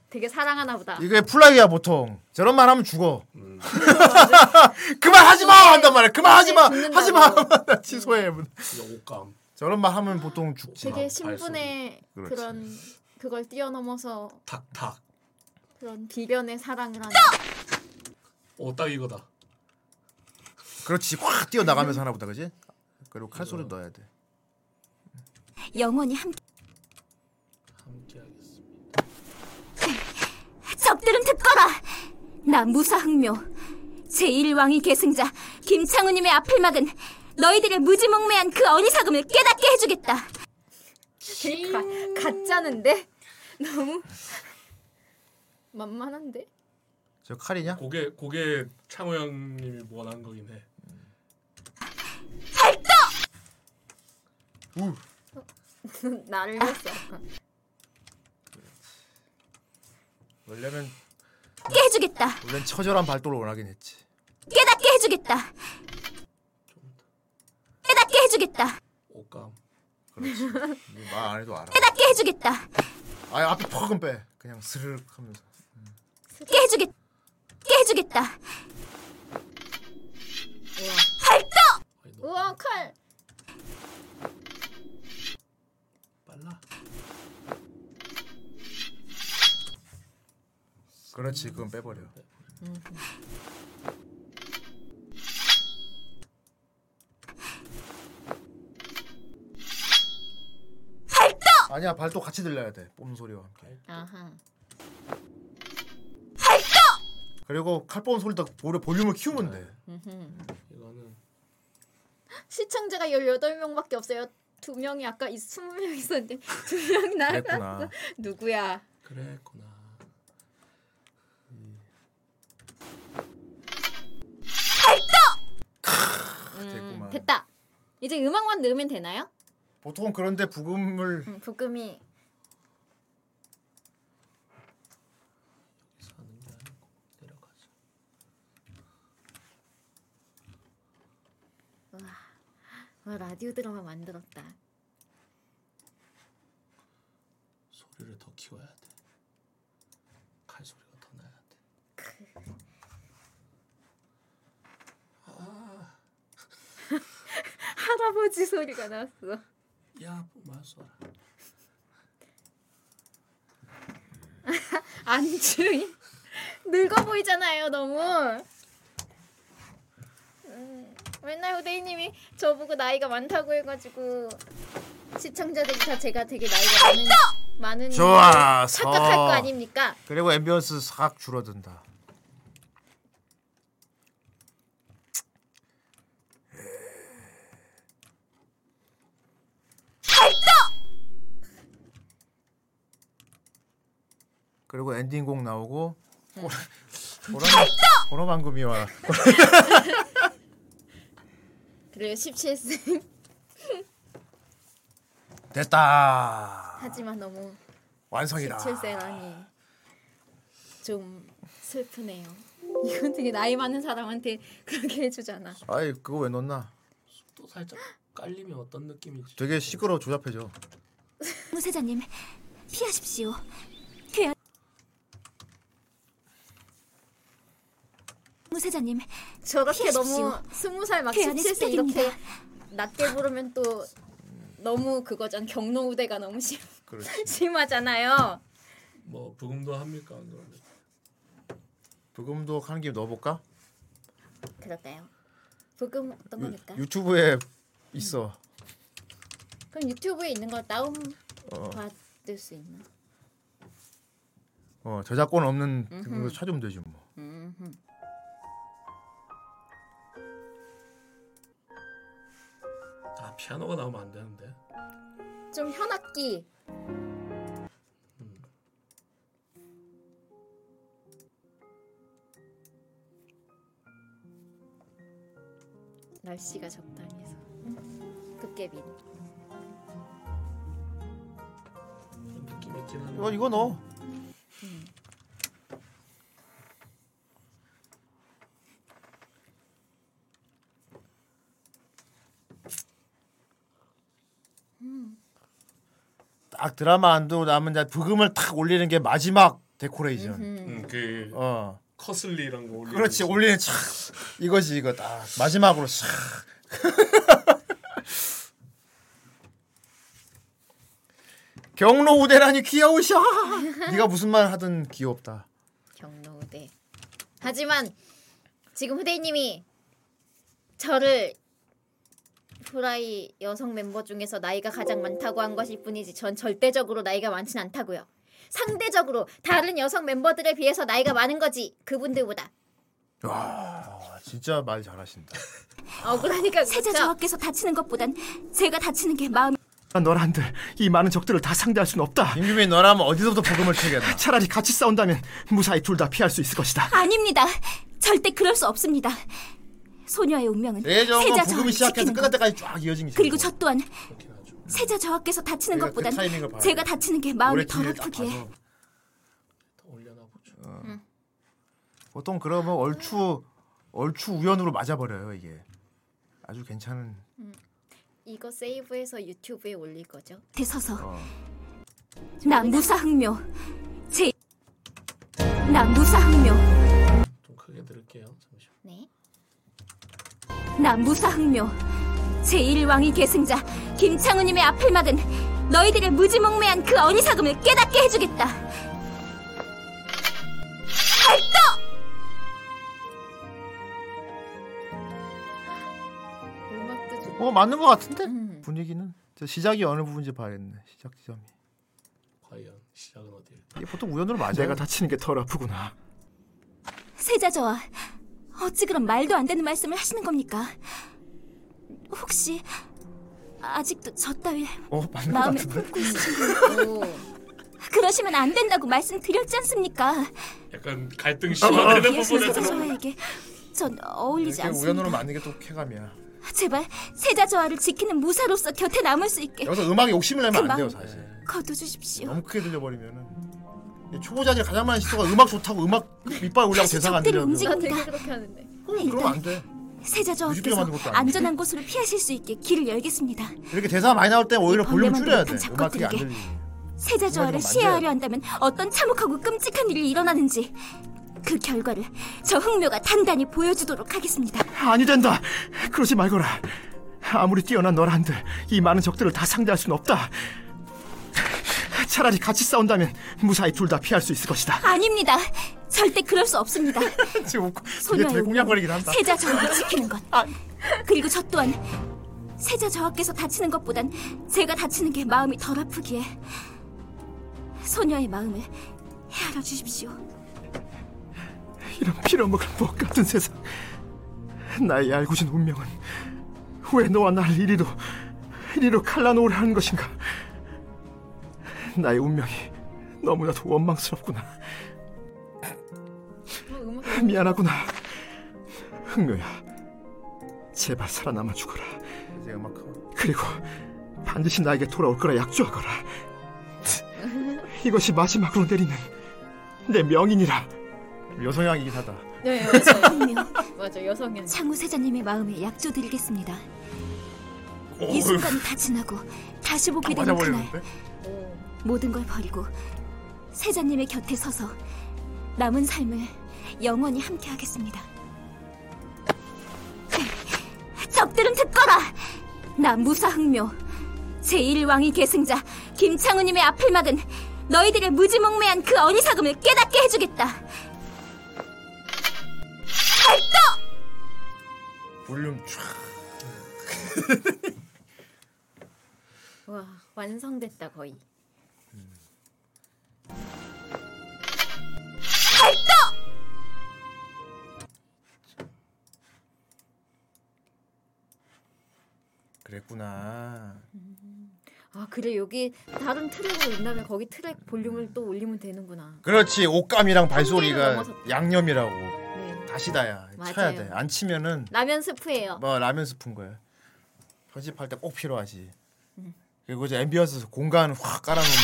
S6: 되게 사랑하나 보다.
S2: 이게 플라이야 보통. 저런 말 하면 죽어.
S6: 음.
S2: 그만 하지 마 한단 말이야. 그만 하지 마. 하지 마. 하면 취소해.
S7: 옷감. 아,
S2: 저런 말 하면 보통 죽지.
S6: 되게 신분의
S2: 발소리.
S6: 그런 그걸 뛰어넘어서
S7: 탁탁.
S6: 그런 비련의 사랑을 하는.
S7: 오딱 이거다.
S2: 그렇지. 확 뛰어 나가면서 하나 보다 그지? 그리고
S7: 음.
S2: 칼소리 넣어야 돼.
S19: 영원히 함께
S7: 함께하겠습니다.
S19: 적들은 듣거라. 나 무사흥묘 제1왕위 계승자 김창우님의 앞을 막은 너희들의 무지몽매한 그 어리석음을 깨닫게 해주겠다.
S6: 되게 가, 가짜는데 너무 만만한데.
S2: 저 칼이냐?
S7: 고개 고개 창호 형님이 원한 거긴 해.
S6: 나를
S19: 아.
S6: 했어.
S2: 원래는
S19: 깨 해주겠다.
S2: 원래는 처절한 발도를 원하긴 했지.
S19: 깨닫게 해주겠다. 깨닫게 해주겠다.
S7: 옷감.
S2: 그렇지. 말 안 해도 알아.
S19: 깨닫게 해주겠다.
S2: 아 앞에 퍽은 빼. 그냥 스르륵 하면서.
S19: 깨 해주겠. 깨 해주겠다. 발떡.
S6: 우와 칼.
S2: 그렇지. 그렇지 그건 빼버려.
S20: 발도!
S2: 아니야 발도 같이 들려야 돼. 뽐 소리와 함께.
S6: 아하.
S2: 그리고 칼뽐 소리도 볼에 볼륨을 키우면 돼.
S7: 네. 이거는
S6: 시청자가 18명밖에 없어요. 두 명이 아까 이 20명 있었는데 두 명이 날아갔어.
S7: 그랬구나.
S6: 누구야?
S7: 그랬구나.
S6: 음,
S2: 됐구만.
S6: 음, 됐다. 이제 음악만 넣으면 되나요?
S2: 보통 그런데 부금을
S6: 음, 부금이 우와, 와 라디오 드라마 만들었다.
S7: 소리를 더 키워야 돼. 칼 소리가 더 나야 돼. 아,
S6: 할아버지 소리가 났어.
S7: 야, 마소라.
S6: 안주인 늙어 보이잖아요 너무 음, 맨날 후대인님이 저보고 나이가 많다고 해가지고 시청자들이 다 제가 되게 나이가 많은 많은
S2: 좋아,
S6: 걸 착각할
S2: 서.
S6: 거 아닙니까
S2: 그리고 앰비언스 싹 줄어든다. 그리고 엔딩곡 나오고
S6: 네.
S2: 보러 방금이 와.
S6: 그래요 17승
S2: 됐다.
S6: 하지만 너무
S2: 완성이다.
S6: 17세라니 좀 슬프네요 이건 되게 나이 많은 사람한테 그렇게 해주잖아
S2: 아이 그거 왜 넣나?
S7: 또 살짝 깔리면 어떤 느낌이지?
S2: 되게 시끄러 워 조잡해져.
S19: 무세자님 피하십시오. 괴한 무세자님
S6: 저렇게
S19: 피하십시오.
S6: 너무 스무 살막
S19: 괴한의
S6: 17세
S19: 습격입니다.
S6: 이렇게 낮게 부르면 또 너무 그거잖아 경로 우대가 너무 심,
S7: 그렇지.
S6: 심하잖아요.
S7: 뭐 부금도 합니까? 안 그러면?
S2: 부금도 하는 김에 넣어볼까?
S6: 그럴까요? 부금 어떤
S2: 유-
S6: 거니까?
S2: 유튜브에 있어.
S6: 그럼 유튜브에 있는 걸 다운
S2: 어.
S6: 받을 수 있나?
S2: 어 저작권 없는
S6: 음흠.
S2: 거 찾으면 되지 뭐.
S6: 음흠.
S7: 아 피아노가 나오면 안 되는데.
S6: 좀 현악기 날씨가 적당해서 급개빈
S7: 느낌 있긴 한데.
S2: 이거 이거 넣어.
S21: 음. 음.
S2: 딱 드라마 안 두고 나면 이제 부금을 탁 올리는 게 마지막 데코레이션.
S7: 음, 그
S2: 어.
S7: 커슬리 이런 거 올리.
S2: 그렇지 올리는 촥 이거지 이거 딱 마지막으로 촥 경로 우대라니 귀여우셔 네가 무슨 말 하든 귀엽다
S6: 경로 우대 네. 하지만 지금 후대님이 저를 후라이 여성 멤버 중에서 나이가 가장 많다고 한 것일 뿐이지 전 절대적으로 나이가 많진 않다고요. 상대적으로 다른 여성 멤버들에 비해서 나이가 많은 거지 그분들보다
S2: 와 진짜 말 잘하신다
S6: 억울하니까 그렇죠?
S19: 세자 저하께서 다치는 것보단 제가 다치는 게 마음이
S26: 너란들 이 많은 적들을 다 상대할 수는 없다.
S2: 김규민 너라면 어디서부터 부금을 치겠나?
S26: 차라리 같이 싸운다면 무사히 둘 다 피할 수 있을 것이다.
S19: 아닙니다. 절대 그럴 수 없습니다. 소녀의 운명은
S2: 네,
S19: 세자 저하를 지키는 것.
S2: 때까지 쫙 이어진 게
S19: 그리고 저 또한 세자 저하께서 다치는
S2: 우리가 그
S19: 것보단
S2: 타이밍을 봐야
S19: 제가
S2: 돼.
S19: 다치는 게 마음이
S2: 올해 아, 기회를 딱
S19: 더럽기에
S2: 봐서. 어. 보통 그러면 얼추 얼추 우연으로 맞아버려요 이게 아주 괜찮은
S6: 음. 이거 세이브해서 유튜브에 올릴 거죠.
S19: 대서서
S2: 어.
S19: 나 무사흑묘 제나 무사흑묘
S7: 좀 크게 들을게요. 잠시.
S6: 네.
S19: 나 무사흑묘 제1왕위 계승자 김창우님의 앞을 막은 너희들의 무지몽매한 그 어리석음을 깨닫게 해주겠다.
S2: 어 맞는 것 같은데 분위기는 저 시작이 어느 부분인지 봐야겠네 시작 지점이
S7: 과연 시작은 어디일까?
S2: 이게 보통 우연으로 맞아요
S26: 내가 다치는 게 덜 아프구나.
S19: 세자저와 어찌 그런 말도 안 되는 말씀을 하시는 겁니까? 혹시 아직도 저 따위
S26: 어 맞는 것
S19: 마음에
S26: 같은데.
S19: 품고 있으신가요? 그러시면 안 된다고 말씀드렸지 않습니까?
S7: 약간 갈등
S19: 귀하신
S7: 심화되는 아, 뭐 부분에서
S19: 세자저와에게 전 어울리지
S2: 이렇게
S19: 않습니다.
S2: 우연으로 맞는 게 또 쾌감이야
S19: 제발 세자저와를 지키는 무사로서 곁에 남을 수 있게
S2: 여기서 음악에 욕심을 내면 안
S19: 예. 그만 그렇죠.
S2: 돼요 사실
S19: 거둬주십시오.
S2: 너무 크게 들려버리면은 초보자들 가장 많은 시도가 음악 좋다고 음악 밑발 올리고 대사가
S19: 적들을
S2: 안 들려
S19: 움직인다. 그렇게 하는데.
S2: 그러면 안돼 뮤직비디오
S19: 세자저와께서
S2: 만든 것도 아니고.
S19: 안전한 곳으로 피하실 수 있게 길을 열겠습니다.
S2: 이렇게 대사 많이 나올 때 오히려
S19: 이
S2: 볼륨을
S19: 번뇌만
S2: 줄여야 돼
S19: 노력한
S2: 음악 크게 안
S19: 작곡들에게
S2: 들리게
S19: 세자조화를
S2: 그거 좀
S19: 시해하려 한다면 어떤 참혹하고 끔찍한 일이 일어나는지 그 결과를 저 흥묘가 단단히 보여주도록 하겠습니다.
S26: 아니 된다. 그러지 말거라. 아무리 뛰어난 너라 한들 이 많은 적들을 다 상대할 수는 없다. 차라리 같이 싸운다면 무사히 둘 다 피할 수 있을 것이다.
S19: 아닙니다. 절대 그럴 수 없습니다.
S26: 되게 공략거리긴 한다. 아.
S19: 세자조화를 지키는 것. 그리고 저 또한 세자조화께서 다치는 것보단 제가 다치는 게 마음이 덜 아프기에 소녀의 마음을 헤아려 주십시오.
S26: 이런 필요먹을 것 같은 세상. 나의 알고진 운명은 왜 너와 날 이리로 이리로 갈라놓으려 하는 것인가? 나의 운명이 너무나도 원망스럽구나. 미안하구나. 흥묘야, 제발 살아남아 죽어라.
S2: 이제 음악
S26: 그리고 반드시 나에게 돌아올 거라 약조하거라. 이것이 마지막으로 내리는 내 명인이라.
S2: 그 여성향이긴 하다.
S19: 네, 맞아요.
S29: 맞아 여성향.
S19: 창우 세자님의 마음에 약조 드리겠습니다.
S29: 오,
S19: 이 순간이 다 지나고 다시 보게 되는 그날 모든 걸 버리고 세자님의 곁에 서서 남은 삶을 영원히 함께 하겠습니다. 적들은 듣거라! 나 무사흥묘 제1왕위 계승자 김창우님의 앞을 막은 너희들의 무지몽매한 그 어리석음을 깨닫게 해주겠다. 발동!
S2: 볼륨 촥.
S29: 와 완성됐다 거의.
S19: 발동!
S2: 그랬구나.
S6: 음.
S29: 아 그래 여기 다른 트랙으로 온다면 거기 트랙 볼륨을 또 올리면 되는구나.
S2: 그렇지 옷감이랑
S29: 한계를
S2: 발소리가
S29: 넘어섰다.
S2: 양념이라고.
S29: 네.
S2: 다시다야.
S29: 맞아요.
S2: 쳐야 돼. 안 치면은
S29: 라면 스프예요.
S2: 뭐 라면 스푼 거야. 편집할 때 꼭 필요하지. 그리고 이제 앰비언스 공간 확 깔아놓으면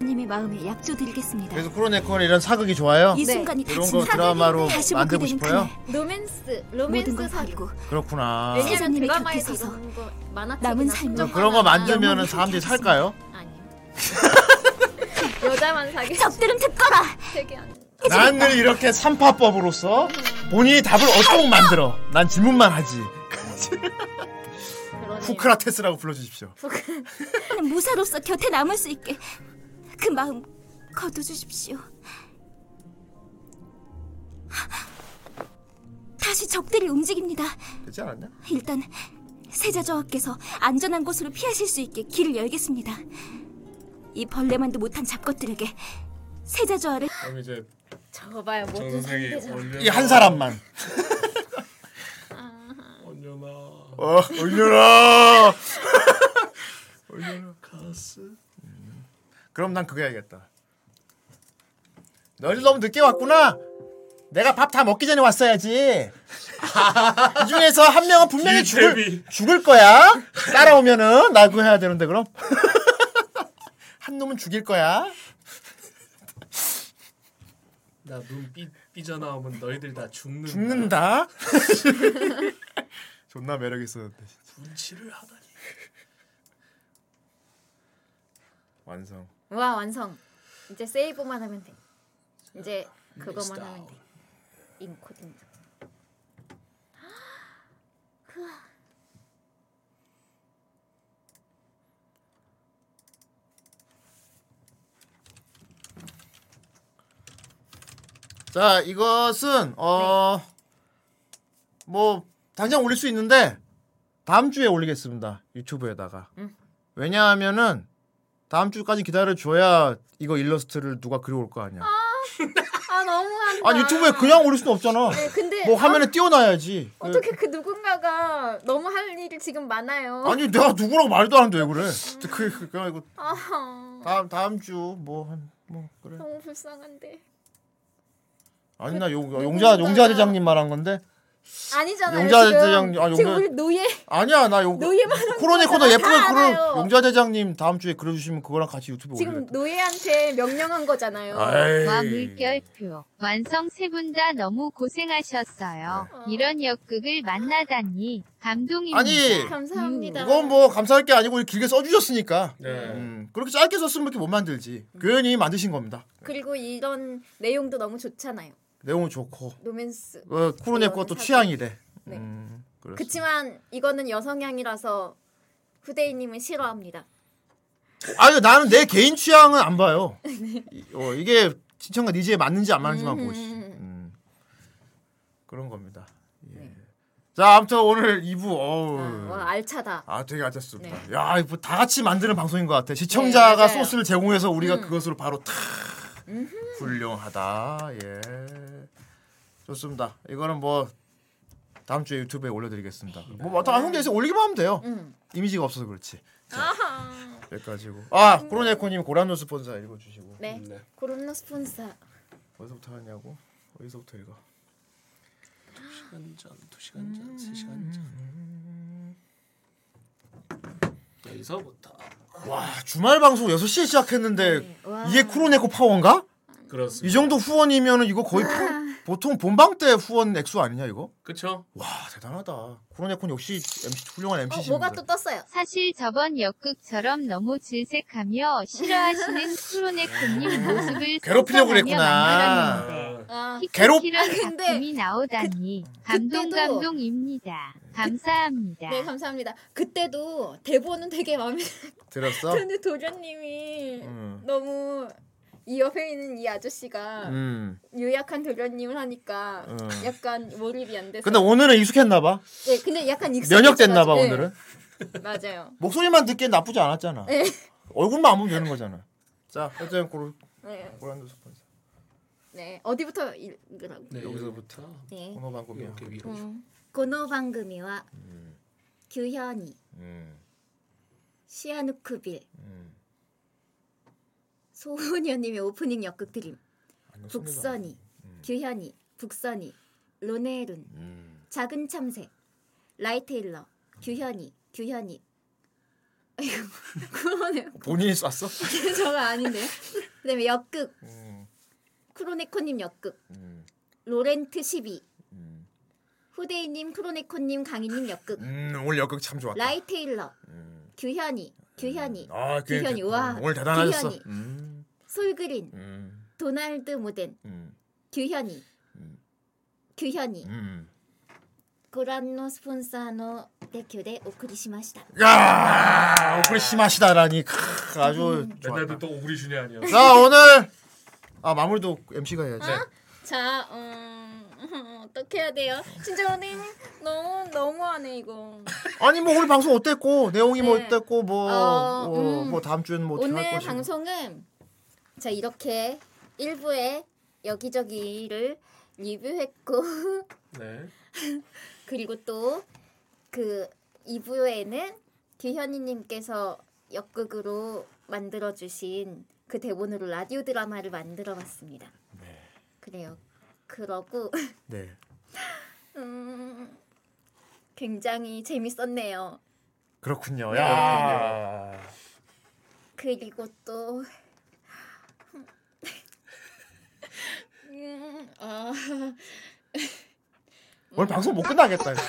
S19: 님의 마음에 약조 드리겠습니다.
S2: 그래서 코로네코는 이런 사극이 좋아요.
S19: 이 순간이 다
S2: 이런 거
S19: 지나가는데
S2: 드라마로
S19: 다시 보게 되는
S2: 만들고 싶어요.
S29: 그 로맨스 로맨스 사고.
S6: 아.
S2: 그렇구나.
S29: 왜냐면
S19: 세자님의 곁에
S29: 드라마에서
S19: 서서
S29: 이런 거 만화책이나
S19: 남은 삶을
S2: 그런 거 만들면은 사람들이 살까요?
S29: 여자만 사귀.
S19: 적들은 듣거라.
S29: 되게 안.
S2: 난 늘 이렇게 삼파법으로서 본인이 답을 어떻게 만들어. 난 질문만 하지. 후크라테스라고 불러주십시오.
S19: 무사로서 곁에 남을 수 있게 그 마음 거둬주십시오. 다시 적들이 움직입니다.
S2: 되지 않았냐?
S19: 일단 세자저하께서 안전한 곳으로 피하실 수 있게 길을 열겠습니다. 이 벌레만도 못한 잡것들에게 세자저하를
S7: 그럼 이제
S29: 저거 봐요
S7: 정
S29: 모든
S7: 선생이
S29: 상대잖아.
S2: 이 한 사람만. 어, 올려라. 올려라. 가스. 그럼 난 그거 해야겠다. 너희들 너무 늦게 왔구나. 내가 밥 다 먹기 전에 왔어야지. 이 중에서 한 명은 분명히 죽을, 죽을 거야. 따라오면은 나 그거 해야 되는데 그럼 한 놈은 죽일 거야.
S7: 나눈 삐져나오면 너희들 다 죽는.
S2: 죽는다. 존나 매력 있었는데.
S7: 눈치를 하다니.
S2: 완성.
S29: 와 완성. 이제 세이브만 하면 돼. 이제
S6: 음.
S29: 그거만 하면 돼. 인코딩.
S2: 자 이것은 어 뭐 당장 올릴 수 있는데 다음 주에 올리겠습니다 유튜브에다가
S4: 음.
S2: 왜냐하면은 다음 주까지 기다려 줘야 이거 일러스트를 누가 그려올 거 아니야.
S6: 아 너무한다.
S2: 아 유튜브에 그냥 올릴 수는 없잖아.
S6: 네, 근데
S2: 뭐 화면에 띄워놔야지. 네.
S6: 어떻게 그 누군가가 너무 할 일이 지금 많아요.
S2: 아니 내가 누구라고 말도 안 하는데 왜 그래? 그, 그, 그, 이거
S6: 아,
S2: 다음 다음 주뭐뭐 뭐, 그래.
S6: 너무 불쌍한데.
S2: 아니 나 용, 용자 용자 대장님 말한 건데.
S6: 아니잖아요.
S2: 용자
S6: 지금.
S2: 대장- 아,
S6: 지금
S2: 용자-
S6: 우리 노예.
S2: 아니야 나 용.
S6: 노예만
S2: 코로네코도
S6: 다
S2: 예쁘게
S6: 알아요.
S2: 그런 용자 대장님 다음 주에 그려주시면 뭐 그거랑 같이 유튜브 올려.
S6: 지금 노예한테 명령한 거잖아요.
S2: 아이.
S8: 와 물결표 완성 세 분 다 너무 고생하셨어요. 이런 역극을 만나다니 감동입니다.
S2: 아니,
S6: 감사합니다.
S2: 이건 뭐 감사할 게 아니고 길게 써주셨으니까.
S7: 네.
S2: 음, 그렇게 짧게 썼으면 이렇게 못 만들지. 괜히 만드신 겁니다.
S6: 그리고 이런 내용도 너무 좋잖아요.
S2: 내용은 좋고.
S6: 로맨스.
S2: 어, 쿠르네코가 또 취향이래.
S6: 네.
S2: 음, 그래서.
S6: 그치만 이거는 여성향이라서 후대인님은 싫어합니다.
S2: 아니 나는 내 개인 취향은 안 봐요.
S6: 네.
S2: 이- 어, 이게 신청과 니즈에 맞는지 안 맞는지만 보고 있어. 음. 그런 겁니다. 예.
S6: 네.
S2: 자 아무튼 오늘 2부 어우.
S6: 와 알차다.
S2: 아 되게 아셨습니다.
S6: 아, 네.
S2: 야, 이거 다 같이 만드는 방송인 것 같아.
S6: 네,
S2: 시청자가
S6: 맞아요.
S2: 소스를 제공해서 우리가
S6: 음.
S2: 그것으로 바로 탁
S6: 음흠.
S2: 훌륭하다. 예, 좋습니다. 이거는 뭐 다음 주에 유튜브에 올려드리겠습니다.
S6: 네.
S2: 뭐 어떤 한국에서 올리기만 하면 돼요. 이미지가 없어서 그렇지.
S6: 음. 아하. 음.
S2: 여기까지고. 아 코로네코님 고란노 스폰서 읽어주시고.
S6: 네. 코로나 스폰서.
S2: 어디서부터 하냐고? 어디서부터 읽어?
S7: 2시간 전, 2시간 전,
S6: 음.
S7: 3시간 전. 여기서부터.
S2: 와 아, 주말 방송 6시에 시작했는데
S6: 네.
S2: 이게 쿠로네코 파워인가?
S7: 그렇습니다.
S2: 이 정도 후원이면은 이거 거의 평- 보통 본방 때 후원 액수 아니냐 이거?
S7: 그쵸?
S2: 와 대단하다. 쿠로네콘 역시 MC 훌륭한
S8: 어,
S2: MC십니다.
S8: 뭐가 또
S6: 떴어요?
S8: 사실 저번 역극처럼 너무 질색하며 싫어하시는 쿠로네코님
S2: 그
S8: 모습을
S2: 괴롭히려고
S8: 상상하며
S2: 그랬구나.
S19: Uh,
S8: 만나라니
S2: 괴롭-
S8: 히키키라는 작품이 나오다니 감동 감동입니다. 감사합니다.
S6: 네 감사합니다. 그때도 대본은 되게 마음에
S2: 들었어?
S6: 드는데 도련님이
S2: 음.
S6: 너무 이 옆에 있는 이 아저씨가
S2: 음.
S6: 유약한 도련님을 하니까
S2: 음.
S6: 약간 몰입이 안 돼서.
S2: 근데 오늘은 익숙했나 봐.
S6: 네 근데 약간 익숙해져가지고-
S2: 면역됐나 봐
S6: 네,
S2: 오늘은. 어.
S6: 맞아요.
S2: 목소리만 듣기엔 나쁘지 않았잖아.
S6: 네.
S2: 얼굴만 안 보면 되는 거잖아. 자, 어쨌든 고로
S6: 네.
S2: 고란도 스폰서.
S6: 네 어디부터 읽으라고?
S2: 음. 여기서부터
S6: 네.
S2: 번호 방금 이렇게
S6: 음. この番組は
S2: 음.
S6: 九百に 음. シアヌクビル 소은현님의 오프닝 역극 드림 북선이 음. 규현이 북선이 로네룬 작은 참새 라이테일러 규현이 규현이 아이고 그러네요
S2: 본인이 쐈어?
S6: 저거 아닌데요 그다음에 음. 역극 크로네코님 역극 로렌트 12 음. 후대인님 크로네코님 강희님 역극
S2: 음, 오늘 역극 참 좋았다. 음.
S6: 라이테일러 규현이 규현이
S2: 아, 그-
S6: 규현이
S2: 그-
S6: 와
S2: 오늘 대단하셨어.
S6: 규현이
S2: 음.
S6: 솔그린
S2: 음.
S6: 도날드 모덴
S2: 음.
S6: 규현이 규현이
S2: 음.
S6: ご覧のスポンサーの提供でお送りしました。
S2: 야, 오크리 심하시다라니 크, 아주
S7: 맨날 듣던 오구리 준이
S6: 음.
S7: 아니야.
S2: 자 오늘 아 마무리도 MC가 해야지.
S6: 아? 자, 음, 음, 어떻게 해야 돼요? 진짜 오늘 너무 너무하네 이거.
S2: 아니 뭐 오늘 방송 어땠고 내용이 뭐
S6: 네.
S2: 어땠고 뭐
S6: 어,
S2: 뭐,
S6: 음.
S2: 뭐 다음 주에는 뭐 어떻게 할
S6: 오늘
S2: 것이고.
S6: 방송은 자 이렇게 일부에 여기저기를 리뷰했고
S7: 네.
S6: 그리고 또 그 2부에는 규현이님께서 역극으로 만들어 주신 그 대본으로 라디오 드라마를 만들어 봤습니다. 그래요. 그러고
S2: 네.
S6: 음, 굉장히 재밌었네요.
S2: 그렇군요.
S6: 네.
S2: 야.
S6: 그리고 또 음, 아,
S2: 오늘 방송 못
S6: 음.
S2: 끝나겠다. 이거.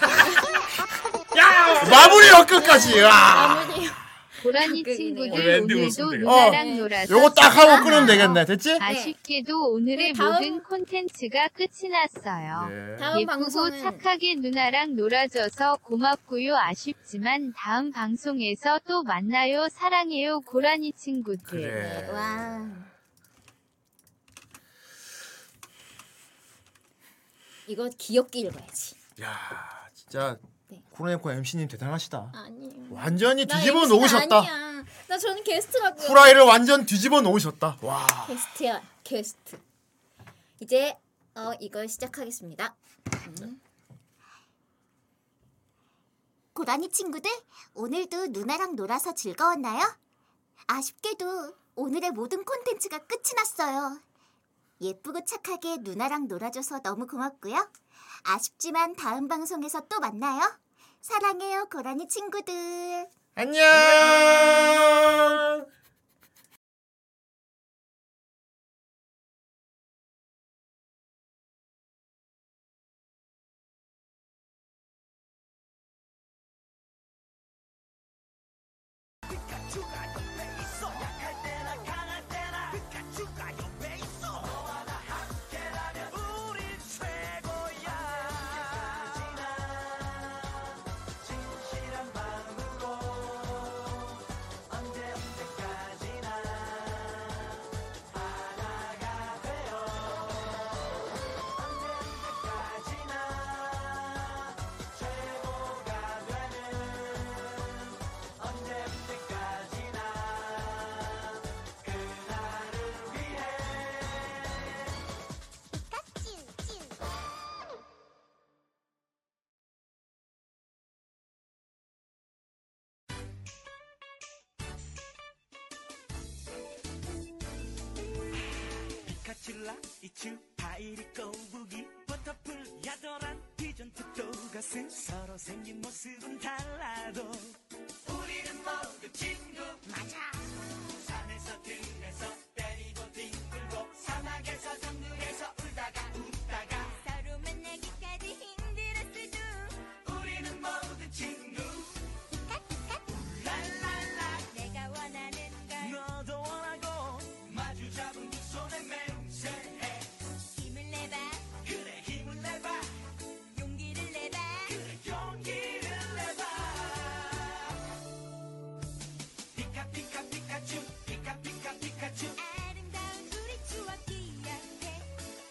S2: 야 마무리 역끝까지. 아. 야.
S8: 보라니
S2: 오늘
S8: 친구들
S2: 엔딩으로 쓰면
S8: 오늘도
S2: 되겠다.
S8: 누나랑
S2: 어,
S8: 놀아서
S2: 요거 딱 하고
S8: 좋았어요.
S2: 끊으면 되겠네. 됐지?
S8: 아쉽게도 오늘의 모든 콘텐츠가 끝이 났어요.
S2: 예.
S6: 네, 다음
S8: 예쁘고
S6: 방송은-
S8: 착하게 누나랑 놀아줘서 고맙고요. 아쉽지만 다음 방송에서 또 만나요. 사랑해요. 고라니
S6: 네,
S8: 친구들.
S2: 그래.
S6: 와. 이거 귀엽게 읽어야지.
S2: 야 진짜 쿠로네코 MC님 대단하시다.
S6: 아니에요.
S2: 완전히
S6: 나
S2: 뒤집어
S6: MC 가
S2: 놓으셨다.
S6: 아니야. 나 저는 게스트라고요.
S2: 후라이를 완전 뒤집어 놓으셨다. 와.
S6: 게스트야 게스트. 이제 어 이걸 시작하겠습니다.
S5: 고라니 친구들, 오늘도 누나랑 놀아서 즐거웠나요? 아쉽게도 오늘의 모든 콘텐츠가 끝이 났어요. 예쁘고 착하게 누나랑 놀아줘서 너무 고맙고요. 아쉽지만 다음 방송에서 또 만나요. 사랑해요, 고라니 친구들.
S2: 안녕!
S4: 피카츄가 옆에 있어 약할 때나 강할 때나 피카츄가 옆에 있어 너와 나 함께라면 우린 최고야 지나 진실한 마음으로 언제 언제까지나 하나가 돼요 언제 언제까지나 최고가 되는 언제부터까지나 그날을 위해 피카츄 라이츄 파이리 꼬부기 버터풀 야도란 피전 특도 가슴 서로 생긴 모습은 달라도 우리는 모두 친구 맞아 산에서 들에서 때리고 뒹굴고 사막에서 정글에서 울다가 웃다가 서로 만나기까지 힘들었어도 우리는 모두 친구 랄랄라 내가 원하는 걸 너도 원하고 마주 잡은 두 손에 맹세해 힘을 내봐 그래 힘을 내봐 용기를 내봐 그래 용기를 내봐 피카 피카 피카츄 피카 피카 피카츄 아름다운 우리 추억 기억해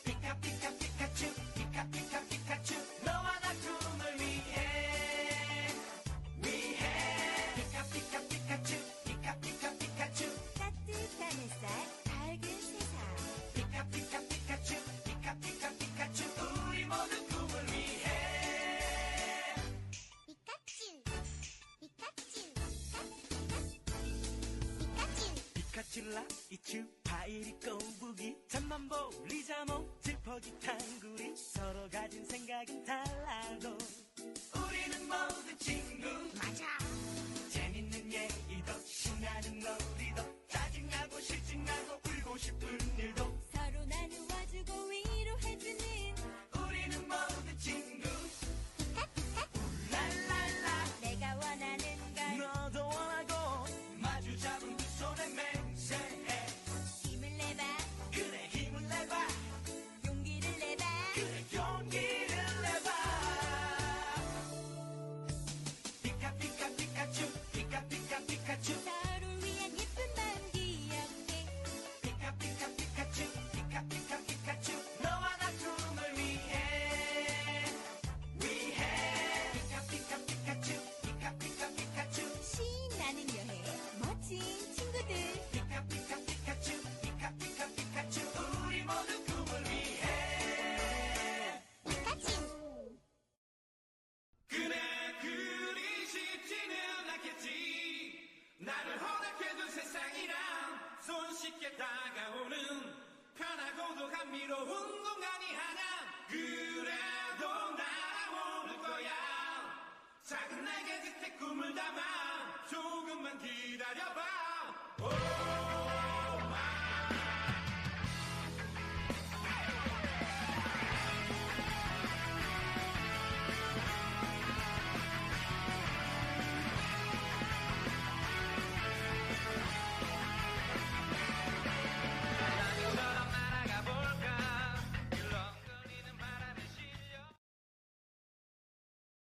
S4: 피카 피카 피카츄 피카 피카 피카츄 너와 나 둘을 위해 위해 피카 피카 피카츄 피카 피카 피카츄 따뜻한 햇살 밝은 세상 피카 피카 피카츄 피카 피카 피카츄 우리 모두 꿈을 위해 피카츄 피카츄 피카츄 라이츄 파이리 꼬부기 잠만 볼리자몽 질퍼기 탕구리 서로 가진 생각은 달라도 우리는 모두 친구 맞아 재밌는 얘기도 신나는 놀이도 짜증나고 실증나고 울고 싶은 일도 서로 나누어주고 위로해주는 우리는 모두 친구 랄랄라 내가 원하는 걸 너도 원하고 마주 잡은 두 손에 맹세해 힘을 내봐 그래 힘을 내봐 용기를 내봐 그래 용기를 내봐 피카 피카 피카츄 피카 피카 피카츄 서로 위한 예쁜 마음 기억해 피카 피카 피카츄 피카 피카 피카츄 너와 나 둘을 위해 위해 피카 피카 피카츄 피카 피카 피카츄 신나는 여행 멋진 친구들 피카 피카 피카츄 피카 피카 피카츄 우리 모두 꿈을 위해 그네 그리 쉽지는 않겠지 나를 허락해둔 세상이란 손쉽게 다가오는 편하고도 감미로운 공간이 하나 그래도 날아오는 거야 작은 날개짓에 꿈을 담아 조금만 기다려봐